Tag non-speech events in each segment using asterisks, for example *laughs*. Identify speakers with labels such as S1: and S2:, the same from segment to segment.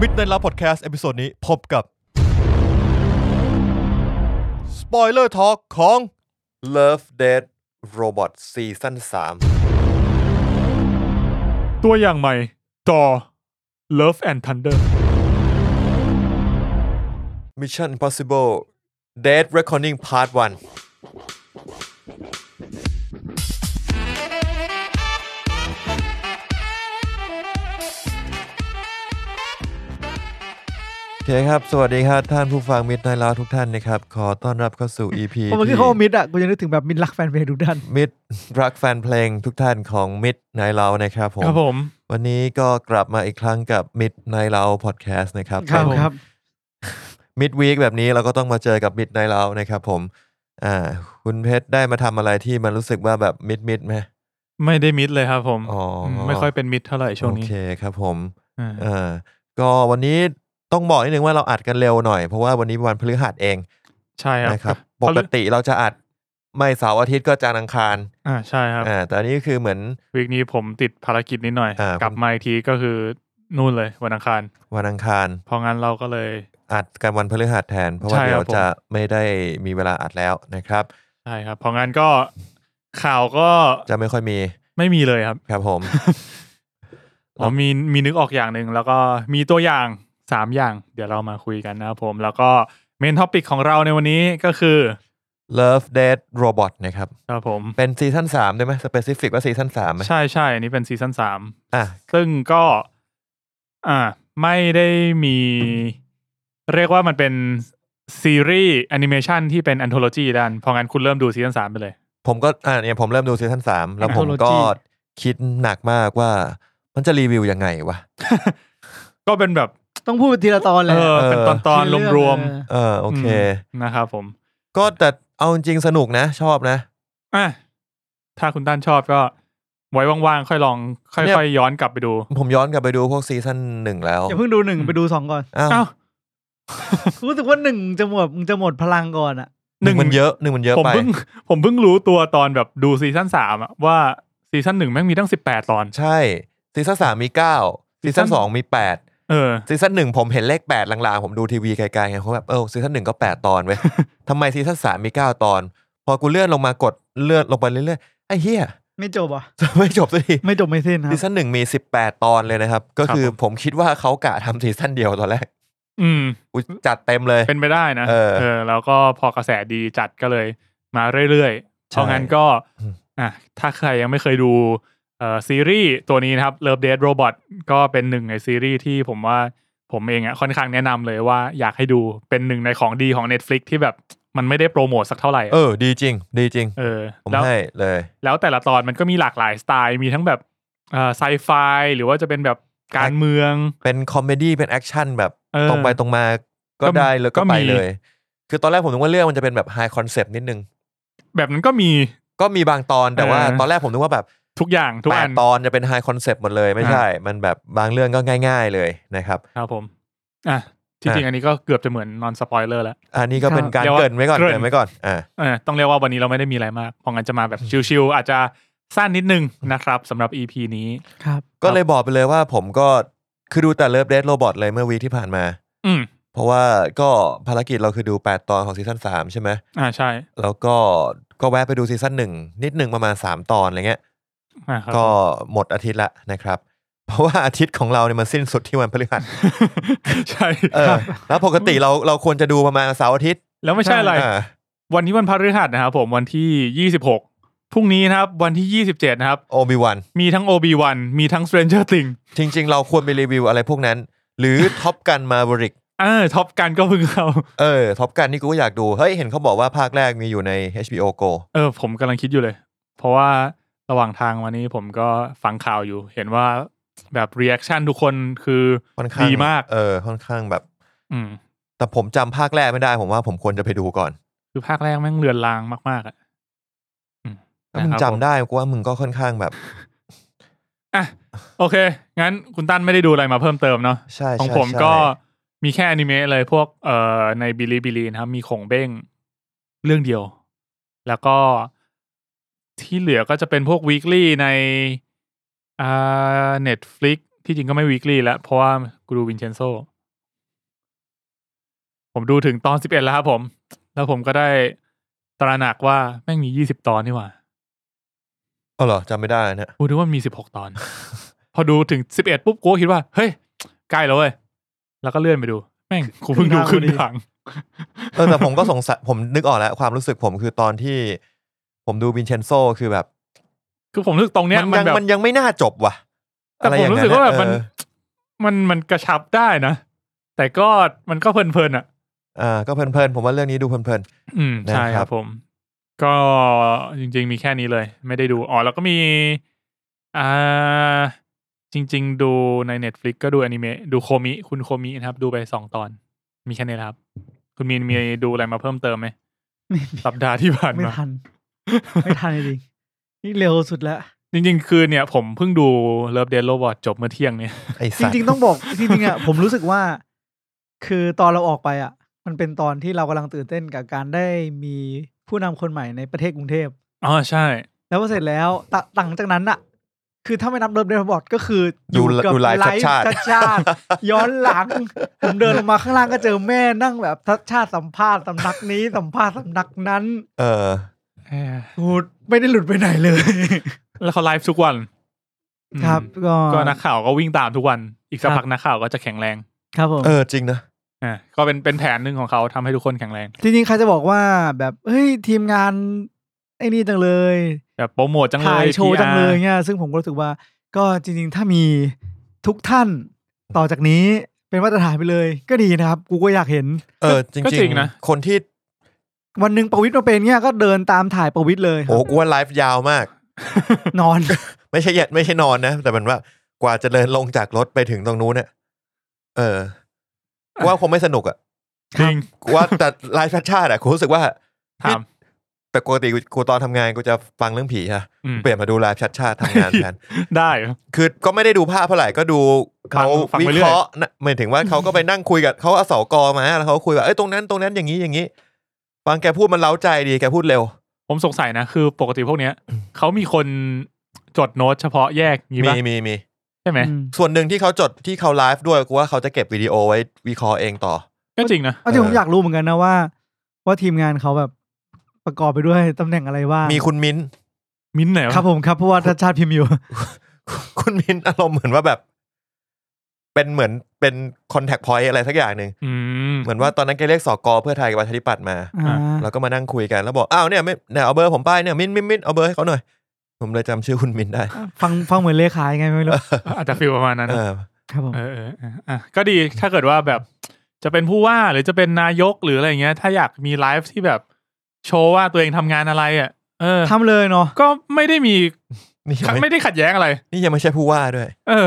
S1: มิดในลาพอดแคสต์เอพิโซดนี้พบกับสปอยเลอร์ทอล์กของ
S2: Love Dead Robot ซีซั่น3
S3: ตัวอย่างใหม่จอ Love and Thunder
S2: Mission Impossible Dead Reckoning Part 1 โอเคครับ สวัสดีครับท่านผู้ฟังมิตรไนลาทุกท่านนะครับ ขอต้อนรับเข้าสู่ EP
S4: พอมันขึ้นเข้ามิดอ่ะกูยังนึกถึงแบบมิดรักแฟนเพลงทุกท่าน
S2: มิตรรักแฟนเพลงทุกท่านของมิตรไนลานะครับผม
S3: ครับผม
S2: วันนี้ก็กลับมาอีกครั้งกับมิดในเราพอดแคสต์นะครับ
S4: ครับ
S3: ผม
S4: ครับ
S2: มิดวีคแบบนี้เราก็ต้องมาเจอกับมิดในเรานะครับผม อ่า คุณเพชรได้มาทำอะไรที่มันรู้สึกว่าแบบมิดมิดๆไหม
S3: ไม่ได้มิดเลยครับผม
S2: อ๋ออื
S3: มไม่ค่อยเป็นมิดเท่าไหร่ช่วง
S2: โอ
S3: นี้
S2: เคครับผม
S3: อ่า
S2: อ่าก็วันนี้ต้องบอกนิดนึงว่าเราอัดกันเร็วหน่อย เพราะว่าวันนี้วันพฤหัสเอง
S3: ใช่ครับ
S2: นะครับ
S3: เพ
S2: ป
S3: ราะ
S2: กติเราจะอัดไม่เสาร์อาทิตย์ก็จันทร์อังคาร
S3: อ่าใช่ครับ
S2: อ่าแต่อันนี้คือเหมือน
S3: วีคนี้ผมติดภารกิจนิดหน่อย
S2: อ่า
S3: กลับมาอีกทีก็คือนู่นเลยวันอังคาร
S2: วันอังคาร
S3: เพองั้นเราก็เลย
S2: อัดกันวันพฤหัสแทน เพราะว่า
S3: ใช่ครับ
S2: เดี๋ยว
S3: ผม
S2: จะไม่ได้มีเวลาอัดแล้วนะครับ
S3: ใช่ครับเพองั้นก็ข่าวก็
S2: จะไม่ค่อยมี
S3: ไม่มีเลยครับ
S2: ครับผม
S3: เรามีมีนึกออกอย่างหนึ่งแล้วก็มีตัวอย่างสามอย่าง เดี๋ยวเรามาคุยกันนะครับผมแล้วก็เมนท็อปิกของเราในวันนี้ก็คือ
S2: Love Dead Robot นะครับ
S3: ครับผม
S2: เป็นซีซั่นสามได้ไหมสเปซิฟิกว่าซีซั่นสามไหม
S3: ใช่ใช่อันนี้เป็นซีซั่นสาม
S2: อ่ะ
S3: ซึ่งก็อ่าไม่ได้มี เรียกว่ามันเป็นซีรีส์แอนิเมชันที่เป็น a อนโทโลจีด้านเพองั้นคุณเริ่มดูซีซั่นสามไปเลย
S2: ผมก็อ่ะเนี่ยผมเริ่มดูซีซั่นสามแล้วผมก็
S4: Anthology
S2: คิดหนักมากว่ามันจะรีวิวยังไงวะ
S3: ก็เป็นแบบ
S4: ต้องพูดทีละตอนแห
S3: เอ
S4: ละ
S3: อ เป็นตอนตอน
S4: ทีละเง
S3: รวม
S4: เออ
S2: เออ โอเค
S3: ๆนะครับผม
S2: ก็แต่เอาจริงๆสนุกนะ ชอบนะ
S3: อ่ะ ถ้าคุณต้านชอบก็ ไว้ว่างๆ ค่อยลอง ค่
S2: เนี่ย
S3: อยๆ ย้อนกลับไปดู
S2: ผมย้อนกลับไปดูพวกซีซั่นหนึ่งแล้ว
S4: อย่าเพิ่งดูหนึ่งไปดูสองก่อน
S2: อ้าว
S3: เอ้า
S4: กูรู้สึกว่าหนึ่งจะหมดมึงจะหมดพลังก่อนอ่ะ
S2: หนึ่งมันเยอะหนึ่งมันเยอะ
S3: ผม
S2: ไป
S3: เพิ่งผมเพิ่งรู้ตัวตอนแบบดูซีซั่นสามอะว่าซีซั่นหนึ่งแม่งมีตั้งสิบแปดตอน
S2: ใช่ซีซั่นสามมีเก้าซีซั่นสองมีแปด
S3: เออ
S2: ซีซั่นหนึ่งผมเห็นเลขแปดลางๆ ผมดูทีวีไกลๆไงเขาแบบเออซีซั่นหนึ่งก็แปดตอนเว้ย *laughs* ทำไมซีซั่นสามมีเก้าตอน พอกูเลื่อนลงมากดเลื่อนลงไปเรื่อยๆไอ้เหี้ย *laughs*
S4: ไม่จบอ่ะ
S2: ไม่จบสักที
S4: ไม่จบไม่สิ้นครับ
S2: ซีซั่นหนึ่งมี 18 ตอนเลยนะครับ ก็คือผมคิดว่าเขากะทำซีซั่นเดียวตอนแรก
S3: อืม
S2: กูจัดเต็มเลย
S3: *laughs* เป็นไปได้นะ
S2: เออ
S3: แล้วก็พอกระแสดีจัดก็เลยมาเรื่อย
S2: ใช่
S3: ๆเพราะงั้นก็
S2: อืม
S3: อ่ะถ้าใครยังไม่เคยดูเอ่อซีรีส์ตัวนี้นะครับ Love Dead Robot ก็เป็นหนึ่งในซีรีส์ที่ผมว่าผมเองอ่ะค่อนข้างแนะนำเลยว่าอยากให้ดูเป็นหนึ่งในของดีของ Netflix ที่แบบมันไม่ได้โปรโมทสักเท่าไหร่อะ
S2: เออ ดีจริง ดีจริง
S3: เออ
S2: ผม
S3: แล้ว
S2: ให้เลย
S3: แล้วแต่ละตอนมันก็มีหลากหลายสไตล์ มีทั้งแบบเอ่อไซไฟหรือว่าจะเป็นแบบการเมือง
S2: เป็นคอมเมดี้เป็นแอคชั่นแบบ
S3: เออ
S2: ตรงไปตรงมาก็
S3: ก็
S2: ได้แล้วก็
S3: ก็
S2: ไป
S3: มี
S2: เลย คือตอนแรกผมนึกว่าเรื่องมันจะเป็นแบบไฮคอนเซปต์นิดนึง
S3: แบบนั้นก็มี
S2: ก็มีบางตอนแต่ว่า
S3: เออ
S2: ตอนแรกผมนึกว่าแบบ
S3: ทุกอย่างทุก
S2: แป
S3: อั
S2: ด
S3: น
S2: ตอนจะเป็นไฮคอนเซปต์หมดเลยไม่ใช่ มันแบบบางเรื่องก็ง่าย ๆเลยนะครับ
S3: ครับผมอ่ะที่จริงอันนี้ก็เกือบจะเหมือนนอนสปอยเลอร์แล้ว
S2: อันนี้ก็เป็นการ
S3: เดี๋ยว
S2: เกรินไว้ก่อน
S3: เกริ่น
S2: เกรินไว้ก่อนอ่า
S3: เออต้องเรียกว่าวันนี้เราไม่ได้มีอะไรมากเพราะงั้นจะมาแบบชิวๆอาจจะสั้นนิดนึงนะครับสำหรับ EP นี้
S4: ครับ
S2: ก็เลยบอกไปเลยว่าผมก็คือดูแต่เลิฟเด d โรบอทเลยเมื่อวีคที่ผ่านมา
S3: อืม
S2: เพราะว่าก็ภารกิจเราคือดู 8 ตอนของซีซั่น3ใช่ไหม
S3: อ่าใช่
S2: แล้วก็ก็แวะไปดูซีซั่น1 นิดหนึ่งประมาณ 3 ตอนอะไรเงี้ย
S3: อ่าครับ
S2: ก็หมดอาทิตย์ละนะครับ เพราะว่าอาทิตย์ของเราเนี่ยมันสิ้นสุดที่วันพฤหัส
S3: ใช่
S2: เออ แล้วปกติเราเราควรจะดูประมาณเสาร์อาทิตย์
S3: แล้วไม่ใช่อะไร
S2: อ่า
S3: วันนี้วันพฤหัสนะครับผมวันที่ 26พรุ่งนี้นะครับ วันที่ 27 นะครับ
S2: โอบิวัน
S3: มีทั้ง OB1 มีทั้ง Stranger Things
S2: จริง ๆ เราควรไปรีวิวอะไรพวกนั้น หรือ *laughs* ท็อปกันมาบริก
S3: เออท็อปกันก็เพิ่งเข้า
S2: เออ ท็อปกันนี่กูก็อยากดู เฮ้ย เห็นเขาบอกว่าภาคแรกมีอยู่ใน HBO Go
S3: เออผมกำลังคิดอยู่เลย เพราะว่าระหว่างทางวันนี้ผมก็ฟังข่าวอยู่ เห็นว่าแบบรีแอคชั่นทุกคนคือ
S2: ค่อนข้าง
S3: ดีมาก
S2: เออ ค่อนข้างแบบ
S3: อืม
S2: แต่ผมจำภาคแรกไม่ได้ผมว่าผมควรจะไปดูก่อน
S3: คือภาคแรกแม่งเลือนลางมากๆอ่ะอืม
S2: ถ้ามึง
S3: นะครับ
S2: จำ
S3: ผม
S2: ได้กูว่ามึงก็ค่อนข้างแบบ
S3: อ่ะโอเค งั้นคุณตั้นไม่ได้ดูอะไรมาเพิ่มเติมเนาะ
S2: ใช่
S3: ของ
S2: ใช่
S3: ผม
S2: ใช่
S3: ก็มีแค่อนิเมะเลยพวกเอ่อในบิลิบิลีนะครับ มีของเบ้งเรื่องเดียว แล้วก็ที่เหลือก็จะเป็นพวก weekly ในอ่า Netflix ที่จริงก็ไม่วีคลี่แล้ว เพราะว่ากูดูวินเชนโซ ผมดูถึงตอนสิบเอ็ดแล้วครับผม แล้วผมก็ได้ตระหนักว่าแม่งมียี่สิบตอนนี่หว่า
S2: อ๋อเหรอจำไม่ได้นะ
S3: กูนึกว่ามีสิบหกตอน พอดูถึงสิบเอ็ดปุ๊บกูก็คิดว่า เฮ้ย ใกล้แล้วเว้ย แล้วก็เลื่อนไปดู แม่งกูเพิ่งดู
S2: *laughs*
S4: ค
S3: ค
S4: รึ่
S3: รึ่
S4: ง
S3: ง
S4: ทางพ
S3: ทาง
S4: อดี
S2: เออแต่ผมก็สงสัย *laughs* ผมนึกออกแล้วความรู้สึกผมคือตอนที่ ผมดูวินเชนโซคือแบบ
S3: คือผมรู้สึกตรงเนี้ย
S2: มัน
S3: มัน
S2: ยัง
S3: แบบ
S2: มันยังไม่น่าจบว่ะ
S3: แต่
S2: อะไร
S3: ผ
S2: อ
S3: ม
S2: ย่าง
S3: รู้
S2: นั้
S3: สึก
S2: น
S3: ว่าแบบ
S2: เอ
S3: มัน
S2: อ
S3: มันมันกระชับได้นะ แต่ก็มันก็เพลินๆอ่ะ
S2: อ่าก็เพลินๆผมว่าเรื่องนี้ดูเพลิน
S3: อืมใช่
S2: นะค
S3: ค
S2: รั
S3: รับ บผม ก็จริง ๆ มีแค่นี้เลย ไม่ได้ดูอ๋อแล้วก็มีอ่าจริง ๆ ดูใน Netflix ก็ดูอนิเมะดูโคมิ คุณโคมินะครับ ดูไปสองตอน มีแค่นี้นะครับ คุณมีนมีดูอะไรมาเพิ่มเติมไหม
S4: ไม่
S3: สัปดาห์ที่ผ่าน
S4: ไม่
S3: มา
S4: ทัน ไม่ทันจริงๆนี่เร็วสุดแล้ว
S3: จริง ๆ คือเนี่ย ผมเพิ่งดู Love Dead Robot จบเมื่อเที่ยงเนี่ย
S2: ๆไอ้
S4: จ
S2: สัตว์
S4: ริงๆ ต้องบอก จริงๆอ่ะ ผมรู้สึกว่า คือตอนเราออกไปอ่ะ มันเป็นตอนที่เรากำลังตื่นเต้นกับการได้มีผู้นำคนใหม่ในประเทศกรุงเทพ
S3: อ๋อใช่
S4: แล้วพอเสร็จแล้วตะหลังจากนั้นอ่ะ คือถ้าไม่นับเริ่มเดนบอดก็คืออ
S2: ดู
S4: ยู่กับ
S2: ดูไลฟ์ชัดชาติ
S4: ชัดชาติ ย้อนหลัง ผมเดินลงมาข้างล่างก็เจอแม่นั่งแบบทัดชาติสัมภาษณ์สำนักนี้สัมภาษณ์สำนักนั้น
S2: เออ
S4: โหไม่ได้หลุดไปไหนเลย
S3: แล้วเขาไลฟ์ทุกวันอืม
S4: ครับก็
S3: ก็นักข่าวก็วิ่งตามทุกวัน อีกสั
S2: ค
S3: ก
S2: รับ
S3: พักนักข่าวก็จะแข็งแรง
S4: ครับผม
S2: เออจริงนะ
S3: อ่าก็เป็นเป็นแผนหนึ่งของเขาทำให้ทุกคนแข็งแรง
S4: จริงๆใครจะบอกว่าแบบเฮ้ยทีมงานไอ้นี่จังเลย
S3: แบบโปรโมทจังเล
S4: ถ่าย
S3: ย
S4: โชว์
S3: PR
S4: จังเลยเนี่ยซึ่งผมก็รู้สึกว่า ก็จริงๆ ถ้ามีทุกท่านต่อจากนี้เป็นมาตรฐานไปเลย ก็ดีนะครับ กูก็อยากเห็น
S2: เออจ
S3: ก็จริ
S2: ริง
S3: ง
S2: ๆ
S3: นะ
S2: คนที่
S4: วันหนึ่งประวิตรมาเป็นเนี่ยก็เดินตามถ่ายประวิตรเลยค
S2: โอ้
S4: รับ
S2: กูว่าไลฟ์ยาวมาก
S4: นอน
S2: ไม่ใช่เหย็ดไม่ใช่นอนนะ แต่มันว่ากว่าจะเดินลงจากรถไปถึงตรงนู้นเนี่ยเออกูว่าคงไม่สนุกอ่ะ
S3: จริง
S2: กูว่าแต่ไลฟ์ชัดชาติอ่ะกูรู้สึกว่า
S3: ถาม
S2: แต่ปกติกูกูตอนทำงานกูจะฟังเรื่องผีฮะ
S3: อืม
S2: เปลี่ยนมาดูไลฟ์ชัดชาติทำงานแทน
S3: ได้เหรอ
S2: คือก็ไม่ได้ดูภาพเท่าไหร่ก็ดูเขา
S3: ฟัง
S2: วิ
S3: ไปเรื่
S2: เค
S3: อย
S2: ราะห์นะหมายถึงว่าเขาก็ไปนั่งคุยกับเขาเอาเสากอมาแล้วเขาก็คุยว่าเอ้ยตรงนั้นตรงนั้นอย่างนี้อย่างนี้ฟังแกพูดมันเล้าใจดีแกพูดเร็ว
S3: ผมสงสัยนะ คือปกติพวกเนี้ยเขามีคนจดโน้ตเฉพาะแยกงี้
S2: มี
S3: ปะ
S2: มีมี
S3: ใช่ไหม
S4: อืม
S2: ส่วนหนึ่งที่เขาจดที่เขาไลฟ์ด้วยกูว่าเขาจะเก็บวิดีโอไว้วิเคราะห์เองต่อ
S3: ก็จริงนะ
S4: เอาจริง
S2: เออ
S4: ผมอยากรู้เหมือนกันนะว่า ว่าทีมงานเขาแบบประกอบไปด้วยตำแหน่งอะไรว่าง
S2: มีคุณมิ้น
S3: มิ้นท์ไหนวะ
S4: ครับผมครับเพราะว่าทัชชาติพิมพ์อยู่
S2: *laughs* คุณมินอารมณ์เหมือนว่าแบบ เป็นเหมือนเป็นคอนแทคพอยต์อะไรสักอย่างหนึ่ง
S3: อืม
S2: เหมือนว่าตอนนั้นแกเรียกสกเพื่อไทยกับประชาธิปัตย์มา
S4: อ่า
S2: แล้วก็มานั่งคุยกันแล้วบอกอ้าวเนี่ยไม่เนี่ยเอาเบอร์ผมไปเนี่ยมินมินมินเอาเบอร์ให้เขาหน่อย ผมเลยจำชื่อคุณมินได้
S4: ฟังฟังเหมือนเลขายังไงไม่รู้
S3: อาจจะฟิลประมาณนั้น
S2: เอ
S3: นะ
S2: อ
S4: ครับผม
S3: เออเออเอออ่ะก็ดีถ้าเกิดว่าแบบจะเป็นผู้ว่าหรือจะเป็นนายกหรืออะไรอย่างเงี้ย ถ้าอยากมีไลฟ์ที่แบบโชว์ว่าตัวเองทำงานอะไรอ่ะเออ
S4: ทำเลยเนาะ
S3: ก็ไม่ได้มี
S2: นี่ยังไม่
S3: ไม่ได้ขัดแย้งอะไร
S2: นี่ยังไม่ใช่ผู้ว่าด้วย
S3: เอ *laughs* อ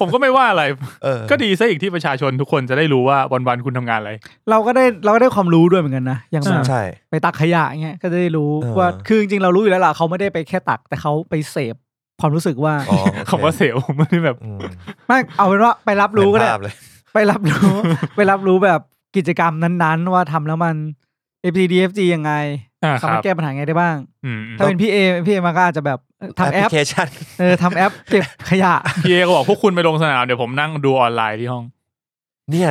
S3: ผมก็ไม่ว่าอะไร *laughs*
S2: เออ
S3: ก็ดีซะอีกที่ประชาชนทุกคนจะได้รู้ว่าวันๆคุณทำงานอะไร
S4: เราก็ได้เราก็ได้ความรู้ด้วยเหมือนกันนะอย่างแบบ
S2: ใช่
S4: ไปตักขยะเงี้ยก็จะได้รู้
S2: เออ
S4: ว่าคือจริงๆเรารู้อยู่แล้วล่ะเขาไม่ได้ไปแค่ตัก แต่เขาไปเสพความรู้สึกว่า
S2: อ๋อโอเค
S3: *laughs* คำว่าเสียวผมไม่ได้แบบ
S2: อืม
S4: ไม่เอาเป็นว่าไปรับรู้ก็ได้
S2: เห็นภาพเลย
S4: ไปรับรู้ *laughs* ไปรับรู้แบบกิจกรรมนั้นๆ ว่าทำแล้วมัน f g d f g ยังไง
S3: อ่าค
S4: สา
S3: รั
S4: มาร
S3: บ
S4: ถแก้ปัญหาไงได้บ้าง
S3: อืม
S4: ถ้าเป็นพี่เอพี่เอมาก็อาจจะแบบทำแอป
S2: พลิเคชัน
S4: เออทำแอปเก็บข
S2: *laughs*
S4: ยะ
S3: พี่เอก็บอกพวกคุณไปลงสนามเดี๋ยวผมนั่งดูออนไลน์ที่ห้อง
S2: เนี่ย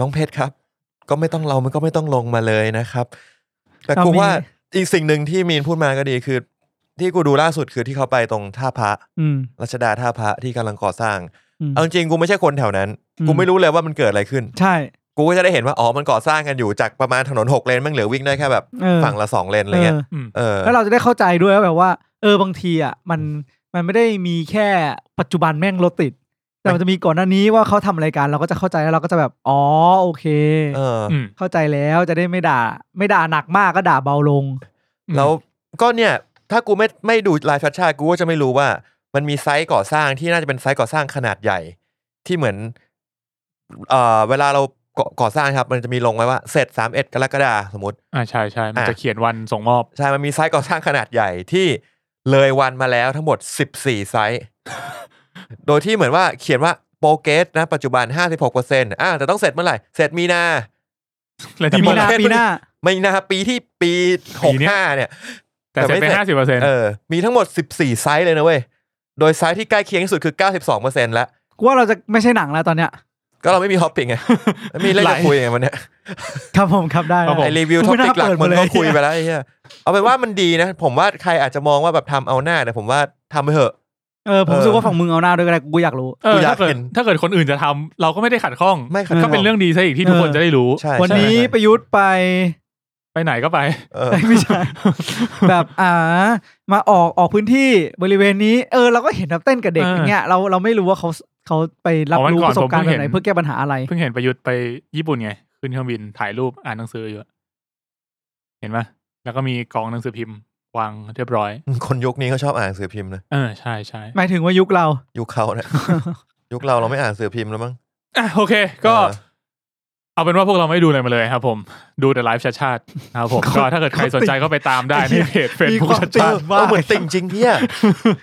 S2: น้องเพชรครับ ก็ไม่ต้องเรามันก็ไม่ต้องลงมาเลยนะครับ แต่กู
S4: เรามี
S2: ว่าอีกสิ่งหนึ่งที่มีนพูดมาก็ดีคือ ที่กูดูล่าสุดคือที่เขาไปตรงท่าพระ
S4: อืม
S2: รัชดาท่าพระที่กำลังก่อสร้าง
S4: อืม
S2: เอาจริงๆกูไม่ใช่คนแถวนั้น
S4: อืม
S2: กูไม่รู้เลยว่ามันเกิดอะไรขึ้น
S4: ใช่
S2: กูก็จะได้เห็นว่าอ๋อมันก่อสร้างกันอยู่จากประมาณถนนหกเลนมันเหลือวิ่งได้แค่แบบ
S4: เออ
S2: ฝั่งละสองเลนอะไรเงี้ย
S4: เออ
S3: อืม
S2: เออ
S4: แล้วเราจะได้เข้าใจด้วยว่าแบบว่า เออบางทีอ่ะมันมันไม่ได้มีแค่ปัจจุบันแม่งรถติด แต่มันจะมีก่อนหน้านี้ว่าเขาทำรายการเราก็จะเข้าใจแล้วเราก็จะแบบอ๋อโอเค
S2: เออ
S3: อืม
S4: เข้าใจแล้วจะได้ไม่ด่า ไม่ด่าหนักมากก็ด่าเบาลง
S2: แล้วก็เนี่ยถ้ากูไม่ไม่ดูลายชัดชาติกูก็จะไม่รู้ว่า มันมีไซต์ก่อสร้างที่น่าจะเป็นไซต์ก่อสร้างขนาดใหญ่ ที่เหมือนเอ่อเวลาเราก่อก่อสร้างครับ มันจะมีลงไว้ว่าเสร็จสามเอ็ดกรกฎาสมมติ
S3: อ่าใช่ใช่มันจะ
S2: อ่ะ
S3: เขียนวันส่งมอบ
S2: ใช่มันมีไซต์ก่อสร้างขนาดใหญ่ที่เลยวันมาแล้วทั้งหมดสิบสี่ไซต์ โดยที่เหมือนว่าเขียนว่าโปรเกสนะปัจจุบันห้าสิบหกเปอร์เซ็นต์อ่าแต่ต้องเสร็จเมื่อไหร่เสร็จมีนา
S3: และ
S2: แต่
S3: ที่
S2: มี
S3: บ
S4: ปี
S3: อก
S4: หน้าปีหน้า
S2: ไม่นาปีที่ปีหกห้าเนี่ย
S3: แต่เสร็จ
S2: แต่
S3: ไป
S2: ไม่เสร็จ
S3: ห้าสิบเปอร์เซ็นต์
S2: เออ มีทั้งหมด 14 ไซส์เลยนะเว้ย โดยไซส์ที่ใกล้เคียงที่สุดคือ 92%แล้ว
S4: กูว่าเราจะไม่ใช่หนังแล้วตอนเนี้ย *laughs*
S2: ก็เราไม่มีฮอปปิ้งไงไม่มีเรื่อง
S3: หลา
S2: จะ
S3: ย
S2: คุยไงวันเนี้ย
S4: ครับผมครับได้
S3: ครับผม
S2: ไอรีวิวท็อปิ
S4: ไม่น่าก
S2: หลัก
S4: เปิด
S2: มึ
S4: มางเลย
S2: ก็คุยไปแล้วไอ้เหี้ยเอาเป็นว่ามันดีนะ ผมว่าใครอาจจะมองว่าแบบทำเอาหน้าแต่ผมว่าทำไปเถอะ
S4: เออผ
S2: เออ
S4: มรู้สึกว่าฝั่งมึงเอาหน้าด้วยก็ได้กูอยากรู้
S3: เออ
S2: กูอยา
S3: ถ้าก เกิ
S2: เห็
S3: ด
S2: น
S3: ถ้าเกิดคนอื่นจะทำเราก็ไม่ได้ขัดข้อง
S2: ไม่ขัด
S4: เออ
S3: ก็เป็นเรื่องดีซะอีกที่ทุกคนจะได้รู้
S2: ใช่
S4: วัน
S2: ใช่
S4: นี้
S2: ใช่
S4: ประยุทธ์ไป *laughs*
S3: ไปไหนก็ไป
S2: เออ *laughs*
S4: ไม่ใช่ *laughs* แบบอ่ามาออกออกพื้นที่บริเวณนี้ เออเราก็เห็นแบบเต้นกับเด็ก
S3: เออ
S4: อ
S3: อย่าง
S4: เงี้ยเราเราไม่รู้ว่าเขาเขาไปรับ
S3: อ๋อวัน
S4: รู้
S3: ก่อน
S4: ประสบการณ์
S3: ผมเพิ่ง
S4: แบบไหน
S3: เห็น
S4: เพื่อแก้ปัญหาอะไร
S3: เพิ่งเห็นประยุทธ์ไปญี่ปุ่นไง ขึ้นเครื่องบินถ่ายรูปอ่านหนังสืออยู่อะเห็นปะแล้วก็มีกองหนังสือพิมพ์วางเรียบร้อย
S2: คนยุคนี้เขาชอบอ่านหนังสือพิมพ์นะ
S3: เออใช่ใช่
S4: หมายถึงว่ายุคเรา
S2: ยุคเขาเนี่ย ยุคเราเราไม่อ่านหนังสือพิมพ์แล้วมั้ง
S3: อ่ะโอเค ก็
S2: เออ
S3: เอาเป็นว่าพวกเราไม่ดูอะไรมาเลยครับผมดูแต่ไลฟ์ชาชาตินะครับผม
S4: *laughs*
S3: ก็ถ้าเกิดใครสนใจก็ไปตามได้ในเพจเฟซบุ๊
S4: มี
S3: ก
S4: ความ
S3: ชาชาง
S4: ติ่
S3: ติ
S4: บ้า
S2: เออเหมือนติ่งจริงที่อ่ะ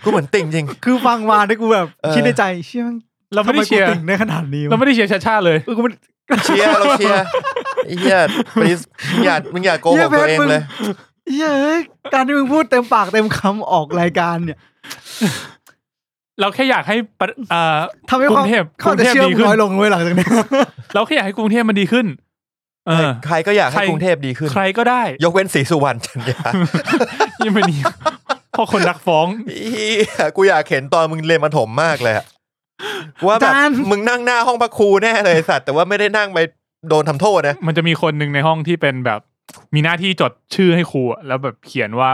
S2: กูเหมือนติ่งจริง
S4: คือฟังมาเนี่ยกูแบบ
S2: เออ
S4: คิดในใจเชื่อ
S3: เราไม่ได้เชียร์
S4: ติ่งได้ขนาดนี้วะ
S3: เราไม่ได้เชียร์ชาชาติเลย
S4: เออกูมัน
S2: เชียร์เราเชียร์ไอ้เหี้ย please มึงอย่ามึงอย่าโกหกตัวเองเลย
S4: เหี้ยเอ้ยการที่มึงพูดเต็มปากเต็มคำออกรายการเนี่ย
S3: เราแค่อยากให้ประเอ่อ
S4: ทำให้ความ
S3: กรุงเทพ
S4: เขาจะเชื่อก
S3: รุงเทพดีขึ้น
S4: น้อยลงเว้ยหลังจากนี้
S3: เราแค่อยากให้กรุงเทพมันดีขึ้น เออ
S2: ใครก็อยากให้
S3: ใคร
S2: กรุงเทพดีขึ้น
S3: ใครก็
S4: *laughs*
S3: ได้
S2: ยกเว้นสีสุวรรณจันยา
S3: ยังไม่ดี *laughs* เพราะคนรักฟ้อง
S2: เหี้ยกูอยากเห็นตอนมึงเรียนมัธยมมาก *laughs* เลยอะว่าแบบ
S4: อาจารย์
S2: มึงนั่งหน้าห้องพระครูแน่เลยไอ้สัตว์แต่ว่าไม่ได้นั่งไปโดนทำโทษนะ
S3: มันจะมีคนหนึ่งในห้องที่เป็นแบบ มีหน้าที่จดชื่อให้ครูอะแล้วแบบเขียนว่า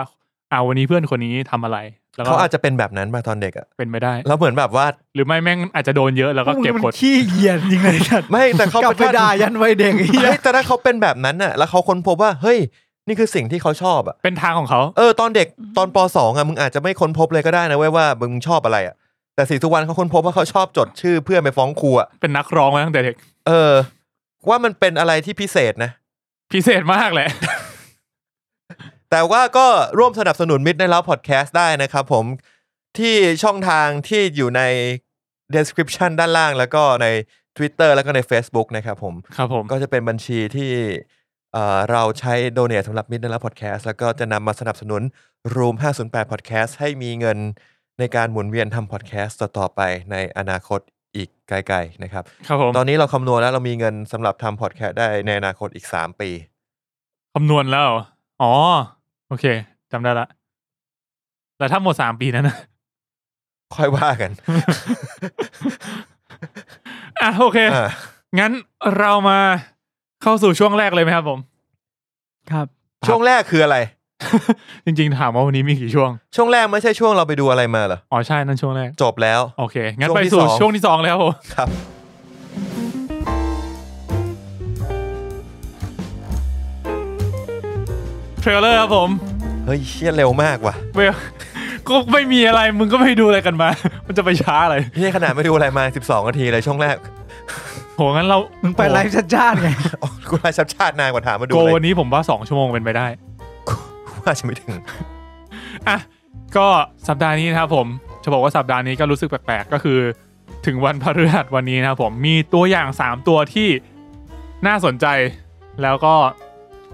S3: เอาวันนี้เพื่อนคนนี้ทำอะไร แล้วก็
S2: เขาอาจจะเป็นแบบนั้นมาตอนเด็กอะ
S3: เป็นไปได้
S2: แล้วเหมือนแบบว่า
S3: หรือไม่แม่งอาจจะโดนเยอะแล้ว
S4: พ
S3: ก็
S4: วกมึง
S3: เก็บ
S4: มัน
S3: กด
S4: ขี้เกียจจริงเลยจัด
S2: ไม่แต่เขา
S4: กลับไป
S2: เป็น
S4: ด่ายันวัยเด็กไอ้เหี้ย
S2: เฮ้ยแต่ถ้าเขาเป็นแบบนั้นอะแล้วเขาค้นพบว่าเฮ้ยนี่คือสิ่งที่เขาชอบอะ
S3: เป็นทางของเขา
S2: เออตอนเด็กตอนปสองอ่ะมึงอาจจะไม่ค้นพบเลยก็ได้นะเว้ยว่ามึงชอบอะไรอ่ะแต่สีทุกวันเขาค้นพบว่าเขาชอบจดชื่อเพื่อนไปฟ้องครูอ่ะ
S3: เป็นนักร้องมาตั้งแต่เด็ก
S2: เออ ว่ามันเป็นอะไรที่พิเศษนะ
S3: พิเศษมากแหละ
S2: แต่ว่าก็ร่วมสนับสนุนมิดในแล้วพอดแคสต์ได้นะครับผมที่ช่องทางที่อยู่ใน description ด้านล่าง แล้วก็ใน Twitter แล้วก็ใน Facebook นะครับผม
S3: ครับผม
S2: ก็จะเป็นบัญชีที่เอ่อเราใช้โดเนทสำหรับมิดน l ลพอดแคสต์แล้วก็จะนำมาสนับสนุน Room 508 Podcast ให้มีเงินในการหมุนเวียนทำพอดแคสต์ต่อๆไปในอนาคตอีกไกลๆนะครับ
S3: ครับผม
S2: ตอนนี้เราคำนวณแล้วเรามีเงินสำหรับทำพอดแคสต์ได้ในอนาคตอีก 3 ปี
S3: คำนวณแล้วเหรออ๋อ โอเคจำได้ละแล้วถ้าหมดสามปีนั้นนะ *laughs*
S2: ค่อยว่ากัน *laughs*
S3: อ่ะโอเค
S2: อ่า
S3: งั้นเรามาเข้าสู่ช่วงแรกเลยไหมครับผม
S4: ครับ
S2: ช่วงแรกคืออะไร
S3: จริงๆถามว่าวันนี้มีกี่ช่วง
S2: ช่วงแรกไม่ใช่ช่วงเราไปดูอะไรมาเหรอ
S3: อ๋อใช่นั่นช่วงแรก
S2: จบแล้ว
S3: โอเค งั้น
S2: ช่วง
S3: ไป
S2: ที่
S3: สู่
S2: สอง
S3: ช่วงที่สองเลยครับผม
S2: ครับ
S3: เทรลเลอร์ครับผม
S2: เฮ้ยเชี่ยเร็วมากว่ะ
S3: เวลก็ไม่มีอะไร มึงก็ไม่ดูอะไรกันมา *laughs* มันจะไปช้าอะไร
S2: นี่ขนาดไม่ดูอะไรมา 12นาทีเลยช่วงแรก *laughs*
S3: โหงั้นเรา
S4: มึงไปไลฟ์จ้าๆไง
S2: อ๋อกูรายชับชาตินานกว่าถามมาดู
S3: โก
S2: เลย
S3: วันนี้ผมว่าสองชั่วโมงเป็นไปได้
S2: ว่าจะไม่ถึง
S3: อ่ะ ก็สัปดาห์นี้นะครับผม จะบอกว่าสัปดาห์นี้ก็รู้สึกแปลกๆ ก็คือ ถึงวันพฤหัสวันนี้นะครับผม มีตัวอย่าง 3 ตัวที่น่าสนใจ แล้วก็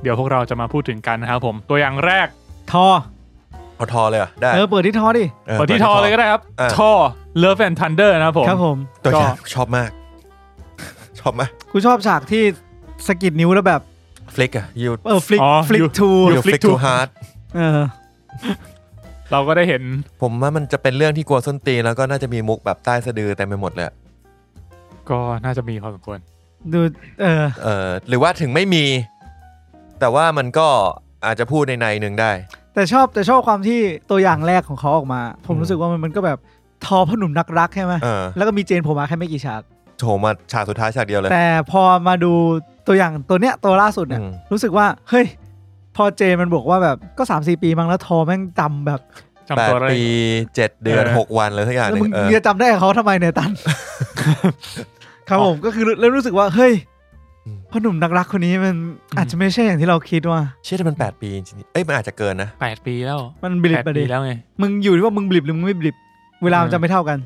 S3: เดี๋ยวพวกเราจะมาพูดถึงกันนะครับผม ตัวอย่างแรก
S4: ทอ
S2: เอาทอเลยเหรอได้
S4: เออเปิดที่ทอดิ
S2: ออ
S3: เปิดที่ทอเลยก็ได้ครับ
S2: อ่า
S3: ทอ Love and Thunder นะครับผม
S4: ครับผม
S2: ตัวอย่าง
S3: ก็
S2: ชอบมาก ชอบมาก
S4: กูชอบฉากที่สะกิดนิ้วแล้วแบบ
S2: ฟลิกอะยู
S4: เออ ฟลิก
S3: อ๋อ
S4: ฟลิก
S3: you-
S4: ทู
S2: ยู
S3: you
S2: ฟลิก
S3: flick
S2: ทู
S3: to
S2: ฮาร์ด
S4: เออ
S3: เราก็ได้เห็น
S2: ผมว่ามันจะเป็นเรื่องที่กลัวส้นตีนแล้วก็น่าจะมีมุกแบบใต้สะดือเต็มไปหมดเลยอะ
S3: ก็น่าจะมีพอสมควร
S4: ดูเออ
S2: เออหรือว่าถึงไม่มี แต่ว่ามันก็อาจจะพูดในในหนึ่งได้
S4: แต่ชอบแต่ชอบความที่ตัวอย่างแรกของเขาออกมา ผมรู้สึกว่ามันมันก็แบบทอพ่อหนุ่มนักรักใช่ไหม
S2: เออ
S4: แล้วก็มีเจนโผล่มาแค่ไม่กี่ฉาก
S2: โถมาฉากสุดท้ายฉากเดียวเลย
S4: แต่พอมาดูตัวอย่างตัวเนี้ยตัวล่าสุดเนี่ย
S2: อืม
S4: รู้สึกว่า เฮ้ย พอเจนมันบอกว่าแบบก็3ามสี่ปีมั้งแล้วทอแม่งจำแบบ
S3: จำ
S2: แป
S3: ตั
S2: ด
S3: วอะไร
S2: ปีเจ็ดเดือน
S3: เออ
S2: หกวันเลยทุกอย่างห
S4: แล้ว
S2: นึ่
S4: มึง
S2: งเออ
S4: จะจำได้กับเขาทำไมเนี่ยตัน ครับผมก็คือเริ่มรู้สึกว่า เฮ้ยพ่อหนุ่มนักรักคนนี้มันอาจจะไม่ใช่อย่างที่เราคิดว่า
S2: เชื่อมันแปดปีจริงๆเอ้ยมันอาจจะเกินนะ
S3: แปดปีแล้ว
S4: มันบลิบ
S3: แปด
S4: ประ
S3: ปี
S4: เดี๋ย
S3: แล้วไง
S4: มึงอยู่ที่ว่ามึงบลิบหรือมึงไม่บลิบ เวลามันจะไม่เท่ากัน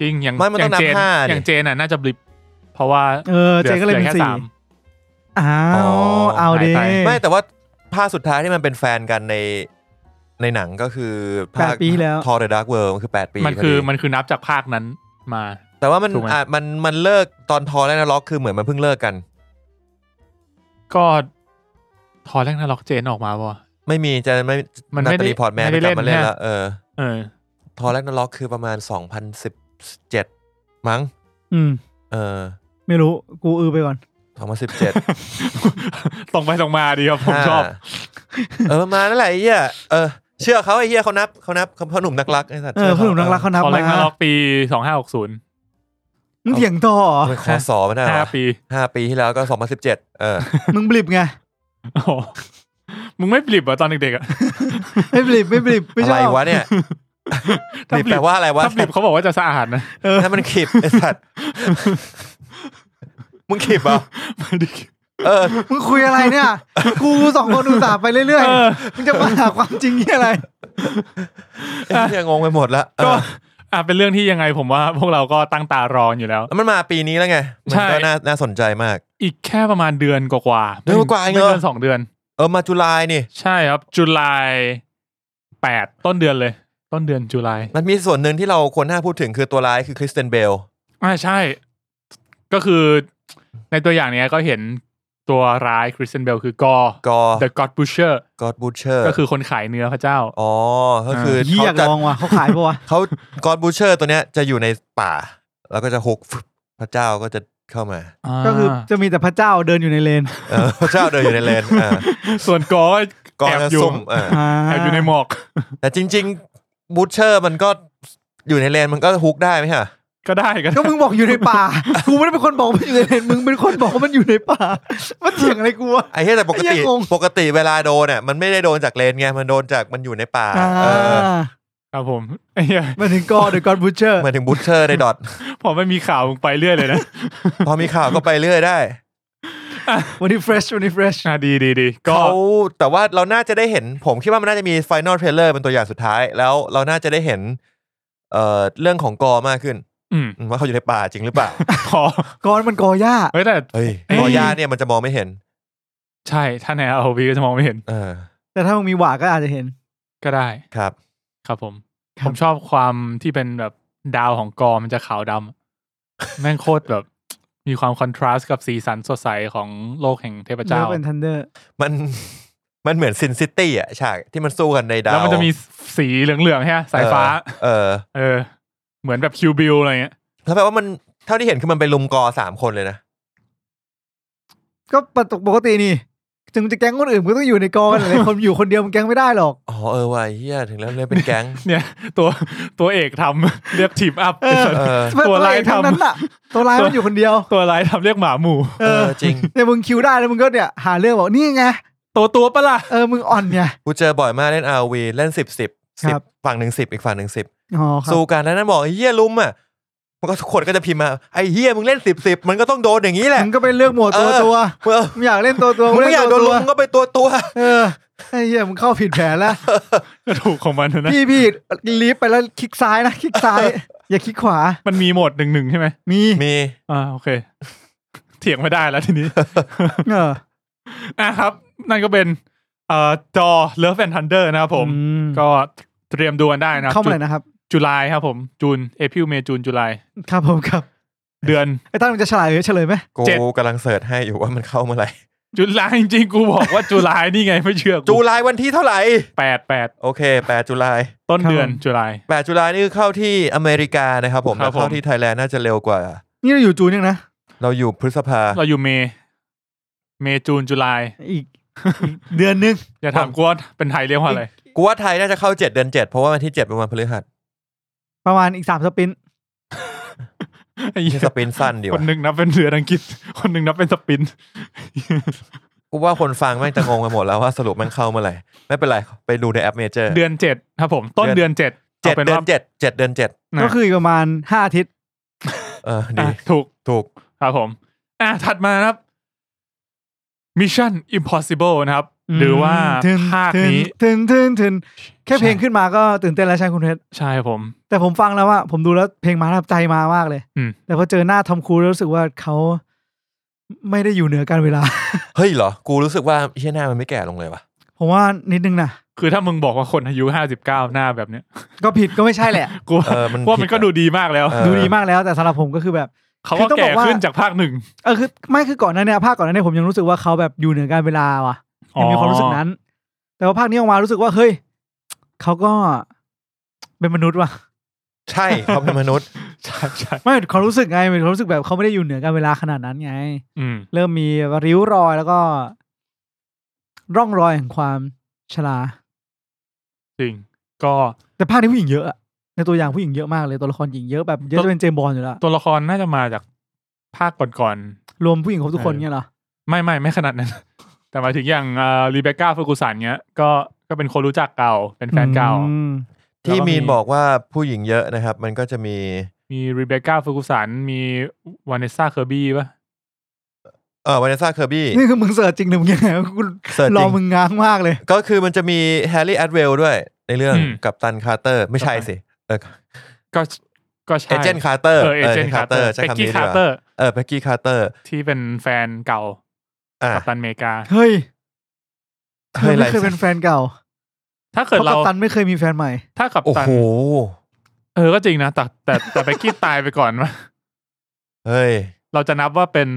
S3: จริง อย่าง
S2: ไม่มัน
S3: อ
S2: ต้
S3: ย่า
S2: อง
S3: ง
S2: นับ
S3: เจน
S2: ห้าดิ
S3: อย่างเจนน่ะน่าจะบลิบ เพราะว่า
S4: เออ เจนก็เลย
S3: ห
S4: เป็น
S3: แค่
S4: สี่
S3: สาม
S4: อ้า
S2: อ๋
S4: ว
S2: อ
S4: เอาดิ
S3: หายไป
S2: ไม่แต่ว่าภาคสุดท้ายที่มันเป็นแฟนกันในในหนังก็คือ
S4: แปดปีที่แล้ว
S2: ทอเดอะดาร์กเวิร์มันคือแปดปี
S3: มันคือ
S2: พดี
S3: มันคือนับจากภาคนั้นมา
S2: แต่ว่ามัน
S3: ถูกไหม
S2: อาจมันมันเลิกตอนทอและนาล็อกคือเหมือนมันเพิ่งเลิกกัน
S3: ก็ทอแรกนาล็อกเจนออกมาปะวะ
S2: ไม่มีจะไม่
S3: มันไม่
S2: า
S3: ได้
S2: ตาลีพอร์ตแมน
S3: ไม่
S2: ก
S3: ได้
S2: ลับมา
S3: เล่
S2: เล่
S3: น
S2: น
S3: นะ
S2: แล้วเออ
S3: เออ
S2: ทอแรกนาล็อกคือประมาณ 2017 มั้ง
S4: อืม
S2: เออ
S4: ไม่รู้กูอือไปก่อน
S2: 2017
S3: ตรงไปตรงมาดีครับผมชอบ
S2: เออมานั่นแหละไอ้เหี้ยเออเชื่อเขาไอ้เหี้ยเขานับเขานับเขาหนุ่มนักรักไอ้สัตว์
S4: เออผู้หนุ่มนักรักเขานับ
S3: ทอแร
S4: มาก
S3: นาล็อกปีสองห้าหกศูนย์
S4: มึงเถียงต่อเหรอ
S2: ไม่ขอสอมันได้เหร
S3: ห้า
S2: อ
S3: ปี
S2: ห้าปีที่แล้วก็ 2017 เออ
S4: มึงบลิบไง
S3: โอ้โหมึงไม่ปลิบเหรอ่ะตอนเด็กๆอ่ะ
S4: ไม่บลิบไม่บลิบไม่
S2: อะ
S4: ช
S2: ไร
S4: อบ
S2: วะเนี่ย
S3: ถ้า
S2: บีบ
S3: ปลิ
S2: แปล
S3: บ
S2: ว่าอะไรวะ
S3: ถ้าปลิบเขาบอกว่าจะสะอาดนะ
S4: เออ
S2: ถ้ามันขีบไอ้สัตว์มึงขีบเหรอ่ะ
S3: ไม่ได้
S2: เออ
S4: มึงคุยอะไรเนี่ย กูสองคนอุตส่าห์ไปเรื่อย
S3: เออ
S4: ๆมึงจะมาหาความจริงที่อะไร
S2: ไอ้เนี่ยงงไปหมดละเอ
S3: ก็
S2: อ
S3: อ่ะเป็นเรื่องที่ยังไงผมว่า พวกเราก็ตั้งตารออยู่แล้ว
S2: แล้วมันมาปีนี้แล้วไง มั
S3: ใช่
S2: นก็น่าน่าสนใจมาก
S3: อีกแค่ประมาณเดือนกว่าๆ
S2: เดือนกว่าๆเองเหรอ
S3: ไม่เกินสองเดือน
S2: เออมาจุลายนี่
S3: ใช่ครับจุลายแปดต้นเดือนเลย ต้นเดือนจุลาย
S2: มันมีส่วนหนึ่งที่เราควรน่าพูดถึงคือตัวร้ายคือคริสเตนเบล
S3: อ่าใช่ ก็คือในตัวอย่างเนี้ยก็เห็นตัวร้ายคริสเตนเบลคือกอ
S2: กอ
S3: The God Butcher
S2: กอดบูเชอร์
S3: ก็คือคนขายเนื้อพระเจ้า
S2: อ๋อ ก็คือ
S4: เฮีย
S2: เขาจะ
S4: ลองว่ะเขาขายปะวะ
S2: เขากอดบูเชอร์ตัวเนี้ยจะอยู่ในป่า แล้วก็จะหกฟึบพระเจ้าก็จะเข้ามา
S4: ก็คือจะมีแต่พระเจ้าเดินอยู่ในเลน
S2: เออ พระเจ้าเดินอยู่ในเลนเออ
S3: ส่วนกอ
S2: ก่อ
S3: แอน บ
S2: จะ
S3: อยู่
S2: ซุ่มเออ
S3: แอบอยู่ในหมอก
S2: แต่จริง ๆบูเชอร์มันก็อยู่ในเลนมันก็ฮุกได้ไหมฮะ
S3: ก็ได้ก็ได้
S4: ก็มึงบอกอยู่ในป่า *laughs* กูไม่ได้เป็นคนบอกมันอยู่ในเลนมึงเป็นคนบอกว่ามันอยู่ในป่า *laughs* มันเถียงอะไรกูวะ
S2: ไอ้เหี้ยแต่ปก
S4: ไอ้
S2: ติ
S4: เหี้ยงง
S2: ปกติเวลาโดนเนี่ยมันไม่ได้โดนจากเลนไงมันโดนจากมันอยู่ในป่า
S4: อ่า
S2: เออ
S3: ครับผม *laughs* ไอ้เหี้ย
S4: มาถึงกอเดอะกอนบูเชอร์
S2: หมายถึงบูเชอร์ในดอท
S3: พอไม่มีข่าวมึงไปเรื่อยเลยนะ *laughs*
S2: พอมีข่าวก็ไปเรื่อยได้
S4: วันนี้เฟรชวันนี้เฟรช
S3: อ่ะดีดีดีก็
S2: เขาแต่ว่าเราน่าจะได้เห็น ผมคิดว่ามันน่าจะมีไฟนอลเทรลเลอร์เป็นตัวอย่างสุดท้าย แล้วเราน่าจะได้เห็น เอ่อเรื่องของกอมากขึ้น
S3: อืม *laughs*
S2: อืมว่าเขาอยู่ในป่าจริงหรือเปล่า
S3: พอก
S4: อนมันกอหญ้า
S3: เฮ้ยแต่
S2: เฮ้ย
S3: เอ้ย
S2: มอย่าเนี่ยมันจะมองไม่เห็น
S3: ใช่ถ้าในเอาวีก็จะมองไม่เห็น
S2: เออ
S4: แต่ถ้ามึงมีหว่าก็อาจจะเห็น
S3: ก็ได้
S2: ครับ
S3: ครับผม
S4: ครับ
S3: ผมชอบความที่เป็นแบบดาวของกอมันจะขาวดำ แม่งโคตรแบบ มีความคอนทราสต์กับสีสันสดใสของโลกแห่งเทพ
S4: เจ้า
S3: เจ้า
S4: เป็นทันเดอร์
S2: มัน *laughs* มันเหมือนซินซิตี้อะฉากที่มันสู้กันในดาว
S3: แล้วมันจะมีสีเหลืองๆใช่ไหมสายฟ้า
S2: เออ
S3: เออ เหมือนแบบคิวบิลอะไรเงี้ย
S2: แล้วแปลว่ามันเท่าที่เห็นคือมันไปลุมกอสามคนเลยนะ
S4: ก็ปกตินี่ถึงจะแก๊งคนอื่นมึงก็ต้องอยู่ในกอกันหลาย *laughs* คนอยู่คนเดียวมึงแก๊งไม่ได้หรอก
S2: อ๋อเออว่ะไอ้เฮียถึงแล้วเลยกเป็นแก๊ง
S3: เนี่ย ตัวตัวเอกทำ *laughs* เรียกทีมอัพ
S4: เออ
S2: เออ
S3: ตัวร้าย
S4: เอกทั้งนั้น
S3: ทำ
S4: อ่ะตัวร้ายมันอยู่คนเดียว
S3: ตัวร้ายทำเรียกหมาหมู่
S2: เอ
S3: *laughs*
S2: อจริง
S4: เนี่ยมึงคิวได้แล้วมึงก็เนี่ยหาเรื่องบอกนี่ไง
S3: ตัวตัวปะล่ะ
S4: เออมึงอ่อนไง
S2: กูเจอบ่อยมากเล่นอาวีเล่นสิบสิบ
S4: ค
S2: สิ
S4: รั
S2: บบ ฝั่งหนึ่งสิบอีกฝั่งหนึ่งสิบ
S4: อ๋อครับ
S2: สู้กันแล้วนั่นบอกไอ้เฮียลุมอ่ะมันก็ทุกคนก็จะพิมพ์มาไอ้เฮียมึงเล่นสิบสิบมันก็ต้องโดนอย่างนี้แหละ
S4: มึงก็ไปเลือกหมวดตัวตัว
S2: เออ
S4: มึงอยากเล่นตัวตัว
S2: มึงไม่อยากโดนลุ
S4: เล่ตั
S2: ม
S4: วตัว
S2: มึงก็ไปตัว
S3: *laughs*
S2: ตัว
S4: เออไอ้เหี้ยมึงเข้าผิดแผนแล้ว
S3: ก็ถูกของมันนะ
S4: พี่พี่ลีฟไปแล้วคลิกซ้ายนะคลิกซ้าย อย่าคลิกขวา
S3: มันมีโหมดหนึ่งหนึ่งๆใช่ไหม
S4: มี
S2: มี
S3: อ่าโอเค *laughs* เถียงไม่ได้แล้วที
S4: *laughs*
S3: นี้
S4: เออ
S3: อ่ะครับ นั่นก็เป็นเอ่อจอ Love and Thunder นะครับผม
S4: อื
S3: ก็เตรียมดูกันได้นะครับ
S4: เข้ามาเลยนะครับ
S3: จุลายครับผม จูนเอพิลเมจูนจุลาย
S4: ครับผมครับ
S3: เดือน
S4: ไอ้ตั้นมึงจะฉลาดหรือเฉลยไหม
S2: กู
S3: เจ็ด
S2: กำลังเสิร์ชให้อยู่ว่ามันเข้าเมื่อไหร่
S3: จุลายจริงๆ กูบอกว่า *laughs* จุลายนี่ไงไม่เชื่อ
S2: จุ
S3: กู
S2: ลายวันที่เท่าไหร่
S3: แปดแปด
S2: โอเคแปดจุลาย
S3: ต้นเดือนจุลาย
S2: แปดจุลายนี่คือเข้าที่อเมริกานะครับผม
S3: ครั
S2: แต่
S3: บผม
S2: เข้าที่ไทยแลนด์น่าจะเร็วกว่า
S4: นี่เราอยู่จูนยังนะ
S2: เราอยู่พฤษภา
S3: เราอยู่เมย์เมย์จูนจุลาย
S4: อีกอีกเดือนนึง
S3: อย่าถามกูว่าเป็นไทยเรียกว่าอะไร
S2: กูว่าไทยน่าจะเข้าเจ็ดเดือนเจ็ดเพราะว่าวันที่เจ็ดเป็นวันพฤหัส
S4: ประมาณอีกสามสปิน
S3: ไอ้เหี้ย
S2: สปินสั้นดี
S3: *laughs* ค
S2: ว่ะ
S3: นหนึ่งนับเป็นเดือนอังกฤษ คนหนึ่งนับเป็นสปิน
S2: กูว่าคนฟังแม่งจะงงไปหมดแล้วว่าสรุปมันเข้าเมื่อไหร่ ไม่เป็นไร ไปดูในแอปเมเจอร์
S3: เดือนเจ็ดครับผม ต้นเดือนเจ็ด
S2: เจ็ด
S3: อาป็น
S2: เดือ
S3: ว่าน
S2: เจ็ดเจ็ดเดือนเจ็ด
S4: ก็คืออีกประมาณห้าอาทิตย์
S2: เออดี
S3: อ่ะถูก
S2: ถูก
S3: ครับผม อ่ะ ถัดมานะครับ Mission Impossible นะครับ หรือว่า
S4: ถึง
S3: ภาคนี้
S4: ถึงถึงถึงแค่
S3: ใช่
S4: เพลงขึ้นมาก็ตื่นเต้นแล้วใช่ไหมคุณเพชร
S3: ใช่ครับผม
S4: แต่ผมฟังแล้วว่าผมดูแล้วเพลงมาทับใจมามากเลย
S3: อืม
S4: แต่พอเจอหน้าทอมครูซแล้วรู้สึกว่าเขาไม่ได้อยู่เหนือการเวลา *laughs*
S2: เฮ้ยเหรอ กูรู้สึกว่าเฮียหน้ามันไม่แก่ลงเลยว่ะ
S4: ผมว่านิดนึงนะ
S3: คือถ้ามึงบอกว่าคนอายุห้าสิบเก้าหน้าแบบเนี้ย
S4: ก็ผิดก็ไม่ใช่แหละ
S3: กู
S2: เออมัน
S3: ว่ามันก็
S2: ผิดอะ
S3: ดูดีมากแล้ว
S2: เออ
S4: ดูดีมากแล้วแต่สำหรับผมก็คือแบบ
S3: เขา
S4: คื
S3: ก็
S4: อต้องบ
S3: แก่
S4: อกว่า
S3: ขึ้นจากภาคหนึ่ง
S4: เออคือไม่คือก่อนหนั้นเนี่ยภาคก่อนหนั้นเนี่ยผมยังรู้สึกว่าเขาแบบอยู่เหนือการเวลาว่ะยังมีความรู้สึกนั้น แต่ว่าภาคนี้ออกมารู้สึกว่าเฮ้ยเขาก็เป็นมนุษย์ว่ะ
S2: ใช่เขาเป็นมนุษย์
S3: ใช่ใช่
S4: ไม่ความรู้สึกไงเป็นความรู้สึกแบบเขาไม่ได้อยู่เหนือการเวลาขนาดนั้นไง
S3: อืม
S4: เริ่มมีริ้วรอยแล้วก็ ร่องรอยแห่งความชรา
S3: จริง ก็
S4: แต่ภาคนี้ผู้หญิงเยอะอะในตัวอย่างผู้หญิงเยอะมากเลยตัวละครหญิงเยอะแบบเยอะจะเป็นเจมส์บอลอยู่แล้ว
S3: ตัวละครน่าจะมาจากภาคก่อน
S4: รวมผู้หญิงครบทุกคนเนี่ยเหรอ
S3: ๆไม่ไม่ไม่ขนาดนั้น แต่หมายถึงอย่างรีเบคก้าเฟอร์กูสันเนี้ยก็ก็เป็นคนรู้จักเก่าเป็นแฟนเก่า
S4: อืม
S2: ที่
S3: แล้วก็มี
S2: มีนบอกว่าผู้หญิงเยอะนะครับ มันก็จะมี
S3: มีรีเบคก้าเฟอร์กูสันมีวานเนสซาเคอร์บี้ป่ะ
S2: เออวานิสซาเคอร์บี้
S4: นี่คือมึงเสิร์ชจริงหรือมึงยังไงกู
S2: เสิร์ช
S4: ร
S2: จ
S4: อ
S2: ริง
S4: มึงง้างมากเลย
S2: ก็คือมันจะมีแฮร์รี่แอดเวลด้วย ในเรื่อง
S3: อืม
S2: กับตันคาร์เตอร์ ไม่ใช่สิเออ
S3: ก็ก็ใช่
S2: เอเจนต์คาร์เตอร์
S3: เออเอเจนต์คาร์เตอร์
S2: ใช้
S3: เป็ก
S2: คำ
S3: กี้
S2: นี้ดี
S3: คาก ร์เตอ
S2: ว่า
S3: ร์
S2: เออเพ็กกี้คาร์เตอร์
S3: ที่เป็นแฟนเก่า
S2: อ่ะ
S3: กัปตันอเมริกา
S4: เฮ้ยเธ
S2: ฮ้
S4: อไม่
S2: ไลฟ์
S4: เคยเป็นแฟนเก่า
S3: ถ้าเกิด
S4: เพราะกั
S3: เรา
S4: ปตันไม่เคยมีแฟนใหม่
S3: ถ้ากัป
S2: โอ้
S3: ตัน
S2: โห
S3: เออก็จริงนะ แต่แต่แต่เป็กกี้ตายไปก่อน *laughs* วะ
S2: เฮ้ย
S3: เราจะนับว่าเป็น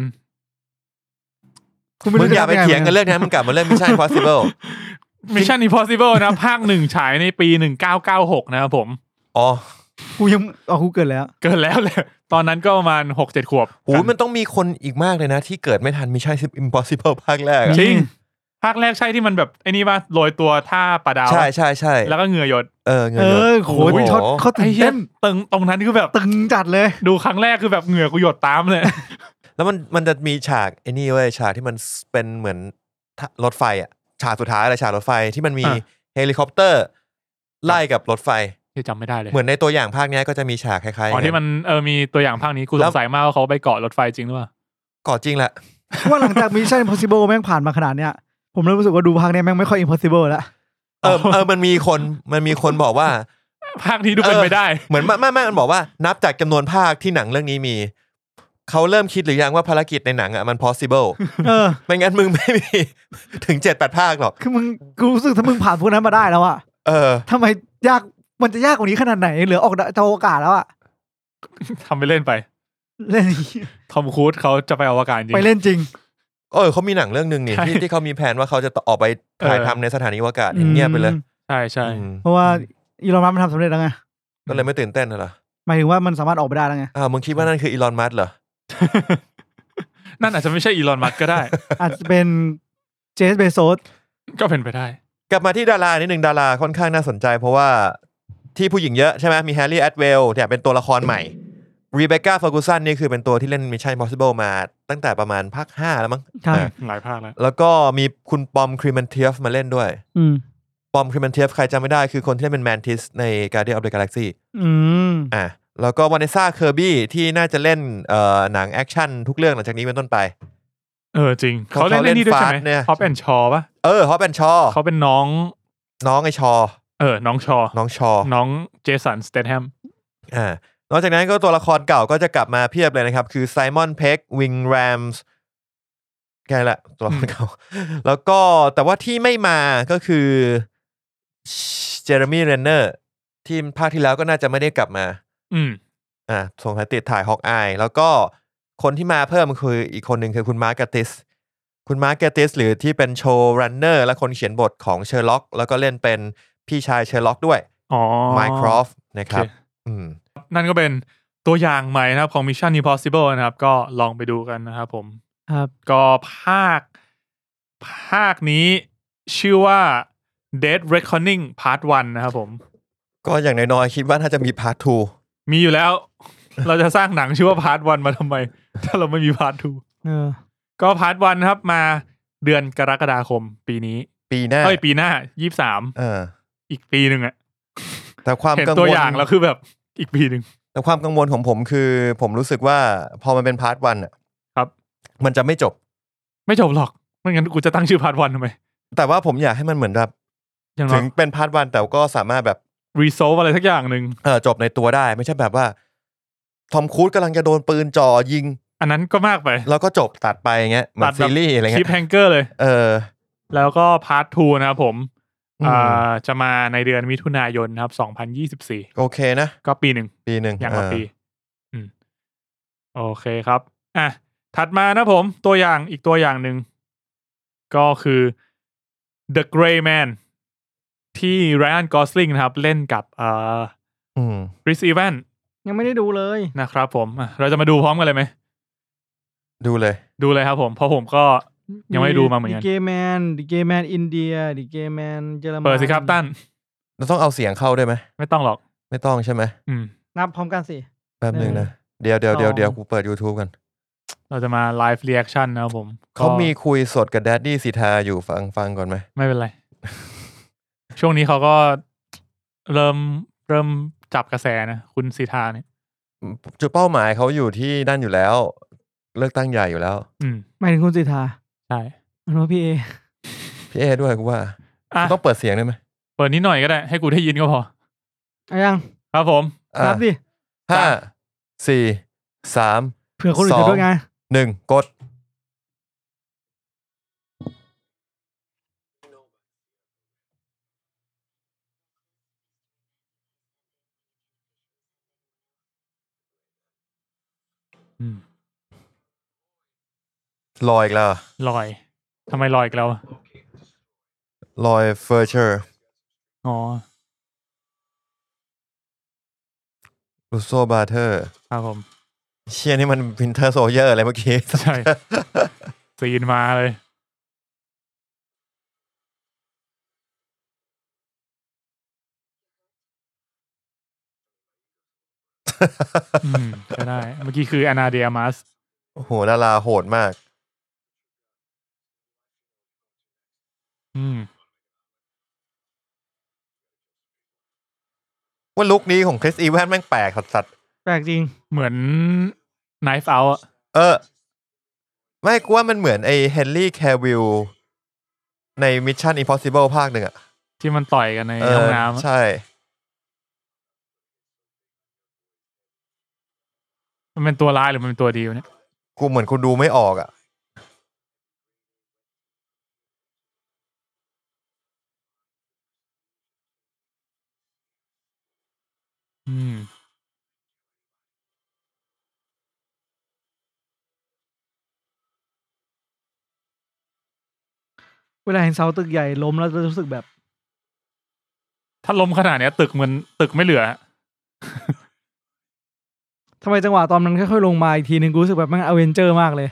S4: คุณไม่
S2: มึ
S4: รู้
S2: งอย่าไป
S4: จะทำไง
S2: เถียงกันเรื่องนี้มึงกลับมาเรื่อง Mission Impossible
S3: Mission Impossible นะ ภาคหนึ่งฉายในปี 1996 นะครับผม
S2: อ๋อ
S4: กูยังอ๋อกูเกิดแล้ว
S3: เกินแล้วแหละ ตอนนั้นก็ประมาณ 6-7 ขวบ
S2: โหมันต้องมีคนอีกมากเลยนะ ที่เกิดไม่ทัน Mission Impossible ภาคแรกอะ
S3: จริง ภาคแรกใช่ที่มันแบบ ไอ้นี่ว่าโรยตัวท่าปลาดาว
S2: ใช่ใช่ใช่
S3: แล้วก็เหงื่อหยด
S2: เออเงิน
S4: เอ
S2: เย
S4: อ
S2: อะ
S4: โห
S2: โอ้โห
S4: เขาเขาตื่
S3: ไอ้
S4: น
S3: เหี้ย
S4: เต้น
S3: ตึงตรงนั้นคือแบบ
S4: ตึงจัดเลย
S3: ดูครั้งแรกคือแบบเหงื่อกูหยดตามเลย *laughs*
S2: แล้วมันมันจะมีฉากไอ้นี่เว้ยฉากที่มันเป็นเหมือนทะรถไฟอ่ะฉากสุดท้ายเลยฉากรถไฟที่มันมี
S3: อ่ะ
S2: เฮลิคอปเตอร์ ไล่กับรถไฟ
S3: ที่จำไม่ได้เลย
S2: เหมือนในตัวอย่างภาคเนี้ยก็จะมีฉากคล้ายๆ
S3: อ๋อที่มันเออมีตัวอย่างภาคนี้กูสงสัยมากว่าเขาไปเกาะรถไฟจริงหรือเปล่า
S2: ก่อจริงแหละ
S4: ว่าหลังจากมิชชั่น impossible แม่งผ่านมาขนาดเนี้ย ผมเริ่มรู้สึกว่าดูภาคเนี้ยแม่งไม่ค่อย impossible แล้ว
S2: เออเออมันมีคนมันมีคนบอกว่า
S3: ภาคนี้ดูเป็นไปได้
S2: เหมือนไม่ไม่ไม่มันบอกว่านับจากจำนวนภาคที่หนังเรื่องนี้มี เขาเริ่มคิดหรือยังว่าภารกิจในหนังอ่ะมัน possible
S4: เออ
S2: ไม่งั้นมึงไม่มี *laughs* ถึงเจ็ดแปดภาคหรอก
S4: คือมึงกูรู้สึกถ้ามึงผ่านพวกนั้นมาได้แล้วอะ
S2: เออ
S4: ทำไมยากมันจะยากกว่านี้ขนาดไหนเหลือออกตาวอากาศแล้วอะ
S3: ทำไปเล่นไป
S4: เล่น
S3: ทอมครูซเขาจะไปอวกาศจริง
S4: ไปเล่นจริง
S2: เออเขามีหนังเรื่องหนึ่งนี่
S3: ใช่
S2: ที่ที่เขามีแผนว่าเขาจะออกไปถ่าย
S3: เออ
S2: ทำในสถานีอวกาศเงียบไปเลย
S3: ใช่ใช่
S2: อืม
S4: เพราะว่าอีลอนมัสมันทำสำเร็จแล้วไง
S2: ก็เลยไม่ตื่นเต้นน่ะเหรอ
S4: หมายถึงว่ามันสามารถออกไปได้แล้วไง
S2: อ้าวมึงคิดว่านั่นคืออีลอนมัสเหรอ
S3: นั่นอาจจะไม่ใช่อีลอนมัสก์ก็
S2: *laughs*
S3: ได้
S4: อาจจะเป็นเจสเบโซส
S3: ก็เป็นไปได้
S2: กลับมาที่ดารานิดหนึ่งดาราค่อนข้างน่าสนใจ เพราะว่าที่ผู้หญิงเยอะใช่ไหมมีแฮร์รี่แอดเวลเนี่ยเป็นตัวละครใหม่รีเบคก้าฟอร์กูสันนี่คือเป็นตัวที่เล่นมิชชั่น Impossible มาตั้งแต่ประมาณภาคห้าแล้วมั้ง
S4: ใช่
S2: เออ
S3: หลายภาคแล้ว
S2: แล้วก็มีคุณปอมครีมันเทียฟมาเล่นด้วย
S4: อืม
S2: ปอมครีมันเทียฟใครจำไม่ได้คือคนที่เล่นเป็นแมนทิสใน Guardian of the Galaxy
S4: อืม
S2: อ่ะแล้วก็วานเนซ่าเคอร์บี้ที่น่าจะเล่นเอ่อหนังแอคชั่นทุกเรื่องหลังจากนี้เป็นต้นไป
S3: เออจริง
S2: เขา
S3: เขาเล่น
S2: เขาเล่น
S3: ไอ้นี่ด้วยใช่ไหม
S2: Fast เนี่ย
S3: ฮอปแอนชอป่ะ
S2: เออฮอปแอนชอ
S3: เขาเป็นน้อง
S2: น้องไอชอ
S3: เออ น้องชอ
S2: น้องชอ
S3: น้องเจสันสเตทแฮม
S2: อ่านอกจากนั้นก็ตัวละครเก่าก็จะกลับมาเพียบเลยนะครับ คือไซมอนเพ็กวิงแรมส์แค่นั้นแหละตัวละครเก่า *laughs* แล้วก็แต่ว่าที่ไม่มาก็คือเจอร์มี่เรนเนอร์ที่ภาคที่แล้วก็น่าจะไม่ได้กลับมา
S3: อืม
S2: อ่ะสงสัยติดถ่ายฮอกอายแล้วก็คนที่มาเพิ่มคืออีกคนหนึ่งคือคุณมาร์กติส คุณมาร์กติสหรือที่เป็นโชว์รันเนอร์และคนเขียนบทของเชอร์ล็อก แล้วก็เล่นเป็นพี่ชายเชอร์ล็อกด้วย
S3: อ๋อ
S2: ไมค์ครอฟนะครับ
S3: โอเ
S2: อืม
S3: นั่นก็เป็นตัวอย่างใหม่นะครับของ Mission Impossible นะครับ ก็ลองไปดูกันนะครับผม
S4: ครับ
S3: ก็ภาค ภาคนี้ชื่อว่า Dead Reckoning Part 1 นะครับผม
S2: ก็อย่างน้อยๆคิดว่าน่าจะมีพาร์ททู
S3: มีอยู่แล้ว *laughs* เราจะสร้างหนังชื่อว่า Part 1 มาทำไม ถ้าเราไม่มี Part 2
S4: เออ
S3: ก็พาร์ทวันนะครับมาเดือนกรกฎาคมปีนี้
S2: ปีหน้า
S3: เอ้ยปีหน้ายี่สาม
S2: เออ
S3: อีกปีหนึ่งอะ
S2: แต่ความ
S3: เห็น
S2: กัง
S3: ตัว
S2: วล
S3: อย่างแล้วคือแบบอีกปีหนึ่ง
S2: แต่ความกังวลของผมคือ ผมรู้สึกว่าพอมันเป็นพาร์ทวันอ่ะ
S3: ครับ
S2: มันจะไม่จบ
S3: ไม่จบหรอกไม่งั้นกูจะตั้งชื่อพาร์ทวันทำไม
S2: แต่ว่าผมอยากให้มันเหมือนแบบ
S3: อย่างน้
S2: ถึ
S3: อย
S2: งเป็นพาร์ทวันแต่ก็สามารถแบบ
S3: รีโซฟอะไรสักอย่างหนึ่ง
S2: เออจบในตัวได้ไม่ใช่แบบว่า ทอมครูซกำลังจะโดนปืนจ่อยิง
S3: อันนั้นก็มากไป
S2: แล้วก็จบตัดไปอย่างเงี้ยเหมือ
S3: ตัด
S2: น
S3: แบบ
S2: ซีรีส์อะไร
S3: คลิ
S2: เงี้ย
S3: ปแฮงเกอร์เลย
S2: เออ
S3: แล้วก็พาร์ททูนะครับผม
S2: อืม
S3: อ่าจะมาในเดือนมิถุนายนครับ 2024
S2: โอเคนะ
S3: ก็ปีหนึ่ง
S2: ปีหนึ่ง
S3: อย่างละ
S2: เออ
S3: ปีอืมโอเคครับ อ่ะ ถัดมานะผม ตัวอย่างอีกตัวอย่างหนึ่ง ก็คือ The Gray Man ที่ Ryan Gosling นะครับ เล่นกับเอ่อ
S2: อืม
S3: Chris Evans
S4: ยังไม่ได้ดูเลย
S3: นะครับผมอ่ะเราจะมาดูพร้อมกันเลยไหม
S2: ดูเลย
S3: ดูเลยครับผม เพราะผมก็ ยังไม่ดูมาเหมือนกัน
S4: ดีเกแมนดีเกแมนอินเดียดีเกแมนเยอรมัน
S3: เปิดสิครับตั้น
S2: เราต้องเอาเสียงเข้าด้วยไหม
S3: ไม่ต้องหรอก
S2: ไม่ต้องใช่ไหม
S3: อืม
S4: นับพร้อมกันสิ
S2: แป๊บหนึ่ง
S4: หนึ่
S2: นะ
S4: ง
S2: เดี๋ยวเดี๋ยวเดี๋ยว
S4: สอง
S2: เดี๋ยวกูเปิด YouTube กัน
S3: เราจะมา Live Reaction นะครับผม
S2: เขามี
S3: ก็
S2: คุยสดกับแดดดี้สิทธาอยู่ฟังฟังก่อนไหม
S3: ไม่เป็นไร *laughs* ช่วงนี้เขาก็เริ่มเริ่มจับกระแสนะ คุณสิทธาเนี่ย
S2: จุดเป้าหมายเขาอยู่ที่นั่นอยู่แล้ว เลือกตั้งใหญ่อยู่แล้ว
S3: อืม
S4: หมายถึงคุณสิทธา
S3: ใช่
S4: อันว่าพี่เอ
S2: พี่เอด้วยกูว่า
S3: อ่ะ
S2: ต้องเปิดเสียงด้วยไหม
S3: เปิดนิดหน่อยก็ได้ ให้กูได้ยินก็พอ
S4: เอายัง
S3: ครับผม
S2: อ่ะ
S4: นับดิ
S2: ห้าสี่สาม
S4: เผื่อคนอื่นจะด้วยไง
S2: หนึ่งกด
S3: อืม
S2: ลอยอีกแล้วอะ
S3: ลอยทำไมลอยอีกแล้วอะ
S2: ลอยเฟอร์เชอร์
S3: อ๋อ
S2: รูโซบาเทอร์
S3: ครับผม
S2: เชียนี่มันพินเทอร์โซเยอร์อะไรเมื่อกี้ *laughs*
S3: ใช่ *laughs* ซีนมา *laughs* เลย อืมก็ได้ เมื่อกี้คืออนาเดียมัส
S2: โอ้โหดาราโหดมาก
S3: อืม
S2: ว่าลุคนี้ของคริสอีแวนแม่งแปลกสัส
S4: แปลกจริง
S3: เหมือน Knife Out อะ
S2: ๆเออ ไม่กูว่ามันเหมือนไอเฮนรี่แควิลในมิชชั่นอิ p พอสิเบิลภาคหนึ่งอ่ะ
S3: ที่มันต่อยกันใน
S2: เอ
S3: ห้
S2: อ
S3: องน้ำอะ
S2: ใช่
S3: มันเป็นตัวร้ายหรือมันเป็นตัวดีวะเนี่ย
S2: กูเหมือนกูดูไม่ออกอ่ะ
S3: อืม
S4: เวลาเห็นเสาตึกใหญ่ล้มแล้วจะรู้สึกแบบ
S3: ถ้าล้มขนาดเนี้ย ตึกเหมือนตึกไม่เหลือ
S4: ทำไมจังหวะตอนนั้นค่อยๆลงมาอีกทีหนึ่งกูรู้สึกแบบมันอเวนเจอร์มากเลย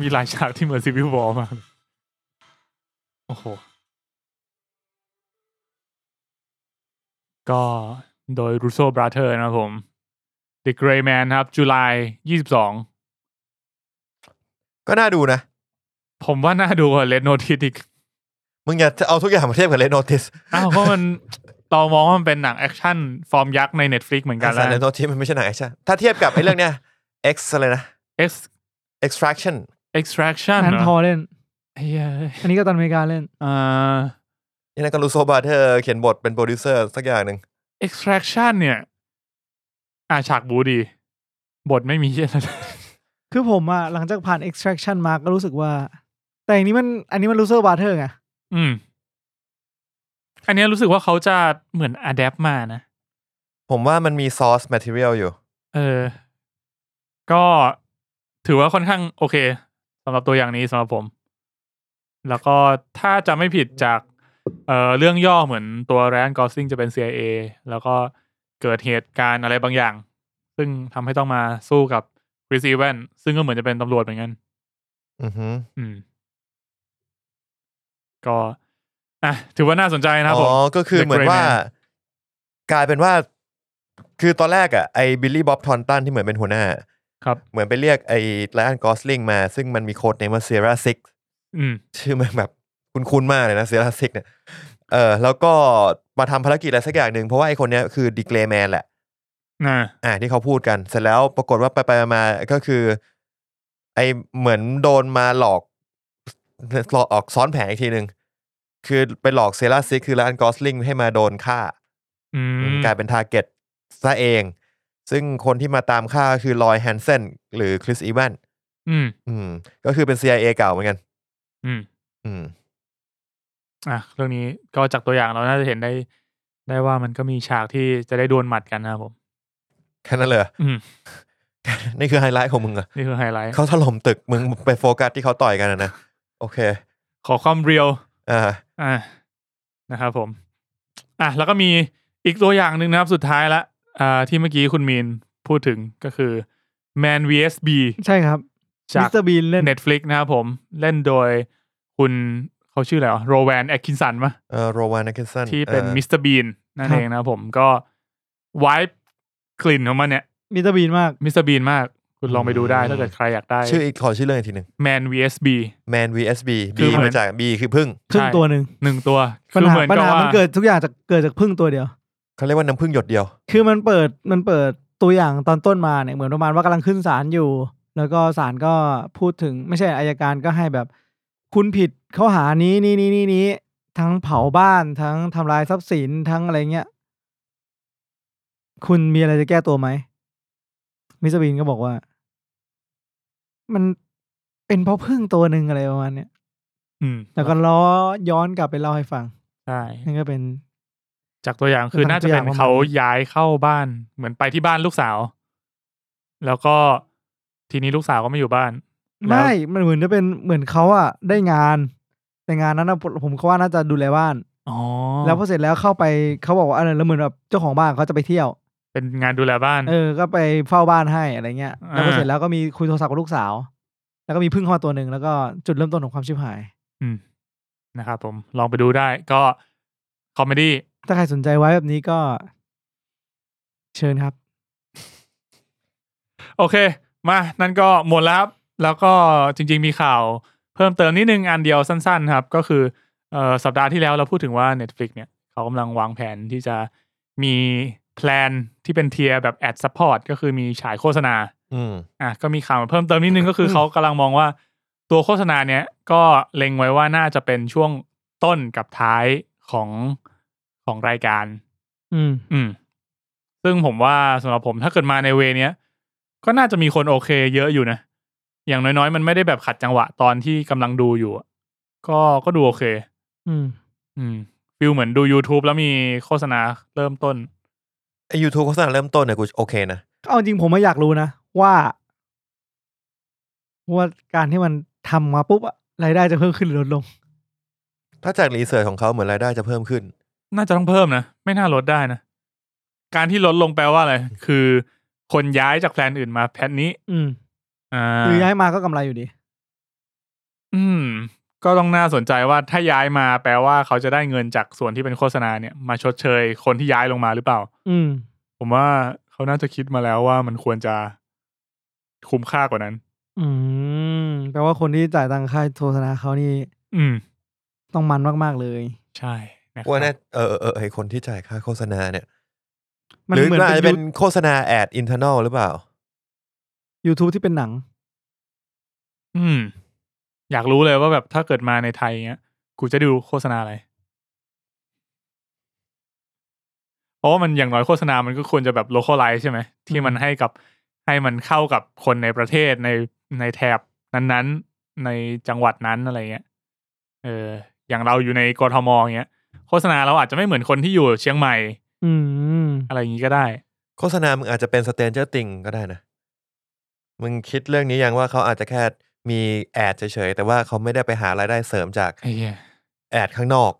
S3: มีหลายฉากที่เหมือนซีวิววอลมากโอ้โห ก็โดยรูโซบราเธอร์นะครับผม The Gray Man ครับ จุลายยี่สิบสอง
S2: ก็น่าดูนะ
S3: ผมว่าน่าดูกว่าเลดโนทิติก
S2: มึงอย่าเอาทุกอย่างมาเทียบกับเลนโนติส
S3: อ้าว เพราะมัน *laughs* เรามองว่ามันเป็นหนังแอคชั่น ฟอร์มยักษ์ใน Netflix เหมือนกันแล้ว
S2: เลนโนติสมันไม่ใช่หนังแอคชั่นถ้าเทียบกับไอ้เรื่องเนี้ย X อะไรนะ
S3: เอ็ก
S2: Extraction
S3: extraction
S4: นั้น
S3: เหร
S4: ทอ
S3: อ
S4: เล่น
S3: เฮ้ย
S4: อันนี้ก็ตอนอเมริกาเล่น
S3: เอ่อ
S2: นี่นะก็รูโซบาเธอร์เขียนบทเป็นโปรดิวเซอร์สักอย่างหนึ่ง
S3: extraction เนี่ย อ่าฉากบูดี บทไม่มีเหี้ย *laughs* อะไร
S4: คือผมอะหลังจากผ่าน extraction มาก็รู้สึกว่า แต่อันนี้มันอันนี้มัน loser barter ไง
S3: อืม อันเนี้ยรู้สึกว่าเขาจะเหมือนอัดแอปมานะ
S2: ผมว่ามันมีซอสแมทเทียลอยู่
S3: เออ ก็ถือว่าค่อนข้างโอเคสำหรับตัวอย่างนี้สำหรับผม แล้วก็ถ้าจะไม่ผิดจาก เอ่อเรื่องย่อเหมือนตัวแรนกอสซิงจะเป็น CIA แล้วก็เกิดเหตุการณ์อะไรบางอย่าง ซึ่งทำให้ต้องมาสู้กับคริสอีแวนซึ่งก็เหมือนจะเป็นตำรวจเหมือนกัน
S2: อือฮึ
S3: อืม ก็อ่ะถือว่าน่าสนใจนะครับผ
S2: อ๋
S3: ม
S2: อ ก็คือ
S3: The
S2: เหมือน
S3: Gray
S2: ว่า
S3: Man
S2: กลายเป็นว่า คือตอนแรกอ่ะไอ้บิลลี่บ๊อบทอนตันที่เหมือนเป็นหัวหน้า
S3: ครับ
S2: เหมือนไปเรียกไอ้ไลออนกอสลิงมา ซึ่งมันมีโค้ดในมว่าเซียร่าซิก
S3: อืม
S2: ชื่อมันแบบคุ้นคุ้นๆมากเลยนะเซียร่าซิกเนี่ยเออแล้วก็มาทำภารกิจอะไรสักอย่างหนึ่งเพราะว่าไอ้คนเนี้ยคือดีเกรแมนแหละ
S3: อ่า
S2: อ่าที่เขาพูดกัน เสร็จแล้วปรากฏว่าไปไปมามาก็คือ ไอเหมือนโดนมาหลอกหลอกออกซ้อนแผนอีกทีหนึ่งคือไปหลอกเซราซิกคือร้านกอสลิงให้มาโดนฆ่า
S3: อืม
S2: กลายเป็นทาร์เก็ตซะเอง ซึ่งคนที่มาตามฆ่าคือลอยแฮนเซนหรือคริสอีแวน
S3: อืม
S2: อืม ก็คือเป็น CIA เก่าเหมือนกัน
S3: อืม
S2: อืม
S3: อ่ะเรื่องนี้ก็จากตัวอย่างเราน่าจะเห็นได้ได้ว่ามันก็มีฉากที่จะได้ดวลหมัดกันนะครับผม
S2: แค่นั้นเลยเหรอ
S3: อืม
S2: *laughs* นี่คือไฮไลท์ของมึงเหรอะ
S3: นี่คือไฮไลท์
S2: เขาถล่มตึกมึงไปโฟกัสที่เขาต่อยกันอะนะโอเค
S3: ขอความเรียว
S2: อ่า
S3: อ่านะครับผม อ่ะแล้วก็มีอีกตัวอย่างหนึ่งนะครับสุดท้ายละอ่าที่เมื่อกี้คุณมีนพูดถึงก็คือ Man vsb
S4: ใช่ครับมิ
S3: จาก
S4: สเตอร์บีนเล่น
S3: Netflix นะครับผมเล่นโดยคุณเขาชื่ออะไรโรแวนแอคคินสันมะ
S2: เออโรวานแอคินสัน
S3: ที่เป็นมิสเตอร์บีนนั่นเองนะครับผมก็วายกลิ่นของมันเนี่ย
S4: มิสเตอร์บีนมาก
S3: มิสเตอร์บีนมาก คุณลองไปดูได้ถ้าเกิดใครอยากได้
S2: ชื่ออีกขอชื่อเรื่องอีกทีหนึ่ง
S3: Man vsb
S2: Man vsb
S3: คื
S2: B
S3: อเหมือน
S2: มาจาก B คือพึ่ง
S4: ครึ่ง
S3: ใช่
S4: ตัวหนึ่ง
S3: หนึ่งตัว
S4: ปัญ
S3: คือ
S4: หา
S3: เหมือน
S4: ปัญ
S3: กับ
S4: หามัน
S3: ว่า
S4: เกิดทุกอย่างจากเกิดจากพึ่งตัวเดียว
S2: เขาเรียกว่าน้ำพึ่งหยดเดียว
S4: คือมันเปิดมันเปิดตัวอย่างตอนต้นมาเนี่ยเหมือนประมาณว่ากำลังขึ้นศาลอยู่ แล้วก็ศาลก็พูดถึงไม่ใช่อายการก็ให้แบบ คุณผิดข้อหานี้นี้นี้นี้นี้ทั้งเผาบ้านทั้งทำลายทรัพย์สินทั้งอะไรเงี้ย คุณมีอะไรจะแก้ตัวไหมมิสเตอร์บีนก็บอกว่า มันเป็นเพราะพึ่งตัวหนึ่งอะไรประมาณเนี้ย
S3: อืม
S4: แล้วก็ล้อย้อนกลับไปเล่าให้ฟัง
S3: ใช่
S4: นั่นก็เป็น
S3: จากตัวอย่างคือ
S4: มัน
S3: น่าจะ
S4: ตัว
S3: เป็
S4: อย่า
S3: น
S4: งประมาณ
S3: เขา
S4: นี้
S3: ย้ายเข้าบ้านเหมือนไปที่บ้านลูกสาว แล้วก็ทีนี้ลูกสาวก็ไม่อยู่บ้าน แล้ว
S4: ไม่ มันเหมือนจะเป็นเหมือนเขาอะได้งาน แต่งานนั้นนะผมผมก็ว่าน่าจะดูแลบ้าน
S3: อ๋อ
S4: แล้วพอเสร็จแล้วเข้าไปเขาบอกว่าอะไรแล้วเหมือนแบบเจ้าของบ้านเขาจะไปเที่ยว
S3: เป็นงานดูแลบ้าน
S4: เออ ก็ไปเฝ้าบ้านให้อะไรเงี้ย
S3: อ่า
S4: แล้วพอเสร็จแล้วก็มีคุยโทรศัพท์กับลูกสาว แล้วก็มีพึ่งเข้ามาตัวหนึ่งแล้วก็จุดเริ่มต้นของความชิบหาย
S3: นะครับผมลองไปดูได้ก็คอมเมดี้
S4: ถ้าใครสนใจไว้แบบนี้ก็ เชิญครับ
S3: โอเค มานั่นก็หมดแล้วครับ แล้วก็จริง ๆ มีข่าวเพิ่มเติมนิดนึงอันเดียวสั้น ๆ ครับ ก็คือเอ่อสัปดาห์ที่แล้วเราพูดถึงว่า Netflix เนี่ยเขากำลังวางแผนที่จะมีแพลนที่เป็นเทียแบบแอดซัพพอร์ตก็คือมีฉายโฆษณา
S2: อืม
S3: อ่ะก็มีข่าวมาเพิ่มเติมนิดนึงก็คือเขากำลังมองว่าตัวโฆษณาเนี้ยก็เล็งไว้ว่าน่าจะเป็นช่วงต้นกับท้ายของของรายการ
S4: อืม
S3: อืม ซึ่งผมว่าสำหรับผมถ้าเกิดมาในเวเนี้ยก็น่าจะมีคนโอเคเยอะอยู่นะ อย่างน้อยๆ มันไม่ได้แบบขัดจังหวะตอนที่กำลังดูอยู่อะก็ก็ดูโอเค
S4: อืม
S3: อืมฟิลเหมือนดู YouTube แล้วมีโฆษณาเริ่มต้น
S2: ไอยูทูบโฆษณาเริ่มต้นเนี่ยกูโอเคนะ
S4: เอาจริงผมไม่อยากรู้นะ ว่าว่าการที่มันทำมาปุ๊บอะรายได้จะเพิ่มขึ้นหรือลดลง
S2: ถ้าจากรีเสิร์ชของเขาเหมือนรายได้จะเพิ่มขึ้น
S3: น่าจะต้องเพิ่มนะ ไม่น่าลดได้นะ การที่ลดลงแปลว่าอะไร คือคนย้ายจากแพลนอื่นมาแพลนนี้
S4: อืม
S3: อ่า
S4: หรือย้ายมาก็กำไรอยู่ดี
S3: อืม ก็ต้องน่าสนใจว่าถ้าย้ายมาแปลว่าเขาจะได้เงินจากส่วนที่เป็นโฆษณาเนี่ยมาชดเชย คนที่ย้ายลงมาหรือเปล่า
S4: อืม
S3: ผมว่าเขาน่าจะคิดมาแล้วว่ามันควรจะคุ้มค่ากว่านั้น
S4: อืม แปลว่าคนที่จ่ายตังค่าโฆษณาเขานี่
S3: อืม
S4: ต้องมันมาก ๆ เลย
S3: ใช่นะครับ
S2: ว่าแน่เออเออเออไอคนที่จ่ายค่าโฆษณาเนี่ย
S4: มัน
S2: หรือ
S4: เหมือน
S2: มันอาจจะ
S4: เป็
S2: เป็น นโฆษณาแอดอินเทอร์นอลหรือเปล่า
S4: YouTube ที่เป็นหนัง
S3: อืม อยากรู้เลยว่าแบบถ้าเกิดมาในไทยเงี้ยกูจะดูโฆษณาอะไรเพราะว่ามันอย่างน้อยโฆษณามันก็ควรจะแบบ localize ใช่ไหมที่มันให้กับให้มันเข้ากับคนในประเทศในในแถบนั้นๆ ในจังหวัดนั้นอะไรเงี้ยเออ อย่างเราอยู่ในกทมเงี้ย โฆษณาเราอาจจะไม่เหมือนคนที่อยู่เชียงใหม่
S4: อืม
S3: อะไรอย่างนี้ก็ได้
S2: โฆษณามึงอาจจะเป็นสเตนเจอร์ติงก็ได้นะ มึงคิดเรื่องนี้ยังว่าเขาอาจจะแค่มีแอดเฉยๆ แต่ว่าเขาไม่ได้ไปหารายได้เสริมจาก
S3: ไอ้เหี้ย
S2: แอดข้างนอก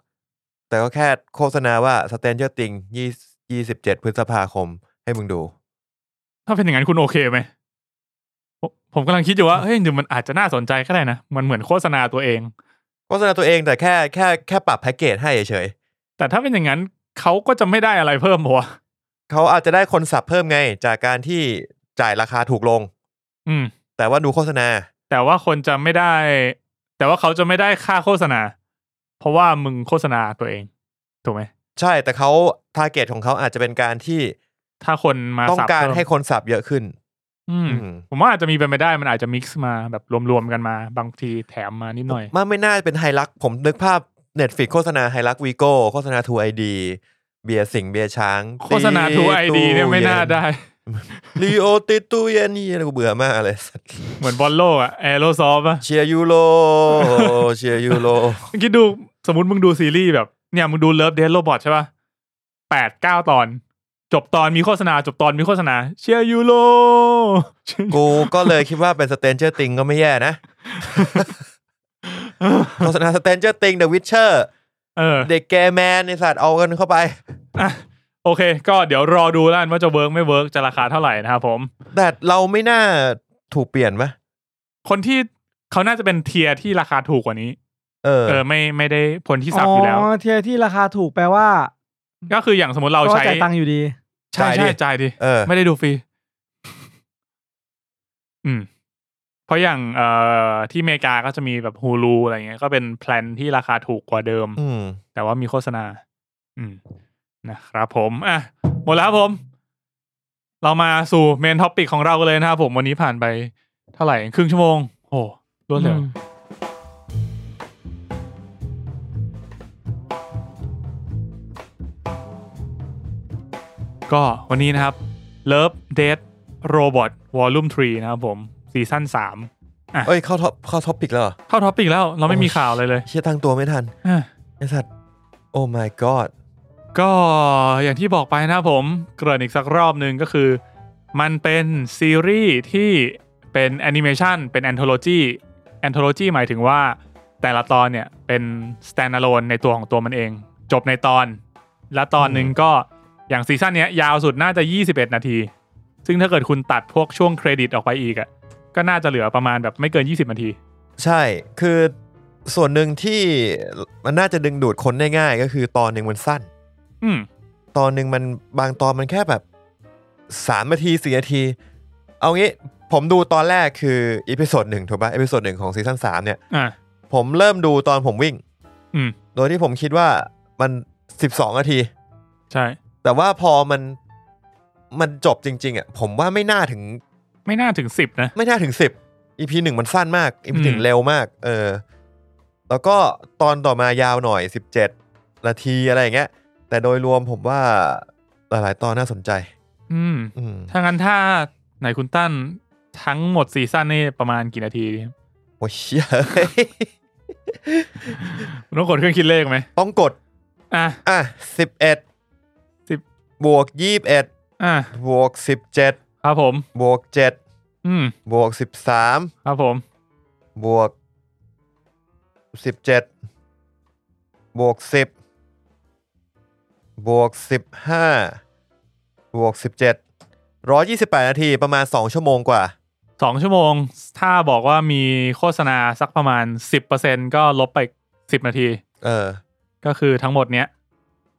S2: แต่ก็แค่โฆษณาว่าสเตนเจอร์ติงยี่ยี่สิบเจ็ดพฤษภาคม ให้มึงดู
S3: ถ้าเป็นอย่างนั้นคุณโอเคไหมผมผมกำลังคิดอยู่ว่าเฮ้ยหรือมันอาจจะน่าสนใจก็ได้นะมันเหมือนโฆษณาตัวเอง
S2: โฆษณาตัวเองแต่แค่แค่แค่ปรับแพ็กเกจให้เฉย
S3: แต่ถ้าเป็นอย่างนั้นเขาก็จะไม่ได้อะไรเพิ่มหัวะ
S2: ๆเขาอาจจะได้คนสับเพิ่มไง จากการที่จ่ายราคาถูกลง
S3: อืม
S2: แต่ว่าดูโฆษณา
S3: แต่ว่าคนจะไม่ได้ แต่ว่าเขาจะไม่ได้ค่าโฆษณา เพราะว่ามึงโฆษณาตัวเอง ถูกไหม
S2: ใช่แต่เขาทาร์เกตของเขาอาจจะเป็นการที่
S3: ถ้าคนมา
S2: ต้อง
S3: สับ
S2: การ
S3: เพิ่ม
S2: ให้คนสับเยอะขึ้น
S3: อืม
S2: อืม
S3: ผมว่าอาจจะมีเป็นไปได้มันอาจจะมิกซ์มาแบบรวมๆกันมา บางทีแถมมานิดหน่อย
S2: มันไม่น่าเป็นไฮลัก ผมนึกภาพเน็ตฟิกโฆษณาไฮลักวีโก้โฆษณาทูไอดี เบียร์สิงห์เบียร์ช้าง
S3: โฆษณาทูไอดีเนี่ยไม่น่าได้
S2: ลีโอติดตู้เย็นนี่อะไรกูเบื่อมากเลยสัตว์
S3: เหมือนบอลโลกอะแอโรซอฟอะ
S2: เชียร์ยูโรเชียร์ยูโร
S3: คิดดูสมมติมึงดูซีรีส์แบบ เนี่ยมึงดูเลิฟเดนโรบอทใช่ป่ะแปดเก้าตอน จบตอนมีโฆษณา จบตอนมีโฆษณา เชียร์ยู
S4: *laughs*
S3: โร
S2: กูก็เลยคิดว่าเป็นสเตนเจอร์ติงก็ไม่แย่นะ *laughs* โฆษณาสเตนเจอร์ติงเดอะวิชเชอร์
S3: เออ
S2: เด็กแกแมนในสัตว์เอากันเข้าไป
S3: อ่ะโอเค ก็เดี๋ยวรอดูแล้วกันว่าจะเวิร์กไม่เวิร์กจะราคาเท่าไหร่นะครับผม
S2: แต่เราไม่น่าถูกเปลี่ยนไหม
S3: คนที่เขาน่าจะเป็นเทียร์ที่ราคาถูกกว่านี้
S2: เออ
S3: เออไม่ไม่ได้ผลที่สับอยู่แล้ว
S4: เทียร์ที่ราคาถูกแปลว่า
S3: ก็คืออย่างสมมติเรา
S4: ก็
S3: ใช้
S4: จ่ายตังค์อยู่ดี
S3: ใช่
S2: จ่ายดิ
S3: ใช่จ่ายดิ
S2: เออ
S3: *laughs* ไม่ได้ดูฟรีอืม เพราะอย่างเอ่อที่อเมริกาก็จะมีแบบฮูลูอะไรเงี้ยก็เป็นแพลนที่ราคาถูกกว่าเดิม
S2: อืม
S3: แต่ว่ามีโฆษณา อืม นะครับผมอ่ะหมดแล้วครับผม เรามาสู่เมนท็อปิกของเรากันเลยนะครับผมวันนี้ผ่านไปเท่าไหร่ครึ่งชั่วโมง โอ้รวดเร็ว
S4: อืม
S3: ก็วันนี้นะครับ Love Death Robot Volume 3 นะครับผมซีซั่น
S2: เอ้ยเข้าท็อปเข้าท็อปปิกแล้วเหรอ
S3: 3เข้าท็อปิกแล้ว เราไม่มีข่าวอะไรเลย
S2: เชียร์ตั้งตัวไม่ทัน
S3: อ่ะ
S2: ไอสัตว์โอ้ my god
S3: ก็อย่างที่บอกไปนะครับผม เกริ่นอีกสักรอบหนึ่งก็คือ มันเป็นซีรีส์ที่เป็นแอนิเมชันเป็นแอนโทโลจีแอนโทโลจีหมายถึงว่าแต่ละตอนเนี่ยเป็น standalone ในตัวของตัวมันเอง จบในตอน และตอนหนึ่งก็อย่างซีซั่นเนี้ยยาวสุดน่าจะ 21 นาที ซึ่งถ้าเกิดคุณตัดพวกช่วงเครดิตออกไปอีกอะ่ะก็น่าจะเหลือประมาณแบบไม่เกิน 20 นาที
S2: ใช่คือส่วนหนึ่งที่มันน่าจะดึงดูดคนได้ง่ายก็คือตอนหนึ่งมันสั้น
S3: อืม
S2: ตอนหนึ่งมันบางตอนมันแค่แบบสามนาทีสี่นาที เอางี้ผมดูตอนแรกคืออีพิโซดหนึ่งถูกปะอีพิโซดหนึ่งของซีซั่นสามเนี่ย
S3: อ่ะ
S2: ผมเริ่มดูตอนผมวิ่ง
S3: อืม
S2: โดยที่ผมคิดว่ามันสิบสองนาที
S3: ใช่
S2: แต่ว่าพอมันมันจบจริง ๆอ่ะผมว่าไม่น่าถึง
S3: ไม่น่าถึง 10 นะ
S2: ไม่น่าถึงสิบอีพีหนึ่งมันสั้นมากอีพีหนึ่
S3: อื
S2: ง
S3: ม
S2: เร็วมาก เออ แล้วก็ตอนต่อมายาวหน่อยสิบเจ็ดนาทีอะไรอย่างเงี้ย แต่โดยรวมผมว่าหลายๆตอนน่าสนใจ
S3: อืม
S2: อืม
S3: ถ้างั้นถ้าไหนคุณตั้นทั้งหมดซีซั่นนี่ประมาณกี่นาทีดีครับ
S2: โอ้ยเหี้ยเฮ้ย
S3: คุณต้องกดเครื่องคิดเลขไหม
S2: ต้องกด
S3: อ่ะ
S2: อ่ะสิบเอ็ด
S3: สิบ
S2: บวกยี่สิบเอ็ด
S3: อ่ะ
S2: บวกสิบเจ็ด
S3: ครับผม
S2: บวกเจ็ด
S3: อืม
S2: บวกสิบสาม
S3: ครับผม
S2: บวกสิบเจ็ดบวกสิบบวกสิบห้าบวกสิบเจ็ดร้อยยี่สิบแปดนาทีประมาณสองชั่วโมงกว่า
S3: สองชั่วโมง ถ้าบอกว่ามีโฆษณาสักประมาณสิบเปอร์เซ็นก็ลบไปสิบนาที
S2: เออ
S3: ก็คือทั้งหมดเนี้ย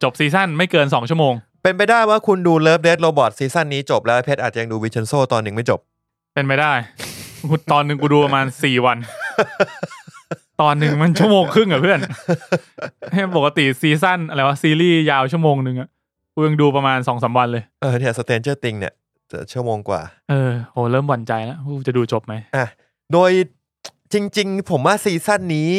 S3: จบซีซั่นไม่เกินสองชั่วโมง
S2: เป็นไปได้ว่าคุณดูเลิฟเด d โรบอทซีซั่นนี้จบแล้วเพชรอาจจะยังดูวิชเชนโซตอนหนึ่งไม่จบ
S3: เป็นไปได้ ตอนหนึ่งกูดูประมาณ *laughs* สี่วัน ตอนหนึ่งมันชั่วโมงครึ่งอะเพื่อน *laughs* ปกติซีซั่นอะไรวะซีรีส์ยาวชั่วโมงหนึ่งอะกูยังดูประมาณสองสามวันเลย
S2: เออเนี่ยสเตนเจอร์ติงเนี่ยจะชั่วโมงกว่า
S3: เออโหเริ่มหวั่นใจแล้วอู้จะดูจบไหม
S2: อ่ะโดยจริง ๆ ผมว่าซีซั่นนี้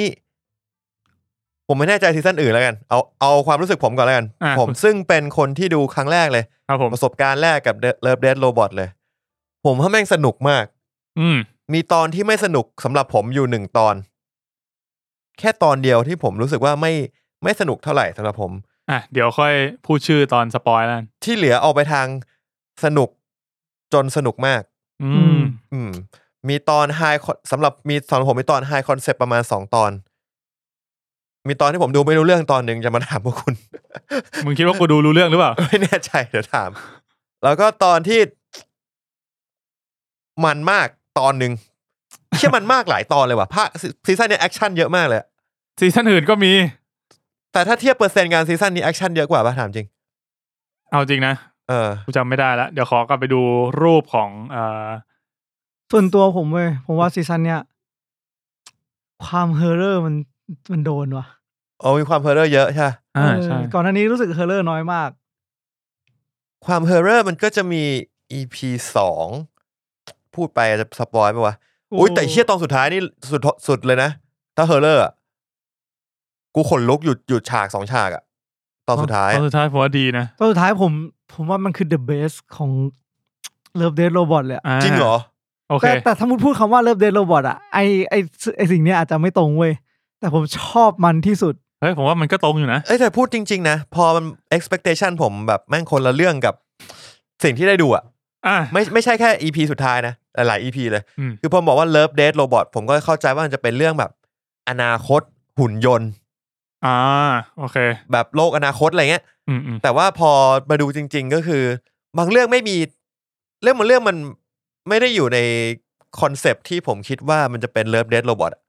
S2: ผมไม่แน่ใจซีซั่นอื่นแล้วกัน เอาเอาความรู้สึกผมก่อนแล้วกัน
S3: อ่ะ
S2: ผมซึ่งเป็นคนที่ดูครั้งแรกเลย
S3: ครับผม
S2: ประสบการณ์แรกกับเลิฟเด d โรบอทเลย ผมว่าแม่งสนุกมาก
S3: อืม
S2: มีตอนที่ไม่สนุกสำหรับผมอยู่หนึ่งตอน แค่ตอนเดียวที่ผมรู้สึกว่าไม่ไม่สนุกเท่าไหร่สำหรับผม
S3: อ่ะ เดี๋ยวค่อยพูดชื่อตอนสปอยแล้วกัน
S2: ที่เหลือออกไปทางสนุกจนสนุกมาก
S3: อื
S4: อื
S3: ม
S4: ม
S2: อืมมีตอนไฮสำหรับมีสำหรับผมมีตอนไฮคอนเซปต์ประมาณสองตอน มีตอนที่ผมดูไม่รู้เรื่องตอนหนึ่งจะมาถามพวกคุณ
S3: มึงคิดว่ากูดูรู้เรื่องหรือเปล่า
S2: ไม่แน่ใจเดี๋ยวถาม แล้วก็ตอนที่ มันมากตอนหนึ่งเชื่อมันมากหลายตอนเลยว่ะภาคซีซีซั่นเนี้แอคชั่นเยอะมากเลยอะ
S3: ซีซั่นอื่นก็มี
S2: แต่ถ้าเทียบเปอร์เซ็นต์งานซีซั่นนี้แอคชั่นเยอะกว่าป่ะถามจริง
S3: เอาจริงนะ
S2: เออ
S3: กูจำไม่ได้ละเดี๋ยวขอกลับไปดูรูปของเอ่อ
S4: ส่วนตัวผมเว้ยผมว่าซีซั่นเนี้ยความเฮอร์เรอร์มันมันโดนว่ะ
S2: เอามีความเฮอร์เรอร์เยอะใช่ปะ
S3: อ่า
S4: เออ
S3: ใช่
S4: ก่อนหน้านี้รู้สึกเฮอร์เรอร์น้อยมาก
S2: ความเฮอร์เรอร์มันก็จะมี EP สองพูดไปอาจจะสปอยไหมวะ อุ้ยแต่เชี่ยตอนสุดท้ายนี่สุดสุดเลยนะ ถ้าเฮอร์เลอร์อะกูขนลุกหยุดหยุดฉากสองฉากอะตอนสุดท้าย
S3: ตอนสุดท้ายผมว่าดีนะ
S4: ตอนสุดท้ายผมผมว่ามันคือ the best ของ เลิฟเดทโรบอทเลยอะ
S3: า
S2: จริงเหรอ
S3: โอเค
S4: แต่แต่ถ้ามุดพูดคำว่าเลิฟเดทโรบอทอะไอไอไอสิ่งเนี้ยอาจจะไม่ตรงเว้ยแต่ผมชอบมันที่สุด
S3: เฮ้ยผมว่ามันก็ตรงอยู่นะ
S2: เอ้ยแต่พูดจริง ๆ นะ พอมัน expectation ผมแบบแม่งคนละเรื่องกับ สิ่งที่ได้ดูอะ
S3: อ่ะ
S2: ไม่ไม่ใช่แค่ EP สุดท้ายนะ หลาย ๆ EP เลย
S3: อืม
S2: คือพอบอกว่า Love Death Robot ผมก็เข้าใจว่ามันจะเป็นเรื่องแบบ อนาคตหุ่นยนต์
S3: อ่าโอเค
S2: แบบโลกอนาคตอะไรเงี้ย
S3: อืมอืม
S2: แต่ว่าพอมาดูจริง ๆ ก็คือ บางเรื่องไม่มี เรื่องบางเรื่องมันไม่ได้อยู่ในคอนเซปที่ผมคิดว่ามันจะเป็น Love Death Robot อะ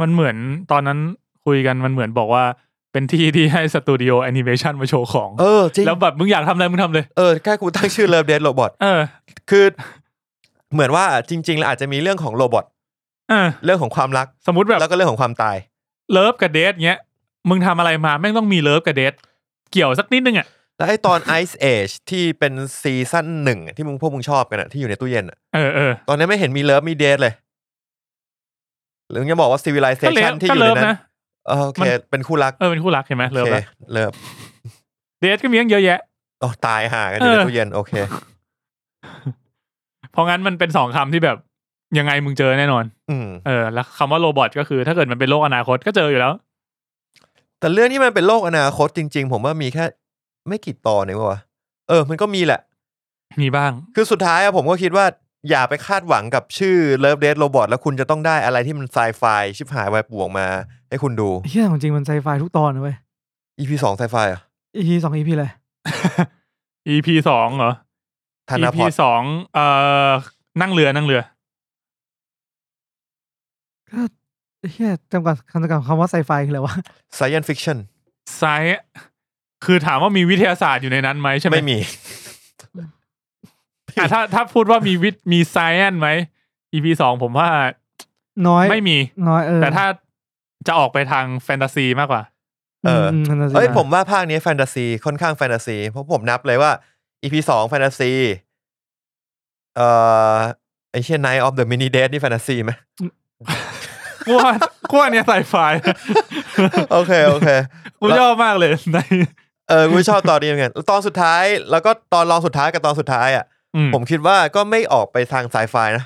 S3: มันเหมือนตอนนั้นคุยกันมันเหมือนบอกว่าเป็นที่ที่ให้สตูดิโอแอนิเมชันมาโชว์ของ
S2: เออจริง
S3: แล้วแบบมึงอยากทำอะไรมึงทำเลย
S2: เออแค่กูตั้งชื่อ Love Death Robot
S3: เออ
S2: คือ เหมือนว่าจริงๆแล้วอาจจะมีเรื่องของโรบอท
S3: เออ
S2: เรื่องของความรัก
S3: สมมติแบบ
S2: แล้วก็เรื่องของความตาย
S3: เลิฟกับเดทเงี้ย มึงทำอะไรมาแม่งต้องมีเลิฟกับเดทเกี่ยวสักนิดนึงอ่ะ
S2: แล้วไอ้ตอน Ice Age ที่เป็นซีซั่นหนึ่งที่มึงพวกมึงชอบกันอะที่อยู่ในตู้เย็นอะ
S3: เออเออ
S2: ตอนนี้นไม่เห็นมีเลิฟมีเดทเลย หรือมึงจะบอกว่า
S3: ก็เลิ
S2: Civilization
S3: ฟ
S2: ที่อ
S3: ก็
S2: ยู่
S3: เลิฟ
S2: ในนั้น
S3: นะ
S2: เออโอเค
S3: มัน
S2: เป็นคู่รัก
S3: เออเป็นคู่รักเห็นไหม
S2: โอ
S3: เลิฟ
S2: เค
S3: แล้ว
S2: เลิฟ
S3: เดทก็มีตั้งเยอะแยะ
S2: อ๋อตายห่ากันอยู่
S3: เอ
S2: ใน
S3: อ
S2: ตู้เย็นโอเค
S3: เพราะงั้นมันเป็นสองคำที่แบบยังไงมึงเจอแน่นอน
S2: อืม
S3: เออแล้วคำว่าโรบอทก็คือถ้าเกิดมันเป็นโลกอนาคตก็เจออยู่แล้ว
S2: แต่เรื่องที่มันเป็นโลกอนาคตจริง ๆ ผมว่ามีแค่ ไม่กี่ตอนเองวะเออ มันก็มีแหละ
S3: มีบ้าง
S2: คือสุดท้ายอะผมก็คิดว่าอย่าไปคาดหวังกับชื่อ Love Death Robot แล้วคุณจะต้องได้อะไรที่มันไซไฟชิบหายวายป่วงมา ให้คุณดู
S4: เฮียของจริงมันไซไฟทุกตอนนะเว้ย
S2: EP สองไซไฟอะ
S4: EP สอง EP เลย
S3: EP สองเหรอ
S2: ธนพ
S3: EP
S2: ร
S3: สองเอ่อนั่งเรือนั่งเรือ
S4: ก็เฮียจำกัดคำจำกัดคำว่าไซไฟคืออะไรวะ
S2: science fiction
S3: ไซส์คือถามว่ามีวิทยาศาสตร์อยู่ในนั้นไหมใช่ไหม
S2: ไม่มี
S3: อ่ะถ้าถ้าพูดว่ามีวิทมีไซแอนไหม EP สองผมว่า
S4: น้อย
S3: ไม่มี
S4: น้อยเออ
S3: แต่ถ้าจะออกไปทางแฟนตาซีมากกว่า *laughs*
S2: เอออื
S4: มนั่นน่ะสิ
S2: เอ้ย
S4: นะ
S2: ผมว่าภาคนี้แฟนตาซีค่อนข้างแฟนตาซีเพราะผมนับเลยว่า EP สองแฟนตาซีเอ่อไอเช่น Night of the Mini Dead นี่แฟนตาซีไหม
S3: กลัวกลัวเนี่ยไซไฟ *laughs*
S2: โอเค โอเค
S3: กูชอบมากเลย *laughs* ใน
S2: เออกูชอบตอนนี้เหมือนกันแล้วตอนสุดท้าย แล้วก็ตอนรองสุดท้ายกับตอนสุดท้ายอ่ะ
S3: อืม
S2: ผมคิดว่าก็ไม่ออกไปทางไซไฟนะ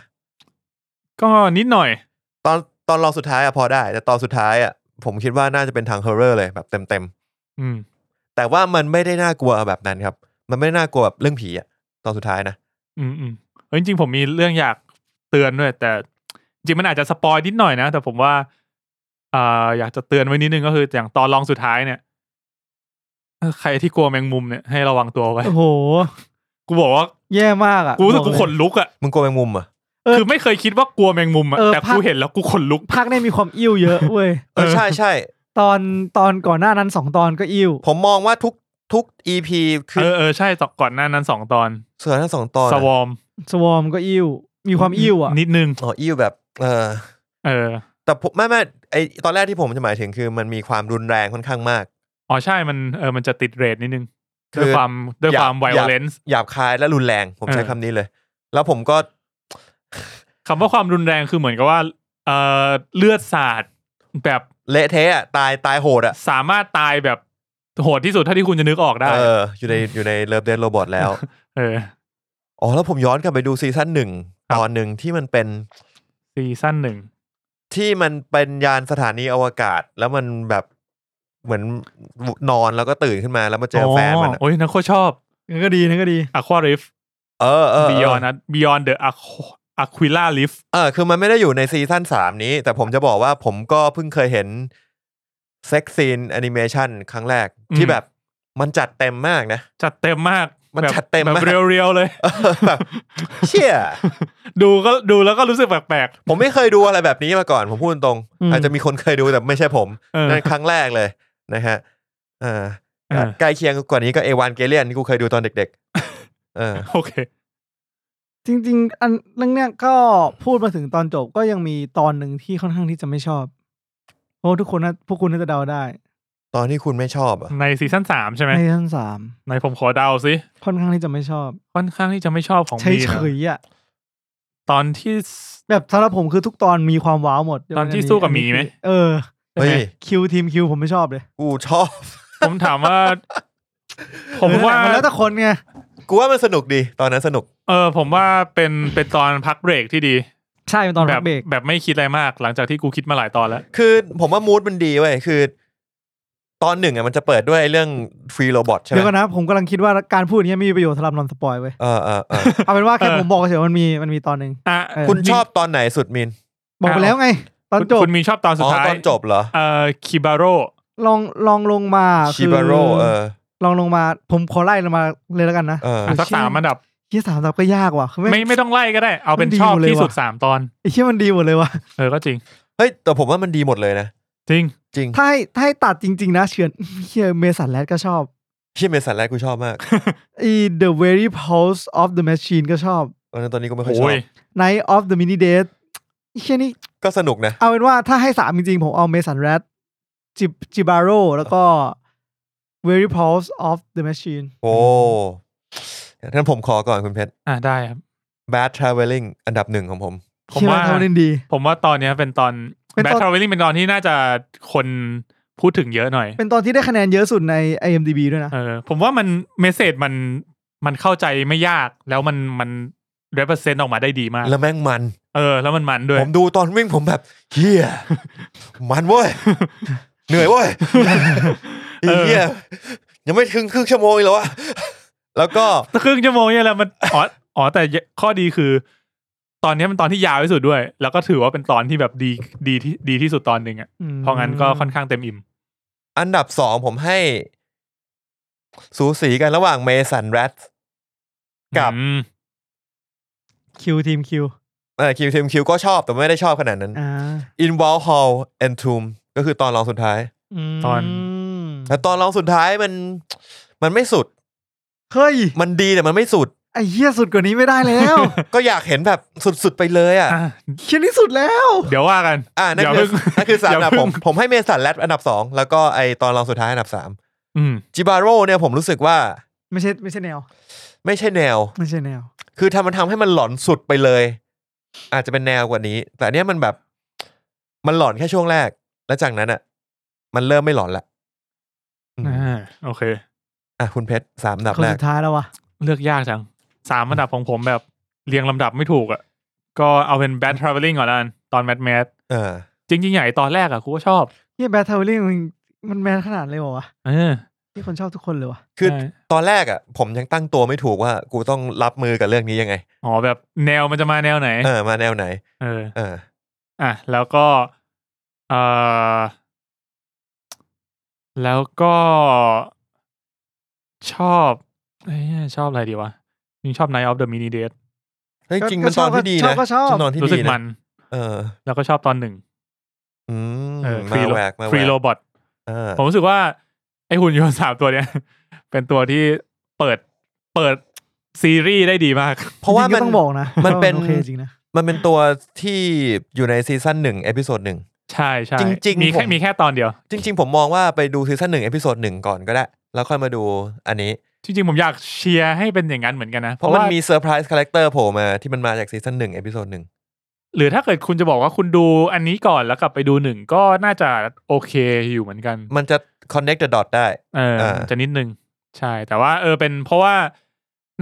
S3: ก็นิดหน่อย
S2: ตอนตอนรองสุดท้ายอ่ะพอได้ แต่ตอนสุดท้ายอ่ะผมคิดว่าน่าจะเป็นทางฮอร์เรอร์เลยแบบเต็ม
S3: อืม
S2: ๆแต่ว่ามันไม่ได้น่ากลัวแบบนั้นครับ มันไม่ได้น่ากลัวแบบเรื่องผีอ่ะตอนสุดท้ายนะ
S3: อืมอืมเออจริงๆผมมีเรื่องอยากเตือนด้วย แต่จริงๆมันอาจจะสปอยนิดหน่อยนะ แต่ผมว่าอ่าอยากจะเตือนไว้นิดนึงก็คืออย่างตอนลองสุดท้ายเนี่ยเออใครที่กลัวแมงมุมเนี่ยให้ระวังตัวไว้
S4: โอ้โห
S3: กูบอกว่า
S4: แย่มากอ่ะ
S3: กูรู้สึก
S4: บ
S3: กู
S4: อเลย
S3: ขนลุกอ่ะ
S2: มึงกลัวแมงมุมเหรอ่ะ
S4: เออ
S3: คือไม่เคยคิดว่ากลัวแมงมุมอ่ะ
S4: เออ
S3: แต่กู
S4: ภาค
S3: เห็นแล้วกูขนลุก
S4: ภาคเนี้มีความอิ่วเยอะเว้ย
S2: เออใช่ใช่
S4: ตอนตอนก่อนหน้านั้นสองตอนก็อิ่ว
S2: ผมมองว่าทุกทุกอีพีคื
S3: เอ
S2: อ
S3: อเออใช่ตอนก่อนหน้านั้นสองตอน
S2: เสือทั้งสองตอน
S3: ส
S2: อะ
S3: วอม
S4: สวอมก็อิ่ว มีความอิ่วอ่ะ
S3: นิดนึง
S2: อ๋ออิวแบบ เออ
S3: เออ
S2: แต่ผมไม่ไม่ไอตอนแรกที่ผมจะหมายถึงคือมันมีความรุนแรงค่อนข้างมาก
S3: อ๋อใช่มันเออมันจะติดเรทนิดนึง
S2: คือ
S3: ด้วยความด้วย
S2: อยาก
S3: ความไวโอย
S2: อาก
S3: เลนซ์
S2: หยาบคายและรุนแรงผมใช้คำนี้เลย แล้วผมก็
S3: คำว่าความรุนแรงคือเหมือนกับว่าเออเลือดสาดแบบ
S2: เละเทะอะตายตายโหดอ่ะ
S3: สามารถตายแบบโหดที่สุดเท่าที่คุณจะนึกออกได้
S2: เออ อยู่ในอยู่ในเลิฟเดนโรบอทแล้ว
S3: *laughs* เออ
S2: อ๋อ แล้วผมย้อนกลับไปดูซีซั่นหนึ่ง
S3: ครับ
S2: ตอนหนึ่งที่มันเป็น
S3: ซีซั่นหนึ่ง
S2: ที่มันเป็นยานสถานีอวกาศ แล้วมันแบบเหมือนนอนแล้วก็ตื่นขึ้นมาแล้วมาเจอแฟนมันอะ
S3: โอ้ยนักโคตรชอบ
S4: นั่นก็ดีนั่นก็ดี
S3: อควาริฟ
S2: เออเออ
S3: บิยอน
S2: เออ
S3: นะบิยอนเดอะอะควิล่าลิฟ
S2: เออ คือมันไม่ได้อยู่ในซีซั่นสามนี้ แต่ผมจะบอกว่าผมก็เพิ่งเคยเห็นเซ็กซีนแอนิเมชันครั้งแรก ที่แบบมันจัดเต็มมากนะ *laughs*
S3: จัดเต็มมาก
S2: มัน
S3: แบบ
S2: จัดเต็ม
S3: แบบ
S2: มาก
S3: เรียวๆเลย
S2: เออแบบ เชี่ย
S3: ดูก็ดูแล้วก็รู้สึกแปลก
S2: ผมไม่เคยดูอะไรแบบนี้มาก่อน ผมพูดตรง
S4: อืม
S2: อาจจะมีคนเคยดูแต่ไม่ใช่ผม
S3: เออ
S2: นั่นครั้งแรกเลยนะฮะอ่า
S3: เออ
S2: ใกล้เคียงกว่านี้ก็เอวานเกเลียนที่กูเคยดูตอนเด็ก ๆ เออ
S3: ๆ โอเค
S4: จริง ๆ อันเรื่องเนี้ยก็พูดมาถึงตอนจบก็ยังมีตอนหนึ่งที่ค่อนข้างที่จะไม่ชอบเพราะว่าทุกคนนะพวกคุณน่าจะเดาได้
S2: ตอนที่คุณไม่ชอบอ่ะ
S3: ในซีซั่นสามใช่ไหม
S4: ในทั้งสาม
S3: ในผมขอเดาสิ
S4: ค่อนข้างที่จะไม่ชอบ
S3: ค่อนข้างที่จะไม่ชอบของ
S4: ใช้
S3: มี
S4: เฉ
S3: นะ
S4: ยๆอ่ะ
S3: ตอนที่
S4: แบบสำหรับผมคือทุกตอนมีความว้าวหมด
S3: ตอนที่สู้กับหมีไหม
S4: เออ
S2: เฮ้ย
S4: คิวทีมคิวผมไม่ชอบเลย
S2: กูชอบ
S4: *laughs*
S3: ผมถามว่า ผมว่า
S4: เออมันแล้วแต่คนไง
S2: กูว่ามันสนุกดีตอนนั้นสนุก
S3: เออผมว่าเป็นเป็นตอนพักเบรกที่ดี
S4: ใช่เป็นตอน
S3: แบ
S4: พั
S3: บ
S4: กเบรก
S3: แบบไม่คิดอะไรมาก หลังจากที่กูคิดมาหลายตอนแล้ว
S2: คือผมว่ามูดมันดีเว้ยคือ ตอนหนึ่งอ่ะมันจะเปิดด้วยเรื่องฟรีโรบอทใช่ไหม
S4: เดี๋ยวก่อนนะผมกำลังคิดว่าการพูดอย่างเงี้ยมีประโยชน์สำหรับนอนสปอยเว้ย
S2: เออเออ
S4: *laughs*
S2: เออ
S4: เอา
S3: *laughs*
S4: เป็นว่าแค่
S3: เออ
S4: ผมบอกเฉยๆมันมีมันมีตอนหนึ่ง
S3: อ่ะ
S4: เออ
S2: คุณชอบตอนไหนสุดมิน
S4: บอกไปแล้วไง ตอนจบ
S3: คุณมีชอบตอนสุ
S2: อ๋
S3: ด
S2: อ
S3: ท้าย
S2: ตอนจบเหรอ
S3: เอ่อคิบาโร
S4: ลองลองลงมาคือบ
S2: ชิาโรเออ
S4: ลองลงมาผมขอไล่ลงมาเลยแล้วกันนะ
S2: เออ
S3: อ่ะสักสามอันดับ
S4: ที่สามตับก็ยากว่ะคือ
S3: ไม่
S4: ไม่
S3: ไม่ต้องไล่ก็ได้ เอาเป็น
S4: มันดี
S3: ชอบ
S4: หมดเลย
S3: ที่สุด
S4: ว่ะ
S3: สามตอน
S4: ไอ้เชี่ยมันดีหมดเลยว่ะ
S3: เออก็จริง
S2: เฮ้ยแต่ผมว่ามันดีหมดเลยนะ
S3: จริง
S2: จริง
S4: ถ้าให้ถ้าให้ตัดจริง ๆ นะเชือนเชี่ยเมสันแรดก็ชอบ
S2: เชี่ยเมสันแรกกูชอบมาก
S4: ไอ้ The Very Pulse of the Machine ก็ชอบ
S2: ตอนนั้นตอนนี้ก็ไม่ค่อยชอ
S3: โอ้
S2: บ
S3: ย
S4: Night of the Mini d a t e เชี่ยนี่
S2: ก็สนุกนะ
S4: เอาเป็นว่าถ้าให้สามจริงๆ ผมเอาเมสันแรดจิบจิบาโร่แล้วก็ Very Pulse of the Machine
S2: โอ้ท่านผมขอก่อนคุณเพชร
S3: อ่ะได้ครับ
S2: Bad Traveling อันดับหนึ่งของผม
S3: ผม
S4: เชี่ย
S3: ว่า
S4: ทำได้ดี
S3: ผมว่าตอนเนี้ยเป็นตอน
S4: เป็น
S3: แบท
S4: ตอน
S3: เทอร์เวลลิ่งเป็นตอนที่น่าจะคนพูดถึงเยอะหน่อย
S4: เป็นตอนที่ได้คะแนนเยอะสุดใน IMDb ด้วยนะ
S3: เออผมว่ามันเมสเซจมันมันเข้าใจไม่ยากแล้วมันมัน represent ออกมาได้ดีมาก
S2: แล้วแม่งมัน
S3: เออ แล้วมันมันด้วย
S2: ผมดูตอนวิ่งผมแบบเฮียมันเว้ย เหนื่อยเว้ยไอ้เฮียยังไม่ถึงครึ่งชั่วโมงอีกแล้ววะแล้วก็
S3: ครึ่งชั่วโมงเนี่ยแหละมัน *laughs* อ๋ออ๋อแต่ข้อดีคือ ตอนเนี้ยมันตอนที่ยาวที่สุดด้วย แล้วก็ถือว่าเป็นตอนที่แบบดีดีที่ดีที่สุดตอนหนึ่งอ่ะ
S4: อืม
S3: เพราะงั้นก็ค่อนข้างเต็มอิ่ม
S2: อันดับสองผมให้ สูสีกันระหว่างเมสันแรด กับ
S3: อืม
S4: คิวทีมคิว
S2: เออคิวทีมคิวก็ชอบแต่ไม่ได้ชอบขนาดนั้น
S4: อ่า
S2: In w a l Hall and Tomb ก็คือตอนรองสุดท้าย
S3: ตอน
S4: ม
S2: แต่ตอนรองสุดท้ายมัน มันไม่สุด
S4: เฮ้ย
S2: มันดีแต่มันไม่สุด
S4: ไอ้เหี้ยสุดกว่านี้ไม่ได้แล้ว *laughs*
S2: ก็อยากเห็นแบบสุดๆไปเลยอ่ะ
S3: อ่ะ
S4: เหี้ยนี่สุดแล้ว
S3: เดี๋ยวว่ากัน
S2: อ่านั่น
S3: ย่า
S2: คื
S3: เพิ่
S2: อง นั่นคือสามอันดับ
S3: ย่
S2: ผ
S3: เพิ่
S2: ม
S3: ง
S2: ผมให้เมสันแรดอันดับสองแล้วก็ไอตอนรองสุดท้ายอันดับสาม
S3: อืม
S2: จิบาโร่เนี่ยผมรู้สึกว่า
S4: ไม่ใช่ไม่ใช่แนว
S2: ไม่ใช่แนว
S4: ไม่ใช่แนว
S2: คือทำมันทำให้มันหลอนสุดไปเลย อาจจะเป็นแนวกว่านี้ แต่อันเนี้ยมันแบบ มันหลอนแค่ช่วงแรก แล้วจากนั้นอ่ะ มันเริ่มไม่หลอนละอืม
S3: อ่าโอเค
S2: อ่ะคุณเพชรสามอันดับ
S4: คน
S2: แรก
S4: สุดท้ายแล้ววะ
S3: เลือกยากจังสามอันดับของผมแบบเรียงลำดับไม่ถูกอ่ะ ก็เอาเป็น bad traveling ก่อนละกันตอน mad mad
S2: เออ
S3: จริงๆใหญ่ตอนแรกอ่ะกูก็ชอบ
S4: เหี้ยแบทเทิลลิ่งมันแมนขนาดเลยเหรอวะ
S3: เออ
S4: ที่คนชอบทุกคนเลยวะ
S2: คือ
S3: ใช่
S2: ตอนแรกอ่ะ ผมยังตั้งตัวไม่ถูกว่า กูต้องรับมือกับเรื่องนี้ยังไง
S3: อ๋อแบบแนวมันจะมาแนวไหน
S2: เออ มาแนวไหน
S3: เออ
S2: เออ
S3: อ่ะแล้วก็เอ่อแล้วก็ชอบเอ้ยชอบอะไรดีวะจริงชอบ Night of the Mini d a t
S2: เฮ้ยจริง
S4: ก็
S2: มันตอนที่ดี
S4: ชอบ
S2: นะ
S4: ก็ชอบ
S2: จริงต
S4: ก็ชอบ
S2: อนที่
S3: รู้สึ
S2: ดี
S3: กมั
S2: นะ
S3: น
S2: เออ
S3: แล้วก็ชอบตอนหนึ่ง
S2: อืม
S3: เออ
S2: มาแหวกมาแห
S3: ฟรีโร
S2: วก
S3: บอท
S2: เออ
S3: ผมรู้สึกว่าไอหุ่นยนต์สามตัวเนี้ย *laughs* เป็นตัวที่เปิดเปิดซีรีส์ได้ดีมาก
S2: เพราะว่า
S4: จงๆ
S2: มัน
S4: ก็ต้องบอกนะ
S2: มัน
S4: ว่า
S2: เป็น
S4: โอเคจริงนะ
S2: มันเป็นตัวที่อยู่ในซีซั่นหนึ่งเอพิโซดหนึ่ง
S3: ใช่ใช่
S2: จริงๆ
S3: มีแค่
S2: ผม
S3: มีแค่ตอนเดียว
S2: จริง ๆ ผมมองว่าไปดูซีซั่นหนึ่งเอพิโซดหนึ่งก่อนก็ได้ แล้วค่อยมาดูอันนี้
S3: จริงๆ ผมอยากเชียร์ให้เป็นอย่างนั้นเหมือนกันนะ
S2: เพราะมันมีเซอร์ไพรส์คาแรคเตอร์โผล่มาที่มันมาจากซีซั่นหนึ่งเอพิโซดหนึ่ง
S3: หรือถ้าเกิดคุณจะบอกว่าคุณดูอันนี้ก่อนแล้วกลับไปดูหนึ่งก็น่าจะโอเคอยู่เหมือนกัน
S2: มันจะ connect the dot ได้
S3: เออ
S2: เออ
S3: จะนิดนึง ใช่ แต่ว่าเออเป็นเพราะว่า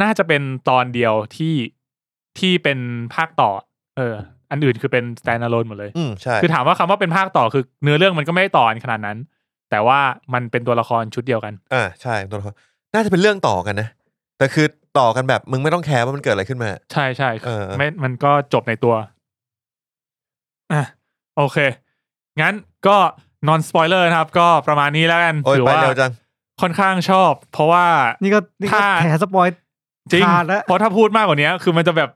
S3: น่าจะเป็นตอนเดียวที่ที่เป็นภาคต่อ เออ อันอื่นคือเป็น standalone หมดเลย
S2: อืมใช่
S3: คือถามว่าคำว่าเป็นภาคต่อคือเนื้อเรื่องมันก็ไม่ได้ต่อกันขนาดนั้น แต่ว่ามันเป็นตัวละครชุดเดียวกัน
S2: อ่าใช่ตัวละครน่าจะเป็นเรื่องต่อกันนะ แต่คือต่อกันแบบมึงไม่ต้องแคร์ว่ามันเกิดอะไรขึ้นมา
S3: ใช่ใช่
S2: เออ
S3: ไม่มันก็จบในตัวอ่ะโอเค งั้นก็นอนสปอยเลอร์นะครับ ก็ประมาณนี้แล้วกัน
S2: โอ้ย
S3: ถือ
S2: ไป
S3: ว่า
S2: เร็วจัง
S3: ค่อนข้างชอบ เพราะว่า
S4: นี่ก็นี่ก็
S3: ถ้า
S4: แถสปอย
S3: จริง
S4: ขาดละ
S3: เพราะถ้าพูดมากกว่านี้คือมันจะแบบ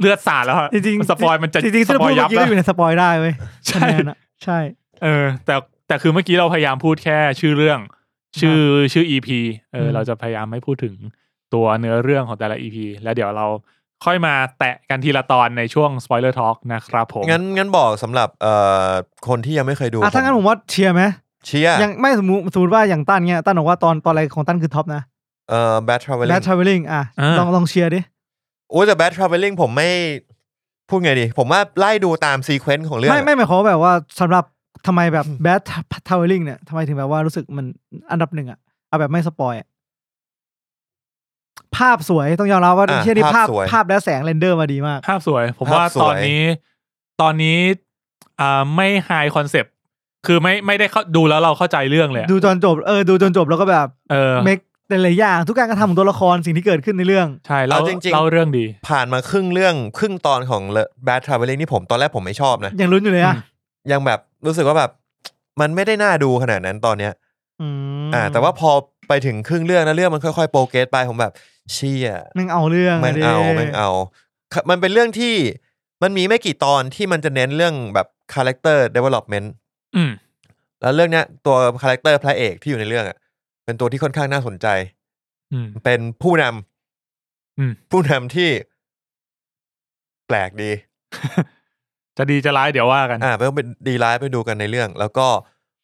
S3: เลือดสาดแล้วอะ
S4: จริงๆ
S3: สปอยมันจะ
S4: จริงๆ
S3: ส
S4: ที่เรา
S3: ปอ
S4: พู
S3: ย
S4: ด
S3: ยับ
S4: เมื่อกี้
S3: แล้ว
S4: ก็อยู่ในสปอยได้เว้ย
S3: ใช่
S4: คะแนนอะใช่
S3: เออ แต่แต่คือเมื่อกี้เราพยายามพูดแค่ชื่อเรื่อง ชื่อชื่อ EP เอออ
S4: ม
S3: เราจะพยายามไม่พูดถึงตัวเนื้อเรื่องของแต่ละ EP แล้วเดี๋ยวเราค่อยมาแตะกันทีละตอนในช่วง spoiler talk นะครับผม
S2: งั้นงั้นบอกสำหรับเอ่อคนที่ยังไม่เคยดู
S4: อ่ะถ้างั้นผมว่าเชียร์ไหม
S2: เชียร์
S4: ยังไม่สมมติสมมติว่าอย่างตั้นเงี้ยตั้นบอกว่าตอนตอนอะไรของตั้นคือท็อปนะ
S2: เอ่อ Bad Traveling
S4: และ traveling อ่ะ
S3: อ่า
S4: ลองลองเชียร์ดิ
S2: โอ้ยแต่ Bad Traveling ผมไม่ พูดไงดี ผมว่าไล่ดูตามซีเควนซ์ของเรื่อง
S4: ไม่ไม่หมายความว่าแบบว่าสำหรับทำไมแบบ Bad Traveling เนี่ยทำไมถึงแบบว่ารู้สึกมันอันดับหนึ่งอะเอาแบบไม่สปอยอะ ภาพสวยต้องยอมรับว่า
S2: อ่ะ
S4: เที่ยนี่ภา
S2: ภาพ
S4: พ
S2: สวย
S4: ภาพและแสงเรนเดอร์มาดีมาก
S3: ภาพสวย ผม
S2: ภาพ
S3: ว่า
S2: สวย
S3: ตอนนี้ตอนนี้อ่าไม่ไฮคอนเซปต์คือไม่ไม่ได้เข้าดูแล้วเราเข้าใจเรื่องเลยอะ
S4: ดูจนจบเออดูจนจบแล้วก็แบบ
S3: เออ
S4: เมคแต่หลายอย่างทุกการกระทำของตัวละครสิ่งที่เกิดขึ้นในเรื่อง
S3: ใช่เรา
S2: เอาจริงๆ
S3: เล่าเรื่องดี
S2: ผ่านมาครึ่งเรื่องครึ่งตอนของ Bad Traveling นี่ผมตอนแรกผมไม่ชอบนะ
S4: ยังลุ้นอยู่เลยอะ
S3: อืม
S2: ยังแบบรู้สึกว่าแบบ มันไม่ได้น่าดูขนาดนั้นตอนเนี้ย
S4: อืม
S2: อ่า แต่ว่าพอไปถึงครึ่งเรื่องนะเรื่องมันค่อยๆโปรเกรสไปผมแบบเชี่ย
S4: แม่งเอาเรื่อง
S2: แม่ง
S4: ดิ
S2: เอาแม่งเอาค่ะมันเป็นเรื่องที่มันมีไม่กี่ตอนที่มันจะเน้นเรื่องแบบคาแรคเตอร์ development
S3: อืม
S2: แล้วเรื่องเนี้ยตัวคาแรคเตอร์พระเอกที่อยู่ในเรื่องอ่ะเป็นตัวที่ค่อนข้างน่าสนใจ
S3: อืม
S2: เป็นผู้นำ
S3: อืม
S2: ผู้นำที่ แปลกดี
S3: จะดีจะร้ายเดี๋ยวว่ากัน
S2: อ่าไปต้องไปดีไลฟ์ไปดูกันในเรื่อง แล้วก็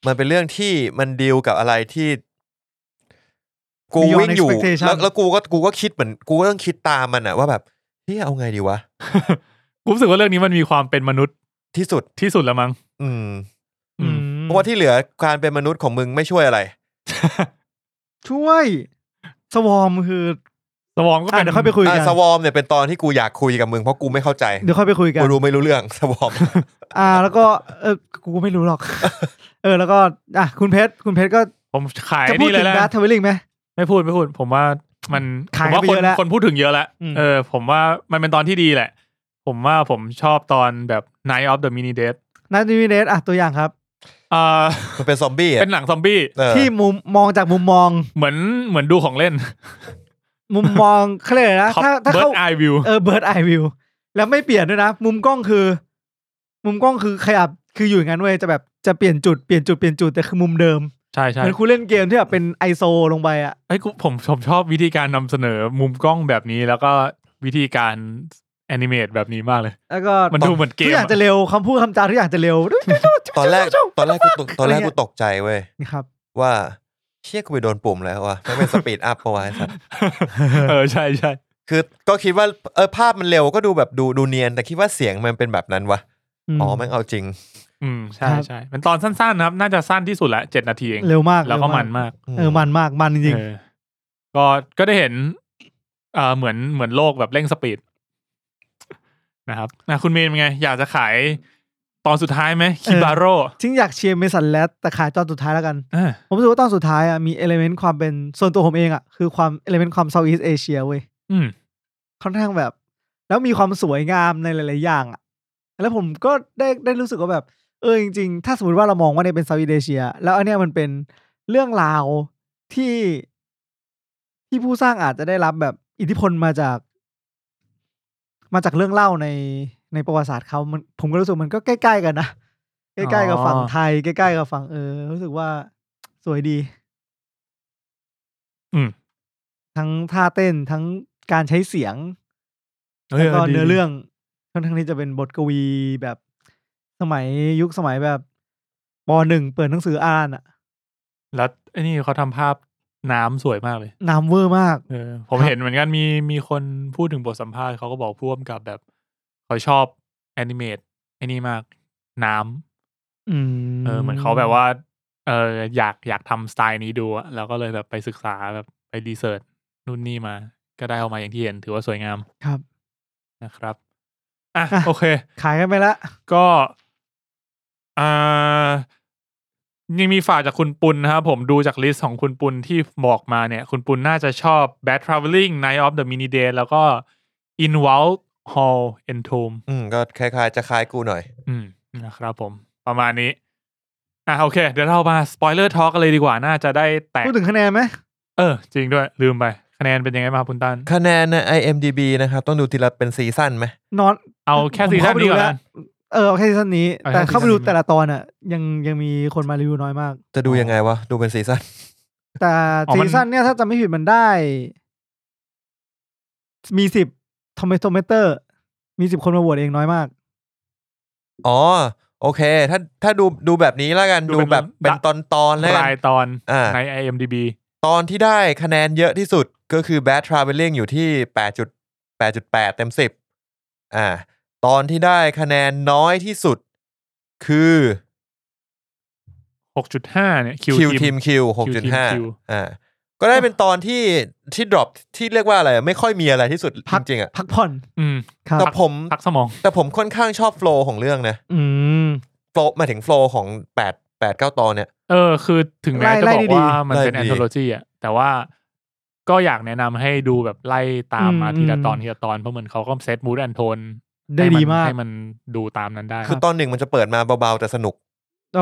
S2: มันเป็นเรื่องที่มันดีลกับอะไรที่ กู
S4: Beyond
S2: วิ่งอยู่
S4: expectation
S2: แล้วแล้วกูก็กูก็คิดเหมือนกูก็ต้องคิดตามมันอ่ะ ว่าแบบเฮ้ยเอาไงดีวะ
S3: กูรู้สึกว่าเรื่องนี้มันมีความเป็นมนุษย์
S2: ที่สุด
S3: ที่สุดละมั้ง
S2: อืม
S3: อืม
S2: เพราะว่าที่เหลือการเป็นมนุษย์ของมึงไม่ช่วยอะไร
S4: ช่วย สวอมคือ
S3: สมองก็เป็น
S4: อ่ะเดี๋ยวค่อยไปคุย
S2: อ่ะ
S4: กัน
S2: สวอมเนี่ยเป็นตอนที่กูอยากคุยกับมึงเพราะกูไม่เข้าใจ
S4: เดี๋ยวค่อยไปคุยกัน
S2: กูรู้ไม่รู้เรื่อง สวอม
S4: อ่า แล้วก็เออกูไม่
S3: *laughs*
S4: รู้หรอก เออแล้วก็อ่ะคุณเพชรคุณเพชรก็
S3: ผมขาย
S4: จะพูด
S3: นี่เล
S4: ถึ
S3: ย
S4: ง
S3: แล้ว
S4: ดาร์ทเทเวลิงไหม
S3: ไม่พูดไม่พูด ผมว่ามัน
S4: ขาย
S3: ผมว่า
S4: ไป
S3: ค
S4: เย
S3: น
S4: อะแล้ว
S3: คนพูดถึงเยอะแล้ว
S4: อืม
S3: เออ ผมว่ามันเป็นตอนที่ดีแหละ ผมว่าผมชอบตอนแบบ Night of the Mini Dead
S4: นัทวีเดสอ่ะตัวอย่างครับ
S3: อ่า
S2: มันเป็นซอมบี้อ่ะ
S3: เป็นหนังซอมบี้
S2: เออ
S4: ที่มุมมองจากมุมมอง
S3: เหมือนเหมือนดูของเล่น
S4: มุมมอง *laughs* เขาเรียกอะไรนะถ้าถ้า
S3: เบิร์
S4: เข้า
S3: ดไอวิว
S4: เออเบิร์ดไอวิวแล้วไม่เปลี่ยนด้วยนะ มุมกล้องคือ มุมกล้องคือขยับคืออยู่อย่างนั้นเว้ยจะแบบจะเปลี่ยนจุดเปลี่ยนจุดเปลี่ยนจุดแต่คือมุมเดิม
S3: ใช่
S4: เห
S3: ใช่
S4: มือนคุณเล่นเกมที่แบบเป็นไอโซลงไปอ่ะ
S3: ไอ้ยกูผมผมชอบวิธีการนำเสนอมุมกล้องแบบนี้ แล้วก็วิธีการแอนิเมตแบบนี้มากเลย
S4: แล้วก็
S3: มันดูเหมือนเก
S4: ทุก
S3: ม
S4: อย่างจะเร็วคำพูดคำจาทุกอย่างจะเร็ว
S2: ตอนแรกตอนแรกกูตกตอนแรก
S4: อะไรเงี้ย
S2: กูตกใจเว้ย
S4: นี่ครับ
S2: ว่าเชี่ยกูไปโดนปุ่มแล้วว่ะไม่เป็นสปีดอัพปะวะไอ้สัส
S3: *laughs* เออใช่ใช่
S2: คือก็คิดว่าเออภาพมันเร็วก็ดูแบบดูดูเนียน แต่คิดว่าเสียงมันเป็นแบบนั้นวะ
S4: ม
S2: อ๋อแม่งเอาจริง
S3: อืมใช่
S4: ครับ
S3: ใช่เป็นตอนสั้นๆนะครับ น่าจะสั้นที่สุดละเจ็ดนาทีเอง
S4: เร็วมาก
S3: แล้วก็มันมาก
S4: เออมันมากมันจริง
S3: เออก็ก็ได้เห็นเอ่อเหมือนเหมือนโลกแบบเร่งสปีดนะครับนะคุณเมนเป็นไง อยากจะขายตอนสุดท้ายไหมคิบาโร่
S4: ๆจริงอยากเชียร์เมสันแลตแต่ขายตอนสุดท้ายแล้วกัน
S3: อ่า
S4: ผมรู้สึกว่าตอนสุดท้ายอ่ะมีเอลเมนต์ความเป็นส่วนตัวผมเองอ่ะคือความเอลเมนต์ความเซาท์อีสเอเชียเว้ย
S3: อืม
S4: ค่อนข้างแบบ แล้วมีความสวยงามในหลาย ๆ อย่างอะแล้วผมก็ได้ได้รู้สึกว่าแบบ เออจริง ๆ ถ้าสมมติว่าเรามองว่าเนี่ยเป็นเซาท์อีสเอเชีย แล้วอันเนี้ยมันเป็นเรื่องราวที่ที่ผู้สร้างอาจจะได้รับแบบอิทธิพลมาจาก มาจากเรื่องเล่าในในประวัติศาสตร์เขามันผมก็รู้สึกมันก็ใกล้ ๆ กันนะใกล้ ๆ กับฝั่ง
S3: อ๋อ
S4: ไทยใกล้ ๆ กับฝั่งเออ รู้สึกว่าสวยดี
S3: อืม
S4: ทั้งท่าเต้นทั้งการใช้เสียง
S3: ฮ้ย
S4: แล้วก็
S3: ดี
S4: เนื้อเรื่องค่อนข้างที่จะเป็นบทกวีแบบสมัยยุคสมัยแบบปหนึ่งเปิดหนังสืออ่านอะ
S3: แล้วไอ้นี่เขาทำภาพน้ำสวยมากเลย
S4: น้ำเวอร์มาก
S3: เออ ผมเห็นเหมือนกันมีมีคนพูดถึงบทสัมภาษณ์เขาก็บอกพ่วมกับแบบเขาชอบแอนิเมตไอ้นี่มากน้ำ
S4: อื
S3: เออเหมือนเขาแบบว่า เอออยากอยากทำสไตล์นี้ดูอะแล้วก็เลยแบบไปศึกษาแบบไปรีเสิร์ชนู่นนี่มา ก็ได้ออกมาอย่างที่เห็นถือว่าสวยงาม
S4: ครับ
S3: นะครับอ่ะ
S4: อ่ะ
S3: โอเค
S4: ขายกันไปละ
S3: ก็อ่ายังมีฝากจากคุณปุณนะครับผมดูจากลิสต์ของคุณปุณที่บอกมาเนี่ย คุณปุณน่าจะชอบ Bad Traveling Night of the Mini Day แล้วก็ In w o l d Hall and Tomb
S2: อืมก็คล้ายๆ จะคล้ายกูหน่อย
S3: อืมนะครับผมประมาณนี้ อ่ะโอเค เดี๋ยวเรามาสปอยเลอร์ทอล์กเลยดีกว่า น่าจะได้แตก
S4: พูดถึงคะแนนไหม
S3: เออ จริงด้วย ลืมไป คะแนนเป็นยังไงบ้างครับคุณตัน
S2: คะแนนใน IMDB นะครับ ต้องดูทีละเป็นซีซั่นไหม
S4: นอน
S3: เอาแค่
S4: ผม
S3: ซี
S4: เข้
S3: ซั่น
S4: ไป
S3: นี้
S4: ดู
S3: ก่อน
S4: แล้ว
S3: นะ
S4: เออเอาแค่ซีซั่นนี้
S3: เอาแค่
S4: แต่เข้าไปดู
S3: ซีซั่นนี้
S4: แต่ละตอนอะยังยังมีคนมารีวิวน้อยมาก
S2: จะดูยังไงวะ ดูเป็นซีซั่น
S4: แต่
S3: อ๋อมั
S4: ซี
S3: น
S4: ซั่นเนี่ยถ้าจะไม่ผิดมันได้ มีสิบทอมเมโตเมเตอร์ มีสิบคนมาโหวตเองน้อยมาก
S2: อ๋อ โอเค ถ้าถ้าดูดูแบบนี้แล้วกันดู
S3: ดูเป็น
S2: แบบเป็น
S3: ละ
S2: ตอนตอนแล้วกัน
S3: รายตอน
S2: อ่า
S3: ใน IMDb
S2: ตอนที่ได้คะแนนเยอะที่สุดก็คือ Bad Traveling อยู่ที่ 8.8.8 เต็ม 10 อ่า ตอนที่ได้คะแนนน้อยที่สุดคือ
S3: 6.5 เนี่ย Q
S2: Q
S3: Team
S2: Team Q
S3: Q Team Q
S2: 6.5 อ่า ก็ได้เป็นตอนที่ที่ดรอปที่เรียกว่าอะไรไม่ค่อยมีอะไรที่สุด
S4: พัก
S2: จริงๆอ่ะ
S4: พักผ่อน
S3: อืม
S4: ครับ
S2: แต่ผม
S3: พักสมอง
S2: แต่ผมค่อนข้างชอบโฟล์ของเรื่องนะ
S4: อืม
S2: โฟล์หมายถึงโฟล์ของ8 8 9 ตอนเนี่ย
S3: เออ คือถึงแม้จะบ
S4: ไล่
S3: อกว่า
S4: ไล่ดี
S3: มันเป็น
S2: ไล่
S3: แอ
S2: ดี
S3: นโทโลจีอ่ะแต่ว่าก็อยากแนะนำให้ดูแบบไล่ตามมา
S4: อืม
S3: ทีละตอนทีละตอน เพราะเหมือนเขาก็เซตมูดแอนโทน
S4: ได้ดีมาก
S3: ให้มันดูตามนั้นได้
S2: คือตอนหนึ่งมันจะเปิดมาเบาๆแต่สนุก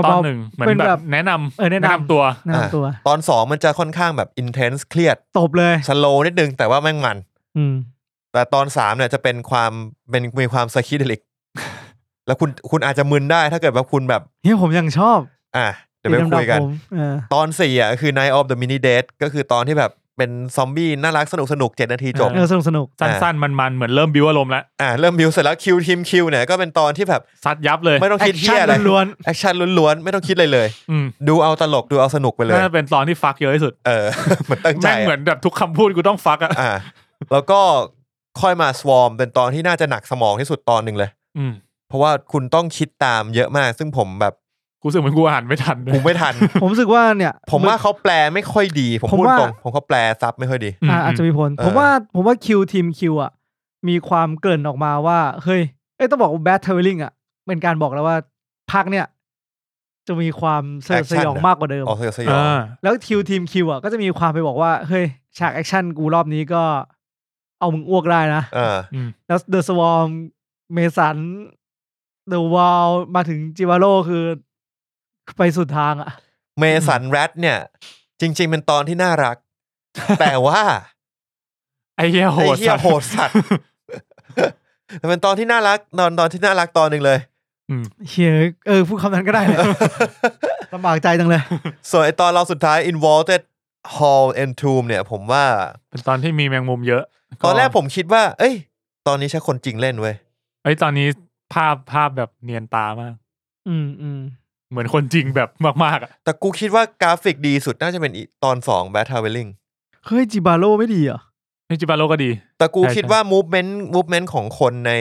S3: ตอนหนึ่งเหมือ
S4: เป็น น
S3: แบ
S4: แบบ บ
S3: แนะนำ
S4: เออแนะนำ
S3: ตัว
S4: แนะนำตัว
S2: ตอนสองมันจะค่อนข้างแบบ intense เครียด
S4: ตบเลย
S2: สโลนิดนึงแต่ว่าแม่งมัน
S4: อืม
S2: แต่ตอนสามเนี่ยจะเป็นความเป็นมีความสคิดลิก *laughs* แล้วคุณคุณอาจจะมึนได้ถ้าเกิดว่าคุณแบบ
S4: เนี่ยผมยังชอบ
S2: อ่ะเดี๋ยวไปคุยกัน
S4: สีดำๆผมเออ
S2: ตอนสี่อ่ะคือ Night of the Mini Date ก็คือตอนที่แบบเป็นซอมบี้น่ารักสนุกสนุกเจ็ดนาทีจบ
S4: เออสนุกส
S2: *laughs*
S4: นุก
S3: สั้นๆ มันๆ เหมือนเริ่มบิวอารมณ์แล้ว
S2: อ่ะเริ่มบิวเสร็จแล้วคิวทีมคิวเนี่ยก็เป็นตอนที่แบบ
S3: ซัดยับเลย
S2: ไม่ต้อง
S4: แอ
S2: คิด
S4: ค
S2: เที่
S4: ชั่
S2: ยอะไร
S4: นล้วน
S2: แอคชั่นล้วนๆ ไม่ต้องคิดเลยเลย
S3: อืม
S2: ดูเอาตลกดูเอาสนุกไปเลย
S3: น่าจะเป็นตอนที่ฟักเยอะที่สุด
S2: เอ *laughs* อ เหมือนตั้งใจ
S3: แม่ง
S2: อะ
S3: เหมือนแบบทุกคำพูดกูต้องฟักอ่ะ
S2: อ่าแล้วก็ค่อยมาสวอมเป็นตอนที่น่าจะหนักสมองที่สุดตอนหนึ่งเลย
S3: อืม
S2: เพราะว่าคุณต้องคิดตามเยอะมาก ซึ่งผมแบบ *laughs*
S3: กูรู้สึกเหมือนกูอ่านไม่ทันด้วย
S2: ผมไม่ทัน
S4: ๆ ผมรู้สึกว่าเนี่ย
S2: ผมว่าเขาแปลไม่ค่อยดี ผม
S4: ผม
S2: พูด
S4: ว่า
S2: ตรงผมเขาแปลซับไม่ค่อยดี
S3: อืม
S4: อ่ะอาจจะมีผล
S2: เออ
S4: ผมว่าผมว่าคิวทีมคิวอ่ะ มีความเกริ่นออกมาว่า เฮ้ย เอ้ยต้องบอกว่าแบทเทอร์ลิงอ่ะ เป็นการบอกแล้วว่าภาคเนี่ย จะมีความสยดสยองมากกว่าเดิม
S2: ออกสยอง
S3: อ่า
S4: แล้วคิวทีมคิวอ่ะก็จะมีความไปบอกว่า เฮ้ย ฉากแอคชั่นกูรอบนี้ก็เอามึงอ้วกได้นะ
S2: เออ
S3: อืม
S4: แล้วเดอะสวอมเมสันเดอะวอลมาถึงจิวาโลคือไปสุดทางอ่ะ
S2: เมสันแรดเนี่ย จริง ๆ เป็นตอนที่น่ารัก แต่ว่า
S3: ไอ้เหี้ยโห
S2: ไอ้
S3: ด
S2: เหี้ย
S3: สัตว์
S2: โหดสัตว์แต่เป็นตอนที่น่ารักตอนตอนที่น่ารักตอนหนึ่งเลย
S3: อืม
S4: เฮียเออพูดคำนั้นก็ได้เลย ลำบากใจจังเลย
S2: ส่วนไอตอนเราสุดท้าย involved hall and tomb เนี่ย ผมว่า
S3: เป็นตอนที่มีแมงมุมเยอะ
S2: ตอนแรกผมคิดว่า เอ้ย ตอนนี้ใช่คนจริงเล่นเว้ย
S3: ไอ้ยตอนนี้ภาพภาพแบบเนียนตามาก
S4: อืมอืม
S3: เหมือนคนจริงแบบมากๆอ่ะ
S2: แต่กูคิดว่ากราฟิกดีสุดน่าจะเป็นอีตอนสอง Bad Traveling
S4: เฮ้ยจิบาโลไม่ดีเหรอ
S3: นี่จิบาโลก็ดี
S2: แต่กู
S3: ใช่
S2: คิด
S3: ใช่
S2: ว่า movement movement ของคนใน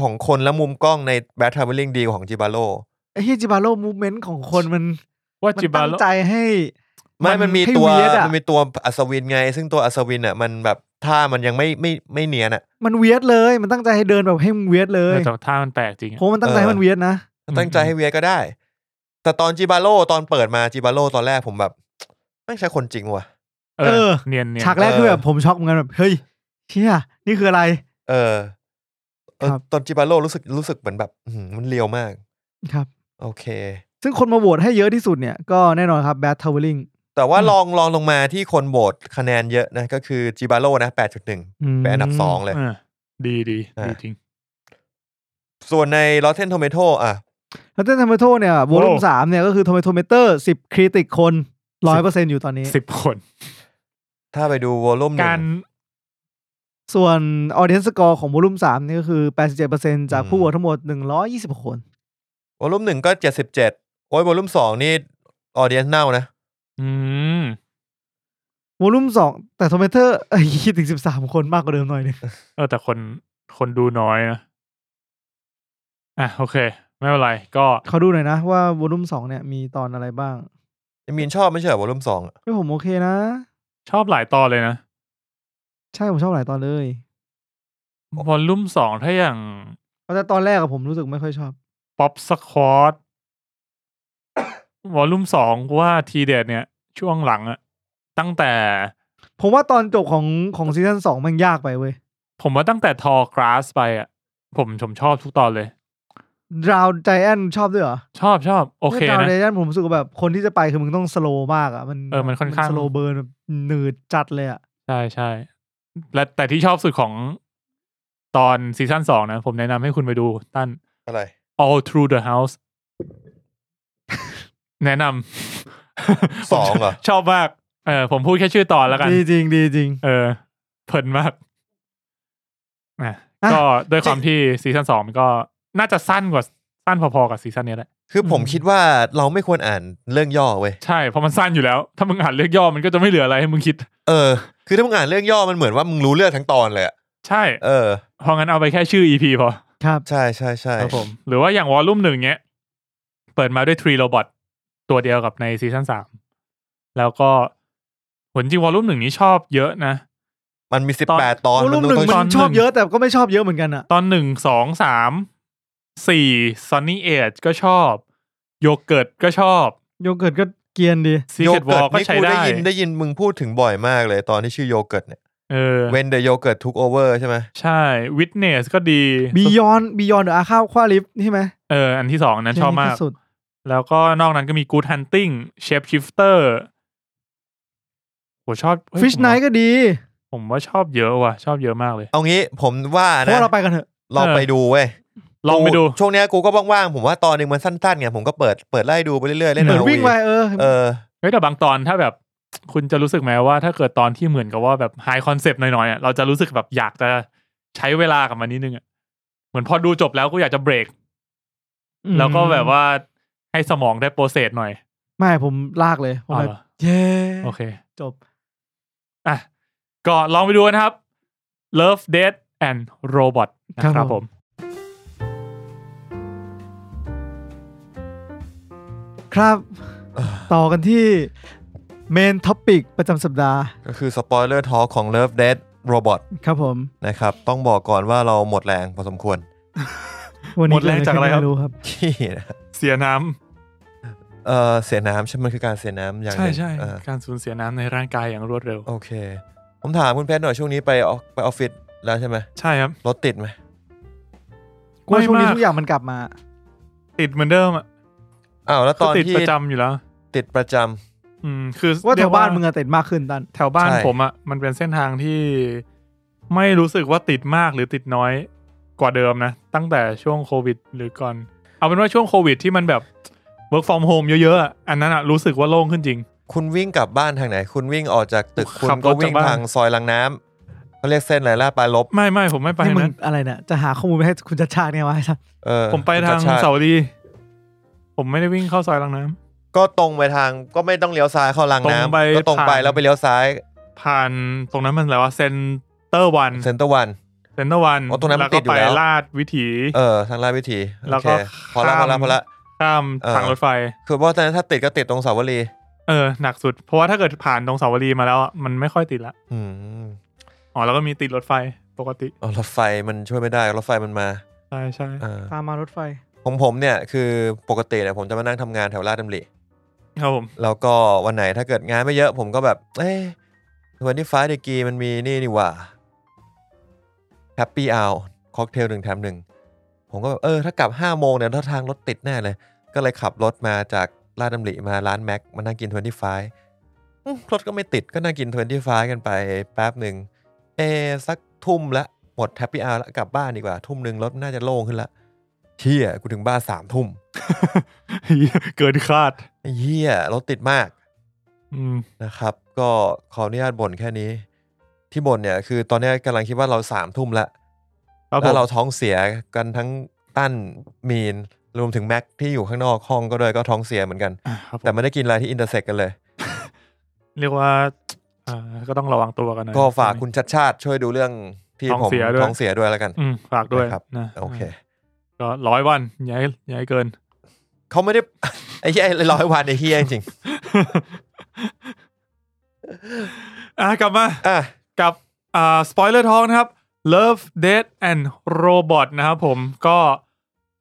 S2: ของคนและมุมกล้องใน Bad Traveling ดีกว่าของจิบาโล
S4: ไอ้เฮียจิบาโลมูเมนต์ของคนมัน
S3: ว่า
S4: มัน
S3: จิบา
S4: ตั้ง
S3: โล
S4: ใจให้
S2: ไม่
S4: มั
S2: มัน นมีตัว
S4: ให้ weird อะ
S2: มันมีตัวอัศวินไง ซึ่งตัวอัศวินอ่ะ มันแบบท่ามันยังไม่ไม่ไม่เนียนอ่ะ
S4: มันเวียดเลย มันตั้งใจให้เดินแบบให้มึงเวียดเลย
S3: แต่ถ้ามันแปลกจริงอะ
S4: โหมันตั้งใจให้มันเวียดนะ
S2: ตั้งใจให้เวียก็ได้ แต่ตอนจิบาโลตอนเปิดมาจิบาโลตอนแรกผมแบบไม่งใช่คนจริงว่ะ
S3: เอ
S4: เอ
S3: อ
S4: อ
S3: เนียนเนียน
S4: ฉากแรก
S2: เออ
S4: คือแบบผมช็อกเหมือนกันแบบเฮ้ยเชี่ยนี่คืออะไร
S2: เออเออ
S4: ครับ
S2: ตอนจิบาโลรู้สึกรู้สึกเหมือนแบบอื้อหือมันเลียวมาก
S4: ครับ
S2: โอเค
S4: ซึ่งคนมาโหวตให้เยอะที่สุดเนี่ย ก็แน่นอนครับแบทเทอร์ลิง
S2: แต่ว่าลองลองลงมาที่คนโหวตคะแนนเยอะนะ ก็คือจิบาโลนะ 8.1 เป็นอันดับ 2 เลย
S3: เออดีดีดีจริง
S2: ส่วนใน Rotten Tomato อ่ะ
S4: แล้วเต้นทอมเมโทเนี่ยโหวต
S3: โอ้
S4: รวมสามเนี่ยก็คือทอมเมโทเมเตอร์สิบคริติกคนร้อยเปอร์เซ็นต์อยู่ตอนนี้
S3: สิบคน
S2: ถ้าไปดูวอลลุ่มหนึ่
S3: การ
S2: ง
S4: ส่วนออเดนสกอร์ของโวลุ่มสามนี่ก็คือแปดสิบเจ็ดเปอร์เซ็นต์จากผู้
S2: อืม
S4: โหวตทั้งหมดหนึ่งร้อยยี่สิบคน
S2: วอลลุ่มหนึ่งก็ 77 โอ้ยวอลลุ่มสองนี่ออเดียนเน่านะ
S3: อืม
S4: วอลุ่มสองแต่ทอมเมเตอร์คิดถึงสิบสามคนมากกว่าเดิมหน่อยหนึง
S3: เออแต่คนคนดูน้อยนะอ่ะโอเค ไม่เป็นไร ก็
S4: เขาดูหน่อยนะว่าวอลุ่มสองเนี่ยมีตอนอะไรบ้าง
S2: มีนชอบไม่ใช่เหรอวอลลุ่มสองอะ
S4: ไม่ผมโอเคนะ
S3: ชอบหลายตอนเลยนะ
S4: ใช่ผมชอบหลายตอนเลยว
S3: อลลุ่มสองถ้าอย่าง
S4: เพราะแต่ตอนแรกอะผมรู้สึกไม่ค่อยชอบ
S3: ป๊อปสควอต *coughs* วอลลุ่มสองว่าทีเด็ดเนี่ย ช่วงหลังอะตั้งแต่
S4: ผมว่าตอนจบของของซีซั่นสองมันยากไปเว้ย
S3: ผมว่าตั้งแต่ทอกราสไปอะผมผมชอบทุกตอนเลย
S4: ดราวไจแอนชอบด้วยเหรอ
S3: ชอบชอบโอเค
S4: ดราว
S3: นะ
S4: ไจแอนผมรู้สึกว่าแบบคนที่จะไปคือมึงต้องสโลว์มากอะมัน
S3: เออมันค่อนข้าง
S4: สโลว์เบิร์นแบบหนืดจัดเลยอะ
S3: ใช่ใช่และแต่ที่ชอบสุดของตอนซีซั่นสองนะ ผมแนะนำให้คุณไปดูตั้น
S2: อะไร
S3: all through the house *laughs* แนะนำ *laughs*
S2: สองเหรอ
S3: ชอบมาก เออผมพูดแค่ชื่อตอนแล้วกัน
S4: ดีจริงดีจริง
S3: เออ เพลินมากอ่ะ
S4: อ่ะ
S3: ก็ด้วยความที่ซีซั่นสองมันก็น่าจะสั้นกว่าสั้นพอๆกับซีซั่นนี้แหละ
S2: คือผมคิดว่าเราไม่ควรอ่านเรื่องย่อเว้ย
S3: ใช่ เพราะมันสั้นอยู่แล้ว ถ้ามึงอ่านเรื่องย่อมันก็จะไม่เหลืออะไรให้มึงคิด
S2: เออ คือถ้ามึงอ่านเรื่องย่อมันเหมือนว่ามึงรู้เรื่องทั้งตอนเลยอะ
S3: ใช่
S2: เออ
S3: เพราะงั้นเอาไปแค่ชื่อ EP พอ
S4: ครับ
S2: ใช่ใช่ใช่
S3: ครับผมหรือว่าอย่างวอลลุ่มหนึ่งเนี้ย เปิดมาด้วยทรีโรบอทตัวเดียวกับในซีซั่นสามแล้วก็ ผลจริงวอลลุ่มหนึ่งนี้ชอบเยอะนะ
S2: มันมีสิบแปดตอน
S4: โอ้รุ่มหนึ่ง
S2: ต้อง
S3: ต
S4: มั
S3: อนห
S4: น
S3: นึ่ง
S4: ชอบเยอะแต่ก็ไม่ชอบเยอะเหมือนกันอะ
S3: ตอนหนึ่งสองสามสี่ซันนี่เอจก็ชอบ โยเกิร์ตก็ชอบ
S4: โยเกิร์ตก็เกรียนดี
S3: ซี
S2: โย
S3: เกตว
S2: เกิ
S3: อ
S2: ร์
S3: ล
S2: ต
S3: ก็
S2: นี่
S3: ใช้
S2: กูได้
S3: ได้
S2: ยินได้ยินมึงพูดถึงบ่อยมากเลย ตอนที่ชื่อโยเกิร์ตเนี่ย
S3: เออ
S2: เวนเดอโยเกิร์ตทุกโอเวอร์ใช่ไหม
S3: ใช่วิทเนสก็ดี
S4: บียอนบียอนเดอะอาข้าวคว้าลิฟต์ใช่ไหม
S3: เออ อันที่สองนั้นชอบมาก
S4: ที่สุด
S3: แล้วก็นอกนั้นก็มี Good Hunting Shape Shifter ผมชอบเฮ้ย
S4: ฟิช
S3: ผม
S4: ไน
S3: ว่า
S4: ก็ดี
S3: ผมว่าชอบเยอะว่ะ ชอบเยอะมากเลย
S2: เอางี้ผมว่า
S4: เพ
S2: นะ
S4: ราะเราไปกันเถอะ
S2: เราไปดูเว้ย
S3: ลองไปดู
S2: ช่วงเนี้ยกูก็ว่างๆผมว่าตอนหนึ่งมันสั้นๆไงผมก็เปิดเปิดไล่ดูไปเรื่อยๆเล่น
S4: เหมือน
S2: เอา
S4: วิ่งไปเออ
S2: เออ
S3: เฮ้ยแต่บางตอนถ้าแบบ คุณจะรู้สึกไหมว่าถ้าเกิดตอนที่เหมือนกับว่าแบบไฮคอนเซปต์หน่อยๆอ่ะเราจะรู้สึกแบบอยากจะใช้เวลากับมันนิดนึงอ่ะเหมือนพอดูจบแล้วกูอยากจะเบรก แล้วก็แบบว่าให้สมองได้โปรเซสหน่อย
S4: ไม่ผมลากเลยผม
S3: อ๋อเห
S4: แบบ
S3: รอ
S4: เย้
S3: โอเค
S4: จบ
S3: อ่ะก็ลองไปดูนะครับ Love Death and Robot นะค
S4: ครั
S3: รับบ ผ
S4: ผม ม ครับ ต่อกันที่เมนท็อปิกประจำสัปดาห์
S2: ก็คือสปอยเลอร์ทอของ Love Dead Robot
S4: ครับผม
S2: นะครับ ต้องบอกก่อนว่าเราหมดแรงพอสมควร *laughs*
S4: วัน
S3: ห
S4: นี้
S3: มดแรงจากอะไรครับ
S4: ม่รู้ครับ
S2: ที่นะ
S3: เสียน้ำ
S2: เออเสียน้ำใช่ไหมมันคือการเสียน้ำอย่างห
S3: ใช่
S2: นึ่ง
S3: ใช่
S2: เออ
S3: การสูญเสียน้ำในร่างกายอย่างรวดเร็ว
S2: โอเค ผมถามคุณแพทย์หน่อยช่วงนี้ไปออกไปออฟฟิศแล้วใช่ไหม
S3: ใช่ครับ
S2: รถติดไหม
S4: กูว่าช่วงนี้
S3: ไม่มาก
S4: ทุกอย่างมันกลับมา
S3: ติดเหมือนเดิมอ่ะ
S2: อ้าวแล้วต
S3: ก็
S2: อน
S3: ติด
S2: ที่
S3: ประจำอยู่แล้ว
S2: ติดประจำ
S3: อืม คือ
S4: ว่าแถ
S3: เรียว ก
S4: บ้านมึงอะติดมากขึ้นตัน
S3: แถวบ้าน
S2: ใช่
S3: ผมอ่ะมันเป็นเส้นทางที่ไม่รู้สึกว่าติดมากหรือติดน้อยกว่าเดิมนะ ตั้งแต่ช่วงโควิดหรือก่อน เอาเป็นว่าช่วงโควิดที่มันแบบ work from home เยอะๆอะอันนั้นอ่ะรู้สึกว่าโล่งขึ้นจริง
S2: คุณวิ่งกลับบ้านทางไหน คุณวิ่งออกจากตึก
S3: ขั
S2: คุณ
S3: บรถ
S2: ก็วิ่ง
S3: จากบ้าน
S2: ทางซอยลังน้ำเขาเรียกเส้นอะไรลาดปลายลบ
S3: ไม่ไม่ผมไม่ไป
S4: นี่มึง
S3: นั้น
S4: อะไรเนี่ยจะหาข้อมูลไปให้คุณจัดฉาก
S3: *laughs*
S4: เนี่ยวะไอ้สัส
S2: เออ
S3: ผมไปทาง
S2: คุณชัดชติ
S3: เสาวดี ผมไม่ได้วิ่งเข้าซอยลังน้ำ
S2: ก็ตรงไปทางก็ไม่ต้องเลี้ยวซ้ายเข้าลังน้ำ
S3: ตรงไป
S2: ก็ตรงไป
S3: ผ่าน
S2: แล้วไปเลี้ยวซ้าย
S3: ผ่านตรงนั้นมันอะไรวะเซนเตอร์วัน
S2: เซ็นเตอร์วัน
S3: เซนเตอร์วัน
S2: อ๋อตรงนั้นมัน
S3: แล้วก็
S2: ติดอยู่
S3: ไป
S2: แล้ว
S3: ลาดวิถี
S2: เออทางลาดวิถี
S3: แล้
S2: โอ
S3: ว
S2: เค
S3: ก็
S2: พอละพ
S3: ข้าม
S2: อละพอละ
S3: ข้าม
S2: เออ
S3: ทางรถไฟ
S2: คือเพราะฉะนั้นถ้าติดก็ติดตรงสาวรี
S3: เออหนักสุด เพราะว่าถ้าเกิดผ่านตรงสาวรีมาแล้วอะมันไม่ค่อยติดละ
S2: อืม
S3: อ๋อแล้วก็มีติดรถไฟปกติ
S2: เอารถไฟมันช่วยไม่ได้รถไฟมันมา
S3: ใช่ใช่
S2: อ่า
S4: ตามมารถไฟ
S2: ผมผมเนี่ยคือปกติเนี่ยผมจะมานั่งทำงานแถวลาดดำริ
S3: ครับผม *laughs*
S2: แล้วก็วันไหนถ้าเกิดงานไม่เยอะ ผมก็แบบ เอ้ยวันที่ฟ้าเดกีมันมีนี่นี่หว่าแฮปปี้อ r ค็อกเทลหนึ่งแถมหนึ่งผมก็แบบเออถ้ากลับ5้าโมงเนี่ยถ้าทางรถติดแน่เลย ก็เลยขับรถมาจากลาดดำริมาร้านแม็กมานั่งกินทเวนตี้ไฟรถก็ไม่ติดก็นั่งกินทเวนตี้ไฟกันไปแป๊บหนึ่ง เออสักทุ่มละหมดแฮปปี้อาร์ละกลับบ้านดีกว่า ทุ่มหนึ่งรถน่าจะโล่งขึ้นละเฮียกูถึงบ้านสามทุ่ม
S3: เหี้ยเกินคาด
S2: ไอ้เฮียรถติดมาก
S3: อืม
S2: นะครับ ก็ขออนุญาตบ่นแค่นี้ ที่บ่นเนี่ยคือตอนเนี้ยกำลังคิดว่าเราสามทุ่มละ
S3: ครับผ
S2: แล้ว
S3: ม
S2: เราท้องเสียกันทั้งตั้นมีนรวมถึงแม็กที่อยู่ข้างนอกห้องก็ด้วยก็ท้องเสียเหมือนกัน
S3: อ่ะครับผ
S2: แต่
S3: ม
S2: ไม่ได้กินอะไรที่อินเตอร์เซ็กกันเลย
S3: เรียกว่าเอ่อก็ต้องระวังตัวกันหน่อย
S2: ก็ฝากคุณชัดชาติช่วยดูเรื่องที่
S3: ท้อง
S2: ผม
S3: เสียด้วย
S2: ท้องเสียด้วยแล้วกัน
S3: อืมฝากด้วย
S2: นะครับ
S3: นะ
S2: โอเค
S3: ก็ร้อยวันอย้ายย้ายเกิน
S2: เขาไม่ได้ *laughs* ไอ้เฮียไอ้ร้อยวันไอ้เฮียจริง
S3: อ่ะกลับมา
S2: ๆอ่ะ
S3: กับอ่าสปอยเลอร์ทองนะครับ Love Death and Robot นะครับผมก็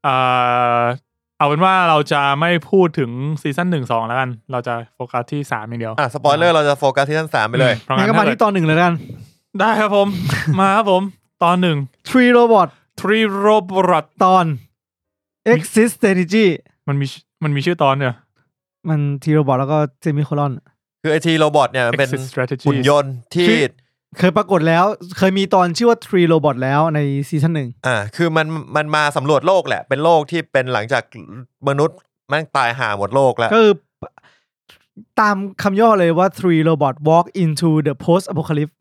S3: อ่าเอาเป็นว่าเราจะไม่พูดถึงซีซั่นหนึ่งสองแล้วกัน เราจะโฟกัสที่สามอย่างเดียว
S2: อ่ะ สปอยเลอร์เราจะโฟกัสที่ท่านสามไปเลย
S3: เพราะ
S4: งั้
S3: งั้
S4: น
S3: น
S4: ก็
S3: ก็
S4: มา
S3: มา
S4: ที่
S3: ที่
S4: ตอนหนึ่งเลยกัน
S3: ได้ครับ
S4: *laughs*
S3: ผม มาครับผม ตอนหนึ่ง
S4: ทรีโรบอท
S3: Three Robot
S4: ตอน exit strategy
S3: มันมีมันมีชื่อตอนเนี่ย
S4: มันทีโรบอทแล้วก็เซมิโคลอน
S2: คือไอทีโรบอทเนี่ยมันเป็น
S3: Exit Strategy
S2: หุ่นยนต์ที่
S4: ที่ เคยปรากฏแล้ว เคยมีตอนชื่อว่าทรีโรบอทแล้วในซีซั่นหนึ่ง
S2: อ่า คือมันมันมาสำรวจโลกแหละ เป็นโลกที่เป็นหลังจากมนุษย์แมันตายห่าหมดโลกแล้ว
S4: ก็คือตามคำย่อเลยว่า three robot walk into the post apocalypse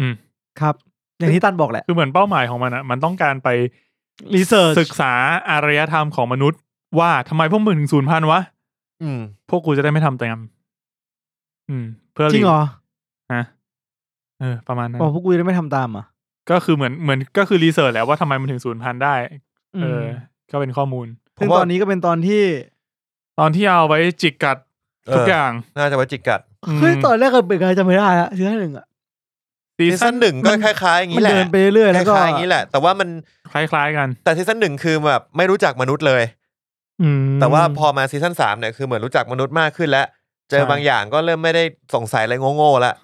S3: อืม
S4: ครับ อย่างที่ตันบอกแหละ
S3: คือเหมือนเป้าหมายของมันอะมันต้องการไป
S4: research
S3: ศึกษาอารยธรรมของมนุษย์ ว่าทำไมพวกมึงถึงศูนย์พันวะ
S2: อืม
S3: พวกกูจะได้ไม่ทำตามอืม เพื่อ
S4: จริงเหรอ
S3: ฮะเออ ประมาณนั้น
S4: บอกพวกกูจะได้ไม่ทำตามอ่ะ
S3: ก็คือเหมือนเหมือนก็คือรีเสิร์ชแหล้วว่าทำไมมันถึงศูนย์พันได้ เออ
S4: ม
S3: ก็เป็นข้อมูล
S4: ซึ่ง
S2: ผมว่า
S4: ตอนนี้ก็เป็นตอนที่
S3: ตอนที่เอาไว้จิกกัด
S2: เออ
S3: ทุกอย่าง
S2: น่าจะไว้จิกกัด
S3: ม
S4: เฮ้ยตอนแรกก็เปิดการจำไม่ได้ละซีซั่นหนึ่งอะ
S3: ซี
S2: ซี
S3: ซั่
S2: ซั่
S3: น
S2: นหนึ่งก็คล้ายๆอย่าง
S4: มัน
S2: นี้แหละ
S4: เดินไปเรื่อยๆ
S2: ค
S4: แล้วก็
S2: ล้ายๆอย่างนี้แหละ แต่ว่ามัน
S3: คล้ายๆกัน
S2: แต่ซีซั่นหนึ่งคือแบบไม่รู้จักมนุษย์เลย
S4: อืม
S2: แต่ว่าพอมาซีซั่นสามเนี่ยคือเหมือนรู้จักมนุษย์มากขึ้นแล้ว เจอบางอย่างก็เริ่มไม่ได้สงสัยอะไรโง่ๆละ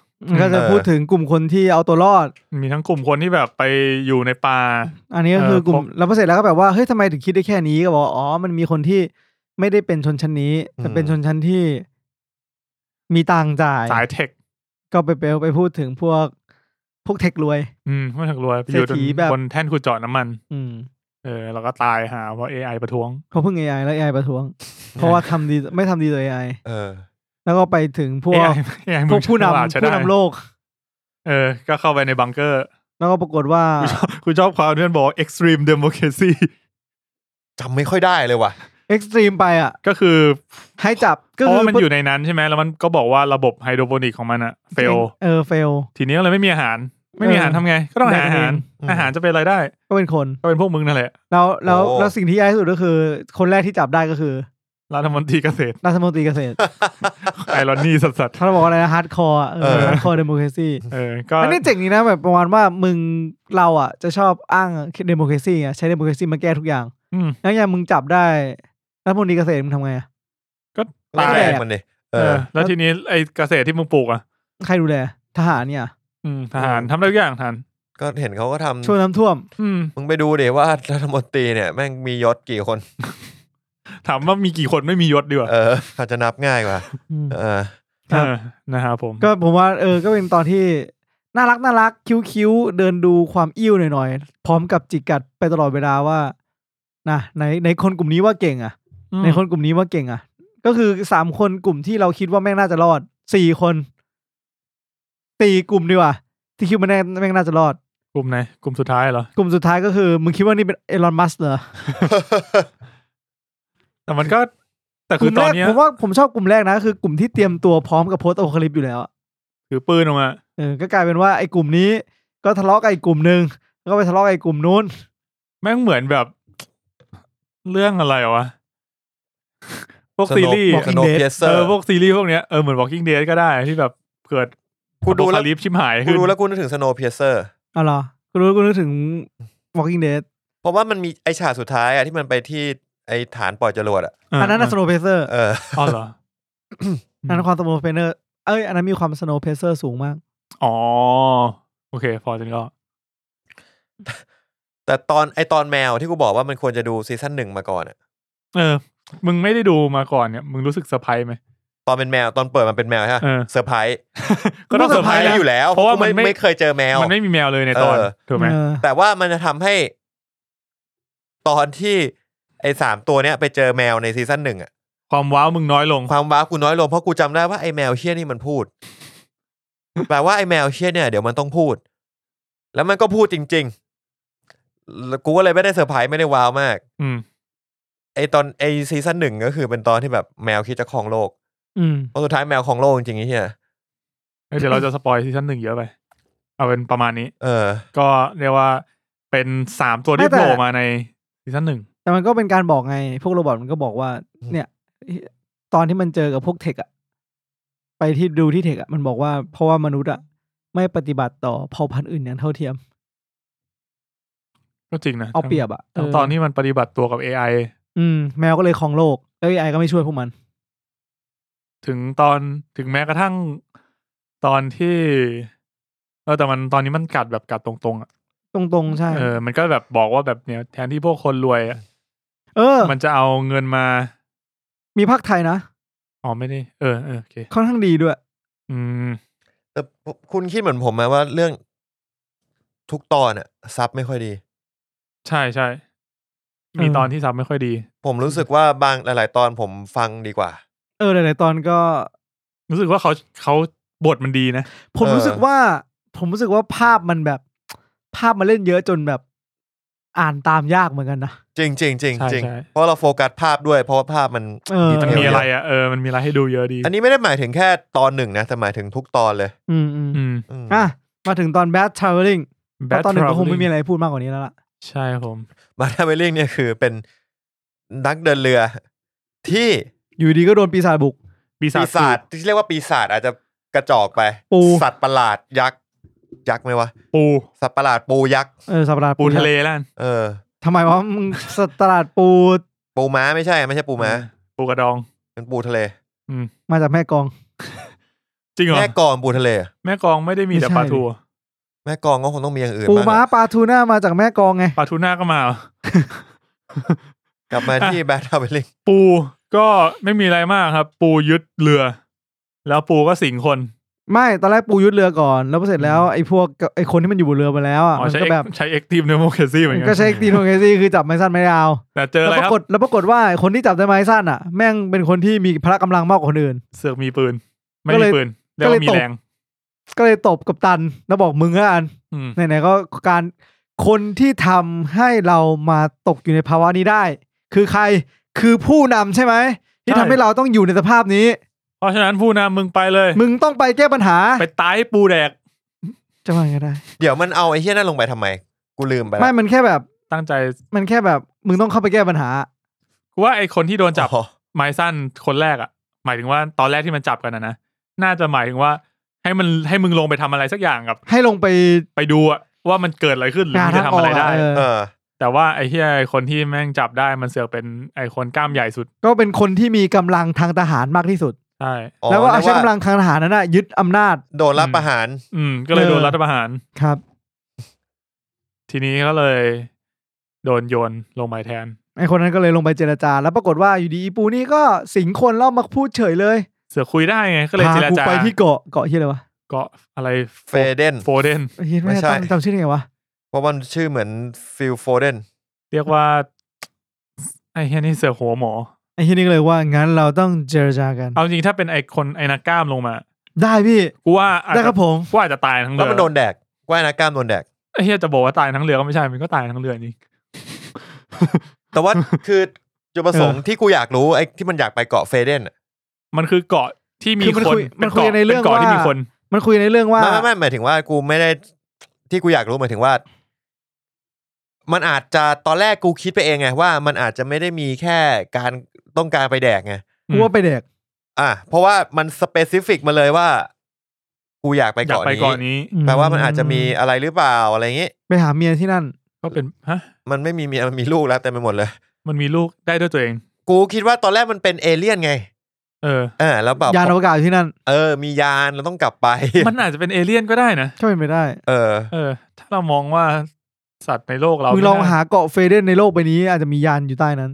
S4: ก็จะ
S2: เออ
S4: พูดถึงกลุ่มคนที่เอาตัวรอด
S3: มีทั้งกลุ่มคนที่แบบไปอยู่ในป่า
S4: อันนี้ก็คือ
S3: เออก
S4: ลุ่
S3: ผม ม
S4: แล้วพอเสร็จแล้วก็แบบว่าเฮ้ยทำไมถึงคิดได้แค่นี้ก็บอกว่าอ๋อมันมีคนที่ไม่ได้เป็นชนชั้นนี้ แต่เป็น
S2: อืม
S4: ชนชั้นที่ มีตังค์จ่าย
S3: สายเทค
S4: ก็ไปเปลไปพูดถึงพวกพวกเทครวย
S3: อืมไม่ถึงรวยไปอยู่
S4: เศรษฐีแบบ
S3: บนแท่นขุดเจาะน้ำมัน
S4: อืม
S3: เออแล้วก็ตายหาเพราะ AI ประท้วง
S4: เขาเพิ่ง AI แล้ว AI ประท้วง เพราะว่าทำดีไม่ทำดีต่อ AI
S2: เออ
S4: แล้วก็ไปถึงพวก
S3: AI AI
S4: พวกผู้
S3: มึ
S4: นำ
S3: งฉลาดใช้
S4: ผู้
S3: ได้
S4: นำโลก
S3: เออ ก็เข้าไปในบังเกอร์
S4: แล้วก็ปรากฏว่า
S3: คุณชอบความที่มันบอก extreme democracy
S2: จำไม่ค่อยได้เลยว่ะ
S4: เอ็กซ์ตรีมไปอ่ะ
S3: ก็คือ
S4: ให้จับก็
S3: เพราะ
S4: คื
S3: ว่ามันอยู่ในนั้นใช่ไหมแล้วมันก็บอกว่าระบบไฮโดรโปนิกของมันอะเฟล
S4: เออเฟล
S3: ทีนี้ก็เลยไม่มีอาหาร ไม่มีอาหาร
S4: เออ
S3: ทำไง ก็ต้องหา
S4: ได้
S3: อา
S4: เอง
S3: หาร
S2: อืม
S3: อาหารจะเป็นอะไรได้
S4: ก็เป็นคน
S3: ก็เป็นพวกมึงนั่นแหละ
S4: แล้วแล้ว
S2: โอ้
S4: แล้วสิ่งที่แย่ที่สุดก็คือ คนแรกที่จับได้ก็คือ
S3: รัฐมนตรีเกษ
S4: *laughs*
S3: ตร
S4: รัฐมนตรีเกษตร
S3: ไอรอนนี่สัส
S4: ถ้าเราบอกว่าอะไรนะฮาร์ดคอร์เอ
S2: เอ
S4: อ
S2: อ
S4: ฮาร์ดคอร์เดโมครซี
S3: ๆเออ ก็
S4: อันนี้เจ๋งนี้นะแบบประมาณว่ามึงเราอ่ะ จะชอบอ้างเดโมครซีไงใช้เดโมครซีมาแก้ทุกอย่าง
S3: อืม
S4: แล้วอย่างมึงจับได้รัฐมนตรีเกษตรมึงทำไงอะ
S2: ตา
S3: ตาย ย
S4: แหละ
S2: มันเนี่ยเอ
S3: เอ
S2: อ
S3: อ แล้วทีนี้ไอเกษตรที่มึงปลูกอ่ะ
S4: ใครดูแลทหารเนี่ย
S3: อืมทหาร
S2: เออ
S3: ทำได้ทุกอย่างทหาร
S2: ก็เห็นเขาก็ทำ
S4: ช่วยน้ำท่วม
S3: อืม
S2: มึงไปดูเดี๋ยวว่ารัฐมนตรีเนี่ยแม่งมียศกี่คน
S3: ถามว่ามีกี่คนไม่มียศดีกว่า
S2: เอออาจจะนับง่ายกว่า เออ
S4: ครับ
S3: เออนะครับผม
S4: ก็ผมว่าเออก็เป็นตอนที่น่ารักน่ารักคิ้วๆ เดินดูความอิ่วหน่อยๆ พร้อมกับจิกกัดไปตลอดเวลาว่านะในในคนกลุ่มนี้ว่าเก่งอ่ะ
S3: อืม
S4: ในคนกลุ่มนี้ว่าเก่งอ่ะ ก็คือสามคนกลุ่มที่เราคิดว่าแม่งน่าจะรอดสี่คนตีกลุ่มดีกว่า ที่คิดว่าแม่งแม่งน่าจะรอด
S3: กลุ่มไหนกลุ่มสุดท้ายเหรอ
S4: กลุ่มสุดท้ายก็คือมึงคิดว่านี่เป็นเอลอนมัสเหรอ
S3: แต่มันก็ แต่
S4: ก
S3: คือ
S4: ลุ่ม
S3: ต
S4: แร
S3: อน
S4: ก
S3: เนี้ย
S4: ผมว่าผมชอบกลุ่มแรกนะคือกลุ่มที่เตรียมตัวพร้อมกับโพสต์โอคลิปอยู่แล้วอะ
S3: ถือปืนออกมา
S4: เออก็กลายเป็นว่าไอ้กลุ่มนี้ก็ทะเลาะกับไอ้กลุ่มหนึ่งแล้วก็ไปทะเลาะกับไอ้กลุ่มนู้น
S3: แม่งเหมือนแบบ เรื่องอะไรวะ พวก
S2: Snow-
S3: ซีรีส์
S4: Walking
S2: สโน
S4: Dead
S2: เพียเซอ
S3: เออ
S2: ร์
S3: พวกซีรีส์พวกเนี้ยเออเหมือน Walking Dead ก็ได้ที่แบบเกิด
S2: กูดูแล้ว
S3: ลิฟชิมหาย
S2: กู
S3: ขึ้น
S2: ดูแล้วกูนึกถึงสโนเพียเซอร์
S4: อ๋อเหรอกูรู้กูนึกถึง Walking Dead
S2: เพราะว่ามันมีไอฉากสุดท้ายอะที่มันไปที่ไอฐานปล่อยจรวดอะ
S4: อันนั้นน่ะ
S3: เ
S4: Snow Pacer
S2: เออ
S3: อ๋อเหรอ
S4: อันนั้นความ Snow Pacer เอ้ยอันนั้นมีความ Snow Pacer สูงมาก
S3: อ๋อ โอเค พอจะก็
S2: แต่ตอนไอตอนแมวที่กูบอกว่ามันควรจะดูซีซั่นหนึ่งมาก่อนอะ
S3: เออ มึงไม่ได้ดูมาก่อนเนี่ย มึงรู้สึกเซอร์ไพรส์ไหม
S2: ตอนเป็นแมวตอนเปิดมันเป็นแมวใช่ไหม
S3: เออ
S2: เซอร์ไพรส์
S3: ก็ต้อง
S4: ไม่
S3: เซ
S4: เซ
S3: อ
S4: อร์
S3: ร์ไพ
S4: พ
S3: ร
S4: รส์
S3: ส์นะ
S4: นะ
S2: อยู่แล้ว
S3: เพราะว่า
S2: กู
S3: มันไม่
S2: ไม่เคยเจอแมว
S3: มันไม่มีแมวเลยในตอน
S2: เออ
S3: ถูกไหม
S4: เออ
S2: แต่ว่ามันจะทำให้ตอนที่ไอสามตัวเนี้ยไปเจอแมวในซีซั่นหนึ่งอะ
S3: ความว้าวมึงน้อยลง
S2: *laughs* ความว้าวกูน้อยลงเพราะกูจำได้ว่าไอแมวเฮี้ยนี่มันพูด แปลว่าไอแมวเฮี้ยเนี่ยเดี๋ยวมันต้องพูด แล้วมันก็พูดจริงๆแล้วกูก็เลยไม่ได้เซอร์ไพรส์ไม่ได้ว้าวมาก
S3: อืม
S2: ไอตอนไอซีซั่นหนึ่งก็คือเป็นตอนที่แบบแมวคิดจะครองโลก
S4: อืม
S2: เพราะสุดท้ายแมวครองโลกจริงๆไอ้เฮีย
S3: เอ้ยเดี๋ยวเราจะสปอยซีซั่นหนึ่งเยอะไป เอาเป็นประมาณนี้
S2: เออ
S3: ก็เรียกว่าเป็นสามตัวที่โผล่มาในซีซั่นหนึ่ง
S4: แต่มันก็เป็นการบอกไง พวกโรบอทมันก็บอกว่า
S2: อืม
S4: เนี่ย ตอนที่มันเจอกับพวกเทคอะไปที่ดูที่เทคอะมันบอกว่าเพราะว่ามนุษย์อะไม่ปฏิบัติต่อเผ่าพันธุ์อื่นอย่างเท่าเทียม
S3: ก็จริงนะ
S4: เอาเปรียบอะ
S3: ทั้ง
S4: เ
S3: ตอนที่มันปฏิบัติตัวกับ AI
S4: อืมแมวก็เลยครองโลกแล้ว AI ก็ไม่ช่วยพวกมัน
S3: ถึงตอนถึงแม้กระทั่งตอนที่เออแต่มันตอนนี้มันกัดแบบกัดตรงๆอ่ะ
S4: ตรงๆใช่
S3: เออมันก็แบบบอกว่าแบบเนี่ยแทนที่พวกคนรวยอะ
S4: เออ
S3: มันจะเอาเงินมา
S4: มีภาคไทยนะ
S3: อ๋อไม่ได้เออเออโอเค
S4: ค่อนข้างดีด้วย
S3: อืม
S2: แต่คุณคิดเหมือนผมไหมว่าเรื่องทุกตอนอะซับไม่ค่อยดี
S3: ใช่ใช่มีตอนที่ซับไม่ค่อยดี
S2: ผมรู้สึกว่าบางหลาย ๆ ตอนผมฟังดีกว่า
S4: เออหลายๆตอนก็
S3: รู้สึกว่าเขาเขาบทมันดีนะ
S4: ผม
S2: เออ
S4: รู้สึกว่า ผมรู้สึกว่าภาพมันแบบ ภาพมันเล่นเยอะจนแบบอ่านตามยากเหมือนกันนะ
S2: จริงจริงจริง
S3: ใช่
S2: จริง
S3: ใช่
S2: เพราะเราโฟกัสภาพด้วย เพราะว่าภาพมัน
S4: เออ
S2: ดี
S3: มัน
S2: เทล
S3: มีอะไร
S2: เย
S3: อ่ะเออมันมีอะไรให้ดูเยอะดี
S2: อันนี้ไม่ได้หมายถึงแค่ตอนหนึ่งนะแต่หมายถึงทุกตอนเลย
S4: อืมอืม
S3: อืม
S2: อืม
S4: อ่ะ มาถึงตอน Bad Traveling เพ
S3: Bad
S4: ราะตอนหนึ่งก็คง
S3: Traveling
S4: ไม่มีอะไรพูดมากกว่านี้แล้วล่ะ
S3: ใช่ครับผม
S2: มาทาเวลลิ่งเนี่ยคือเป็นนักเดินเรือที่
S4: อยู่ดีก็โดนปีศาจบุก
S3: ปีศา
S2: ปี
S3: จ
S2: ศาจที่เรียกว่าปีศาจอาจจะ กระจอกไป
S4: ปู
S2: สัตว์ประหลาดยักษ์ยักษ์ไหมวะ
S3: ปู
S2: สัตว์ประหลาดปูยักษ์
S4: เออสัตว์ประหลาด
S3: ปูทะเลแล้วกัน
S2: เออ
S4: ทำไมวะมึงสัตว์ประหลาดปู
S2: ปูม้าไม่ใช่ไม่ใช่ปูม้า
S3: ปูกระดอง
S2: เป็นปูทะเล
S4: มาจากแม่กอง
S3: จริงเหรอ
S2: แม่กองปูทะเลอะ
S3: แม่กองไม่ได้มี
S4: ไม่ใช่
S3: แต่ปลาทูอะ
S2: แม่กองก็คงต้องมีอย่างอื่น
S4: ปู
S2: บ้าง
S4: ม้า
S2: อะ
S4: ปลาทูน่ามาจากแม่กองไง
S3: ปลาทูน่าก็มาเหรอก
S2: ลับมาที่แบทเทิลเบลลิง
S3: ปูก็ไม่มีอะไรมากครับ ปูยึดเรือ แล้วปูก็สิงคน
S4: ไม่ตอนแรกปูยึดเรือก่อน แล้วพอเสร็จแล้วไอ้พวกไอ้คนที่มันอยู่บนเรือมาแล้วอ่ะ
S3: อ๋อ
S4: มัน
S3: ใช้
S4: ก็
S3: เอ็ก
S4: แบบ
S3: ใช้เอ็กทีมเนโมเคซี่เหมือน
S4: มัน
S3: กั
S4: ก็ใช้ตีโนเกซี่คือจับไม้สั้นไม่ยาว
S3: แต่เจออะไร
S4: แล้วป
S3: ครั
S4: รา
S3: บ
S4: กฏแล้วปรากฏว่าคนที่จับได้ไม้สั้นอ่ะ แม่งเป็นคนที่มีพละกำลังมากกว่าคนอื่น
S3: เสือกมีปืน ไม่
S4: ก็เล
S3: มี
S4: ย
S3: ปืนแต่
S4: ก็เล
S3: ว่าย มี
S4: ตบ
S3: แรง
S4: ก็เลยตบกับตันแล้วบอกมึงละกัน
S3: อืม
S4: ไหนๆก็การคนที่ทำให้เรามาตกอยู่ในภาวะนี้ได้ คือใครคือผู้นำใช่ไหมที่ทำให้เราต้องอยู่ในสภาพนี้
S3: เพราะฉะนั้นผู้นำมึงไปเลย
S4: มึงต้องไปแก้ปัญหา
S3: ไปตายปูแดก
S4: จะว่าไงก็ได้
S2: เดี๋ยวมันเอาไอ้เหี้ยนั่นลงไปทำไม กูลืมไปละ
S4: ไม่มันแค่แบบ
S3: ตั้งใจ
S4: มันแค่แบบ มึงต้องเข้าไปแก้ปัญหา
S3: กูว่าไอคนที่โดนจับ
S2: อ๋อ
S3: ไม้สั้นคนแรกอะหมายถึงว่าตอนแรกที่มันจับกันนะนะน่าจะหมายถึงว่า ให้มันให้มึงลงไปทำอะไรสักอย่างกับ
S4: ให้ลงไป
S3: ไปดูอะว่ามันเกิดอะไรขึ้นหรือ
S4: หา
S3: มึงจะ
S4: ทาง
S3: ทำอะไร
S4: ก
S3: ได้
S4: เออ
S2: เออ
S3: แต่ว่าไอ้เฮียไอ้คนที่แม่งจับได้มันเสือกเป็นไอ้คนกล้ามใหญ่สุด
S4: ก็เป็นคนที่มีกำลังทางทหารมากที่สุด
S3: ใช่
S2: อ๋อ
S4: แล้วก็เอา
S2: นึ
S4: ใช้กำลังทางทหารนั้นนะยึดอำนาจ
S2: โดนรับประหาร
S3: อืม ก็เลย
S4: เออ
S3: โดนรัฐประหาร
S4: ครับ
S3: ทีนี้ก็เลย โดนโยนลงไปแทน
S4: ไอคนนั้นก็เลยลงไปเจรจา แล้วปรากฏว่าอยู่ดีอีปูนี่ก็สิงคนแล้วมาพูดเฉยเลย
S3: เสือกคุยได้ไง ก็เลย
S4: พา
S3: เจร
S4: กู
S3: จา
S4: ไปที่เกาะเกาะที่อะไรวะ
S3: เกาะอะไร
S2: เฟเดน
S3: โฟเดน
S4: เฮีย
S2: ไม่
S4: ไม่
S2: ใช่
S4: จำจำชื่อได้ไงวะ
S2: เพราะมันชื่อเหมือนฟิลโฟเดน
S3: เรียกว่า ไอ้เฮียนี่เสือกหัวหมอ
S4: ไอเฮียนี่ก็เลยว่างั้นเราต้องเจรจากัน
S3: เอาจริงถ้าเป็นไอ้คนไอ้นักกล้ามลงมา
S4: ได้พี่
S3: กูว่าอาจ
S4: ได้ค
S3: จะ
S4: รับผม
S3: กูว่าอาจจะตายทั้ง
S2: แล้
S3: เรื
S2: วมันโดนแดกว่ายนะกล้ามโดนแดก
S3: ไอ้เฮียจะบอกว่าตายทั้งเรือก็ไม่ใช่มันก็ตายทั้งเรือจริง
S2: แต่ว่า คือจุดประสงค์
S3: เออ
S2: ที่กูอยากรู้ไอ้ที่มันอยากไปเกาะเฟเดนอะ
S3: มันคือเกาะที่มี
S4: คือมัน
S3: คน
S4: คุย
S3: เป็
S4: มันคุย
S3: เกาะ
S4: ในเรื่
S3: เป็
S4: อง
S3: นเกาะที่
S4: ว่ามี
S3: มีคน
S4: มันคุยในเรื่องว่า
S2: ไม่ไม่ไม่หมายถึงว่ากูไม่ได้ที่กูอยากรู้หมายถึงว่า มันอาจจะตอนแรกกูคิดไปเองไงว่า มันอาจจะไม่ได้มีแค่การต้องการไปแดกไง
S4: กูว่าไปเด็ก
S2: อ่ะเพราะว่ามันสเปซิฟิกมาเลยว่า กูอยากไป
S3: อยาก
S2: เกาะ
S3: ไป
S2: นี้
S3: เกาะนี้
S2: แปลว่ามันอาจจะมีอะไรหรือเปล่าอะไรอย่างงี้
S4: ไปหาเมียที่นั่น
S3: ก็เป็นฮะ
S2: มันไม่มีเมียมันมีลูกแล้วเต็มไปหมดเลย
S3: มันมีลูกได้ด้วยตัวเอง
S2: กูคิดว่าตอนแรกมันเป็นเอเลี่ยนไง
S3: เออ
S2: เออแล้วแบบ
S4: ยานอวกาศอยู่ที่นั่น
S2: เออ มียานเราต้องกลับไป
S3: มันอาจจะเป็นเอเลี่ยนก็ได้นะ
S4: ก็เป็นไปได้
S2: *laughs* เออ
S3: เออ ถ้าเรามองว่าสัตว์ในโลกเรา
S4: มึงลอง
S3: ไม่น่
S4: หาเกาะเฟเดนในโลกใบนี้อาจจะมียานอยู่ใต้นั้น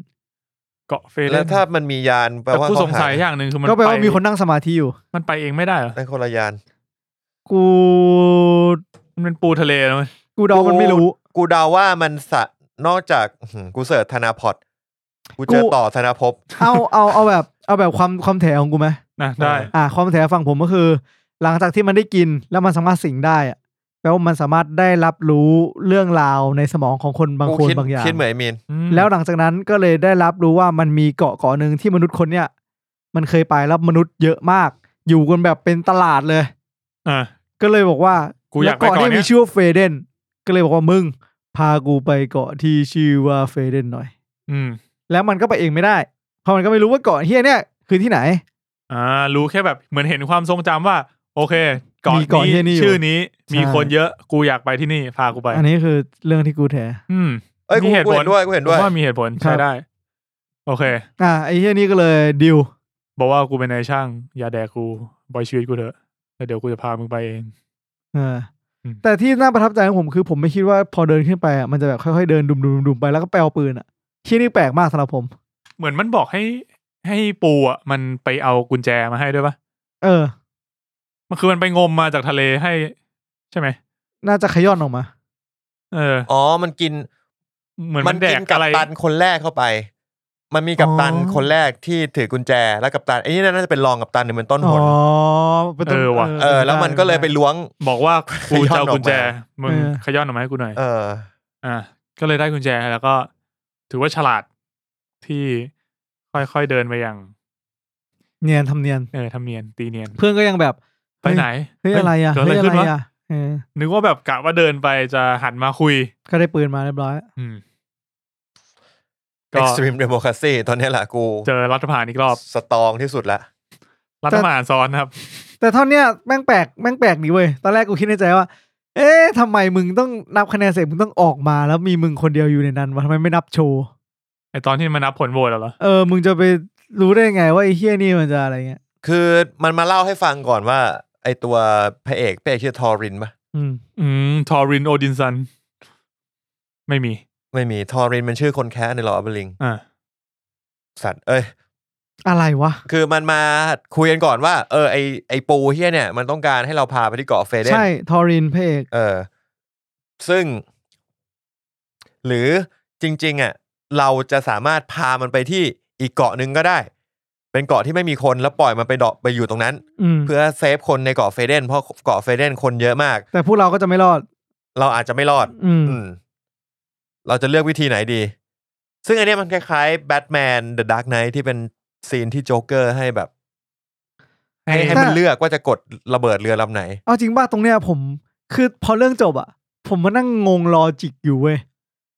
S3: เกาะเฟร
S2: แล้วถ้ามันมียานแปล
S3: แต่
S2: ว่า
S3: กู
S2: เขา
S3: สงสัยอ
S2: หา
S3: ย่างหนึ่งคือมัน
S4: ก็แปลว่า
S3: ไป
S4: มีคนนั่งสมาธิอยู่
S3: มันไปเองไม่ได้เหรอ
S2: ในคนละยาน
S4: กู
S3: มันเป็นปูทะเลนะเว้ย
S4: กูเดามันไม่รู้
S2: กูเดาว่ามันสะนอกจากอื้อหือกูเสิร์ชธนาพอดกูเจอ
S4: กู
S2: ต่อธนาภพ
S4: เอาเอาเอาแบบเอาแบบความความแถของกูไหม
S3: นะได้
S2: เออ
S4: อ่า ความแถฝั่งผมก็คือ หลังจากที่มันได้กินแล้วมันสามารถสิงได้อะแปลว่ามันสามารถได้รับรู้เรื่องราวในสมองของคนบาง
S2: กู
S4: คน
S2: คิด
S4: บางอย่าง
S2: คิดเหมือนไอ้มีน
S4: แล้วหลังจากนั้นก็เลยได้รับรู้ว่ามันมีเกาะเกาะหนึ่งที่มนุษย์คนเนี้ยมันเคยไปแล้วมนุษย์เยอะมาก อยู่กันแบบเป็นตลาดเลย
S3: อ่า
S4: ก็เลยบอกว่า
S3: กูอยากไป
S4: แล้วเกาะ
S3: เกาะ
S4: ที่
S3: เนี้ย
S4: มีชื่อว่าเฟเดนก็เลยบอกว่ามึงพากูไปเกาะที่ชื่อว่าเฟเดนหน่อย
S3: อืม
S4: แล้วมันก็ไปเองไม่ได้ เพราะมันก็ไม่รู้ว่าเกาะเฮียเนี่ยคือที่ไหน
S3: อ่า รู้แค่แบบเหมือนเห็นความทรงจำว่า โอเคเกาะ
S4: มีเกาะที่นี่
S3: นี้
S4: อยู่
S3: ชื่อนี้มี
S4: ใช่
S3: คนเยอะกูอยากไปที่นี่พากูไป
S4: อันนี้คือเรื่องที่กูแถ
S3: อืม
S2: เอ้ยกู
S3: มีเหตุ
S2: กูเห็
S3: ผ
S2: น
S3: ล
S2: ด้วยกูเห็น
S3: ผม
S2: ด้วย
S3: ว่ามีเหตุผล
S4: ครั
S3: ใช้
S4: บ
S3: ได้ โอเค
S4: อ่ะไอ้เฮียนี่ก็เลยดิว
S3: บอกว่ากูเป็นนายช่าง อย่าแดกกูปล่อยชีวิตกูเถอะแล้วเดี๋ยวกูจะพามึงไปเอง
S4: เอออ
S3: ม
S4: แต่ที่น่าประทับใจของผมคือผมไม่คิดว่าพอเดินขึ้นไปอ่ะมันจะแบบค่อยๆเดินดุมๆดุมๆไปแล้วก็แปลวปืนอ่ะเฮียนี่แปลกมากสำหรับผม
S3: เหมือนมันบอกให้ให้ปูอ่ะมันไปเอากุญแจมาให้ด้วยปะ
S4: เออ
S3: มันคือมันไปงมมาจากทะเลให้ ใช่ไหม
S4: น่าจะขย้อนออกมา
S3: เออ
S2: อ๋อมันกิน
S3: เหมือนมันแด
S2: กิ
S3: ก
S2: กั
S3: อะไร
S2: ตันคนแรกเข้าไป มันมีกัปตัน
S4: อ๋อ
S2: คนแรกที่ถือกุญแจแล้วกัปตันไอ้นี่น่าจะเป็นรองกัปตันหรือเป็นต้น
S4: อ๋
S2: ห
S4: อน ป็นต้น
S3: เออว่ะ
S2: เออ แล้วมันก็เลยไป
S4: ด้
S2: ล้วง
S3: บอกว่ากูจะเอากุญแจ มึง
S4: เออ
S3: ขย้อนออกมาให้กูหน่อย
S2: เออ
S3: อ่าก็เลยได้กุญแจแล้วก็ ถือว่าฉลาดที่ค่อยๆเดินไปอย่าง
S4: เนียนทำเนียน
S3: เออทำเนียนตีเนียน
S4: เพื่อนก็ยังแบบ
S3: ไปไหน
S4: เฮ้ยอะไรอ่ะ
S3: เกิดอะไร
S4: เฮ้ย
S3: ขึ้นวะ
S4: อ่ะเออ
S3: นึกว่าแบบกะว่าเดินไปจะหันมาคุย
S4: ก็ได้ปืนมาเรียบร้อย
S3: อืม ก็
S2: extreme democracy ตอนเนี้ยแหละกู
S3: เจอรัฐประหารอีกรอบ
S2: สตรองที่สุดละ
S3: รัฐประหารซ้อนครับ
S4: แต่ แต่ท่อนเนี้ยแม่งแปลกแม่งแปลกดีเว้ยตอนแรกกูคิดในใจว่า เอ๊ะทำไมมึงต้องนับคะแนนเสร็จมึงต้องออกมาแล้วมีมึงคนเดียวอยู่ในนั้นวะทำไมไม่นับโชว์
S3: ไอตอนที่มันนับผลโหวตอะเหรอ
S4: เออมึงจะไปรู้ได้ไงว่าไอ้เฮี้ยนี่มันจะอะไรเงี้ย
S2: คือมันมาเล่าให้ฟังก่อนว่า ไอตัวพระเอกพระเอกชื่อทอรินปะ
S4: อืม
S3: อืม ทอรินโอดินซัน ไม่มี
S2: ไม่มีทอรินมันชื่อคนแค้ในหลออบลิง
S3: อ่า
S2: สัตว์เอ้ย
S4: อะไรวะ
S2: คือมันมาคุยกันก่อนว่า เออไอไอปูเฮียเนี่ยมันต้องการให้เราพาไปที่เกาะเฟเดน
S4: ใช่ทอรินพระเอก
S2: เออ ซึ่ง หรือจริง ๆ อ่ะ เราจะสามารถพามันไปที่อีกเกาะหนึ่งก็ได้ เป็นเกาะที่ไม่มีคนแล้วปล่อยมันไปเดาะไปอยู่ตรงนั้น
S4: อืม
S2: เพื่อเซฟคนในเกาะเฟเดนเพราะเกาะเฟเดนคนเยอะมาก
S4: แต่พวกเราก็จะไม่รอด
S2: เราอาจจะไม่รอด
S4: อืม
S2: อืม เราจะเลือกวิธีไหนดี ซึ่งอันเนี้ยมันคล้ายๆแบทแมนเดอะดาร์กไนท์ที่เป็นซีนที่โจ๊กเกอร์ให้แบบ ให้ให้มัน
S4: แต่
S2: เลือกว่าจะกดระเบิดเรือลำไหน
S4: เอาจริงป่ะตรงเนี้ยผมคือพอเรื่องจบอะผมมานั่งงงลอจิกอยู่เว้ย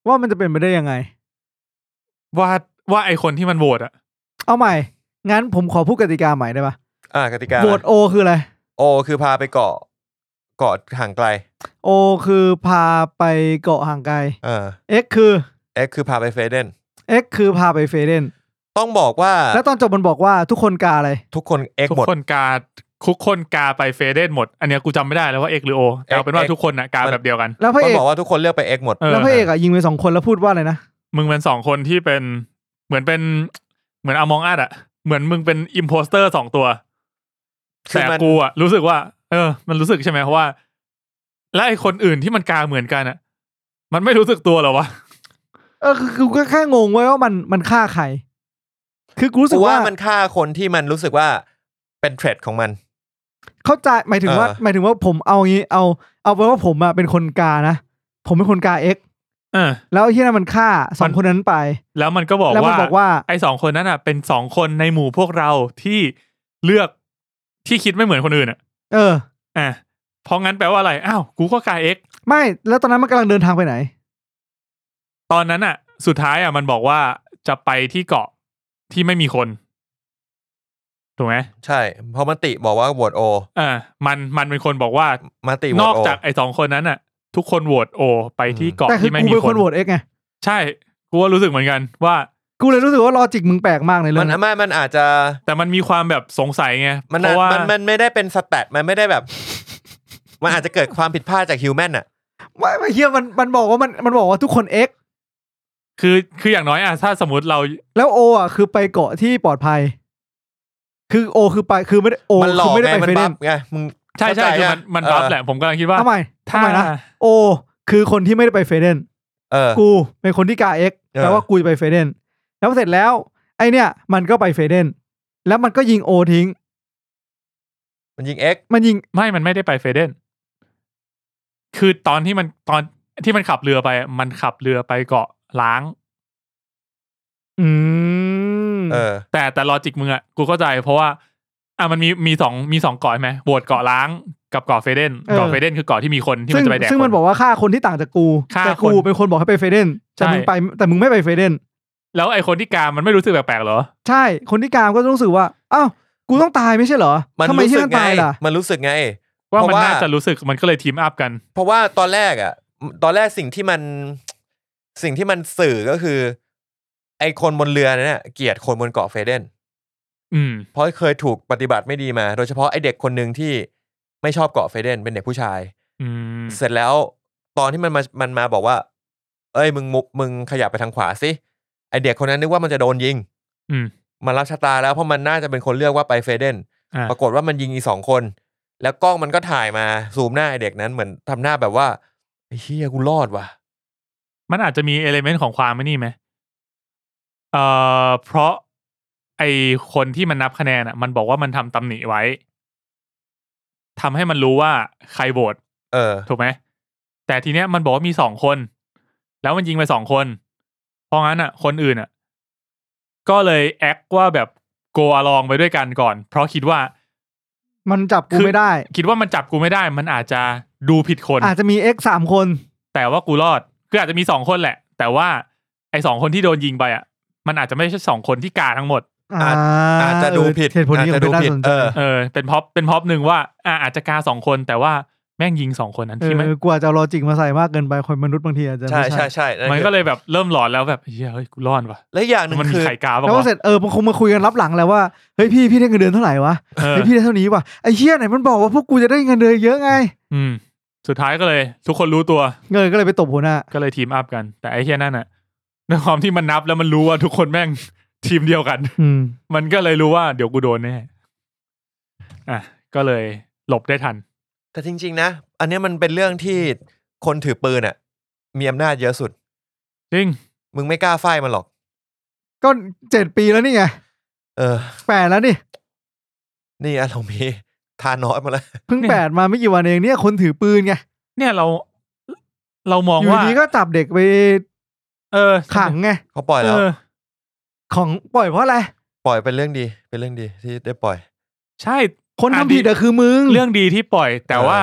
S4: ว่ามันจะเป็นไปได้ยังไง
S3: ว่าว่าไอคนที่มันโหวตอะ
S4: เอาใหม่ งั้นผมขอพูดกติกาใหม่ได้ปะ
S2: อ่ากติกา
S4: โหวตโอคืออะไร
S2: โอคือพาไปเกาะเกาะห่างไกล
S4: โอคือพาไปเกาะห่างไกล
S2: เออ
S4: X คือ
S2: เอ็กคือพาไปเฟเดน
S4: X คือพาไปเฟเดน
S2: ต้องบอกว่า
S4: แล้วตอนจบมันบอกว่าทุกคนกาอะไร
S2: ทุกคนเอ็ก
S3: ทุก
S2: หมด
S3: คนกาทุกคนกาไปเฟเดนหมด อันเนี้ยกูจำไม่ได้แล้วว่าเอกหรือโอแต่เอาเป็นว่า
S2: X
S3: ทุกคนอะกา
S2: มัน
S3: แบบเดียวกัน
S4: แล้วพระ
S2: ต้อ
S4: เอง ก
S2: บอกว่าทุกคนเลือกไปเอ็กหมด
S3: เออ
S4: แล้วพระเอกอะยิงไปสองคนแล้วพูดว่าอะไรนะ
S3: มึงเป็นสองคนที่เป็นเหมือนเป็นเหมือนอมองอัดอะเหมือนมึงเป็นอิมโพสเตอร์สองตัว
S2: คือ
S3: แต่
S2: มัน
S3: กูอะรู้สึกว่า เออ มันรู้สึกใช่ไหมเพราะว่า และไอคนอื่นที่มันกาเหมือนกันอะมันไม่รู้สึกตัวเหรอวะ
S4: เออคือคือกูก็แค่งงไว้ยว่ามันมันฆ่าใครคือกูรู้สึ
S2: กู
S4: ก
S2: ว่า
S4: ว่า
S2: มันฆ่าคนที่มันรู้สึกว่าเป็นเทรดของมัน
S4: เข้าใจหมายถึงว่า
S2: เออ
S4: หมายถึงว่าผมเอางี้เอา เอาไปนว่าผมอะเป็นคนกานะผมเป็นคนกา X
S3: เออ
S4: แล้วไอ้ที่นั่นมันฆ่าสอ
S3: มั
S4: ง
S3: น
S4: คนนั้นไป
S3: แล้วมันก็บอก
S4: แล้วมัน
S3: ว่า
S4: บอกว่า
S3: ไอสองคนนั้นอ่ะ เป็นสองคนในหมู่พวกเราที่เลือกที่คิดไม่เหมือนคนอื่นอ่ะ
S4: เออ
S3: อ่ะเพราะงั้นแปลว่าอะไรอ้าวกูก็กายเอ็ก
S4: ไม่แล้วตอนนั้นมันกำลังเดินทางไปไหน
S3: ตอนนั้นอ่ะ สุดท้ายอ่ะมันบอกว่าจะไปที่เกาะที่ไม่มีคนถูกไหม
S2: ใช่ เพราะมติบอกว่าโหวตโอ
S3: อ่ามันมันเป็นคนบอกว่าม
S2: ติโหวน ต
S3: อก
S2: โอ
S3: จากไอสองคนนั้นอ่ะ ทุกคนโหวตโอ ไปที่เกาะ
S4: แต่คือ
S3: ที่ไม่
S4: กู
S3: มี
S4: เป็น
S3: ค
S4: คน นโหวต X ไง
S3: ใช่กูว่ารู้สึกเหมือนกันว่า
S4: กูเลยรู้สึกว่าลอจิกมึงแปลกมากในเรื่
S2: มั
S4: อน งนี้
S2: ไม่มันอาจจะ
S3: แต่มันมีความแบบสงสัยไง
S2: มัน
S3: เพราะว่า
S2: มันมันไม่ได้เป็นสแตทมันไม่ได้
S4: *laughs*
S2: แบบ มันอาจจะเกิดความผิดพลาดจากฮิวแมนอ่ะ
S4: ไม่ไม่เฮียมันมันบอกว่ามันมันบอกว่าทุกคน X
S3: คือคืออย่างน้อยอ่ะถ้าสมมติเรา
S4: แล้วโออ่ะคือไปเกาะที่ปลอดภัย คือโอคือไปคือไม่ได้โอ
S2: มันหล
S4: คือ อก ไม่ได้
S2: ไง
S4: ไป
S2: มัน
S4: เฟเด
S2: บัฟ
S4: น
S2: ไงมึง
S3: ใช่ใช่
S2: เข้าจ
S3: คือมันมันบัฟแหละผมกำลังคิดว่า
S4: ทำไมทำ
S3: ถ้า
S4: ไมนะโอ คือคนที่ไม่ได้ไปเฟเดน
S2: เออ
S4: กูเป็นคนที่กาเอ็ก
S2: เออ
S4: แปลว่ากูจะไปเฟเดนแล้วเสร็จแล้ว ไอเนี่ย มันก็ไปเฟเดนแล้วมันก็ยิงโอทิ้ง
S2: มันยิงเอ็ก
S4: มันยิง
S3: ไม่มันไม่ได้ไปเฟเดน คือตอนที่มันตอนที่มันขับเรือไปอะมันขับเรือไปเกาะล้าง
S4: อืม
S2: เออ
S3: แต่แต่ลอจิกมึงอะกูเข้าใจเพราะว่า อ่ะมันมีมีสองมีสองเกาะใช่ไหมโบดเกาะล้างกับเกาะเฟเดนเกาะเฟเดนคือเกาะที่มีคนที่มั
S4: ซึ่
S3: น
S4: ง
S3: จะไปแดก
S4: ซึ่งมัน
S3: ค
S4: บอกว่าฆ่าคนที่ต่างจากกู
S3: ฆ่า
S4: แต่กู
S3: คน
S4: เป็นคนบอกให้ไปเฟเดนแต่
S3: ใช่
S4: มึงไปแต่มึงไม่ไปเฟเดน
S3: แล้วไอคนที่กามมันไม่รู้สึกแปลกๆเหรอ
S4: ใช่ คนที่กามก็รู้สึกว่า อ้าว กูต้องตายไม่ใช่เหรอ
S2: มัน
S4: ทำไม
S2: รู้
S4: ที่
S2: สึกไง
S4: นั่นตายล่ะ
S2: มันรู้สึกไง
S3: ว่ามัน
S2: เพราะว่า
S3: น่าจะรู้สึกมันก็เลยทีมอัพกัน
S2: เพราะว่าตอนแรกอ่ะ ตอนแรกสิ่งที่มัน สิ่งที่มันสื่อก็คือ ไอคนบนเรือนั่นน่ะเกลียดคนบนเกาะเฟเดน
S3: อืม
S2: เพราะเคยถูกปฏิบัติไม่ดีมา โดยเฉพาะไอเด็กคนหนึ่งที่ไม่ชอบเกาะเฟเดนเป็นเด็กผู้ชาย
S3: อืม
S2: เสร็จแล้วตอนที่มันมามันมาบอกว่า เอ้ยมึงมุกมึงขยับไปทางขวาสิไอเด็กคนนั้นนึกว่ามันจะโดนยิง
S3: อืม
S2: มันรับชะตาแล้วเพราะมันน่าจะเป็นคนเลือกว่าไปเฟเดน
S3: อ่ะ
S2: ปรากฏว่ามันยิงอีสองคน แล้วกล้องมันก็ถ่ายมาซูมหน้าไอเด็กนั้นเหมือนทำหน้าแบบว่าไอ้เฮียกูรอดว่ะ
S3: มันอาจจะมีเอลเมนต์ของความไม่นี่ไหมเอ่อเพราะไอคนที่มันนับคะแนนอะมันบอกว่ามันทำตำหนิไว้ทำให้มันรู้ว่าใครโหวต
S2: เออ
S3: ถูกไหมแต่ทีเนี้ยมันบอกว่ามีสองคน แล้วมันยิงไปสองคน เพราะงั้นอ่ะ คนอื่นอ่ะ ก็เลยแอคว่าแบบโกอลองไปด้วยกันก่อน เพราะคิดว่า
S4: มันจับกูไม่ได้
S3: คิดว่ามันจับกูไม่ได้ มันอาจจะดูผิดคน
S4: อาจจะมี X สามคน
S3: แต่ว่ากูรอดคืออาจจะมีสองคนแหละ แต่ว่าไอ้สองคนที่โดนยิงไปอ่ะ มันอาจจะไม่ใช่สองคนที่กาทั้งหมด
S2: อาจอาจจะดูผิด
S4: เออเหตุผลนี้
S2: อาจจะ
S4: ผม
S2: ดู
S4: น่า
S2: ผิด
S4: สนใจ
S2: เออ
S3: เออเป็นพ็อปเป็นพ็อปหนึ่งว่าอ่ะอาจจะกาสองคนแต่ว่าแม่งยิงสองคนนั้น
S4: เอ
S3: ที่ไม่
S4: อกลัวจะเอาลอจิกมาใส่มากเกินไปคนมนุษย์บางทีอาจจะ
S2: ใช่
S4: ไม่
S2: ใช่ใช่นั่น
S3: มัน
S2: คือ
S3: ก็เลยแบบเริ่มหลอนแล้วแบบเฮ้ยเฮ้ยกูรอดว่ะ
S2: และอีกอย่างหนึ่ง
S3: มันมี
S2: คือ
S3: ไข่กาบ้าง
S4: แล้วก็
S3: วะ
S4: เสร็จเออคงมาคุยกันรับหลังแหล้วว่าเฮ้ยพี่พี่ได้เงินเดือนเท่าไหร่วะ
S3: เออ
S4: เฮ้ยพี่ได้เท่านี้วะไอ้เฮียไหนมันบอกว่าพวกกูจะได้เงินเดือนเยอะไง
S3: อืมสุดท้ายก็เลย ทุกคนรู้ตัว
S4: เงินก็เลยไปตบหัวหน้า
S3: ก็เลยทีมอัพกัน แต่ไอ้เฮียนั่นน่ะในความที่มันนับแล้วมันรู้ว่าทุกคนแม่ง *laughs* ทีมเดียวกัน
S4: อืม
S3: มันก็เลยรู้ว่าเดี๋ยวกูโดนแน่อ่ะก็เลยหลบได้ทัน
S2: แต่จริง ๆ นะ อันเนี้ยมันเป็นเรื่องที่คนถือปืนอ่ะ มีอำนาจเยอะสุด
S3: จริง
S2: มึงไม่กล้าไฟมันหรอก
S4: ก็เจ็ดปีแล้วนี่ไง
S2: เออ
S4: แปดแล้วนี่
S2: นี่อารมณ์มีทานอสมาแล้ว
S4: เพิ่ง
S3: เนี่ย
S4: แปดมาไม่กี่วันเองเนี่ยคนถือปืนไง
S3: เนี่ยเราเรามอง
S4: อยู่
S3: ว่า
S4: ดีก็จับเด็กไป
S3: เออ
S4: ขังไง
S2: เขาปล่อย
S3: เอ
S2: แล้ว
S3: อ
S4: ของปล่อยเพราะอะไร
S2: ปล่อยเป็นเรื่องดี เป็นเรื่องดีที่ได้ปล่อย
S3: ใช่
S4: คน
S3: อ่ะ
S4: ทำผิด
S3: ดี
S4: อะคือมึง
S3: เรื่องดีที่ปล่อย แต่
S2: เออ
S3: ว่า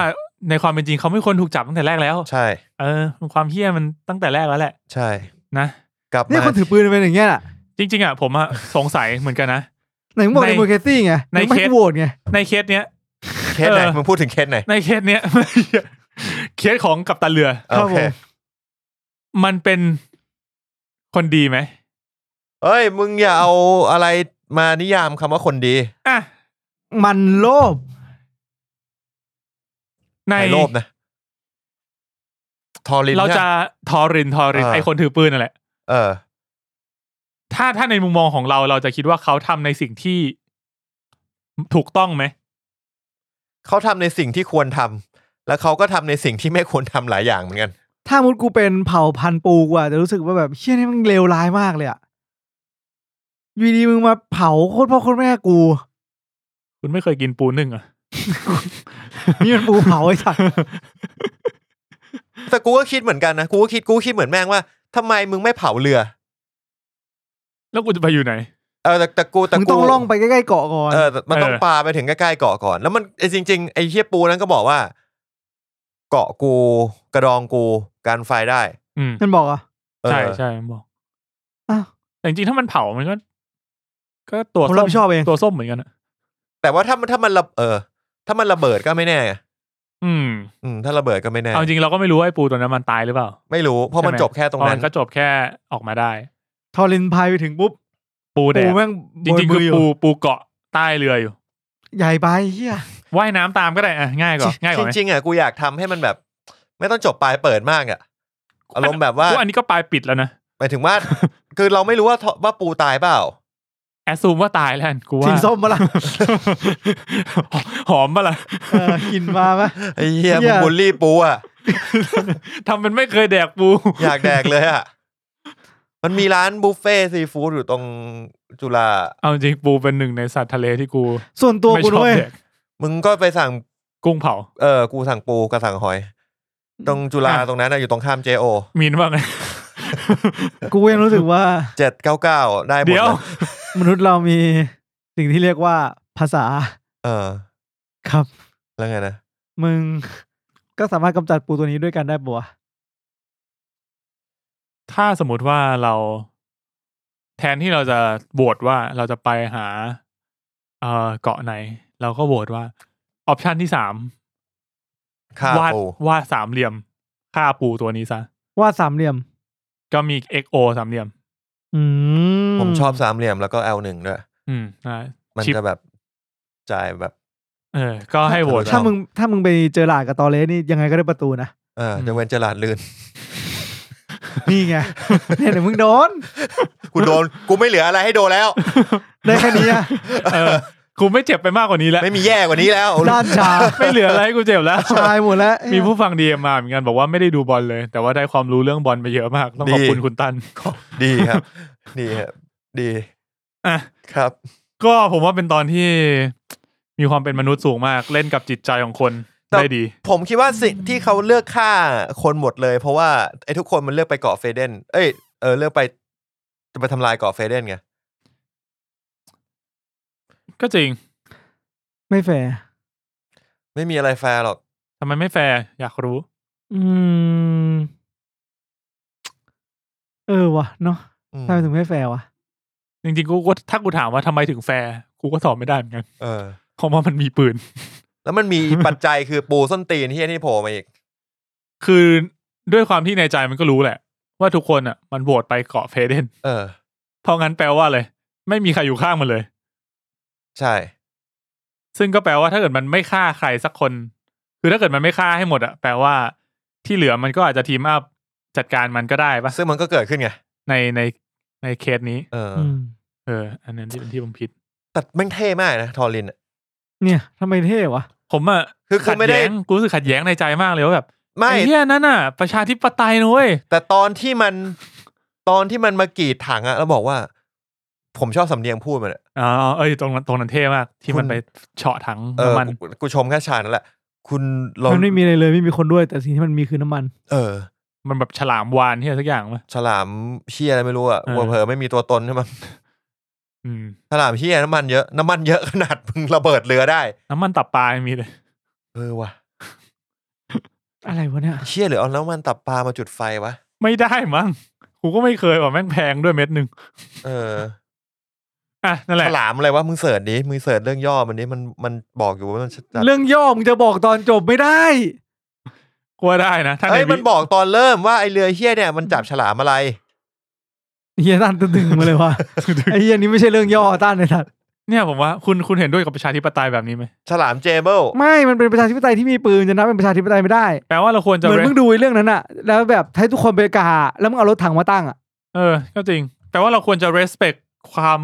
S3: ในความเป็นจริงเขาไม่ควรถูกจับตั้งแต่แรกแล้ว
S2: ใช่
S3: เออ ความเฮี้ยมันตั้งแต่แรกแล้วแหละ
S2: ใช่
S3: นะ
S2: กลับ
S4: เนี่ย
S2: มา
S4: คนถือปืนเป็นอย่างเงี้ยน่ะ
S3: จริง ๆอ่ะผมอ่ะ *laughs* สงสัยเหมือนกันนะ
S4: ไหนมึงบอก
S3: ใน
S4: ในมูเคตี้ไง
S3: ใน
S4: มึงไม่
S3: เคส
S4: ให้โหวตไง
S3: ในเคสเนี้ย
S2: เคสไหน
S3: เออ
S2: มึงพูดถึงเคสไหน
S3: ในเคสเนี้ย *laughs* เคสของกัปตันเรือ
S2: โอเค
S3: มันเป็นคนดีไหม
S2: เอ้ย มึงอย่าเอาอะไรมานิยามคำว่าคนดี
S3: อ่ะ
S4: มันโลภ
S3: ใน
S2: ในโลภนะทอริน
S3: เรา
S2: ใช่
S3: จะ
S2: ไหม
S3: ทอรินทอริน
S2: เออ
S3: ไอคนถือปืนนั่นแหละ
S2: เออ
S3: ถ้าถ้าในมุมมองของเราเราจะคิดว่าเขาทำในสิ่งที่ถูกต้องไหม
S2: เขาทำในสิ่งที่ควรทำแล้วเขาก็ทำในสิ่งที่ไม่ควรทำหลายอย่างเหมือนกัน
S4: ถ้ามุดกูเป็นเผ่าพันธุ์ปูกว่าจะรู้สึกว่าแบบเชี่ยนี่มันเลวร้ายมากเลยอะอยูดีมึงมาเผาโคตรพ่อโคตรแม่กู
S3: คุณไม่เคยกินปูนึ่งเหรอ่ะ
S4: นี่มันปูเผาไอ้สั
S3: *laughs*
S4: ตว์
S2: แต่กูก็คิดเหมือนกันนะ กูก็คิด กูก็คิดเหมือนแม่งว่าทำไมมึงไม่เผาเรือ
S3: แล้วกูจะไปอยู่ไหน
S2: เออแต่แต่กูแต่
S4: มึง
S2: กู
S4: ต้องล่องไปใกล้ๆเกาะก่อน
S2: เออแต่มันต้อง
S3: เออ
S2: ปลาไปถึงใกล้ๆเกาะก่อน แล้วมันไอ้จริง ๆ ไอ้เฮียปูนั้นก็บอกว่า เกาะกูกระดองกูการไฟได้
S3: อืม
S4: มันบอกอ่ะ
S2: เออ
S3: ใช่ใช่บอก
S4: อ้าว
S3: แต่จริงๆถ้ามันเผามันก็ ก็ตัว
S4: ผม
S3: ส้
S4: รับ
S3: ม
S4: ผิดชอบเอง
S3: ตัวส้มเหมือนกันอ่ะ
S2: แต่ว่าถ้ามันถ้ามันระเออ ถ้ามันระเบิดก็ไม่แน่ไง
S3: อืม
S2: อืมถ้าระเบิดก็ไม่แน่
S3: เอาจริงเราก็ไม่รู้ว่าไอ้ปูตัวนั้นมันตายหรือเปล่า
S2: ไม่รู้ เพราะมัน
S3: ใช่ไห
S2: จบแค่ตรงนั้
S3: เพาะ
S2: น
S3: มันก็จบแค่ออกมาได้
S4: ทอรินพายไปถึงปุ๊บ
S3: ปูแด
S4: ปู
S3: ด
S4: แม่ง
S3: จริง ๆ คือปูปูเกาะใต้เรืออยู่
S4: ใหญ่ไปเฮีย
S3: ว่ายน้ำตามก็ได้อ่ะง่ายก
S2: *laughs*
S3: ว่าง่ายก
S2: จ
S3: ว่าไหม
S2: ริงๆอ่ะกูอยากทำให้มันแบบ ไม่ต้องจบปลายเปิดมากอ่ะอารมณ์แบบว่า
S3: กูอันนี้ก็ปลายปิดแล้วนะ
S2: หมายถึงว่า คือเราไม่รู้ว่าทว่าปูตายเปล่า
S3: แอสซูมว่าตายแล้วกันกู
S4: สี
S3: ว่า
S4: ส้มมาละ
S3: *laughs* หอมปะล่ะ
S4: เออกินมาปะ
S2: ไอ้เหี้ย
S4: เหี้
S2: มึง
S4: ย
S2: บูลลี่ปูอ่ะ
S3: ทำเป็นไม่เคยแดกปู
S2: อยากแดกเลยอ่ะ มันมีร้านบุฟเฟ่ซีฟู้ดอยู่ตรงจุฬา
S3: เอาจริงปูเป็นหนึ่งในสัตว์ทะเลที่กู
S4: ส่วนตัว
S3: ไม่
S4: กู
S3: ชอบ
S4: ด้วย
S3: แดก
S2: มึงก็ไปสั่ง
S3: กุ้งเผา
S2: เออ กูสั่งปูกับสั่งหอย ตรงจุฬา
S3: อ่ะ
S2: ตรงนั้นนะอยู่ตรงข้ามเจโอ
S3: มีนว่าไง *laughs*
S4: กูยังรู้สึกว่า
S2: เจ็ดเก้าเก้าได้หมด
S3: เดี๋ยว
S2: นะ
S4: มนุษย์เรามีสิ่งที่เรียกว่าภาษา
S2: เออ
S4: ครับ
S2: แล้วไงนะ
S4: มึง ก็สามารถกำจัดปูตัวนี้ด้วยกันได้ปะวะ
S3: ถ้าสมมติว่าเรา แทนที่เราจะโหวตว่าเราจะไปหา เอ่อเกาะไหน เราก็โหวตว่า ออปชันที่สาม
S2: ข้าว
S3: าด
S2: ปู
S3: วาดสามเหลี่ยมฆ่าปูตัวนี้ซะ
S4: วาดสามเหลี่ยม
S3: ก็มี XO สามเหลี่ยม
S4: อืม
S2: ผมชอบสามเหลี่ยมแล้วก็แอลหนึ่งด้วย
S3: อืมนะ
S2: มัน
S3: ชิป
S2: จะแบบจ่ายแบบ
S3: เออ ก็ให้โหวต
S2: เอ
S4: ถ้ามึงถ้ามึงไปเจอหลาดกับตอเลสนี่ยังไงก็ได้ประตูนะ
S2: เออจะเว้นเจลาดลื่น *laughs*
S4: นี่ไง *laughs* เนี่ยเดี๋ยวมึงโดน
S2: กูโดน กูไม่เหลืออะไรให้โดนแล้ว
S4: ได้แค่นี้อะ
S3: เออกูไม่เจ็บไปมากกว่านี้แล้ว
S2: ไม่มีแย่กว่านี้แล้ว
S4: ด้านชา
S3: ไม่เหลืออะไรให้กูเจ็บแล้ว
S4: ชายหมดแล้ว
S3: *laughs* มีผู้ฟังดีมาเหมือนกันบอกว่าไม่ได้ดูบอลเลย แต่ว่าได้ความรู้เรื่องบอลไปเยอะมาก ต้องขอบคุณ
S2: ดี
S3: คุณตัน
S2: ดีครับ ดีครับ ดี
S3: อ่ะ
S2: ครับ
S3: ก็ผมว่าเป็นตอนที่มีความเป็นมนุษย์สูงมาก เล่นกับจิตใจของคน
S2: แต่
S3: ได้ดี
S2: ผมคิดว่าสิ่งที่เขาเลือกฆ่าคนหมดเลย เพราะว่าไอ้ทุกคนมันเลือกไปเกาะเฟเดน เอ้ยเออเลือกไปจะไปทำลายเกาะเฟเดนไง
S3: ก็จริง
S4: ไม่แฟร์
S2: ไม่มีอะไรแฟร์หรอก
S3: ทำไมไม่แฟร์อยากรู้
S4: อืม เออวะเนาะ
S2: อืม
S4: ทำไมถึงไม่แฟร์วะ
S3: จริงๆกูก็ถ้ากูถามว่าทำไมถึงแฟร์กูก็ตอบไม่ได้เหมือนกัน
S2: เออ
S3: เพราะว่ามันมีปืน
S2: แล้วมันมี ปัจจัยคือ *laughs* ปูส้นตีนที่นี่โผล่มาอีก
S3: คือด้วยความที่ในใจมันก็รู้แหละ ว่าทุกคนอ่ะมันโหวตไปเกาะเพเดน
S2: เออ
S3: เพราะงั้นแปลว่าเลย ไม่มีใครอยู่ข้างมันเลย
S2: ใช่
S3: ซึ่งก็แปลว่าถ้าเกิดมันไม่ฆ่าใครสักคน คือถ้าเกิดมันไม่ฆ่าให้หมดอ่ะแปลว่าที่เหลือมันก็อาจจะทีมอัพจัดการมันก็ได้ปะ
S2: ซึ่งมันก็เกิดขึ้นไง
S3: ในในในเคสนี้
S2: เอออ
S4: อืม
S3: เออ อันนั้นที่เป็นที่ผมผิด
S2: แต่แม่งเท่มากนะทอรินอะ
S4: เนี่ยทำไมเท่วะ
S3: ผมอ่ะ
S2: คือกู
S3: ขัด
S2: ไม่ได้
S3: แย้งกูรู้สึกขัดแย้งในใจมากเลยว่าแบบ
S2: ไม่
S3: ไอ้เหี้ยนั่นน่ะ ประชาธิปไตยนุ้ย
S2: แต่ตอนที่มันตอนที่มันมากรีดถังอะแล้วบอกว่า ผมชอบสำเนียงพูดมันอะ
S3: อ๋อเอ้ยตรงนั้นตรงนั้นเท่มาก ที่มันไปเฉาะถัง
S2: เออ
S3: น้ำมัน
S2: กูกูชมแค่ชานั่นแหละ คุณเรา
S4: มันไม่มีอะไรเลยไม่มีคนด้วย แต่สิ่งที่มันมีคือน้ำมัน
S2: เออ
S3: มันแบบฉลามวานที่สักอย่างวะ
S2: ฉลามเชี่ยอะไรไม่รู้อะ
S3: เออ
S2: วัวเพอไม่มีตัวตนใช่ไหมย
S3: อืม
S2: ฉลามเชี่ยน้ำมันเยอะน้ำมันเยอะขนาดมึงระเบิดเรือได้
S3: น้ำมันตับปลายังมีเลย
S2: เออว่ะ
S4: อะไรวะเนี่ย
S2: เชี่ยหรือเอาน้ำมันตับปลามาจุดไฟวะ
S3: ไม่ได้มั้งกูก็ไม่เคยว่ะแม่งแพงด้วยเม็ดหนึ่ง
S2: เออ
S3: อ่ะนั่นแห
S2: ฉ
S3: ละ
S2: ลามอะไรวะมึงเสิร์ชดิมึงเสิร์ชเรื่องย่อมันนี้มันมันบอกอยู่ว่ามันจะ
S4: เรื่องย่อมึงจะบอกตอนจบไม่ได้
S3: กลัวได้นะ ถ้า
S2: เอ้ย
S3: ในวิ
S2: มันบอกตอนเริ่มว่าไอเรือเชี่ยเนี่ยมันจับฉลามอะไร
S4: เฮียต้านตึงมาเลยว่ะ ไอ้เฮียนี้ไม่ใช่เรื่องย่อต้านเลยทัด
S3: เนี่ยผมว่าคุณคุณเห็นด้วยกับประชาธิปไตยแบบนี้ไหม
S2: ฉลามเจเบิล
S4: ไม่มันเป็นประชาธิปไตยที่มีปืนจะนับเป็นประชาธิปไตยไม่ได้
S3: แปลว่าเราควรจะ
S4: เหมือนมึงดูไอ้เรื่องนั้นอะแล้วแบบให้ทุกคนไปกาแล้วมึงเอารถถังมาตั้งอะ
S3: เออ ก็จริง แปลว่าเราควรจะ respect ความ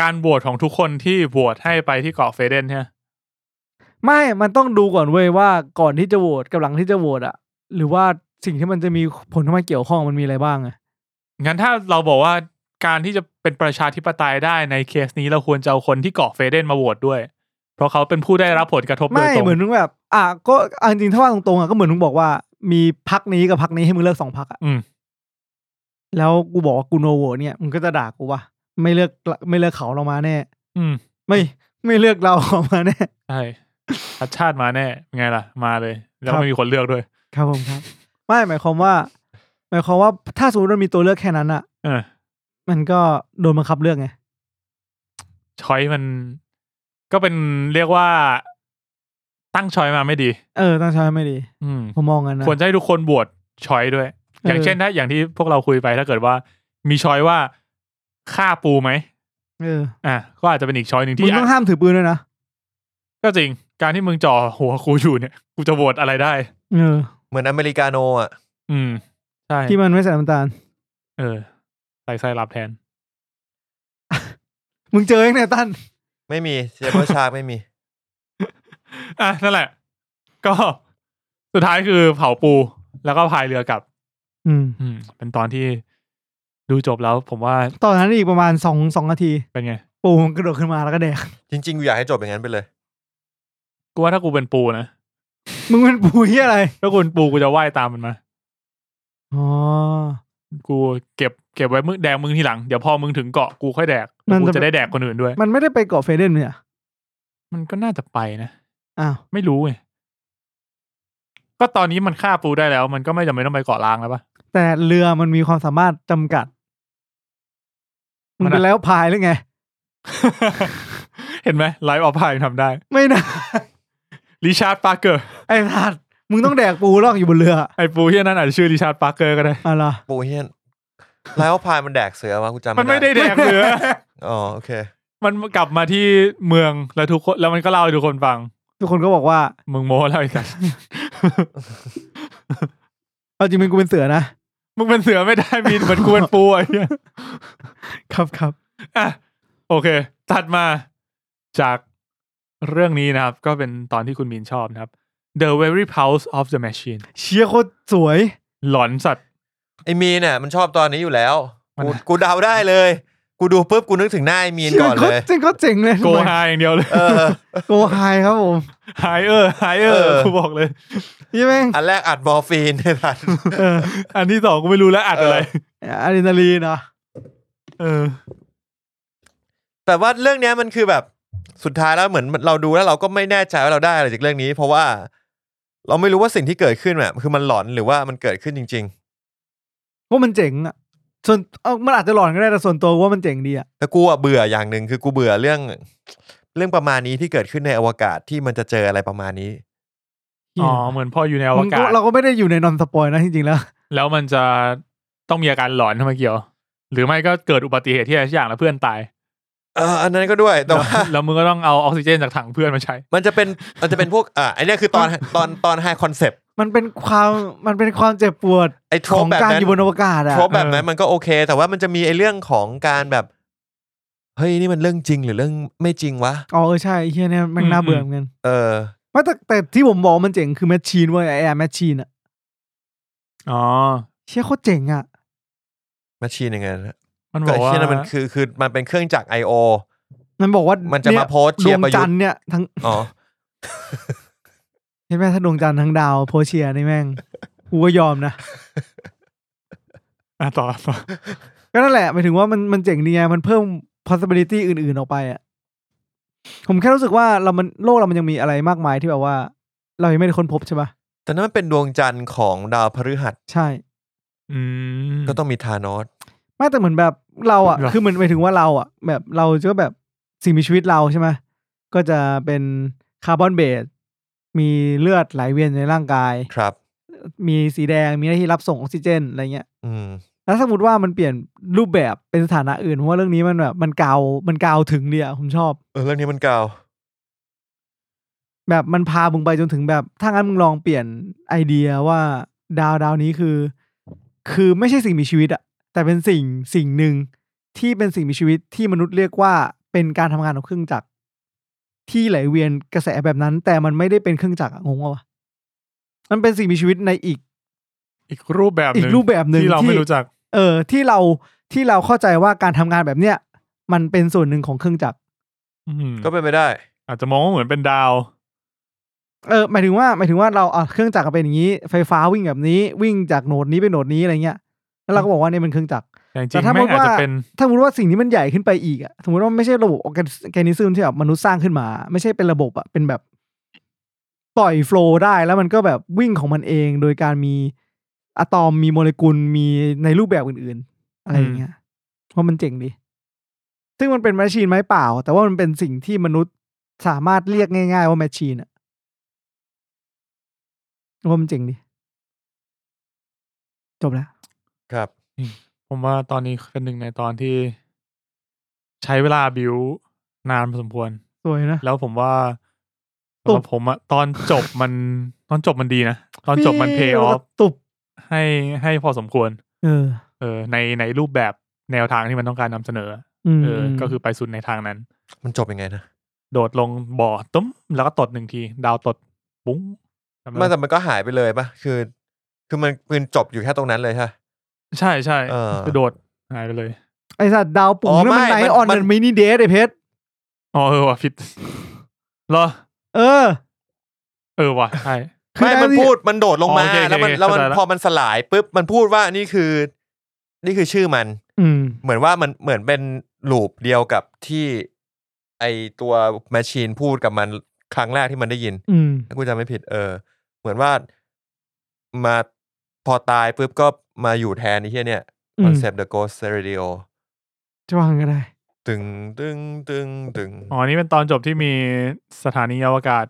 S3: การโหวตของทุกคนที่โหวตให้ไปที่เกาะเฟเดนใช่ไหม
S4: ไม่มันต้องดูก่อนเว้ยว่าก่อนที่จะโหวตกับหลังที่จะโหวตอะหรือว่าสิ่งที่มันจะมีผลที่มันเกี่ยวข้องมันมีอะไรบ้างอะ
S3: งั้นถ้าเราบอกว่าการที่จะเป็นประชาธิปไตยได้ในเคสนี้เราควรจะเอาคนที่เกาะเฟเดนมาโหวตด้วย เพราะเขาเป็นผู้ได้รับผลกระทบโด
S4: ไม่
S3: ยตรง
S4: เหมือนมึงแบบ อ่ะก็เอาจริงๆถ้าว่าตรงๆอะก็เหมือนมึงบอกว่ามีพักนี้กับพักนี้ให้มึงเลือกสองพักอะ
S3: อืม
S4: แล้วกูบอกว่ากูโนโหวตเนี่ยมึงก็จะด่ากูว่าไม่เลือกไม่เลือกเขาเรามาแน่
S3: อืม
S4: ไม่ไม่เลือกเรา *laughs* ออกมาแน่
S3: ใช่ชัดชาติมาแน่เป็นไงล่ะ มาเลย แล้ว
S4: ครับ
S3: ไม่มีคนเลือกด้วย
S4: ครับผมครับ ไม่หมายความว่า หมายความว่าถ้าสมมติมันมีตัวเลือกแค่นั้นอะ
S3: เออ
S4: มันก็โดนบังคับเลือกไง
S3: ช้อยมันก็เป็นเรียกว่าตั้งช้อยมาไม่ดี
S4: เออตั้งช้อยไม่ดี
S3: อืม
S4: ผมมองกันนะ
S3: ควรจะให้ทุกคนบวชช้อยด้วย
S4: ออ
S3: อ
S4: อ
S3: ย่างเช่นถ้าอย่างที่พวกเราคุยไปถ้าเกิดว่า มีช้อยว่าฆ่าปูไหม
S4: เออ
S3: อ่ะก็อาจจะเป็นอีกช้อยหนึ่ง
S4: มึ
S3: ที่
S4: งต้อง
S3: อ่ะ
S4: ห้ามถือปืนด้วยนะ
S3: ก็จริง การที่มึงจ่อหัวกูอยู่เนี่ยกูจะโหวตอะไรได้
S4: เออ
S2: เหมือนอเมริกาโนอ่ะ
S3: อืมใช่
S4: ที่มันไม่ใส่น้ำตาล
S3: เออใส่ไส้รับแทน
S4: มึงเจอเองเนี่ยตั้น
S2: ไม่มีเจเบิลชาร์กไม่มี
S3: อ่ะนั่นแหละ ก็สุดท้ายคือเผาปูแล้วก็พายเรือกลับ
S4: อืม
S3: อืม เป็นตอนที่ดูจบแล้ว ผมว่า
S4: ตอนนั้นอีกประมาณสองสองนาที
S3: เป็นไง
S4: ปูมันกระโดดขึ้นมาแล้วก็แดก
S2: จริงๆกูอยากให้จบอย่างนั้นไปเลย
S3: กูว่าถ้ากูเป็นปูนะ
S4: มึงเป็นปูที่อะไร
S3: ถ้ากูเป็นปูกูจะว่ายตามมันมา
S4: อ๋อ
S3: กูเก็บเก็บไว้มึงแดกมึงทีหลัง เดี๋ยวพอมึงถึงเกาะกูค่อยแดกกูจะได้แดกคนอื่นด้วย
S4: มันไม่ได้ไปเกาะเฟเดนเนี่ย
S3: มันก็น่าจะไปนะ
S4: อ้าว
S3: ไม่รู้ไงก็ตอนนี้มันฆ่าปูได้แล้ว มันก็ไม่จำเป็นต้องไปเกาะล้างแล้วปะ
S4: แต่เรือมันมีความสามารถจำกัดมึ
S3: มัน
S4: ง
S3: อะ
S4: เป็นแล้วพายหรือไง
S3: *laughs* เห็นไหมไลฟ์ออฟไพน์ทำได้
S4: ไม่นะ
S3: ริชาร์ดปาร์เกอร์
S4: ไอ้ทัดมึงต้องแดกปูลอกอยู่บนเรือ
S3: ไอ้ปูที่นั่นอาจจะชื่อริชาร์ดปาร์เกอร์ก็ได้
S4: อะไรอ
S2: ปูเฮียนไลออนพายมันแดกเสือมากูจำ
S3: มันไม่ได้แดกเรือ *laughs*
S2: อ๋อโอเค
S3: มันกลับมาที่เมืองแล้วทุกคนแล้วมันก็เล่าให้ทุกคนฟัง
S4: ทุกคนก็บอกว่า
S3: มึงโม้แล้วไอ้สัส *laughs*
S4: เอาจริงเป็นกูเป็นเสือนะ
S3: มึงเป็นเสือไม่ได้มีเหมือนกูเป็นปูไอ้เหี้ย *laughs*
S4: ครับครับ
S3: อ่ะโอเค ตัดมาจากเรื่องนี้นะครับ ก็เป็นตอนที่คุณมีนชอบนะครับ The Very Pulse of the Machine
S4: เชียร์โคตรสวย
S3: หลอนสัตว์
S2: ไอมีนเนี่ยมันชอบตอนนี้อยู่แล้ว
S3: มัน
S2: กูกูเดาได้เลย กูดูปุ๊บกูนึกถึงหน้าไอมีนก่อนเลย
S4: เจริงก็เจ๋งเลย
S3: โกไฮอย่างเดียวเลย *laughs*
S2: เออ
S4: โกไฮครับผม
S3: ไฮเออร์ไฮเออร์
S2: เออ
S3: กูบอกเลย
S4: ยี่แม่ง
S2: อันแรกอัดมอร์ฟีน *laughs* เนี่ยพัน
S4: เออ
S3: อันที่สองกูไม่รู้แล้วอัดอะไร
S4: อะดรีนาลีนเหรอ่ะ
S3: เออ
S2: แต่ว่าเรื่องเนี้ยมันคือแบบสุดท้ายแล้วเหมือนเราดูแล้วเราก็ไม่แน่ใจว่าเราได้อะไรจากเรื่องนี้ เพราะว่า เราไม่รู้ว่าสิ่งที่เกิดขึ้นแบบคือมันหลอนหรือว่ามันเกิดขึ้นจริง
S4: ก็มันเจ๋งอ่ะ
S2: ๆ
S4: ส่วนเอามันอาจจะหลอนก็ได้แต่ส่วนตัวว่ามันเจ๋งดีอะ
S2: แต่กูอะเบื่ออย่างหนึ่งคือกูเบื่อเรื่อง เรื่องประมาณนี้ที่เกิดขึ้นในอวกาศที่มันจะเจออะไรประมาณนี้
S3: อ๋อเหมือนพออยู่ในอว
S4: มันก็
S3: กาศ
S4: เราก็ไม่ได้อยู่ในนอนสปอยนะจริงๆแล้ว
S3: แล้วมันจะต้องมีอาการหลอนทำไมเกี่ยว หรือไม่ก็เกิดอุบัติเหตุที่อะไรสักอย่างแล้วเพื่อนตาย
S2: เอออันนั้นก็ด้วยแต่ว่า *laughs*
S3: แล้วแล้วมึงก็ต้องเอาออกซิเจนจากถังเพื่อนมาใช้
S2: มันจะเป็นมันจะเป็นพวกอ่าอันเนี้ยคือตอนตอนตอนไฮคอนเซปต์
S4: มันเป็นความมันเป็นความเจ็บปวด
S2: ไอ้โทร
S4: ของ
S2: แบบ
S4: การ
S2: นั้น
S4: อยู่บนอวกาศอะ
S2: โทรแบบนั้นมันก็โอเค แต่ว่ามันจะมีไอ้เรื่องของการแบบ เฮ้ยนี่มันเรื่องจริงหรือเรื่องไม่จริงวะ
S4: อ๋อเออใช่ไอ้เฮียเนี่ยแมันน่าเบื่อเหมือนกัน
S2: เออ
S4: ไม่แต่แต่ที่ผมบอกว่ามันเจ๋งคือแมชชีนเว้ยไอแอร์แมชชีนอะ
S3: อ๋อ
S4: เชี่ยโคตรเจ๋งอะ
S2: มาชีนยังไงนะ
S3: มันบ
S2: ก็
S3: อก
S2: ไอ้
S3: ว่า
S2: เชี่ยนั่นมันคือคือมันเป็นเครื่องจักร I.O.
S4: มันบอกว่า
S2: มันจะมาโพสต์
S4: ด
S2: เชียว ร์
S4: ง
S2: ประ
S4: จั
S2: ยุท
S4: นท
S2: ธ์
S4: ร์เนี่ยทั้ง
S2: อ๋อ
S4: ใช่ไหมถ้าดวงจันทร์ทั้งดาวโพเชียนี่แม่ง *laughs* กูก็ยอมนะ
S3: อ่ะต่อต่อ
S4: ก็นั่นแหละหมายถึงว่ามันมันเจ๋งดีไงมันเพิ่ม possibility อื่นๆออกไปอ่ะผมแค่รู้สึกว่าเรามันโลกเรามันยังมีอะไรมากมายที่แบบว่า เรายังไม่ได้ค้นพบใช่ปะ
S2: แต่นั่นมันเป็นดวงจันทร์ของดาวพฤหัส
S4: ใช่
S3: อืม
S2: ก็ต้องมีธานอส
S4: ไม่แต่เหมือนแบบเราอ่ะ
S3: เหรอ
S4: คือเหมือนหมายถึงว่าเราอ่ะ แบบเราจะแบบสิ่งมีชีวิตเราใช่ไหมก็จะเป็นคาร์บอนเบสมีเลือดไหลเวียนอยู่ในร่างกาย
S2: ครับ
S4: มีสีแดงมีหน้าที่รับส่งออกซิเจนอะไรเงี้ย
S2: อืม
S4: แล้วสมมติว่ามันเปลี่ยนรูปแบบเป็นสถานะอื่นเพราะว่าเรื่องนี้มันแบบมันกาวมันกาวถึงเดียผมชอบ
S2: เออเรื่องนี้มันเก่า
S4: แบบมันพามึงไปจนถึงแบบ ถ้างั้นมึงลองเปลี่ยนไอเดียว่าดาวดาวนี้คือ คือไม่ใช่สิ่งมีชีวิตอะแต่เป็นสิ่งสิ่งหนึ่งที่เป็นสิ่งมีชีวิตที่มนุษย์เรียกว่าเป็นการทำงานของเครื่องจักรที่ไหลเวียนกระแสแบบนั้น แต่มันไม่ได้เป็นเครื่องจักรอะงงปะวะมันเป็นสิ่งมีชีวิตในอีก
S3: อีกรูปแบบ
S4: อีกรูปแบบหนึ่ง
S3: ที่เรา
S4: ที่
S3: ไม่รู้จัก
S4: เออที่เราที่เราเข้าใจว่าการทำงานแบบเนี้ยมันเป็นส่วนหนึ่งของเครื่องจักร
S3: อืม
S2: ก็เป็นไปได้
S3: อาจจะมองว่าเหมือนเป็นดาว
S4: เออหมายถึงว่าหมายถึงว่าเราเอาเครื่องจักรเป็นอย่างนี้ ไฟฟ้าวิ่งแบบนี้วิ่งจากโหนดนี้ไปโหนดนี้อะไรเงี้ยแล้วเราก็บอกว่าเนี่ยมันเครื่องจักร
S3: แต่จ
S4: แต่
S3: ริง
S4: ถ้า
S3: ๆไม่ง
S4: พูด
S3: อาจ
S4: ว่า
S3: จะเป็น
S4: ถ้าสมมติว่าสิ่งนี้มันใหญ่ขึ้นไปอีกอะสมมติว่าไม่ใช่ระบบออแกนิซึมที่แบบมนุษย์สร้างขึ้นมา ไม่ใช่เป็นระบบอะเป็นแบบปล่อยโฟลว์ได้แล้วมันก็แบบวิ่งของมันเอง โดยการมีอะตอมมีโมเลกุลมีในรูปแบบอื่นๆ อะไรอย่างเงี้ยเพราะมันเจ๋งดี ซึ่งมันเป็นแมชชีนไม้เปล่า แต่ว่ามันเป็นสิ่งที่มนุษย์สามารถเรียกง่าย ๆ ว่าแมชชีนอะว่ามันเจ๋งดี จบแล้ว
S2: ครับ
S3: ผมว่าตอนนี้เป็นหนึ่งในตอนที่ ใช้เวลาบิวนานพอสมควร
S4: สวยนะ
S3: แล้วผมว่า
S4: ตุ๊
S3: สำห
S4: บ
S3: รับผมอะตอนจบมัน *laughs* ตอนจบมันดีนะ ตอนจบมันเพย์ออฟ
S4: ตุบ
S3: ให้ให้พอสมควร
S4: เออ
S3: เออ ในในรูปแบบแนวทางที่มันต้องการนำเสนอ
S4: อืม
S3: เออ ก็คือไปสุดในทางนั้น
S2: มันจบยังไงนะ
S3: โดดลงบ่อตุ้มแล้วก็ตดหนึ่งที ดาวตดปุ้งจำ
S2: ไมา
S3: ได้
S2: แต่มันก็หายไปเลยปะคือ คือมันมันจบอยู่แค่ตรงนั้นเลยใช่ปะ
S3: ใช่ใช่
S2: เออ
S3: คือโดดหายไปเลย
S4: ไอสัตว์ดาวปุ๋
S2: อ๋
S4: ง
S2: อ
S4: นั่นมัน
S2: ไม่
S4: ไน
S2: มัน
S4: ออน
S2: มัน
S4: นันมินิเดทไอเพชร
S3: อ๋อเออว่ะผิด *laughs* เหรอ
S4: เออ
S3: เออว่ะใช่
S4: คือ
S2: ไม่
S4: ดาว
S2: มัน
S4: ที่
S2: พูดมันโดดลงมา
S3: อ๋อโอเคโอเค
S2: แล้วมันแล้วมัน
S3: เข้าใจละ
S2: พอมันสลายปุ๊บมันพูดว่านี่คือ นี่คือชื่อมัน
S4: อืม
S2: เหมือนว่ามันเหมือนเป็นลูปเดียวกับที่ ไอตัวแมชชีนพูดกับมันครั้งแรกที่มันได้ยิน
S4: อืม
S2: ถ้ากูจำไม่ผิดเออ เหมือนว่ามาพอตายปุ๊บก็มาอยู่แทนไอ้เหี้ยเนี่ย
S4: อื
S2: คอ
S4: ม
S2: นเซปต์ The Ghost Radio
S4: จะวางก็ได้
S2: ตึงตึงตึงตึง
S3: อ๋อ นี่เป็นตอนจบที่มีสถานีอวกาศ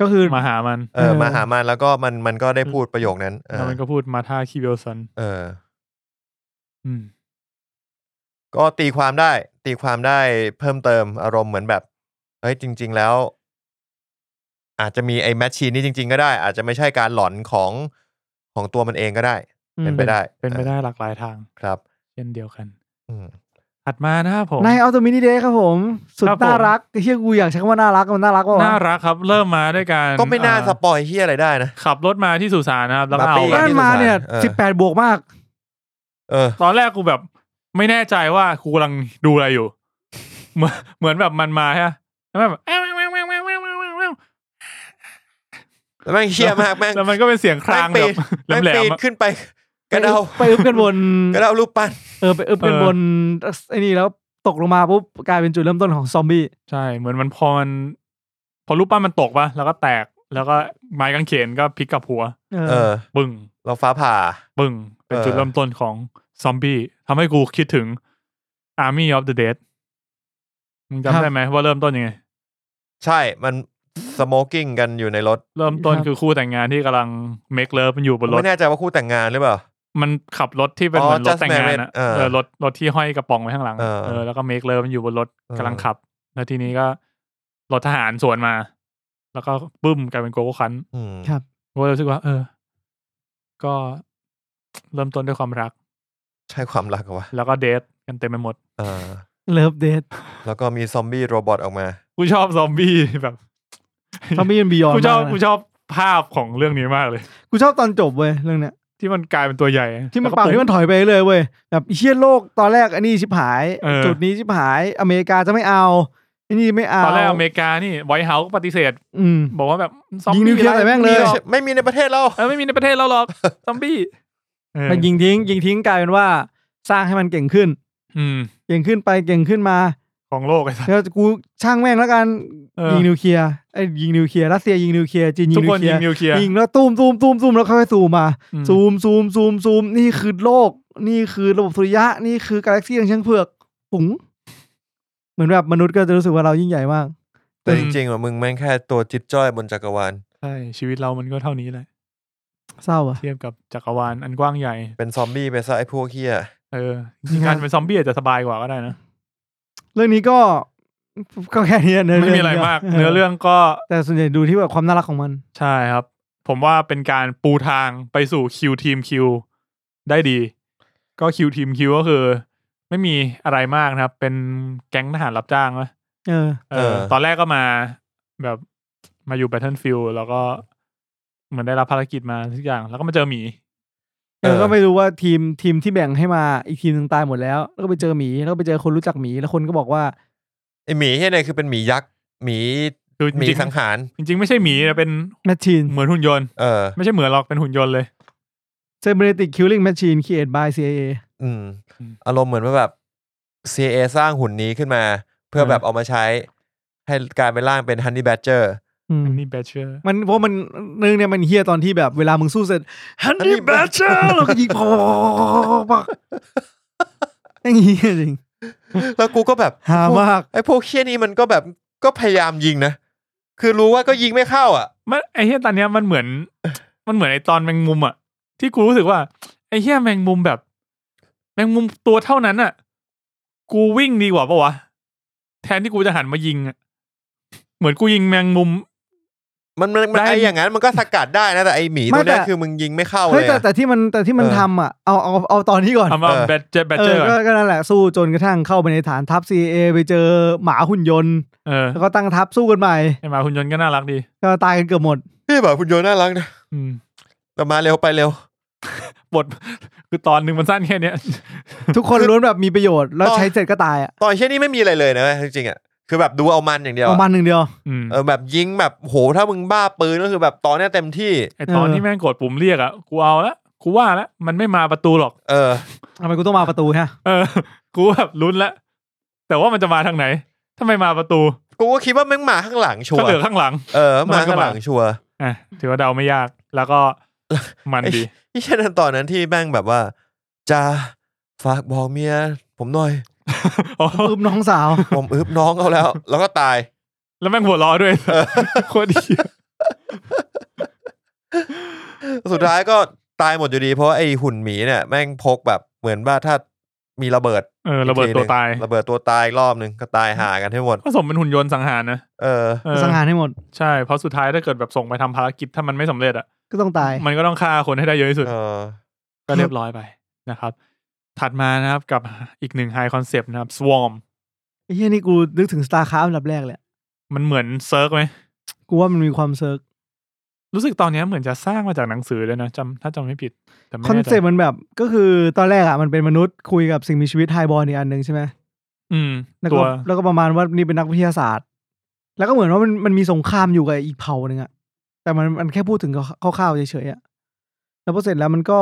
S4: ก็คือ
S3: มาหามัน
S2: เออ
S4: เออ
S2: มาหามันแล้วก็มันมันก็ได้พูดประโยคนั้น เอ
S3: แล้ว
S2: อ
S3: มันก็พูดมาท่าคิเวลสัน
S2: เออ
S3: อืม
S2: ก็ตีความได้ ตีความได้เพิ่มเติมอารมณ์เหมือนแบบเฮ้ยจริง ๆ แล้ว อาจจะมีไอ้แมชชีนนี่จริง ๆ ก็ได้ อาจจะไม่ใช่การหลอนของของตัวมันเองก็ได้ เป็นไปได้
S3: เป็นไป
S2: ออ
S3: ได้หลากหลายทาง
S2: ครับ
S3: เช่นเดียวกัน
S2: อืม
S3: ถัดมานะครับผม
S4: นายเอาตัวมินิเดทครับผม สุด
S3: ครับผม
S4: น่ารักไอ้เฮียกูอยากใช้คำว่าน่ารักมันน่ารักว่ะ
S3: น่ารักครับ เริ่มมาด้วยการ
S2: ก็ไม่น่า
S3: เอ่อ
S2: สปอยเฮียอะไรได้นะ
S3: ขับรถมาที่สุสานนะครับ แล้วก็
S2: มา
S3: เอา
S2: ปี้
S3: แบบ
S4: ด้านมาเนี่ย
S2: เออ
S4: สิบแปดบวกมาก
S2: เออ
S3: ตอนแรกกูแบบไม่แน่ใจว่ากูกำลังดูอะไรอยู่ *laughs* เหมือนเหมือนแบบมันมาฮะแล้วแบบแอ้วแอ้วแอ้วแอ้วแอ้วแอ้วแอ้วแอ้ว
S2: แล้วแม่งเฮี้ยมากแม่ง
S3: แล้วมันก็เป็นเสียงคราง
S2: แม่
S3: แบ
S2: ปี
S3: บ
S2: นแม่ง
S3: แหล
S2: ปี
S3: ม
S2: น
S3: ๆอะ
S2: ขึ้นไป กระเดา
S4: ไปอึบกันบน
S2: กระเดารูปปั้น
S4: เออไปอึบกัน
S3: เออ
S4: บนไอ้นี่แล้วตกลงมาปุ๊บกลายเป็นจุดเริ่มต้นของซอมบี้
S3: ใช่ เหมือนมันพอมันพอรูปปั้นมันตกปะแล้วก็แตกแล้วก็ไม้กางเขนก็พลิกกลับหัว
S4: เอ
S2: เอ
S4: อ
S2: อ
S3: ปึ้ง
S2: เราฟ้าผ่า
S3: ปึ้งเป็น
S2: เออ
S3: จุดเริ่มต้นของ ซอมบี้ทำให้กูคิดถึง Army of the Dead มึง
S4: ครั
S3: จำ
S4: บ
S3: ได้ไหมว่าเริ่มต้นยังไง
S2: ใช่ มันสโมกกิ้งกันอยู่ในรถ
S3: เริ่มต้น
S4: ครับ
S3: คือคู่แต่งงานที่กำลัง make love มันอยู่บนรถ
S2: ไม่แน่ใจว่าคู่แต่งงานหรือเปล่า
S3: มันขับรถที่เป็น
S2: อ๋อ
S3: เหมือนรถ
S2: Just
S3: แต่งงาน
S2: Married
S3: อะ
S2: เออ
S3: เออรถรถที่ห้อยกระป๋องไว้ข้างหลัง
S2: เออ
S3: เออแล้วก็เมคเลิฟมันอยู่บนรถ
S2: เออ
S3: กำลังขับ แล้วทีนี้ก็รถทหารสวนมา แล้วก็บึ้มกลายเป็นโกโก้คัน
S2: อืม
S4: ครับ
S3: ก็รู้สึกว่า เออ ก็เริ่มต้นด้วยความรัก
S2: ใช่ความรักเหรอวะ
S3: แล้วก็เดทกันเต็มไปหมด
S2: เออ
S4: เลิฟเดท
S2: แล้วก็มีซอมบี้โรบอทออกมา
S3: กูชอบซอมบี้แบบ
S4: ทอมบี้ยันบียอน
S3: กูชอบ
S4: นะ
S3: กูชอบภาพของเรื่องนี้มากเลย
S4: กูชอบตอนจบเว้ยเรื่องเนี้ย
S3: ที่มันกลายเป็นตัวใหญ่
S4: ที่มัน
S3: แล้ว
S4: เป
S3: ก็
S4: ล่าที่มัน
S3: ปุ๊บ
S4: ถอยไปเลยเว้ยแบบเชี่ยโลกตอนแรกอันนี้ชิบหาย
S3: เออ
S4: จุดนี้ชิบหายอเมริกาจะไม่เอาอันนี้ไม่เอา
S3: ตอนแรกอเมริกานี่ไวท์เฮาส์ปฏิเสธ
S4: อืม
S3: บอกว่าแบบซอม
S4: ยิ
S3: บี้
S4: งนิวเคลียร์ใส่แม่งเลย
S3: ไร้
S4: ครับ
S2: ไม่มีในประเทศเรา
S3: เออไม่มีในประเทศเราหรอก ซอมบี้เออ
S4: มันยิงทิ้ง ยิงทิ้งกลายเป็นว่าสร้างให้มันเก่งขึ้น
S3: อืม
S4: เก่งขึ้นไปเก่งขึ้นมา
S3: ของโลกไอ้สัส
S4: แล้วกูช่างแม่งแล้วกัน
S3: เออ
S4: ยิงนิวเคลียร์ไอ้ยยิงนิวเคลียร์รัสเซียยิงนิวเคลียร์จีนยิ
S3: ทุก
S4: ง
S3: ค
S4: นิวน เคลี
S3: ยิ
S4: ยร์
S3: งนิวเคลียร์
S4: ยิงแล้วตูมตูมตูมตูมแล้วค่อยๆซูมมา
S3: อืม
S4: ซูมซูมซูมซูมนี่คือโลก นี่คือระบบสุริยะ นี่คือกาแล็กซี่อย่างช่างเผือกปุ๋งเหมือนแบบมนุษย์ก็จะรู้สึกว่าเรายิ่งใหญ่มาก
S2: แต่จริงๆว่ามึงแม่งแค่ตัวจิตจ้อยบนจักรวาล
S3: ใช่ชีวิตเรามันก็เท่านี้แหละ
S4: เศร้าอ่ะ
S3: เทียบกับจักรวาลอันกว้างใหญ่
S2: เป็นซอมบี้ไปซะไอ้พวกเฮีย
S3: เออจริงๆการเป็นซอมบี้อาจจะสบายกว่าก็ได้นะ
S4: เรื่องนี้ก็ *laughs* ก็แค่นี้เนื้อ
S3: ไม่
S4: เรื่อง
S3: มีอะไรมาก เนื้อเรื่องก็
S4: แต่ส่วนใหญ่ดูที่แบบความน่ารักของมัน
S3: ใช่ครับ ผมว่าเป็นการปูทางไปสู่คิวทีมคิวได้ดี ก็คิวทีมคิวก็คือ ไม่มีอะไรมากนะครับ เป็นแก๊งทหารรับจ้างวะ
S4: เออ
S3: เออตอนแรกก็มาแบบมาอยู่ Battlefield แล้วก็เหมือนได้รับภารกิจมาทุกอย่าง แล้วก็มาเจอหมี
S4: เออก็ไม่รู้ว่าทีมทีมที่แบ่งให้มาอีกทีมหนึ่งตายหมดแล้ว แล้วก็ไปเจอหมีแล้วก็ไปเจอคนรู้จักหมีแล้วคนก็บอกว่า
S2: ไอหมีเฮียเนี่ยคือเป็นหมียักษ์หมี
S3: คือ
S2: หมี
S3: จริง
S2: สังหาร
S3: จริง ๆ ไม่ใช่หมีนะเป็น
S4: แมชชีน
S3: เหมือนหุ่นยนต์
S2: เออ
S3: ไม่ใช่เหมือนหรอกเป็นหุ่นยนต์เลย
S4: cybernetic killing machine created by CIA
S2: อืม
S3: อืม
S2: อารมณ์เหมือนว่าแบบ CA สร้างหุ่นนี้ขึ้นมา เพื่อ
S3: เออ
S2: แบบเอามาใช้ ให้กลายเป็นร่างเป็นฮันนี่แบ d เจอร์
S4: อืม
S3: อันนี้แบชเชอร์
S4: มันเพราะมันเรื่องเนี่ยมันเฮี้ยตอนที่แบบเวลามึงสู้เสร็จ Honey
S2: Honey
S4: Badger แล้วก็ยิงพอปักไอ้เหี้ยจริง
S2: แล้วกูก็แบบ
S4: หามาก
S2: ไอ้พวกเฮียนี้มันก็แบบก็พยายามยิงนะ คือรู้ว่าก็ยิงไม่เข้าอ่ะ
S3: มันไอเฮียตอนเนี้ยมันเหมือน มันเหมือนไอตอนแมงมุมอะที่กูรู้สึกว่าไอเฮียแมงมุมแบบ แมงมุมตัวเท่านั้นอะกูวิ่งดีกว่าปะวะแทนที่กูจะหันมายิงอะเหมือนกูยิงแมงมุม
S2: มันมันมัน
S3: ได้
S2: ไอ้อย่างนั้นมันก็สกัดได้นะ แต่ไอ้หมีตัวเนี้ยคือมึงยิงไม่เข้าเล
S4: เฮ้ย
S2: ย
S4: แต่
S2: อะ
S4: แต่ที่มันแต่ที่มัน
S2: เออ
S4: ทำอ่ะเอาเอาเอาตอนนี้ก่อน
S3: เอามา
S2: เออ
S3: แบชเจอร์แบช
S4: เอ
S3: เจอ
S4: อ
S3: ร์ก่
S4: ก็
S3: อน
S4: ก็นั่นแหละสู้จนกระทั่งเข้าไปในฐานทัพ CIA ไปเจอหมาหุ่นยนต์
S3: เออ
S4: แล้วก็ตั้งทัพสู้กันใหม่
S3: ไอหมาหุ่นยนต์ก็น่ารักดี
S4: ก็ตายกันเกือบหม
S3: *laughs*
S4: ด
S2: พี่แบบคุณโยนน่ารักนะ
S3: อืม
S2: แต่มาเร็วไปเร็ว
S3: บท *laughs* คือตอนหนึ่งมันสั้นแค่เนี้ย
S4: ทุกคนล้วนแบบมีประโยชน์ แล้ว
S2: ต่อ
S4: ใช้เสร็จก็ตายอ่ะ
S2: ตอนเช่นนี้ไม่มีอะไรเลยนะเว้ยจริงๆอ่ะคือแบบดูเอามันอย่างเดียว
S4: เอา
S2: อะ
S4: มันหนึ่งเดียว
S3: อืม
S2: เออแบบยิงแบบโหถ้ามึงบ้าปืนก็คือแบบตอนเนี้ยเต็มที่
S3: ไอตอนที่แม่งกดปุ่มเรียกอ่ะกูเอาละกูว่าละมันไม่มาประตูหรอก
S2: เออ
S4: ทำไมกูต้องมาประตู
S3: *laughs*
S4: ฮะ
S3: เออ กูแบบลุ้นละแต่ว่ามันจะมาทางไหนถ้าไม่มาประตู
S2: กูก็คิดว่าแม่งมาข้างหลังชัว
S3: ก็
S2: ร์
S3: เหลือข้างหลัง
S2: เออมา
S3: แล้วมันก็
S2: ข้างหลัง
S3: มา
S2: ชัวร์
S3: อ่ะถือว่าเดาไม่ยาก แล้วก็มันดี
S2: ที่เช่นนั้นตอนนั้นที่แม่งแบบว่าจะฝากบอกเมียผมหน่อย
S3: อ๋อ
S4: อึบน้องสาว
S2: ผมอึบน้องเขาแล้ว แล้วก็ตาย
S3: แล้วแม่งหัวล้อด้วย
S2: เออ
S3: โคตรดี
S2: สุดท้ายก็ตายหมดอยู่ดี เพราะไอ้หุ่นหมีเนี่ยแม่งพกแบบเหมือนว่าถ้ามีระเบิด
S3: เออระเบิด
S2: อีกทีห
S3: ตัว
S2: นึ่ง
S3: ตาย
S2: ระเบิดตัวตายอีกรอบหนึ่งก็ตายหากันทั้งหมด
S3: ก็สมเป็นหุ่นยนต์สังหารนะ
S2: เออ
S3: เออ
S4: สังหารให้หมด
S3: ใช่เพราะสุดท้ายถ้าเกิดแบบส่งไปทำภารกิจถ้ามันไม่สำเร็จอ่ะ
S4: ก็ต้องตาย
S3: มันก็ต้องฆ่าคนให้ได้เยอะที่สุด
S2: เออ
S3: ก็เรียบร้อยไปนะครับ ถัดมานะครับกับอีกหนึ่งไฮคอนเซปต์นะครับ Swarm
S4: ไอ้เหี้ยนี่กูนึกถึงสตาร์คราฟอันดับแรกเลยอะ
S3: มันเหมือนเซิร์กไหม
S4: กูว่ามันมีความเซิร์ก
S3: รู้สึกตอนเนี้ยเหมือนจะสร้างมาจากหนังสือเลยนะจำถ้าจำไม่ผิด แต่ไม่
S4: คอน
S3: แน่ใจ
S4: เซ็ปต์มันแบบ ก็คือตอนแรกอ่ะมันเป็นมนุษย์คุยกับสิ่งมีชีวิตไฮบอลอีกอันหนึ่งใช่ไหม
S3: อืม
S4: แล้ว
S3: ตั
S4: ก็
S3: ว
S4: แล้วก็ประมาณว่านี่เป็นนักวิทยาศาสตร์ แล้วก็เหมือนว่ามันมันมีสงครามอยู่กับอีกเผ่าหนึ่งอ่ะ แต่มันมันแค่พูดถึงคร่าวๆเฉยๆอ่ะ แล้วพอเสร็จแล้วมันก็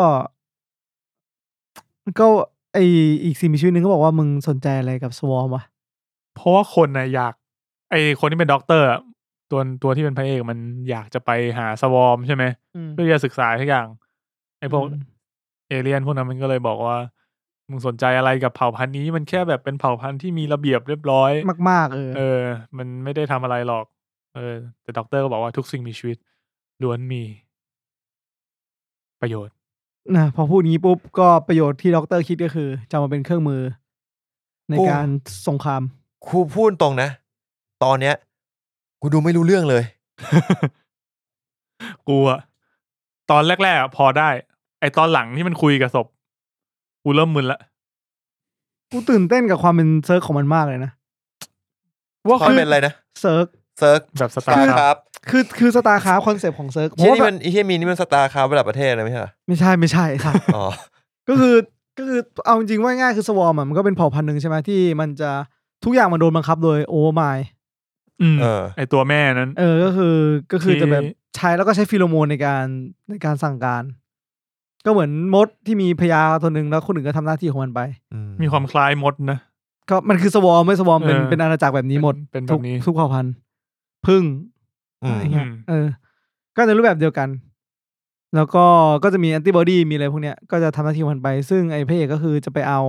S4: มันก็ไออีกสิ่งมีชีวิตหนึ่งก็บอกว่ามึงสนใจอะไรกับสวอมวะ
S3: เพราะว่าคนนะอยาก ไอคนที่เป็นด็อกเตอร์อะตัวตัวที่เป็นพระเอกมันอยากจะไปหาสวอมใช่ไหมเพื่อจะศึกษาทุกอย่าง ไอพวก
S4: อืม
S3: เอเลียนพวกนั้นมันก็เลยบอกว่า มึงสนใจอะไรกับเผ่าพันธุ์นี้ มันแค่แบบเป็นเผ่าพันธุ์ที่มีระเบียบเรียบร้อย
S4: มากๆเออ
S3: เออ มันไม่ได้ทำอะไรหรอก เออ แต่ด็อกเตอร์ก็บอกว่าทุกสิ่งมีชีวิตล้วนมี ประโยชน์
S4: นะพอพูดงี้ปุ๊บก็ประโยชน์ที่ด็อกเตอร์คิดก็คือจะเอามาเป็นเครื่องมือ ใน
S2: โอ้
S4: การสงคราม
S2: ครูพูดตรงนะ ตอนเนี้ย กูดูไม่รู้เรื่องเลย
S3: กูอะตอนแรกๆอะพอได้ ไอตอนหลังที่มันคุยกับศพ กูเริ่มมึนละ
S4: กูตื่นเต้นกับความเป็นเซิร์ฟของมันมากเลยนะ
S3: ว่า
S2: ตอน
S3: คือ
S2: เป็นอะไรนะ
S4: เซิร์ฟ
S2: เซิร์ก
S3: แบบส
S2: สตา
S3: ตาร์
S2: ร์
S3: ค
S2: ค
S3: รั
S2: รับ บ
S4: คือคือสตาร์คาฟคอนเซปต์ของเซิร์ฟ
S2: เฮียนี่มันไอ้เฮียมีนี่มันสตาร์ครับระดับประเทศเลยไหมฮะ
S4: ไม่ใช่ไม่ใช่ครับ
S2: อ๋อ
S4: *laughs* ก็คือก็คือเอาจริงๆว่าง่ายคือสวอมมันก็เป็นเผ่าพันธุ์หนึ่งใช่ไหมที่มันจะทุกอย่างมันโดนบังคับโดยโอเวอร์ไมล์
S3: อืม
S2: เออ
S3: ไอตัวแม่นั้น
S4: เออก็คือก็คือ
S3: ที่
S4: จะแบบใช้แล้วก็ใช้ฟิโลโมนในการในการสั่งการ ก็เหมือนมดที่มีพยาตัวหนึ่งแล้วคนอื่นก็ทำหน้าที่ของมันไป
S2: อื
S3: มีความคล้ายมดนะ
S4: ก็มันคือสวอมไม่สวอมเป็น
S3: เออ
S4: เป็นอาณาจักรแบบนี้หมด
S3: เป็นเป็นแบ
S4: ทุก
S3: บนี้
S4: ทุกเผ่าพันธุ์พึ่ง
S2: อืม
S4: อะไรเงี้ยเออ ก็ในรูปแบบเดียวกัน แล้วก็ก็จะมีแอนติบอดีมีอะไรพวกเนี้ย ก็จะทำหน้าที่ของมันไป ซึ่งไอ้พระเอกก็คือจะไปเอา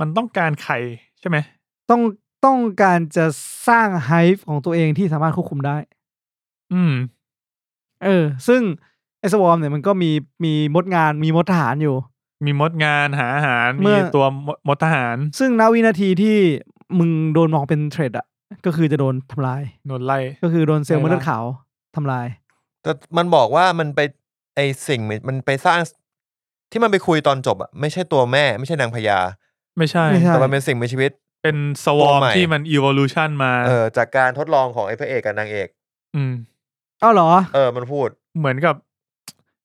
S3: มันต้องการไข่ใช่ไหม
S4: ต้องต้องการจะสร้างไฮฟ์ของตัวเองที่สามารถควบคุมได้
S3: อืม
S4: เออ ซึ่งไอ้สวอมเนี่ยมันก็มีมีมดงานมีมดทหารอยู่
S3: มีมดงานหาอาหาร
S4: เมื่
S3: มี
S4: อ
S3: ตัวมดมดทหาร
S4: ซึ่งณวินาทีที่มึงโดนมองเป็นเทรดอะก็คือจะโดนทำลาย
S3: โดนไล่
S4: ก็คือโดนเซลล์มดเลือ
S3: ไม่
S4: ด
S3: ละ
S4: ขาวทำลาย
S2: แต่มันบอกว่ามันไปไอสิ่งมันไปสร้าง ที่มันไปคุยตอนจบอะไม่ใช่ตัวแม่ไม่ใช่นางพญา
S3: ไม่ใช่
S4: ไม่ใช่
S2: แต่มันเป็นสิ่งมีชีวิต
S3: เป็นสว
S2: ตัว
S3: อม
S2: ใหม่
S3: ที่มันอีว l ลูชันมา
S2: เออจากการทดลองของไอ้พระเอกกับนางเอก
S3: อืม
S4: เอ้าเหรอ
S2: เออมันพูด
S3: เหมือนกับ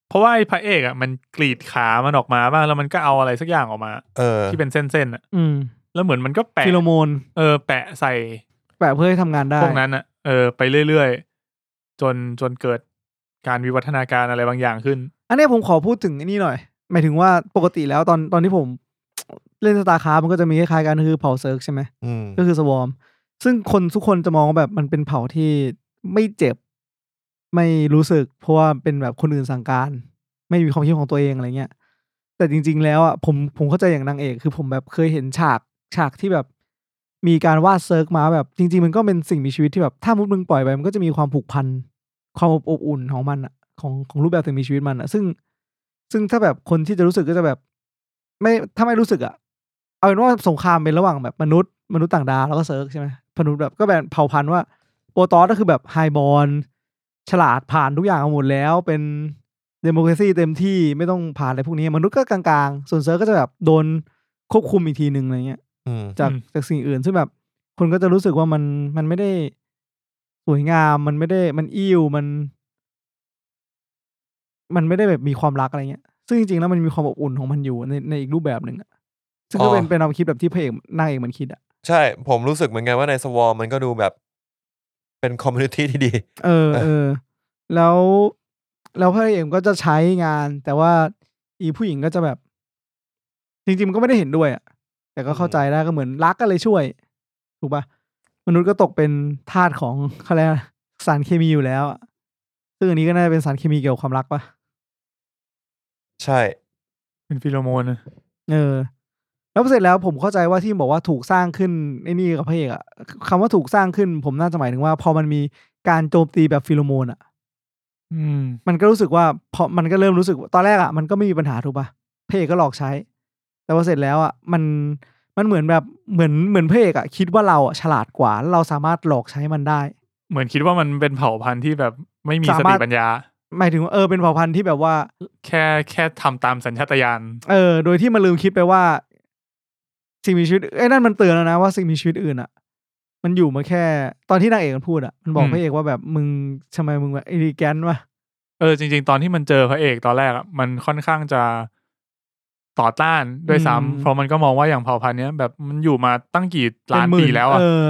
S3: เพราะว่าไอ้พระเอกอ่ะมันกรีดขามันออกมาบ้างแล้วมันก็เอาอะไรสักอย่างออกมา
S2: เออ
S3: ที่เป็นเส้นๆอ่ะ
S4: อืม
S3: แล้วเหมือนมันก็แปะ
S4: ฟิโลโมน
S3: เออแปะใส่
S4: แปะเพื่อให้ทำงานได้
S3: พวกนั้นอ่ะเออไปเรื่อยๆ จนจนเกิดการวิวัฒนาการอะไรบางอย่างขึ้น
S4: อันเนี้ยผมขอพูดถึงไอ้นี่หน่อย หมายถึงว่าปกติแล้วตอนตอนที่ผม เล่นสตาร์คามันก็จะมีคล้ายๆกันคือเผ่าเซิร์กใช่ไหม
S2: อืม
S4: ก็คือสวอม ซึ่งคนทุกคนจะมองว่าแบบมันเป็นเผ่าที่ไม่เจ็บ ไม่รู้สึก เพราะว่าเป็นแบบคนอื่นสั่งการ ไม่มีความคิดของตัวเองอะไรเงี้ย แต่จริง ๆ แล้วอ่ะผมผมเข้าใจอย่างนางเอกคือผมแบบเคยเห็นฉากฉากที่แบบมีการวาดเซิร์กมาแบบจริง ๆ มันก็เป็นสิ่งมีชีวิตที่แบบถ้ามุดมึงปล่อยไปมันก็จะมีความผูกพัน ความอบอบอุ่นของมันอะของของรูปแบบสิ่งมีชีวิตมันอะซึ่ง ซึ่งถ้าแบบคนที่จะรู้สึกก็จะแบบ ไม่ถ้าไม่รู้สึกอะเอาเป็นว่าสงครามเป็นระหว่างแบบมนุษย์มนุษย์ต่างดาวแล้วก็เซิร์กใช่ไหมมนุษย์แบบก็แบบเผ่าพันธุ์ว่าโปรตอสก็คือแบบไฮบอลฉลาดผ่านทุกอย่างมาหมดแล้ว เป็นเดโมคราซีเต็มที่ไม่ต้องผ่านอะไรพวกนี้ มนุษย์ก็กลางๆ ส่วนเซิร์กก็จะแบบโดนควบคุมอีกทีหนึ่งอะไรเงี้ย
S2: อืม
S4: จาก
S3: อืม
S4: จากสิ่งอื่นซึ่งแบบคนก็จะรู้สึกว่ามันมันไม่ได้สวยงามมันไม่ได้มันอิ่วมัน มันไม่ได้แบบมีความรักอะไรเงี้ย ซึ่งจริงๆแล้วมันมีความอบอุ่นของมันอยู่ในในอีกรูปแบบหนึ่งอะซึ่งก็เป็นเป็นความคิดแบบที่พระเอกนางเอกมันคิดอะ
S2: ใช่ผมรู้สึกเหมือนกันว่าในสวอมมันก็ดูแบบ เป็นคอมมูนิตี้ที่ดี
S4: เออเออ แล้ว แล้วพระเอกก็จะใช้งาน แต่ว่าอีผู้หญิงก็จะแบบ จริงๆมันก็ไม่ได้เห็นด้วยอะแต่ก็เข้าใจได้ก็เหมือนรักก็เลยช่วย ถูกปะมนุษย์ก็ตกเป็นทาสของ *laughs* เขาเรียกอะไรสารเคมีอยู่แล้วอะซึ่งอันนี้ก็น่าจะเป็นสารเคมีเกี่ยวกับความรักปะ
S2: ใช่
S3: เป็นฟิโลโมนนะ
S4: เออ แล้วเสร็จแล้วผมเข้าใจว่าที่บอกว่าถูกสร้างขึ้นไอ้นี่กับพระเอกอะคำว่าถูกสร้างขึ้น ผมน่าจะหมายถึงว่า พอมันมีการโจมตีแบบฟิโลโมนอะ
S3: อืม
S4: มันก็รู้สึกว่าพอมันก็เริ่มรู้สึกว่าตอนแรกอ่ะมันก็ไม่มีปัญหาถูกปะ่ะพระเอกก็หลอกใช้ แต่ว่าเสร็จแล้วอ่ะมันมันเหมือนแบบเหมือนเหมือนพระเอกอ่ะคิดว่าเราอ่ะฉลาดกว่าแล้วเราสามารถหลอกใช้มันได้
S3: เหมือนคิดว่ามันเป็นเผ่าพันธุ์ที่แบบไม่มีส
S4: สามาร
S3: ติ
S4: ถ
S3: ปัญญา
S4: หมายถึงว่าเออเป็นเผ่าพันธุ์ที่แบบว่า
S3: แค่แค่ทำตามสัญชาตญาณ
S4: เออ โดยที่มันลืมคิดไปว่า สิ่งมีชีวิตไอ้ยนั่นมันเตือนแล้วนะว่าสิ่งมีชีวิตอื่นอ่ะ มันอยู่มาแค่ ตอนที่นางเอกมันพูดอ่ะมันบอก
S3: อืม
S4: พระเอกว่าแบบมึงทำไมมึงแบบเอริแกนวะ
S3: เออจริง ๆ ตอนที่มันเจอพระเอกตอนแรกอะมันค่อนข้างจะต่อต้านด้วยซ้ำเพราะมันก็มองว่าอย่างเผ่าพันธุ์เนี้ยแบบมันอยู่มาตั้งกี่ล้าน
S4: เป็หมื่
S3: ปีแล้วอะ
S4: เออ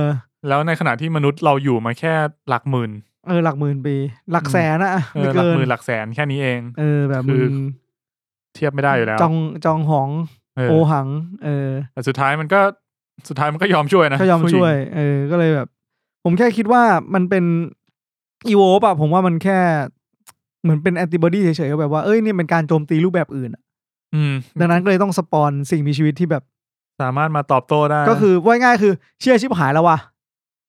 S3: แล้วในขณะที่มนุษย์เราอยู่มาแค่หลักหมื่น
S4: เออหลักหมื่นปี หลักแสนอะ
S3: เออห
S4: ไม่
S3: ลัก
S4: เกิน
S3: หมื่นหลักแสนแค่นี้เอง
S4: เออแบบ
S3: คื
S4: มึ
S3: อ
S4: ง
S3: เทียบไม่ได้อยู่แล้ว
S4: จองจองหอง
S3: เออ
S4: โอหัง เออ
S3: แต่สุดท้ายมันก็สุดท้ายมันก็ยอมช่วยนะ
S4: ก็ยอม
S3: ผู้หญิง
S4: ช่วย เออ ก็เลยแบบ ผมแค่คิดว่ามันเป็นอีโวป่ะผมว่ามันแค่ เหมือนเป็นแอนติบอดีเฉยๆแบบว่าเอ้ยนี่เป็นการโจมตีรูปแบบอื่นอะ
S3: อืม
S4: ดังนั้นก็เลยต้องสปอนสิ่งมีชีวิตที่แบบ
S3: สามารถมาตอบโต้ได้
S4: ก็คือว่าง่ายๆคือเชี่ยชิบหายแล้ววะ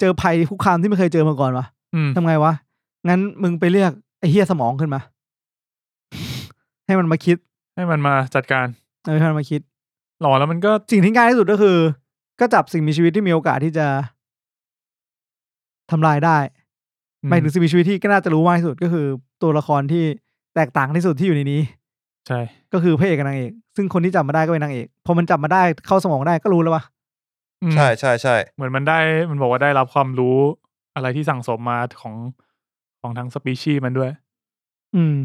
S4: เจอภัยคุกคามที่ไม่เคยเจอมาก่อนวะ
S3: ม
S4: ทำไงวะ งั้นมึงไปเรียกไอ้เฮียสมองขึ้นมา *laughs* ให้มันมาคิด
S3: ให้มันมาจัดการ
S4: เออให้มันมาคิด
S3: หล่อแล้วมันก็
S4: สิ่งที่ง่ายที่สุดก็คือ ก็จับสิ่งมีชีวิตที่มีโอกาสที่จะทำลายได้
S3: อื
S4: หมายถึงสิ่งมีชีวิตที่ก็น่าจะรู้มากที่สุดก็คือ ตัวละครที่แตกต่างที่สุดที่อยู่ในนี้
S3: ใช่
S4: ก็คือพระเอกกับนางเอก ซึ่งคนที่จับมาได้ก็เป็นนางเอกพอมันจับมาได้เข้าสมองได้ก็รู้แล้วว่า
S3: อืม
S2: ใช่ใช่ใช่
S3: เหมือนมันได้มันบอกว่าได้รับความรู้อะไรที่สั่งสมมาของของทั้งสปีชีส์มันด้วย
S4: อืม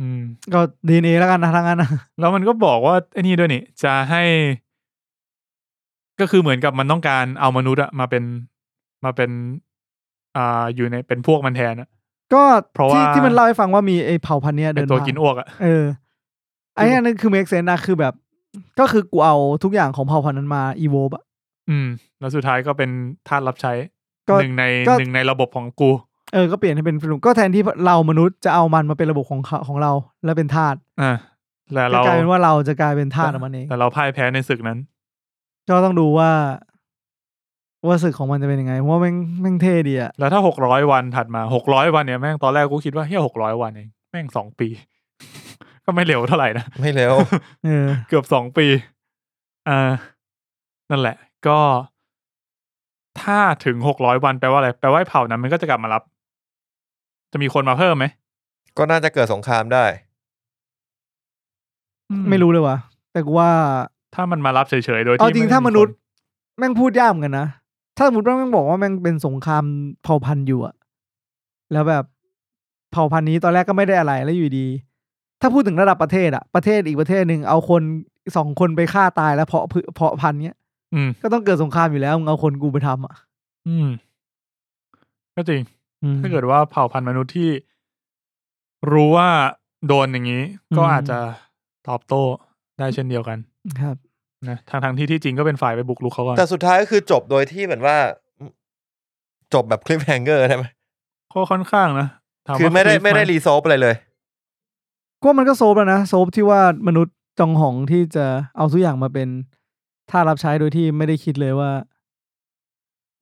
S3: อืม
S4: ก็ดีเอแล้วกันนะทางนั้นนะ *laughs*
S3: แล้วมันก็บอกว่าไอ้นี่ด้วยนี่ จะให้ ก็คือเหมือนกับมันต้องการเอามนุษย์อะมาเป็นมาเป็น อ่าอยู่ในเป็นพวกมันแทนอะ
S4: ก็
S3: เพราะ
S4: ที่
S3: ว่า
S4: ที่มันเล่าให้ฟังว่ามีไอ้เผ่าพันธุ์เนี้ย
S3: เป็
S4: เดิ
S3: น
S4: น
S3: ตัว
S4: ผ่า
S3: กินอ้วกอะ
S4: เออไอ้อันนั้นคือเมกเซนนะคือแบบ ก็คือกูเอาทุกอย่างของเผ่าพันธุ์นั้นมาอีโวบอะ
S3: อืม แล้วสุดท้ายก็เป็นทาสรับใช้
S4: ก็
S3: หนึ่งใน
S4: ก็
S3: หนึ่งในระบบของกู
S4: เออก็เปลี่ยนให้เป็นฟิลมก็แทนที่เรามนุษย์จะเอามันมาเป็นระบบของเขาของเรา และเป็นทาส
S3: อ่าแต่
S4: ก็
S3: เรา
S4: กลายเป็นว่าเราจะกลายเป็นทาสของมันเอง
S3: แต่เราพ่ายแพ้ในศึกนั้น
S4: ก็ต้องดูว่า ว่าศึกของมันจะเป็นยังไงเพราะว่าแม่งแม่งเท่ดีอะ
S3: แล้วถ้าหกร้อยวันถัดมาหกร้อยวันเนี่ยแม่งตอนแรกกูคิดว่าเฮ้ยหกร้อยวันเองแม่งสองปี *laughs* ก็ไม่เร็วเท่าไหร่นะ
S2: ไม่เร็ว *laughs*
S4: เออ
S3: เกือบสองปีอ่านั่นแหละ ก็ ถ้าถึงหกร้อยวันแปลว่าอะไร แปลว่าไอ้เผ่านั้นมันก็จะกลับมารับ จะมีคนมาเพิ่มไหม
S2: ก็น่าจะเกิดสงครามได้
S4: ไม่รู้เลยว่ะแต่กูว่า
S3: ถ้ามันมารับเฉยๆโดยที่
S4: เอาจริง
S3: ไได้
S4: ถ้ามนุษย์
S3: ค
S4: แม่งพูดยากเหมือนกันนะ ถ้าสมมติว่าแม่งบอกว่าแม่งเป็นสงครามเผ่าพันธุ์อยู่อะแล้วแบบเผ่าพันธุ์นี้ตอนแรกก็ไม่ได้อะไรแล้วอยู่ดี ถ้าพูดถึงระดับประเทศอะประเทศอีกประเทศหนึ่งเอาคนสองคนไปฆ่าตายแล้วเพาะพืเพาะพันธุ์เนี้ย
S3: อืม
S4: ก็ต้องเกิดสงครามอยู่แล้วมึงเอาคนกูไปทำอะ
S3: อืม ก็จริง
S4: อืม
S3: ถ้าเกิดว่าเผ่าพันธุ์มนุษย์ที่รู้ว่าโดนอย่างนี้ ก็
S4: อืม
S3: อาจจะตอบโต้ได้เช่นเดียวกัน
S4: ครับ
S3: นะทางทางๆที่ที่จริงก็เป็นฝ่ายไปบุกรุกเขาก่อน
S2: แต่สุดท้ายก็คือจบโดยที่เหมือนว่า จบแบบคลิปแฮงเกอร์ได้ไหม
S3: ก็ค่อนข้างนะถาว่า
S2: คือไม่ได้
S3: ลิฟ
S2: ไม่ได้
S3: ห
S2: รีโซฟอะไรเลย
S4: ก็มันก็โซบแล้วนะโซบที่ว่ามนุษย์จองหองที่จะเอาทุกอย่างมาเป็นท่ารับใช้โดยที่ไม่ได้คิดเลยว่า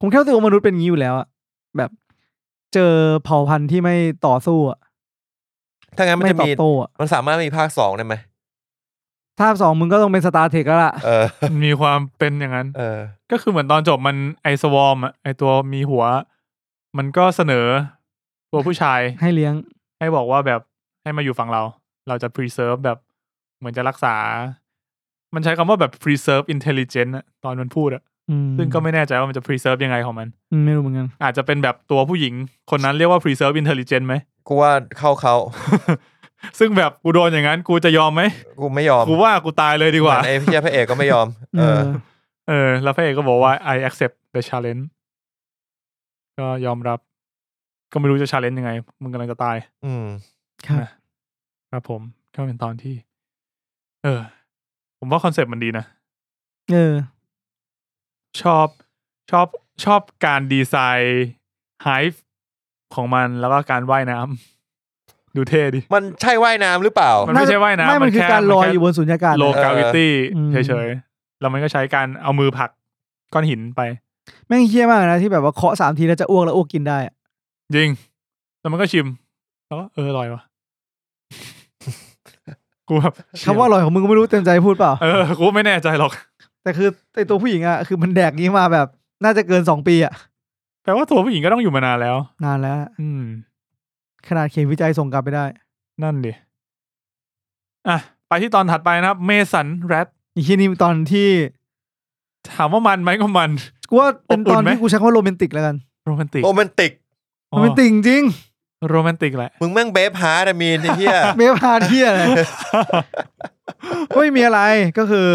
S4: ผมแค่รู้สึกว่ามนุษย์เป็นอย่างนี้อยู่แล้วอะแบบเจอเผ่าพันธุ์ที่ไม่ต่อสู้อะ
S2: ถ้างั้นมัน
S4: ไม่
S2: จะ
S4: ตอ
S2: มี
S4: บโต้อะ
S2: มันสามารถมีภาคสองได้ไหม
S4: ท่าสองมึงก็ต้องเป็นสตาร์เทคแล้วล่ะ
S2: เออ
S3: มีความเป็นอย่างนั้น
S2: เออ
S3: ก็คือเหมือนตอนจบมันไอสวอมไอตัวมีหัว มันก็เสนอตัวผู้ชาย
S4: ให้เลี้ยง
S3: ให้บอกว่าแบบให้มาอยู่ฝั่งเรา เราจะ preserve แบบเหมือนจะรักษา มันใช้คำว่าแบบ preserve intelligence อะตอนมันพูดอะ
S4: อืม
S3: ซึ่งก็ไม่แน่ใจว่ามันจะ preserve ยังไงของมัน
S4: อืมไม่รู้เหมือนกัน
S3: อาจจะเป็นแบบตัวผู้หญิง คนนั้นเรียกว่า preserve intelligence ไหม *laughs*
S2: กูว่าเข้าเขา
S3: ซึ่งแบบกูโดนอย่างนั้น กูจะยอมไหม
S2: กูไม่ยอม
S3: กูว่ากูตายเลยดีกว่า
S2: เหมือนไอ้พี่พระเอกก็ไม่ยอม
S4: เอ
S2: เออ
S4: อ
S3: เออ แล้วพระเอกก็บอกว่า I accept the challenge ก็ยอมรับ ก็ไม่รู้จะ challenge ยังไง มึงกำลังจะตาย
S2: อืม
S4: ครับ
S3: ครับผมก็เป็นตอนที่ เออ ผมว่าคอนเซปต์มันดีนะ
S4: เออ
S3: ชอบชอบชอบการดีไซน์ไฮฟ์ของมันแล้วก็การว่ายน้ำ *laughs* ดูเท่ดิ
S2: มันใช่ว่ายน้ำหรือเปล่า
S3: มันไม่ใช่ว่ายน้ำ
S4: ไม่มันคือ
S3: แ
S4: การลอย
S3: มันแค่
S4: อยู่บนสุญญากาศ
S3: โลกาวิตี้
S4: อืม
S3: เฉยๆ แล้วมันก็ใช้การเอามือผลักก้อนหินไป
S4: แม่งเฮี้ยมากนะที่แบบว่าเคาะสามทีแล้วจะอ้วกแล้วอ้วกกินได้อะ
S3: จริง แล้วมันก็ชิม แล้วก็เอออร่อยวะ *laughs* กูแบบเชี่ย
S4: คำว่าอร่อยของมึงก็ไม่รู้เต็มใจพูดเปล่า
S3: เออ กูไม่แน่ใจหรอก
S4: แต่คือไอตัวผู้หญิงอะคือมันแดกนี้มาแบบ น่าจะเกินสองปีอะ
S3: แต่ว่าตัวผู้หญิงก็ต้องอยู่มานานแล้ว
S4: นานแล้วอะ
S3: อืม
S4: ขนาดเขียนวิจัยส่งกลับไปได้
S3: นั่นดิ อ่ะ ไปที่ตอนถัดไปนะครับ เมสันแรด
S4: อีกทีนี้ตอนที่
S3: ถามว่ามันไหมก็มัน
S4: กูว่าเป็น
S3: อบอุ่
S4: ตอน
S3: นไหม
S4: ที่กูใช้คำว่าโรแมนติกแล้วกัน
S3: โรแมนติก
S2: โรแมนติก
S4: โรแมนติกจริง
S3: *laughs* โรแมนติกแหละ
S2: มึงแม่งเบฟฮาร์ดอะมีนไอ้เหี้
S3: *laughs*
S2: ย
S4: เมพาเที่ยอะไร ไม่มีอะไรก็คือ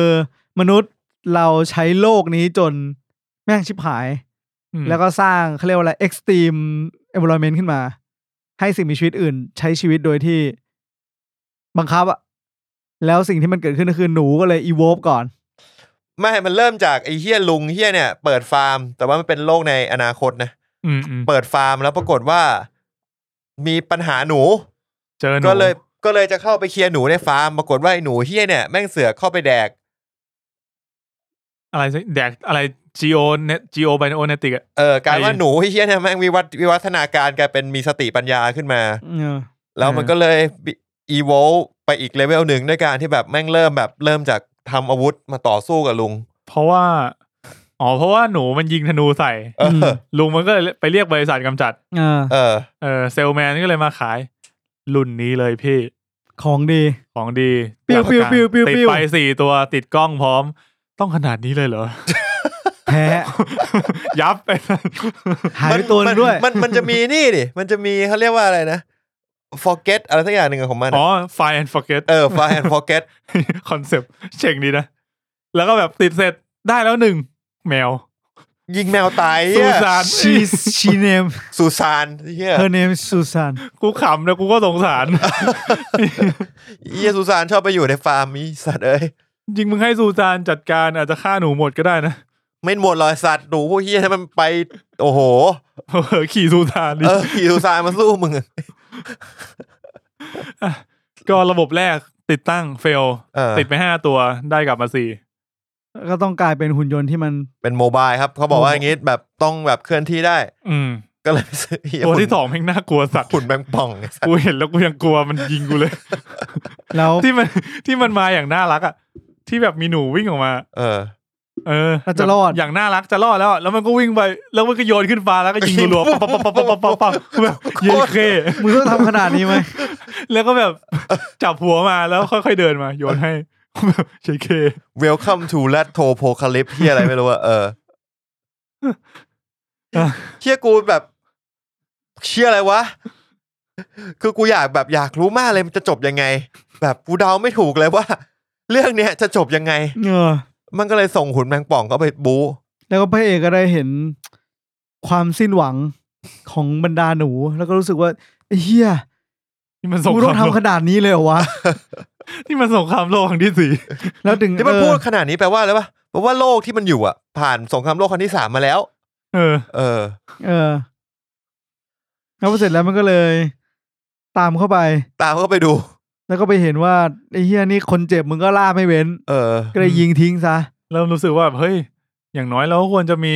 S4: มนุษย์เราใช้โลกนี้จนแม่งชิบหาย
S3: อืม
S4: แล้วก็สร้างเขาเรียกว่าอะไรเอ็กซ์ตรีมเอเวอร์เมนต์ขึ้นมา ให้สิ่งมีชีวิตอื่น ใช้ชีวิตโดยที่บังคับอะแล้วสิ่งที่มันเกิดขึ้นก็คือหนูก็เลยอีโวฟก่อน
S2: ไม่ มันเริ่มจากไอ้เฮียลุงเฮียเนี่ย เปิดฟาร์ม แต่ว่ามันเป็นโลกในอนาคตนะ
S3: อืมอืม
S2: เปิดฟาร์มแล้วปรากฏว่า มีปัญหาหนู
S3: เจอหนู
S2: ก็เลย ก็เลยจะเข้าไปเคลียร์หนูในฟาร์มปรากฏว่าไอ้หนูเฮี้ยเนี่ยแม่งเสือกเข้าไปแดก
S3: อะไรสิแดกอะไร geo net geo bionetic อะ
S2: เออกลายว่า
S3: ไอ้
S2: หนูเฮี้ยเนี่ยแม่งวิวัฒวิวัฒนาการกลายเป็นมีสติปัญญาขึ้นมา
S4: เออ
S2: แล้วมันก็เลยอีโวไปอีกเลเวลหนึ่งด้วยการที่แบบแม่งเริ่มแบบเริ่มจากทำอาวุธมาต่อสู้กับลุง
S3: เพราะว่า อ๋อ เพราะว่าหนูมันยิงธนูใส่
S2: เออ
S3: ลุงมันก็เลยไปเรียกบริษัทกำจัด
S4: เออ
S2: เออ
S3: เออเซลแมนก็เลยมาขาย รุ่นนี้เลยพี่
S4: ของดี
S3: ของดี
S4: ปิ้วปิ้วปิ้วปิ้ว
S3: ติด
S4: ปิ้ว
S3: ไปสี่ตัวติดกล้องพร้อม ต้องขนาดนี้เลยเหรอ *laughs*
S4: แพ้
S3: ยับไป
S4: หายไปตัวหนึงด้วย
S2: มันมันจะมีนี่ดิ มันจะมีเขาเรียกว่าอะไรนะ forget อะไรสักอย่างหนึ่งของมันอะ
S3: อ๋อ fire and forget *laughs*
S2: เออ fire and forget
S3: คอนเซปต์เจ๋งดีนะ แล้วก็แบบติดเสร็จได้แล้วหนึ่งแมว
S2: ยิงแมวตาย
S3: สู
S2: เหี้ย
S3: ซาน
S4: she she name
S2: สุสานเฮีย
S4: her name is Susan
S3: *laughs* กูขำนะกูก็สงสาร
S2: เฮียสุสานชอบไปอยู่ในฟาร์มมีสัตว์เอ้ย
S3: จริงมึงให้สูซานจัดการอาจจะฆ่าหนูหมดก็ได้นะ *laughs*
S2: ไม่หมดหรอยสัตว์หนูพวกเฮียถ้ามันไป โอ้โห
S3: เออขี่สูซานดิ
S2: เออขี่สุสานมาสู้มึงอะ
S3: ก็ระบบแรกติดตั้งเฟล
S2: เออ
S3: ติดไปห้าตัวได้กลับมาสี่
S4: ก็ต้องกลายเป็นหุ่นยนต์ที่มัน
S2: เป็นโมบายครับ เขาบอกว่าอย่างงี้แบบต้องแบบเคลื่อนที่ได้
S3: อืม
S2: ก็เลยซื้อเหี้ย
S3: ตัวที่
S2: หุ่น
S3: สองแม่งน่ากลัวสัตว์
S2: หุ่นแมงป่องไอ้สัตว์
S3: *laughs* กูเห็นแล้วกูยังกลัวมันยิงกู
S4: *laughs*
S3: เลย
S4: แล้ว
S3: ที่มันที่มันมาอย่างน่ารักอ่ะ ที่แบบมีหนูวิ่งออกมา
S2: เออ
S3: เออ
S4: แล้วจะรอด
S3: แบบอย่างน่ารักจะรอดแล้วอะแล้วมันก็วิ่งไป แล้วมันก็โยนขึ้นฟ้าแล้วก็ยิง
S4: *laughs*
S3: รัวๆปั๊บปั๊บปั๊บปั๊บปั๊บปั๊บปั๊บแบบเย็นเค
S4: มึงต้องทำขนาดนี้ไหม
S3: แล้วก็แบบจับหัวมาแล้วค่อยๆเดินมา โยนให้ *laughs* แบบเย็นเค
S2: เวลคัมทูแรดโทโพคาลิปเฮียอะไรไม่รู้ว่าเออ
S3: อ่ะ
S2: เฮียกูแบบเชี่ยอะไรวะ คือกูอยากแบบอยากรู้มากเลยมันจะจบยังไง แบบกูเดาไม่ถูกเลยว่า เรื่องเนี้ยจะจบยังไง
S4: เออ
S2: มันก็เลยส่งหุ่นแมงป่องเข้าไปบู๊
S4: แล้วก็พระเอกก็ได้เห็นความสิ้นหวังของบรรดาหนู แล้วก็รู้สึกว่าไอ้เฮีย
S3: ที่มันส่ง
S4: กูต้อง
S3: คำโลก
S4: ทำขนาดนี้เลยเหรอวะ
S3: ที่มันส่งคำโลกครั้งที่สี่
S4: แล้วถึง
S2: ที่มัน
S4: เออ
S2: พูดขนาดนี้แปลว่าอะไรปะแปลว่าโลกที่มันอยู่อ่ะ ผ่านสงครามโลกครั้งที่สามมาแล้ว
S3: เออ
S2: เออ
S4: เออ แล้วพอเสร็จแล้วมันก็เลย ตามเข้าไป
S2: ตามเข้าไปดู
S4: แล้วก็ไปเห็นว่าไอ้เฮียนี่คนเจ็บมึงก็ล่าไม่เว้น
S2: เออ
S4: ก็เลยยิงทิ้งซะ
S3: เริ่มรู้สึกว่าแบบเฮ้ย อย่างน้อยเราก็ควรจะมี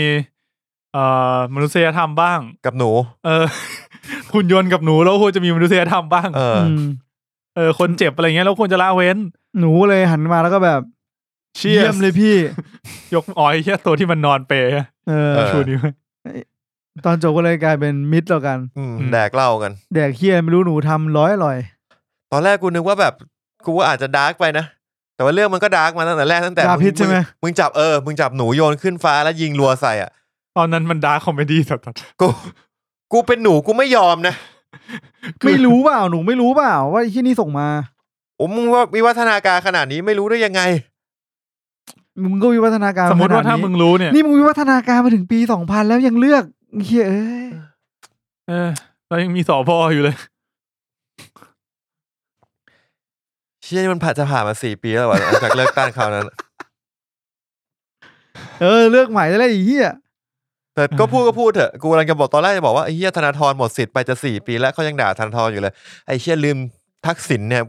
S3: เอ่อมนุษยธรรมบ้าง
S2: กับหนู
S3: เออ *laughs* หุ่นยนต์กับหนูเราก็ควรจะมีมนุษยธรรมบ้าง
S2: เออ
S4: ม
S3: เออคนเจ็บอะไรเงี้ยเราควรจะละเว้น
S4: หนูเลยหันมาแล้วก็แบบ
S3: เชี่
S4: เยี่
S3: ย
S4: ยมเลยพี่
S3: ยกอ้อยเชี่ยตัวที่มันนอนเปรย์อะ
S4: เออ
S2: เออ
S3: ชูนิ้วให้
S4: ตอนจบก็เลยกลายเป็นมิตรแล้วกัน
S2: อืม
S3: อืม
S2: แดกเหล้ากัน
S4: แดกเฮียไม่รู้หนูทำร้อยอร่อย
S2: ตอนแรกกูนึกว่าแบบกูว่าอาจจะดาร์กไปนะ แต่ว่าเรื่องมันก็ดาร์กมาตั้งแต่แรกตั้งแต่
S4: ดาร์กพิษใช่ไหม
S2: งงจับเออ มึงจับหนูโยนขึ้นฟ้าแล้วยิงรัวใส่อ่ะ
S3: ตอนนั้นมันดาร์คคอมเมดี้สัส
S2: กู กูเป็นหนูกูไม่ยอมนะ
S3: ๆ
S4: ไม่รู้เปล่าหนูไม่รู้เปล่าว่าไอ้ที่นี่ส่งมา
S2: โอ้มึงว่าวิวัฒนาการขนาดนี้ไม่รู้ได้ยังไง
S4: มึงก็วิวัฒนาการ
S3: สมมติว่า
S4: ขนดนี้
S3: ถ้ามึงรู้เนี่ย
S4: นี่มึงวิวัฒนาการมาถึงปีสองพันแล้วยังเลือกเฮียเอ้ย
S3: เออเรายังมีสอพออยู่เลย
S2: เชี่ยนี่มันผ่านจะผ่านมาสี่ปีแล้วว่ะหลังจากเลิกตั้งคราวนั้น
S4: เออเลือกใหม่ได้แล้วไอ้เฮีย
S2: แต่ก็พูดก็พูดเถอะ กูกำลังจะบอกตอนแรกจะบอกว่าไอ้เฮียธนาธรหมดสิทธิ์ไปจะสี่ปีแล้วเขายังด่าธนาธรอยู่เลย ไอ้เฮียลืมทักษิณเนี่ย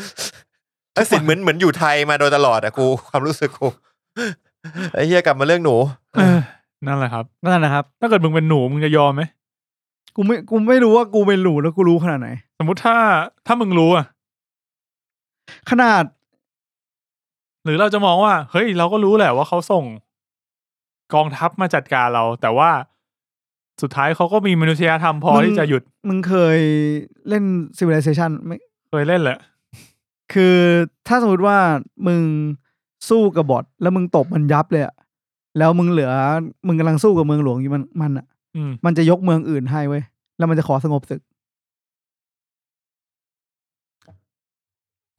S2: *laughs* ทักษิณเหมือนเหมือนอยู่ไทยมาโดยตลอดอะกูความรู้สึกกู ไอ้เฮียกลับมาเรื่องหนู
S3: เออ นั่นแหละครับ
S4: นั่นนะครับ
S3: ถ้าเกิดมึงเป็นหนูมึงจะยอมไหม
S4: กูไม่กูไม่รู้ว่ากูเป็นหลูแล้วกูรู้ขนาดไหน
S3: สมมติถ้าถ้ามึงรู้อะ
S4: ขนาด
S3: หรือเราจะมองว่า เฮ้ย เราก็รู้แหละว่าเขาส่ง กองทัพมาจัดการเรา แต่ว่าสุดท้ายเขาก็มีมนุษยธรรมพอที่จะหยุด
S4: มึงเคยเล่น Civilization ไหม
S3: เคยเล่นแหละ
S4: คือถ้าสมมติว่ามึงสู้กับบอทแล้วมึงตบมันยับเลยอะแล้วมึงเหลือมึงกำลังสู้กับเมืองหลวงอยู่มันมันอะ
S3: อืม
S4: มันจะยกเมืองอื่นให้เว้ยแล้วมันจะขอสงบศึก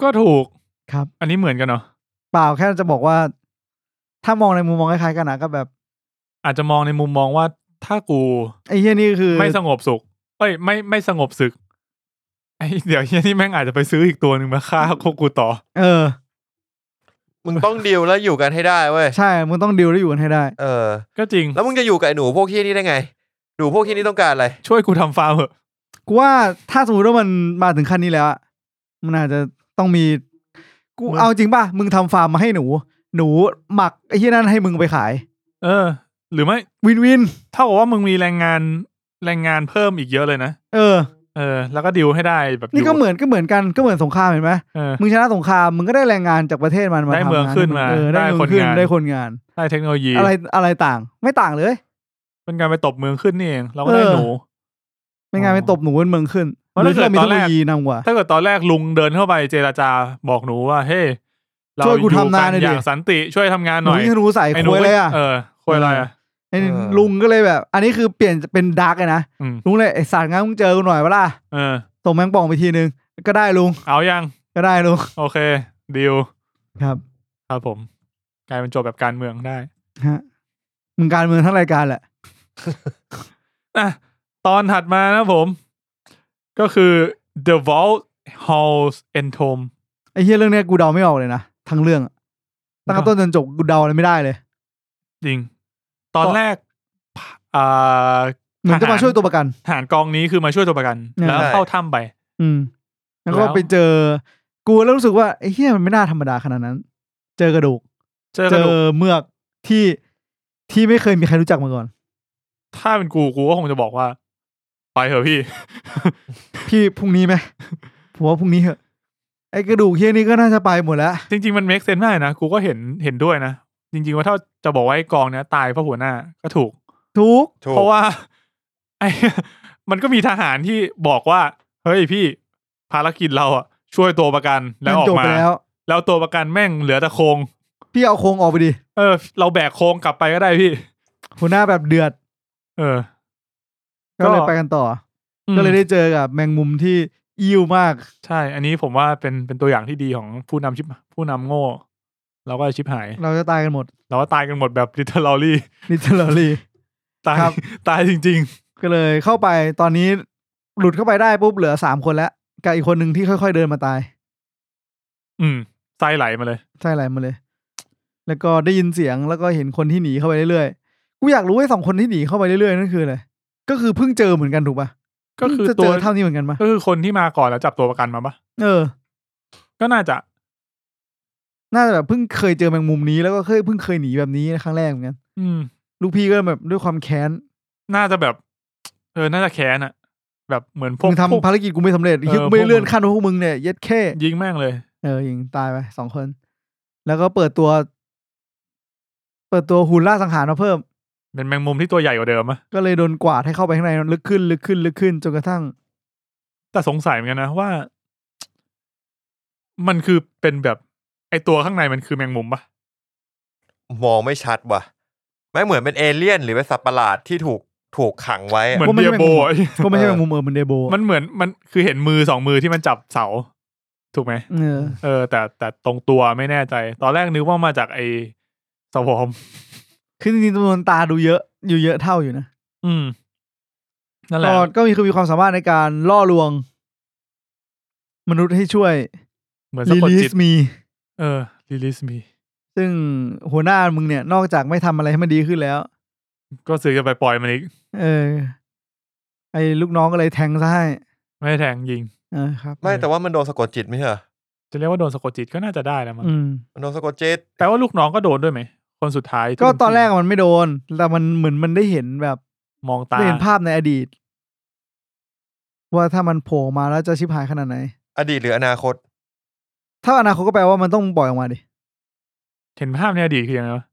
S3: ก็ถูก
S4: ครับ
S3: อันนี้เหมือนกันเนาะ
S4: เปล่าแค่จะบอกว่า ถ้ามองในมุมมองคล้ายๆกันนะก็แบบ
S3: อาจจะมองในมุมมองว่าถ้ากู
S4: ไอ้เฮียนี่คือ
S3: ไม่สงบสุข เอ้ย ไม่ไม่สงบศึก ไอ *laughs* เดี๋ยวเฮียนี่แม่งอาจจะไปซื้ออีกตัวหนึ่งมาฆ่า *laughs* พวกกูต่อ
S4: เออ
S2: มึงต้องดีลแล้วอยู่กันให้ได้เว้ย
S4: ใช่มึงต้องดิวได้อยู่กันให้ได้
S2: เออ
S3: ก็จริง
S2: แล้วมึงจะอยู่กับไอ้หนูพวกเฮียนี่ได้ไง หนูพวกเฮียนี่ต้องการอะไร
S3: ช่วยกูทำฟาร์มเหอะ
S4: กูว่าถ้าสมมติว่ามันมาถึงขั้นนี้แล้วอะ มันอาจจะต้องมีกู
S3: มึง
S4: เอาจริงป่ะ มึงทำฟาร์มมาให้หนู หนูหมักไอ้ที่นั่นให้มึงไปขาย
S3: เออ หรือไม่
S4: วินวิน
S3: เท่ากับว่ามึงมีแรงงานแรงงานเพิ่มอีกเยอะเลยนะ
S4: เออ
S3: เออ แล้วก็ดิวให้ได้แบบ
S4: นี่ก็
S3: ยู่
S4: เหมือนก็เหมือนกันก็เหมือนสงครามเห็นไหม
S3: เออ
S4: มึงชนะสงครามมึงก็ได้แรงงานจากประเทศมันมา
S3: ได้
S4: ทำ
S3: เมืองขึ้นมา
S4: เออได้
S3: ได้
S4: เมือง
S3: คน
S4: ขึ้น
S3: งาน
S4: ได้คนงาน
S3: ได้เทคโนโลยี
S4: อะไรอะไรต่าง ไม่ต่างเลย
S3: เป็นการไปตบเมืองขึ้นนี่เองเราก็ได้
S4: เออ
S3: หนู
S4: ไม่งานไม่ตบหนูเป็นเมืองขึ้น
S3: เพราะ
S4: หรื
S3: ถ้า
S4: อ
S3: เกิด
S4: เรามี
S3: ต
S4: เท
S3: อ
S4: คน โน
S3: แรก
S4: โลยีนำกว่า
S3: ถ้าเกิดตอนแรกลุงเดินเข้าไปเจราจาบอกหนูว่า เฮ้ยเรา
S4: ช่วยกูทำงานหน่
S3: อ
S4: อยดิ
S3: อย่างสันติช่วยทำงาน
S4: ห
S3: ห
S4: นู
S3: น่อย
S4: ยิงธนูใส่
S3: ไอ้หนู
S4: คุยเลยอ่ะ
S3: เออคุยอะไรอ่ะ
S4: ไอ้
S2: เออ
S4: ลุงก็เลยแบบ อันนี้คือเปลี่ยนเป็นดาร์กเลยนะ
S3: อืม
S4: ลุงเลยไอ้สารงั้นมึงเจอกูหน่อยเวล่ะ
S3: เออ
S4: ส่งแมงป่องไปทีนึง ก็ได้ลุง
S3: เอายัง
S4: ก็ได้ลุง
S3: โอเคดิว
S4: ครับ
S3: ครับผม กลายเป็นโจบแบบการเมืองได้
S4: ฮะมึงการเมืองทั้งรายการแหละ
S3: อ่ะตอนถัดมานะผม ก็คือ The Vault Halls and Tomb
S4: ไอ้เฮียเรื่องเนี้ยกูเดาไม่ออกเลยนะทั้งเรื่องอะตั้งแต่ต้นจนจบกูเดาอะไรไม่ได้เลย
S3: จริง ตอนแรกอ่า
S4: เหมือนจะมาช่วยตัวประกัน
S3: ทหารกองนี้คือมาช่วยตัวประกัน
S4: ใช่
S3: แล้วเข้าถ้ำไป
S4: อืม แล้วก็
S3: แล้ว
S4: ไปเจอ กูแล้วรู้สึกว่าไอ้เฮียมันไม่น่าธรรมดาขนาดนั้น เจอกระดูก
S3: เจอก
S4: เจ
S3: ระดู
S4: อกเมือกที่ที่ไม่เคยมีใครรู้จักมาก่อน
S3: ถ้าเป็นกูกูก็คงจะบอกว่า ไปเถอะพี่ *laughs*
S4: พี่พรุ่งนี้ไหมผมว่าพรุ่งนี้เหอะ ไอ้กระดูกเฮียนี่ก็น่าจะไปหมดแล้ว
S3: จริง ๆ มัน make sense มากนะ กูก็เห็นเห็นด้วยนะ จริง ๆ ว่าถ้าจะบอกว่าไอ้กองเนี้ยตายเพราะหัวหน้าก็ถูก
S4: ทุก
S2: ถูก
S3: เพราะว่า *laughs* ไอ้ มันก็มีทหารที่บอกว่า เฮ้ยพี่ภารกิจเราอะช่วยตัวประกันแล้วออ
S4: จ
S3: ก
S4: บ
S3: มา
S4: ไปแล้ว
S3: แล้วตัวประกันแม่งเหลือแต่โครง
S4: พี่เอาโครงออกไปดิ
S3: เออ เราแบกโครงกลับไปก็ได้พี่
S4: หัวหน้าแบบเดือด
S3: เออ ก็
S4: ก็เลยไปกันต่ออก็เลยได้เจอกับแมงมุมที่อิ่วมาก
S3: ใช่ อันนี้ผมว่าเป็นเป็นตัวอย่างที่ดีของผู้นำชิป ผู้นำโง่ เราก็ชิปหาย
S4: เราจะตายกันหมด
S3: เราก็ตายกันหมดแบบ l ิ t เท r a รี่
S4: นิทลลี
S3: ตาย
S4: ครับ
S3: ตายจริง
S4: *laughs* ก็เลยเข้าไปตอนนี้หลุดเข้าไปได้ปุ๊บเหลือสามคนแล้วกับอีกคนหนึ่งที่ค่อย ๆเดินมาตาย
S3: ๆ อืมไส้ไหลมาเลย
S4: ใช่ไหลมาเลย แล้วก็ได้ยินเสียงแล้วก็เห็นคนที่หนีเข้าไปเรื่อยๆ กูอยากรู้ไอ้สองคนที่หนีเข้าไปเรื่อยๆนั่นคืออะไร ก็คือเพิ่งเจอเหมือนกันถูกปะ
S3: ก็คือ
S4: จะ
S3: ตั
S4: เจ
S3: ว
S4: อเท่านี้เหมือนกันปะ
S3: ก็คือคนที่มาก่อนแล้วจับตัวประกันมาปะ
S4: เออ
S3: ก็น่าจะ
S4: น่าจะแบบเพิ่งเคยเจอแมงมุมนี้แล้วก็เคยเพิ่งเคยหนีแบบนี้ครั้งแรกเหมือนกัน
S3: อืม
S4: ลูกพี่ก็แบบด้วยความแค้น
S3: น่าจะแบบ เออ น่าจะแค้นอะแบบเหมือนพวก
S4: มึง
S3: พวก
S4: ทำภารกิจกูไม่สำเร็จ
S3: เออ
S4: เหี้ยกูไม่
S3: พวกมึง
S4: เลื่อนขั้นพวกมึงเนี่ยเย็ดแค่
S3: ยิงแม่งเลย
S4: เออยิงตายไปสองคน แล้วก็เปิดตัว เปิดตัวหุ่นล่าสังหารมาเพิ่ม
S3: เป็นแมงมุมที่ตัวใหญ่กว่าเดิมอะ
S4: ก็เลยโดนกวาดให้เข้าไปข้างในลึกขึ้นลึกขึ้นลึกขึ้นจนกระทั่ง
S3: แต่สงสัยเหมือนกันนะว่า มันคือเป็นแบบ ไอตัวข้างในมันคือแมงมุมปะ
S2: มองไม่ชัดว่ะไม่เหมือนเป็นเอเลี่ยนหรือเป็นสัตว์ประหลาดที่ถูกถูกขังไว้อะ
S3: เหมือน
S4: ก็ไม่
S3: เดี
S4: ใช่
S3: ยโบ
S4: แมงมุม
S3: ไอ้
S4: ก็ไม่ใช่แมงมุมเออมันเดโบ
S3: มันเหมือนมันคือเห็นมือสองมือที่มันจับเสา ถูกไหม
S4: เออ
S3: เออ แต่แต่ตรงตัวไม่แน่ใจ ตอนแรกนึกว่ามาจากไอ้สวอม
S4: คือจริงๆจำนวนตาดูเยอะอยู่เยอะเท่าอยู่นะ
S3: อืม นั่นแหละ
S4: ก็ก็มีคือมีความสามารถในการล่อลวง มนุษย์ให้ช่วย
S3: เหมือนสะ
S4: รี
S3: กด
S4: ลี
S3: จิ
S4: ส
S3: ต
S4: มี
S3: เออรีลิสมี
S4: ซึ่งหัวหน้ามึงเนี่ย นอกจากไม่ทำอะไรให้มันดีขึ้นแล้ว
S3: ก็ซื้อจะไปปล่อยมันอีก
S4: เออ ไอ้ลูกน้องก็เลยแทงซะให้
S3: ไม่ได้แทงยิง
S4: เออครับ
S2: ไม่แต่ว่ามันโดนสะกดจิตไม่ใช่เหรอ
S3: จะเรียกว่าโดนสะกดจิตก็น่าจะได้แล้วมั้ง
S4: อืม
S2: มันโดนสะกดจิต
S3: แต่ว่าลูกน้องก็โดนด้วยไหม คนสุดท้ายที่
S4: ก็ตอนแรกมันไม่โดน แต่มันเหมือนมันได้เห็นแบบ
S3: มองตา
S4: ได้เห็นภาพในอดีต ว่าถ้ามันโผล่มาแล้วจะชิบหายขนาดไหน
S2: อดีตหรืออนาคต
S4: ถ้าอนาคตก็แปลว่ามันต้องปล่อยออกมาดิ
S3: เห็นภาพในอดีตคือยังไงวะ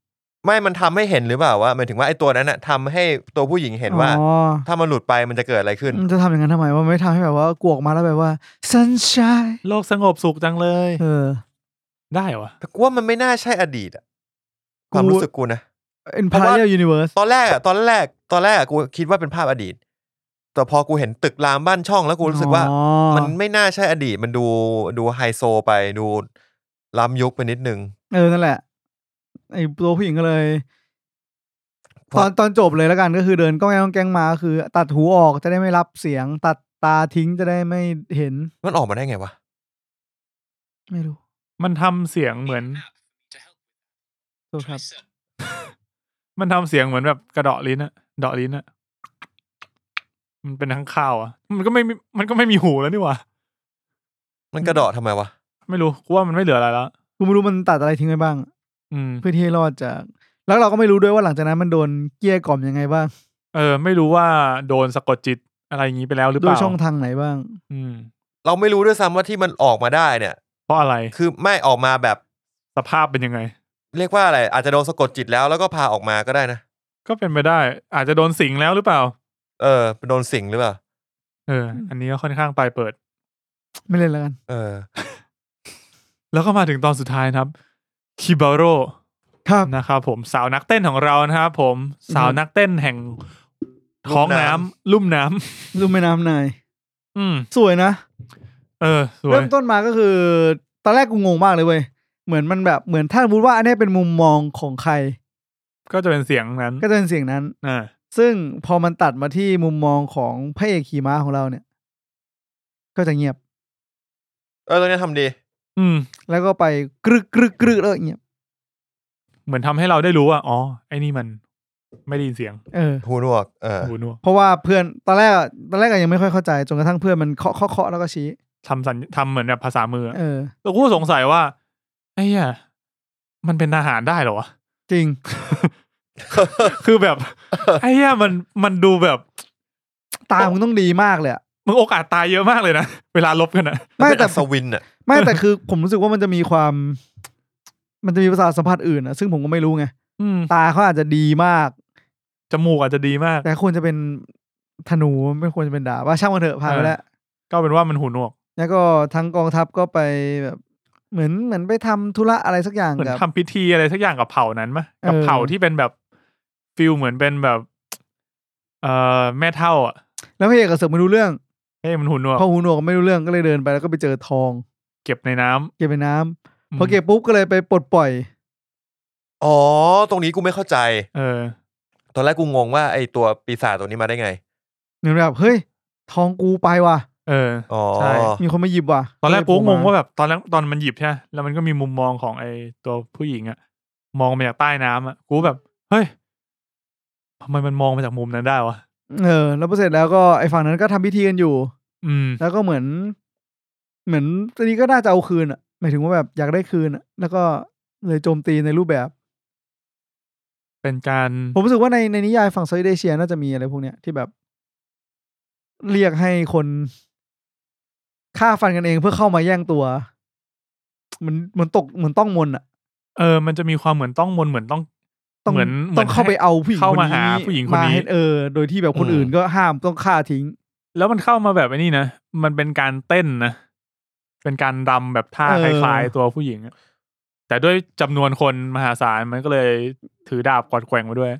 S2: ไม่มันทำให้เห็นหรือเปล่าว่าหมายถึงว่าไอ้ตัวนั้นน่ะทำให้ตัวผู้หญิงเห็นว่า
S4: อ๋อ
S2: ถ้ามันหลุดไปมันจะเกิดอะไรขึ้น
S4: มันจะทำอย่างนั้นทำไมว่าไม่ทำให้แบบว่ากวกมาแล้วแบบว่า sunshine
S3: โลกสงบสุขจังเลย
S4: เออ
S3: ได้เหรอวะ
S2: แต่กูว่ามันไม่น่าใช่อดีตอะความรู้สึกกูนะ
S4: in
S2: เพราะว่า
S4: parallel universe
S2: ตอนแรกอะตอนแรก ตอนแรกอะกูคิดว่าเป็นภาพอดีต แต่พอกูเห็นตึกรามบ้านช่องแล้วกูรู้สึกว่า
S4: อ๋อ
S2: มันไม่น่าใช่อดีต มันดูดูไฮโซไปดูล้ำยุคไปนิดนึง
S4: เออนั่นแหละไอ้ตัวผู้หญิงก็เลย
S2: พอ
S4: ตอนตอนจบเลยแล้วกันก็คือเดินก้องแกงก้องแกงมาคือ ตัดหูออกจะได้ไม่รับเสียง ตัดตาทิ้งจะได้ไม่เห็น
S2: มันออกมาได้ไงวะ
S4: ไม่รู้
S3: มันทำเสียงเหมือน
S4: โทษครับ
S3: มันทำเสียงเหมือนแบบกระเดาะลิ้นอะเดาะลิ้นอะมันเป็นทั้างข้าวอะมันก็ไม่มีมันก็ไม่มีหูแล้วนี่หว่า
S2: มันกระดอกทำไมวะ
S3: ไม่รู้กูว่ามันไม่เหลืออะไรแล้ว
S4: กูไม่รู้มันตัดอะไรทิ้งไว้บ้าง
S3: อืม
S4: เพื่อที่ให้รอดจาก แล้วเราก็ไม่รู้ด้วยว่าหลังจากนั้นมันโดนเกลี้ยกล่อมยังไงบ้าง
S3: เออ ไม่รู้ว่าโดนสะกดจิตอะไรอย่างนี้ไปแล้วหรือเป
S4: ด้วย
S3: ล่า
S4: ช่องทางไหนบ้าง
S3: อืม
S2: เราไม่รู้ด้วยซ้ำว่าที่มันออกมาได้เนี่ย
S3: เพราะอะไร
S2: คือไม่ออกมาแบบ
S3: สภาพเป็นยังไง
S2: เรียกว่าอะไร อาจจะโดนสะกดจิตแล้วแล้วก็พาออกมาก็ได้นะ
S3: ก็เป็นไปได้ อาจจะโดนสิงแล้วหรือเปล่า
S2: เออโดนสิงหรือเปล่า
S3: เออ อันนี้ก็ค่อนข้างปลายเปิด
S4: ไม่เล่นแล้วกัน
S2: เออ
S3: แล้วก็มาถึงตอนสุดท้ายนะครับคิบาโร
S4: ครับ
S3: นะครับผมสาวนักเต้นของเรานะครับผมสาวนักเต้นแห่ง
S2: ลุ่มน้ำ
S3: ท้องน้ำลุ่มน้ำ
S4: รูมแม่น้ำนาย
S3: อืม
S4: สวยนะ
S3: เออสวย
S4: เริ่มต้นมาก็คือ ตอนแรกกูงงมากเลยเว้ยเหมือนมันแบบเหมือนถ้าพูดว่าอันเนี้ยเป็นมุมมองของใคร
S3: ก็จะเป็นเสียงนั้น
S4: ก็จะเป็นเสียงนั้น
S3: อ่า
S4: ซึ่งพอมันตัดมาที่มุมมองของพระเอกขี่ม้าของเราเนี่ย ก็จะเงียบ
S2: เออตรงเนี้ยทำดี
S3: อืม
S4: แล้วก็ไปกรึกกรึกกรึกแล้วเงียบ
S3: เหมือนทำให้เราได้รู้ว่า อ๋อ ไอ้นี่มันไม่ได้ยินเสียง
S4: เออ
S2: หูหนวก เออ
S3: หูหนวก
S4: เพราะว่าเพื่อนตอนแรกอะตอนแรกอะยังไม่ค่อยเข้าใจจนกระทั่งเพื่อนมันเคาะเคาะเคาะแล้วก็ชี้
S3: ทำสัญทำเหมือนแบบภาษามืออะ
S4: เออ
S3: แล้วกูก็สงสัยว่าไอ้เหี้ยมันเป็นทหารได้เหรอวะ *laughs*
S4: จริง
S3: คือแบบ ไอ้เหี้ยมันมันดูแบบ
S4: ตามึงต้องดีมากเลยอะ
S3: มึงโอกาสตายเยอะมากเลยนะ เวลาลบกันอะ
S4: ไม่
S2: แต่
S4: แต่
S2: สวินอ่ะ
S4: ไม่แต่คือ ผมรู้สึกว่ามันจะมีความ มันจะมีภาษาทสัมผัสอื่นอะซึ่งผมก็ไม่รู้ไง
S3: อืม
S4: ตาเขาอาจจะดีมาก
S3: จมูกอาจจะดีมาก
S4: แต่ควรจะเป็นธนูไม่ควรจะเป็นดาบว่าช่างมันเถอะผ่านไป
S3: เออ
S4: แล้ว
S3: ก็เป็นว่ามันหูหนวก
S4: แล้วก็ทั้งกองทัพก็ไปแบบ เหมือนเหมือนไปทำธุระอะไรสักอย่าง
S3: เหมือน
S4: กับ
S3: ทำพิธีอะไรสักอย่างกับเผ่านั้นมะกับ
S4: เออ
S3: เผ่าที่เป็นแบบฟิลเหมือนเป็นแบบ เอ่อแม่เท่าอ่ะ
S4: แล้วพระเอกกับเสือกไม่รู้เรื่อง
S3: เฮ้ยมันหูหนวก
S4: พอหูหนวกไม่รู้เรื่องก็เลยเดินไปแล้วก็ไปเจอทอง
S3: เก็บในน้ำ
S4: เก็บไปน้ำ
S3: อืม
S4: พอเก็บปุ๊บก็เลยไปปลดปล่อย
S2: อ๋อ ตรงนี้กูไม่เข้าใจ
S3: เออ
S2: ตอนแรกกูงงว่าไอตัวปีศาจตัวนี้มาได้ไง
S4: เหมือนแบบเฮ้ย ทองกูไปว่ะ
S3: เออ
S2: อ๋อ
S3: ใช่
S4: มีคนมาหยิบว่ะ
S3: ตอนแรกกูก็งงว่า
S4: เลยโผล่ม
S3: แบบตอนแรกตอนมันหยิบใช่ไหมแล้วมันก็มีมุมมองของไอ้ตัวผู้หญิงอะมองมาจากใต้น้ำอะกูแบบ เฮ้ยทำไมมันมองมาจากมุมนั้นได้วะ
S4: เออ แล้วพอเสร็จแล้วก็ไอ้ฝั่งนั้นก็ทำพิธีกันอยู่
S3: อืม
S4: แล้วก็เหมือน เหมือนตอนนี้ก็น่าจะเอาคืนอ่ะหมายถึงว่าแบบอยากได้คืนอ่ะ แล้วก็เลยโจมตีในรูปแบบ
S3: เป็นการ
S4: ผมรู้สึกว่าในในนิยายฝั่งเซาท์เอเชียน่าจะมีอะไรพวกเนี้ยที่แบบ เรียกให้คนฆ่าฟันกันเองเพื่อเข้ามาแย่งตัวเหมันเหมือนตกเหมือนต้องมนต์อ่ะ
S3: เออ มันจะมีความเหมือนต้องมนต์เหมือนต้อง
S4: ต้อง
S3: เหมือนเหมือน
S4: ต้องเข้าไปเอาผู้หญิง
S3: เข้า
S4: คน
S3: มาหา
S4: นี้
S3: ผู้หญิงคนนี้
S4: มาให้เออ โดยที่แบบคน
S2: อืม
S4: อื่นก็ห้ามต้องฆ่าทิ้ง
S3: แล้วมันเข้ามาแบบไอ้นี่นะ มันเป็นการเต้นนะ เป็นการรำแบบท่า
S4: เออ
S3: คล้ายๆตัวผู้หญิงอะแต่ด้วยจำนวนคนมหาศาลมันก็เลยถือดาบกวัดแกว่งมาด้วย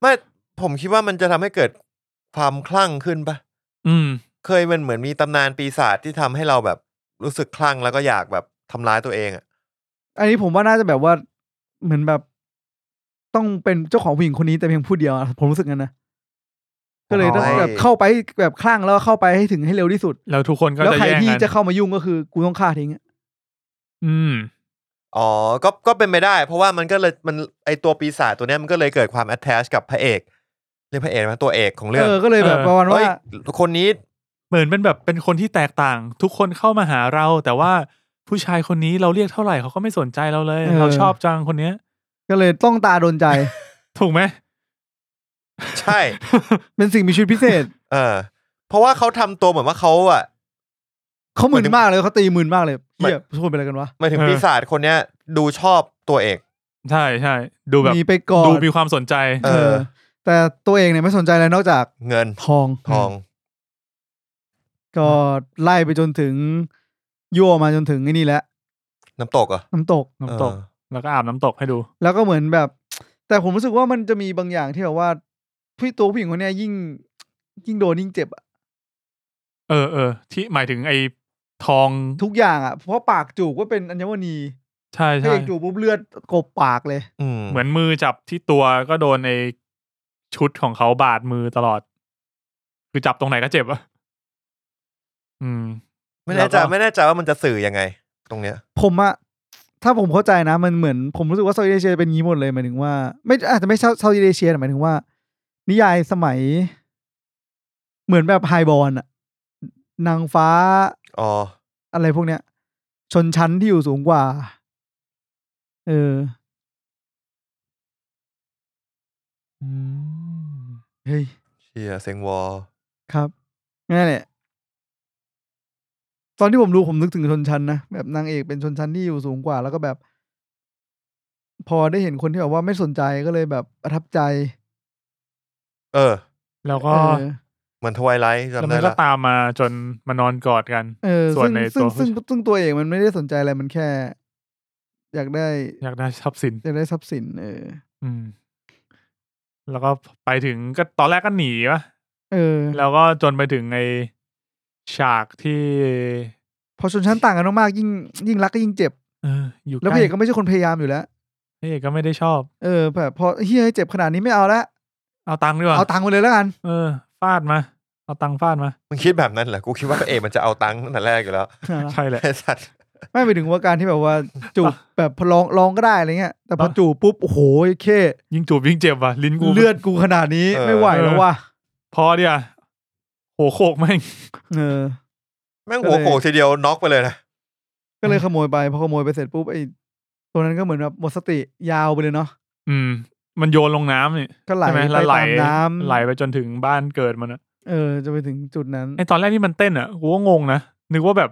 S2: ไม่ ผมคิดว่ามันจะทำให้เกิดความคลั่งขึ้นปะ
S3: อืม
S2: เคยมันเหมือนมีตำนานปีศาจที่ทำให้เราแบบรู้สึกคลั่งแล้วก็อยากแบบทำร้ายตัวเองอ่ะ
S4: อันนี้ผมว่าน่าจะแบบว่าเหมือนแบบ ต้องเป็นเจ้าของผู้หญิงคนนี้แต่เพียงผู้เดียวอะผมรู้สึกงั้นนะก็เลยต้อง
S2: อ๋อ
S4: แบบเข้าไปแบบคลั่งแล้วเข้าไปให้ถึงให้เร็วที่สุด
S3: แล้วทุกคนก็
S4: แล้ว
S3: จะ
S4: ใคร
S3: แย่ง
S4: ที่
S3: กัน
S4: จะเข้ามายุ่งก็คือกูต้องฆ่าทิ้งอะ
S3: อืม
S2: อ๋อ ก็ ก็เป็นไปได้ เพราะว่ามันก็เลย มันไอตัวปีศาจตัวเนี้ยมันก็เลยเกิดความ attach กับพระเอก เรียกพระเอกไหมตัวเอกของเรื่อง
S4: เออ ก็เลยแบบ
S3: เออ
S4: ประมาณว่า
S2: เฮ้ยคนนี้
S3: เหมือนเป็นแบบเป็นคนที่แตกต่าง ทุกคนเข้ามาหาเรา แต่ว่าผู้ชายคนนี้เราเรียกเท่าไหร่เขาก็ไม่สนใจเราเลย
S4: เออ
S3: เราชอบจังคนเนี้ย
S4: ก็เลยต้องตาโดนใจ
S3: ถูกไหม
S2: ใช่
S4: เป็นสิ่งมีชีวิตพิเศษ
S2: เออ เพราะว่าเขาทำตัวเหมือนว่าเขาอ่ะ
S4: เขาห
S2: ห
S4: มื่
S2: มายถึ
S4: น
S2: ง
S4: มากเลยเขาตีหมื่นมากเลย
S2: หมาย
S4: เฮียทุกคนเป็นอะไรกันวะ
S2: หมายถึง
S3: เออ
S2: ปีศาจคนเนี้ย ดูชอบตัวเอก
S3: ใช่ใช่ดูแบบ
S4: มีไปก่อน
S3: ดูมีความสนใจ
S2: เอ
S4: เอ
S2: อ
S4: อ แต่ตัวเองเนี่ยไม่สนใจอะไรนอกจาก
S2: เงิน
S4: ทอง
S2: ทอง
S4: ก็ไล่ไปจนถึงยั่วมาจนถึงไอ้นี่แหละ
S2: น้ำตกเหรอ่ะ
S4: น้ำตก
S3: น้ำตก แล้วก็อาบน้ำตกให้ดู
S4: แล้วก็เหมือนแบบ แต่ผมรู้สึกว่ามันจะมีบางอย่างที่แบบว่าผู้ตัวผู้หญิงคนเนี้ยยิ่ง ยิ่งโดนยิ่งเจ็บอะ
S3: เออเออที่หมายถึงไอ้ทอง
S4: ทุกอย่างอะเพราะปากจูบก็เป็นอัญมณี
S3: ใช่
S4: ถ้า
S3: ใช่
S4: เอกจูบปุ๊บเลือดกบปากเลย
S2: อืม
S3: เหมือนมือจับที่ตัวก็โดนในชุดของเขาบาดมือตลอด คือจับตรงไหนก็เจ็บอะอืม
S2: ไม่แน่ใจ
S3: แล้วก็
S2: ไม่แน่ใจว่ามันจะสื่อยังไง ตรงเนี้ย
S4: ผมอะถ้าผมเข้าใจนะมันเหมือนผมรู้สึกว่าเซาท์เอเชียเป็นงี้หมดเลยหมายถึงว่า ไม่อาจจะไม่ใช่เซาท์เอเชียหมายถึงว่า นิยายสมัย เหมือนแบบไฮบอลอะนางฟ้า
S2: อ๋อ
S4: อะไรพวกเนี้ย ชนชั้นที่อยู่สูงกว่า เออ
S3: อืม
S4: เฮ้ย
S2: เชียเซ็งวอล
S4: ครับนั่นแหละ ตอนที่ผมดูผมนึกถึงชนชั้นนะแบบนางเอกเป็นชนชั้นที่อยู่สูงกว่า แล้วก็แบบ พอได้เห็นคนที่แบบว่าไม่สนใจก็เลยแบบประทับใจ
S2: เออ
S3: แล้วก็
S4: เออ
S2: เหมือนทวายไลท์
S3: แล้ว
S2: จำ
S3: มั
S2: ได้
S3: นก็
S2: ละ
S3: ตามมาจนมานอนกอดกัน
S4: เออ
S3: ส่วน
S4: ซึ่ง
S3: ใน
S4: ซึ่
S3: ตั
S4: ง
S3: ว
S4: ซึ่ง
S3: ผู้ชาย
S4: ซึ่งตัวเองมันไม่ได้สนใจอะไรมันแค่ อยากได้
S3: อยากได้ทรัพย์สิน
S4: อยากได้ทรัพย์สิน เออ
S3: อืม แล้วก็ไปถึงก็ตอนแรกก็หนีวะ
S4: เออ
S3: แล้วก็จนไปถึงไอฉากที่
S4: พอชนชั้นต่างกันมากๆยิ่งยิ่งรักก็ยิ่งเจ็บ
S3: เออ อยู่
S4: แล้ว
S3: ใก
S4: พ
S3: ล้
S4: ระเอกก็ไม่ใช่คนพยายามอยู่แล้ว
S3: พระเอกก็ไม่ได้ชอบ
S4: เออแบบพอเฮียเจ็บขนาดนี้ไม่เอาละ
S3: เอาตังค์ดีกว่า
S4: เอาตังค์ไปเลยแล้วกัน *laughs*
S3: เออฟาดมา เอาตังค์ฟาดมา
S2: มึงคิดแบบนั้นเหรอ กูคิดว่าพระเอกมันจะเอาตังค์ตั้งแต่แรกอยู่
S3: *laughs*
S2: แล้ว
S3: ใช่แหละ
S2: ไอ้สัตว์
S4: ไม่ไปถึงว่าการที่แบบว่าจูบ
S3: อ่ะ
S4: แบบพอลองลองก็ได้อะไรเงี้ยแต่พอ
S3: อ่ะ
S4: จูบปุ๊บโอ้โหเค
S3: ยิ่งจูบยิ่งเจ็บว่ะ ลิ้นกู
S4: เลือดกูขนาดนี้ไม่ไหวแล้วว่ะ
S3: พอเดียวโหโขกแม่ง
S4: เออ
S2: แม่งหัวโขกทีเดียวน็อกไปเลยนะ
S4: ก็เลยขโมยไปพอขโมยไปเสร็จปุ๊บไอ้ตัวนั้นก็เหมือนแบบหมดสติยาวไปเลยเนาะ
S3: อืม มันโยนลงน้ำนี่
S4: ก็ไหล
S3: ใช่ไหม
S4: ไป
S3: แล้วไหล
S4: ตามน้ำ
S3: ไหลไปจนถึงบ้านเกิดมันอะ
S4: เออ จะไปถึงจุดนั้น
S3: ไอตอนแรกที่มันเต้นอะกูก็งงนะนึกว่าแบบ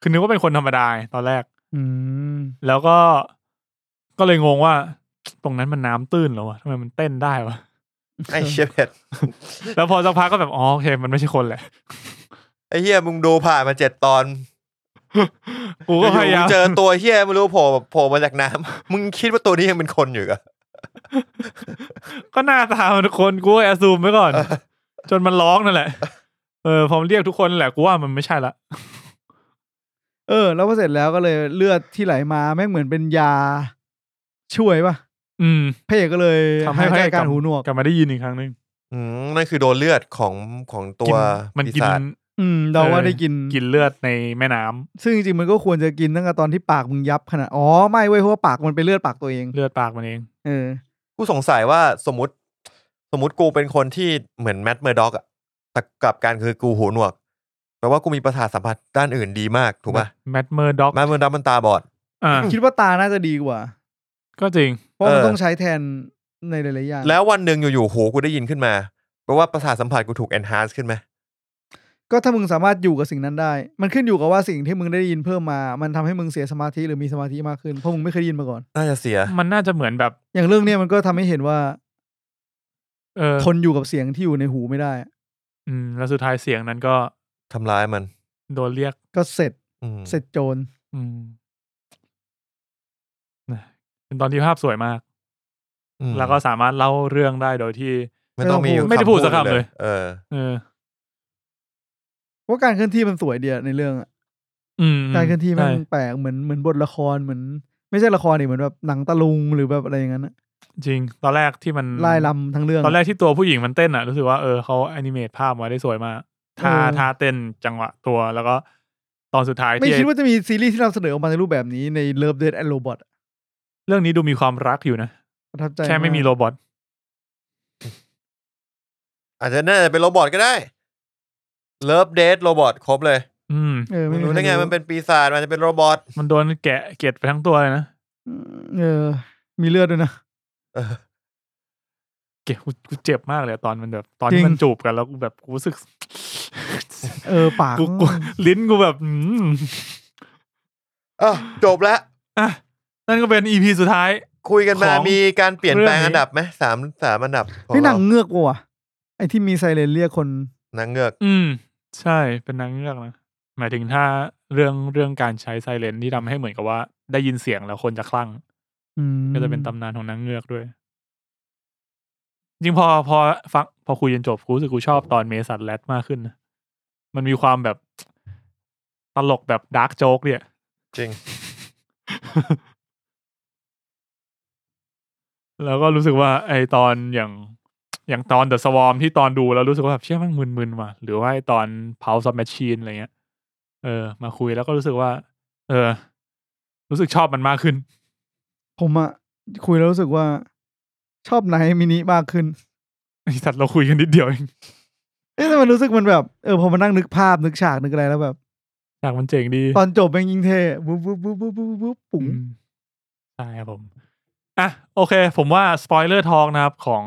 S3: คือนึกว่าเป็นคนธรรมดาไงตอนแรก
S4: อืม
S3: แล้วก็ ก็เลยงงว่า ตรงนั้นมันน้ำตื้นเหรอวะทำไมมันเต้นได้วะ
S2: ไอ้เชี่ยเผ็ด
S3: แล้วพอสักพักก็แบบอ๋อโอเค มันไม่ใช่คนแหละ
S2: ไอ้เฮียมึงดูผ่านมาเจ็ดตอน
S3: กู
S2: อ
S3: ก็
S2: ยู่ๆ
S3: พยายาม
S2: มึงเจอตัวเฮียไม่รู้โผล่โผล่มาจากน้ำ *laughs* มึงคิดว่าตัวนี้ยังเป็นคนอยู่อีกเหรอ
S3: ก็หน้าตามันคนกูแอซูมไว้ก่อน จนมันร้องนั่นแหละ เออพอมันเรียกทุกคนแหละกูว่ามันไม่ใช่ละ
S4: เออ แล้วพอเสร็จแล้วก็เลยเลือดที่ไหลมาแม่งเหมือนเป็นยา ช่วยป่ะ
S3: อืม
S4: พระเอกก็เลย
S3: ทำให้
S4: หาย
S3: พระ
S4: ใจ
S3: เอก
S4: การ
S3: กำ
S4: หูหนวก
S3: กลับมาได้ยินอีกครั้งหนึ่ง
S2: อืมนั่นคือโดนเลือดของของตัว
S3: มัน
S2: ปี
S3: กิน
S2: ศาจ
S4: อืมเดาว่า
S3: เออ
S4: ได้กิน
S3: กินเลือดในแม่น้ำ
S4: ซึ่งจริงๆมันก็ควรจะกินตั้งแต่ตอนที่ปากมึงยับขนาดอ๋อไม่เว้ยเพราะว่าปากมันไปนเลือดปากตัวเอง
S3: เลือดปากมันเอง
S4: เออ
S2: กูสงสัยว่าสมมติ สมมติกูเป็นคนที่เหมือนแมทเมอร์ด็อกอะแต่กลับกันคือกูหูหนวกแปลว่ากูมีประสาทสัมผัสด้านอื่นดีมากถูกป่ะ
S3: แมดเมอร์ด็อก
S2: แมทเมอร์ด็อกมันตาบอด
S3: อ่า
S4: คิดว่าตาน่าจะดีกว่า
S3: ก็จริง
S4: เพราะมัน
S2: เออ
S4: ต้องใช้แทนในหลายๆอย่าง
S2: แล้ววันหนึ่งอยู่ๆหูกูได้ยินขึ้นมาแปลว่าประสาทสัมผัสกูถูก enhance ขึ้นไหม
S4: ก็ถ้ามึงสามารถอยู่กับสิ่งนั้นได้ มันขึ้นอยู่กับว่าสิ่งที่มึงได้ยินเพิ่มมา มันทำให้มึงเสียสมาธิหรือมีสมาธิมากขึ้นเพราะมึงไม่เคยได้ยินมาก่อน
S2: น่าจะเสีย
S3: มันน่าจะเหมือนแบบ
S4: อย่างเรื่องเนี้ยมันก็ทำให้เห็นว่า
S3: เออ
S4: ทนอยู่กับเสียงที่อยู่ในหูไม่ได้
S3: อืมแล้วสุดท้ายเสียงนั้นก็
S2: ทำร้ายมัน
S3: โดนเรียก
S4: ก็เสร็จ
S2: อืม
S4: เสร็จโจร
S3: อืมนะเป็นตอนที่ภาพสวยมาก
S2: อืม
S3: แล้วก็สามารถเล่าเรื่องได้โดยที่
S2: ไม่ต้องมี
S3: ไม่ได้พูดสักคำเลย
S2: เออ
S3: เออ
S4: ว่าการเคลื่อนที่มันสวยเดียวในเรื่องอะ
S3: อืม
S4: การเคลื่อนที่มัน
S3: ใช่
S4: แปลกเหมือนเหมือนบทละครเหมือน ไม่ใช่ละครอีกเหมือนแบบหนังตะลุงหรือแบบอะไรอย่างนั้นอะ
S3: จริง ตอนแรกที่มัน
S4: ไล่ลำทั้งเรื่อง
S3: ตอนแรกที่ตัวผู้หญิงมันเต้นอ่ะรู้สึกว่าเออเขาแอนิเมตภาพมาได้สวยมากท่า
S4: เออ
S3: ท่าเต้นจังหวะตัว แล้วก็ตอนสุดท้าย
S4: ไม่
S3: ที่
S4: คิดว่าจะมีซีรีส์ที่นำเสนอออกมาในรูปแบบนี้ใน Love Dead and Robot อะ
S3: เรื่องนี้ดูมีความรักอยู่นะ
S4: ประทับใจ
S3: แค่ไม่มี
S4: าก
S3: โรบอท
S2: อาจจะน่าจะเป็นโรบอทก็ได้เลิฟเดทโรบอทครบเลย
S3: อืม
S4: เออ
S2: มึง
S4: ไม่มี
S2: รู้ได้ไง
S4: ใค
S2: มันเป็นปีศาจมันจะเป็นโรบอท
S3: มันโดนแกะเกล็ดไปทั้งตัวเลยนะ
S4: เออ มีเลือดด้วยนะ
S2: เออ
S3: เกะกูกูเจ็บมากเลยตอนมันแบบตอนที่
S4: จริง
S3: มันจูบกันแล้วกูแบบกูรู้สึก *laughs*
S4: เออ ปาก
S3: กูกูลิ้นกูแบบอืม
S2: อ่ะจบแล้ว
S3: อ่ะนั่นก็เป็นอีพีสุดท้าย
S2: คุยกันมา
S3: ของ
S2: มีการเปลี่ยนแปลง
S3: เรื่องนี้
S2: อันดับไหมสามสามอันดับของ
S4: นี่หนั
S2: เรา
S4: งเงือกว่ะไอ้ที่มีไซเรนเรียกคน
S2: หนังเงือก
S3: อืม ใช่เป็นนางเงือกนะหมายถึงถ้าเรื่องเรื่องการใช้ไซเรนที่ทำให้เหมือนกับว่า ได้ยินเสียงแล้วคนจะคลั่ง
S4: อืม
S3: ก็จะเป็นตำนานของนางเงือกด้วย จริงพอพอฟังพอคุยจนจบกูรู้สึกกูชอบตอนเมสันแรดมากขึ้นนะมันมีความแบบตลกแบบดาร์กโจ๊กเนี่ย
S2: จริง
S3: แล้วก็รู้สึกว่า ไอตอนอย่างอย่างตอนเดอะสวอมที่ตอนดูแล้วรู้สึกว่าแบบเชื่อแมันมึนๆว่ะหรือว่าไอตอนเพาซับแมชชีนอะไรเงี้ยเออ มาคุยแล้วก็รู้สึกว่า เออ รู้สึกชอบมันมากขึ้น *laughs*
S4: ผมอะคุยแล้วรู้สึกว่า ชอบไนท์มินิมากขึ้น
S3: ไอสัตว์เราคุยกันนิดเดียวเอง
S4: เอ๊ะแต่มันรู้สึกมันแบบ เออพอมานั่งนึกภาพนึกฉากนึกอะไรแล้วแบบ
S3: อยากมันเจ๋งดี
S4: ตอนจบแม่งยิงเท่บุ๊บบุ๊บบุ๊บบุ๊บบุ๊บบุ๊บปุ๋ง
S3: อืมใช่ครับผมอ่ะโอเค ผมว่าสปอยเลอร์ทองนะครับของ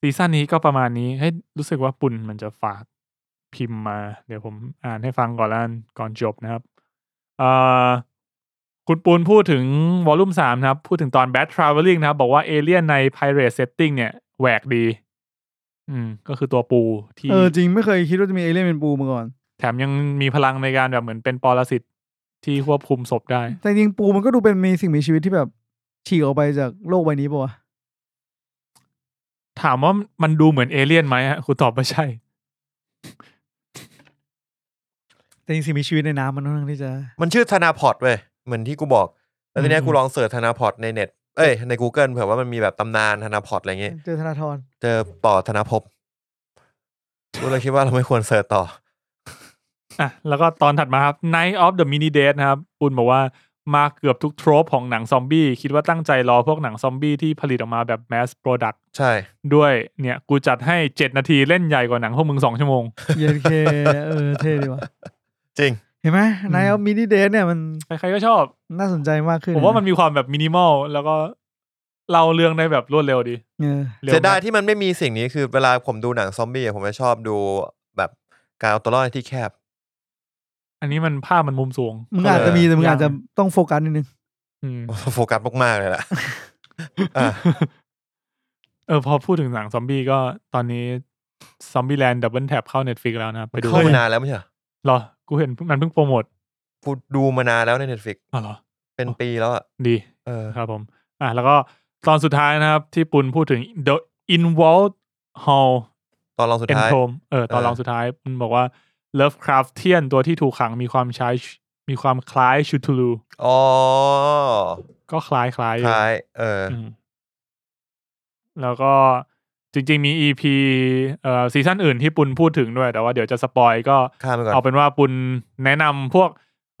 S3: ซีซั่นนี้ก็ประมาณนี้ให้ยรู้สึกว่าปุ่นมันจะฝากพิมพ์มา เดี๋ยวผมอ่านให้ฟังก่อนแล้วกันก่อนจบนะครับเอ่อคุณปูนพูดถึงวอลลุ่มสามนะครับ พูดถึงตอน Bad Traveling นะครับ บอกว่าเอเลี่ยนใน Pirate Setting เนี่ยแหวกดี อืม ก็คือตัวปูที่
S4: เออจริงไม่เคยคิดว่าจะมีเอเลี่ยนเป็นปูมาก่อน
S3: แถมยังมีพลังในการแบบเหมือนเป็นปรสิตที่ควบคุมศพได้
S4: แต่จริงปูมันก็ดูเป็นมีสิ่งมีชีวิตที่แบบฉีกออกไปจากโลกใบนี้ปะวะ
S3: ถามว่ามันดูเหมือนเอเลี่ยนไหมฮะคุณตอบว่าใช่ *laughs*
S4: แต่จริงสิ่งมีชีวิตในน้ำมันค่อนข้างที่จะ
S2: มันชื่อธนาพอดเว้ยเหมือนที่กูบอก แล้วทีเนี้ย
S3: อืม
S2: กูลองเสิร์ชธนาพอดในเน็ตเอ้ยใน Google เผื่อว่ามันมีแบบตำนานธนาพอดอะไรเงี้ย
S4: เจอธนาธร
S2: เจอต่อธนาภพกูเลยคิดว่าเราไม่ควรเสิร์ชต่อ
S3: อ่ะแล้วก็ตอนถัดมาครับ Night of the Mini d a t นะครับปุนบอกว่ามาเกือบทุกโทรปของหนังซอมบี้ คิดว่าตั้งใจรอพวกหนังซอมบี้ที่ผลิตออกมาแบบ mass product
S2: ใช่
S3: ด้วยเนี่ย กูจัดให้ 7 นาทีเล่นใหญ่กว่าหนังพวกมึง 2 ชั่วโมง
S4: เย็นเคเออเท่ดีว่ะ
S2: จริง
S4: เห็นไหมนายเอามินิเดทเนี่ยมัน
S3: ใครๆก็ชอบ
S4: น่าสนใจมากขึ้น
S3: ผมว่ามันมีความแบบมินิมอลแล้วก็เล่าเรื่องได้แบบรวดเร็วดี
S4: เออ
S3: ร็ว
S2: เสียดาย
S3: มาก
S2: ที่มันไม่มีสิ่งนี้คือเวลาผมดูหนังซอมบี้อะผมจะชอบดูแบบการเอาตัวรอดในที่แคบ
S3: อันนี้มันภาพมันมุมสูง
S4: มึงอาจจะมีแต่มึงอาจจะต้องโฟกัสนิดนึง
S3: อืม
S2: โฟกัสมากๆเลยล่ะ อ่ะ
S3: เออพอพูดถึงหนังซอมบี้ก็ตอนนี้ซอมบี้แลนด์ดับเบิลแท็บเข้าเน็ตฟิกแล้วนะ ไปดู
S2: เข้ามานานแล้วไม่ใช่เหรอ
S3: เหรอ กูเห็นมันเพิ่งโปรโมท
S2: กูดูมานานแล้วในเน็ตฟิก
S3: อ๋อเหรอ
S2: เป็นปีแล้วอ่ะ
S3: ดี
S2: เออ
S3: นะครับผม อ่ะแล้วก็ตอนสุดท้ายนะครับ ที่ปุณพูดถึง The Involved Hall
S2: ตอนรองสุด
S3: เอน
S2: ท้าย
S3: โทมเออตอน
S2: เออ
S3: รองสุดท้ายมันบอกว่า Lovecraftian ตัวที่ถูกขังมีความใช้มีความคล้ายชูทูลู
S2: อ๋อ
S3: ก็คล้ายคล้ายอยู่
S2: ท้าย เออ
S3: อืมแล้วก็จริง ๆ มี EP เอ่อซีซั่นอื่นที่ปุณพูดถึงด้วย แต่ว่าเดี๋ยวจะสปอยก็
S2: ข้ามไปก่อน
S3: เอาเป็นว่าปุณแนะนำพวก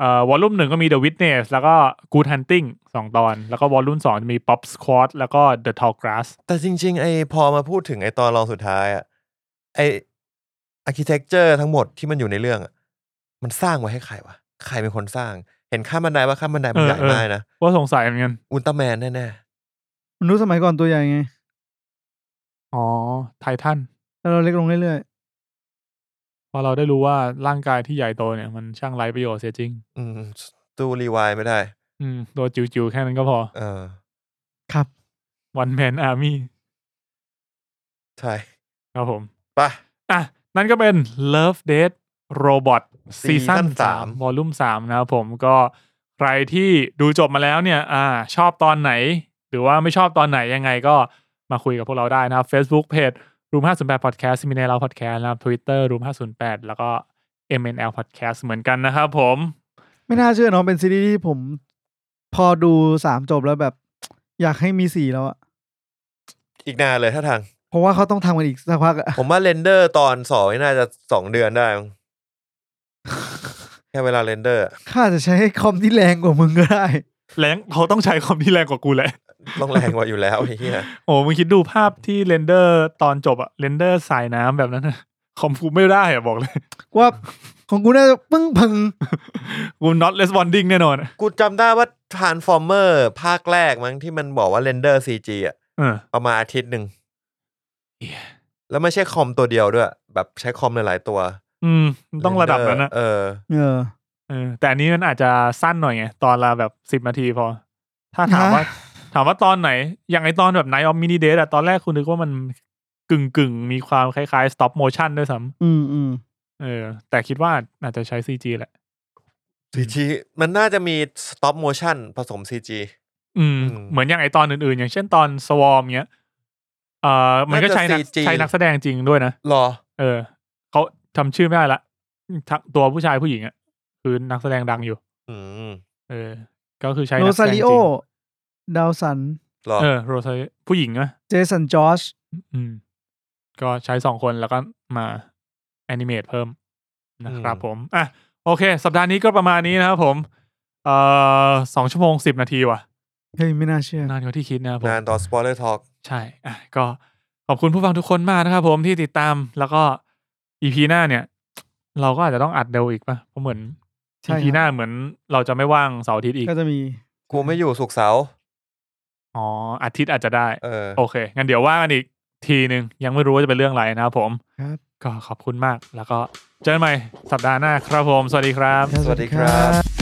S3: เอ่อวอลลุ่มหนึ่งก็มี The Witness แล้วก็ Good Hunting สองตอน แล้วก็วอลลุ่มสองจะมี Pop Squad แล้วก็ The Tall Grass
S2: แต่จริง ๆ ไอพอมาพูดถึงไอตอนรองสุดท้ายอ่ะไออาร์เคเต็กเจอร์ทั้งหมดที่มันอยู่ในเรื่องอะมันสร้างไว้ให้ใครวะใครเป็นคนสร้าง เห็นข้ามบันไดว่าข้ามบันไดมันใหญ่
S3: เออเออ
S2: มากนะ
S3: ว่าสงสัยเหมือนกัน
S2: อุลตร้าแมนแน่
S4: มนุษย์สมัยก่อนตัวใหญ่ไง
S3: อ๋อ ไททัน
S4: แล้วเราเล็กลงเรื่อย
S3: พอเราได้รู้ว่าร่างกายที่ใหญ่โตเนี่ย มันช่างไร้ประโยชน์เสียจริง
S2: ๆอืมตู้รีวายไม่ได้
S3: อืมตัวจิ๋วๆ แค่นั้นก็พอ
S2: เออ
S4: ๆ ครับ
S3: One Man Army
S2: ใช่
S3: ครับผม
S2: ป่ะ
S3: อ่ะ นั่นก็เป็น Love Death Robot ซีซั่น
S2: Season
S3: สา
S2: สาม ม
S3: วอลลุ่มสามนะครับผมก็ใครที่ดูจบมาแล้วเนี่ย อ่า ชอบตอนไหน หรือว่าไม่ชอบตอนไหนยังไงก็มาคุยกับพวกเราได้นะครับ Facebook Page Room 508 Podcast มีในเรา Podcast นะครับ Twitter Room 508 แล้วก็ MNL Podcast เหมือนกันนะครับผม
S4: ไม่น่าเชื่อเนอะเป็นซีรีส์ที่ผม พอดูสามจบแล้วแบบ อยากให้มีสี่แล้วอะ
S2: อีกนานเลยถ้าทาง
S4: เพราะว่าเขาต้องทำกันอีกสักพักอะ *laughs*
S2: ผมว่าเรนเดอร์ตอนสองนี่น่าจะสองเดือนได้
S3: *laughs*
S2: มั้ง แค่เวลาเรนเดอร์อะ
S4: ข้าจะใช้คอมที่แรงกว่ามึงก็ได้ *laughs*
S3: แรงเขาต้องใช้ความที่แรงกว่ากูแหละ
S2: ต้องแรงกว่าอยู่แล้วไอ้เหี้ย
S3: โอ้มึงคิดดูภาพที่เรนเดอร์ตอนจบอะเรนเดอร์สายน้ำแบบนั้นอะ *laughs* คอมกูไม่ได้อะบอกเลย *laughs*
S4: ว่าของกูน่าจะปึ้งพึง
S3: กู not responding แน่นอน
S2: กูจำได้ว่า Transformer ภาคแรกมั้งที่มันบอกว่าเรนเดอร์ CG อ่ะ
S3: เออ
S2: ประมาณอาทิตย์หนึ่ง แล้วไม่ใช่คอมตัวเดียวด้วย แบบใช้คอมหลายๆตัว
S3: อืมมันต้องระดับนั้นนะ
S2: เออ
S4: เออ
S3: เออแต่อันนี้มันอาจจะสั้นหน่อยไง ตอนละแบบสิบนาทีพอ ถ้าถาม
S4: ฮะ
S3: ว่า ถามว่าตอนไหน อย่างไอตอนแบบ Night of Mini Date อะตอนแรกคุณนึกว่ามันกึ่งกึ่งๆ มีความคล้ายๆ stop motion ด้วยซ้
S4: อืมอืม
S3: ำเออ แต่คิดว่าอาจจะใช้ CG แหละ
S2: CG มันน่าจะมี stop motion ผสม CG
S3: อืม
S2: อืม
S3: เหมือนอย่างไอตอนอื่นๆ อย่างเช่นตอน Swarm เนี้ยเออมันก็ใช้นัก
S2: น่าจะ CG
S3: ใช้นักแสดงจริงด้วยนะ
S2: หรอ
S3: เออ เขาทำชื่อไม่ได้ละทั้งตัวผู้ชายผู้หญิงอะคือนักแสดงดังอยู่
S2: อืม
S3: เออ ก็คือใช้
S4: โร
S3: นักแส
S4: ซา
S3: ดงจ
S4: ริ
S3: ริ
S4: โอง ดาวสัน
S2: หรอ
S3: เออโรซาผู้หญิงอะ
S4: เจสันจอช
S3: อืม ก็ใช้สองคนแล้วก็มาแอนิเมตเพิ่มนะครับ
S2: อืม
S3: ผม อ่ะ โอเค สัปดาห์นี้ก็ประมาณนี้นะครับผม เอ่อสองชั่วโมงสิบนาทีว่ะ
S4: เฮ้ยไม่น่าเชื่อ
S3: นานกว่าที่คิดนะครับผม
S2: งานตอน spoiler talk
S3: ใช่ อ่ะ ก็ขอบคุณผู้ฟังทุกคนมากนะครับผมที่ติดตามแล้วก็อีพีหน้าเนี่ย เราก็อาจจะต้องอัดเร็วอีกปะเพราะเหมือนที
S4: ใช่ครับ
S3: พีหน้าเหมือนเราจะไม่ว่างเสาร์อาทิตย์อีก
S4: ก็จะมี
S2: กูไม่อยู่สุกร์เสาร์
S3: อ๋อ อาทิตย์อาจจะได้
S2: เออ
S3: โอเค งั้นเดี๋ยวว่ากันอีกทีหนึ่งยังไม่รู้ว่าจะเป็นเรื่องอะไรนะครับผม
S4: ครับ
S3: ก็ขอบคุณมาก แล้วก็เจอกันใหม่สัปดาห์หน้าครับผม สวัสดีครับ
S2: สวัสดีครับ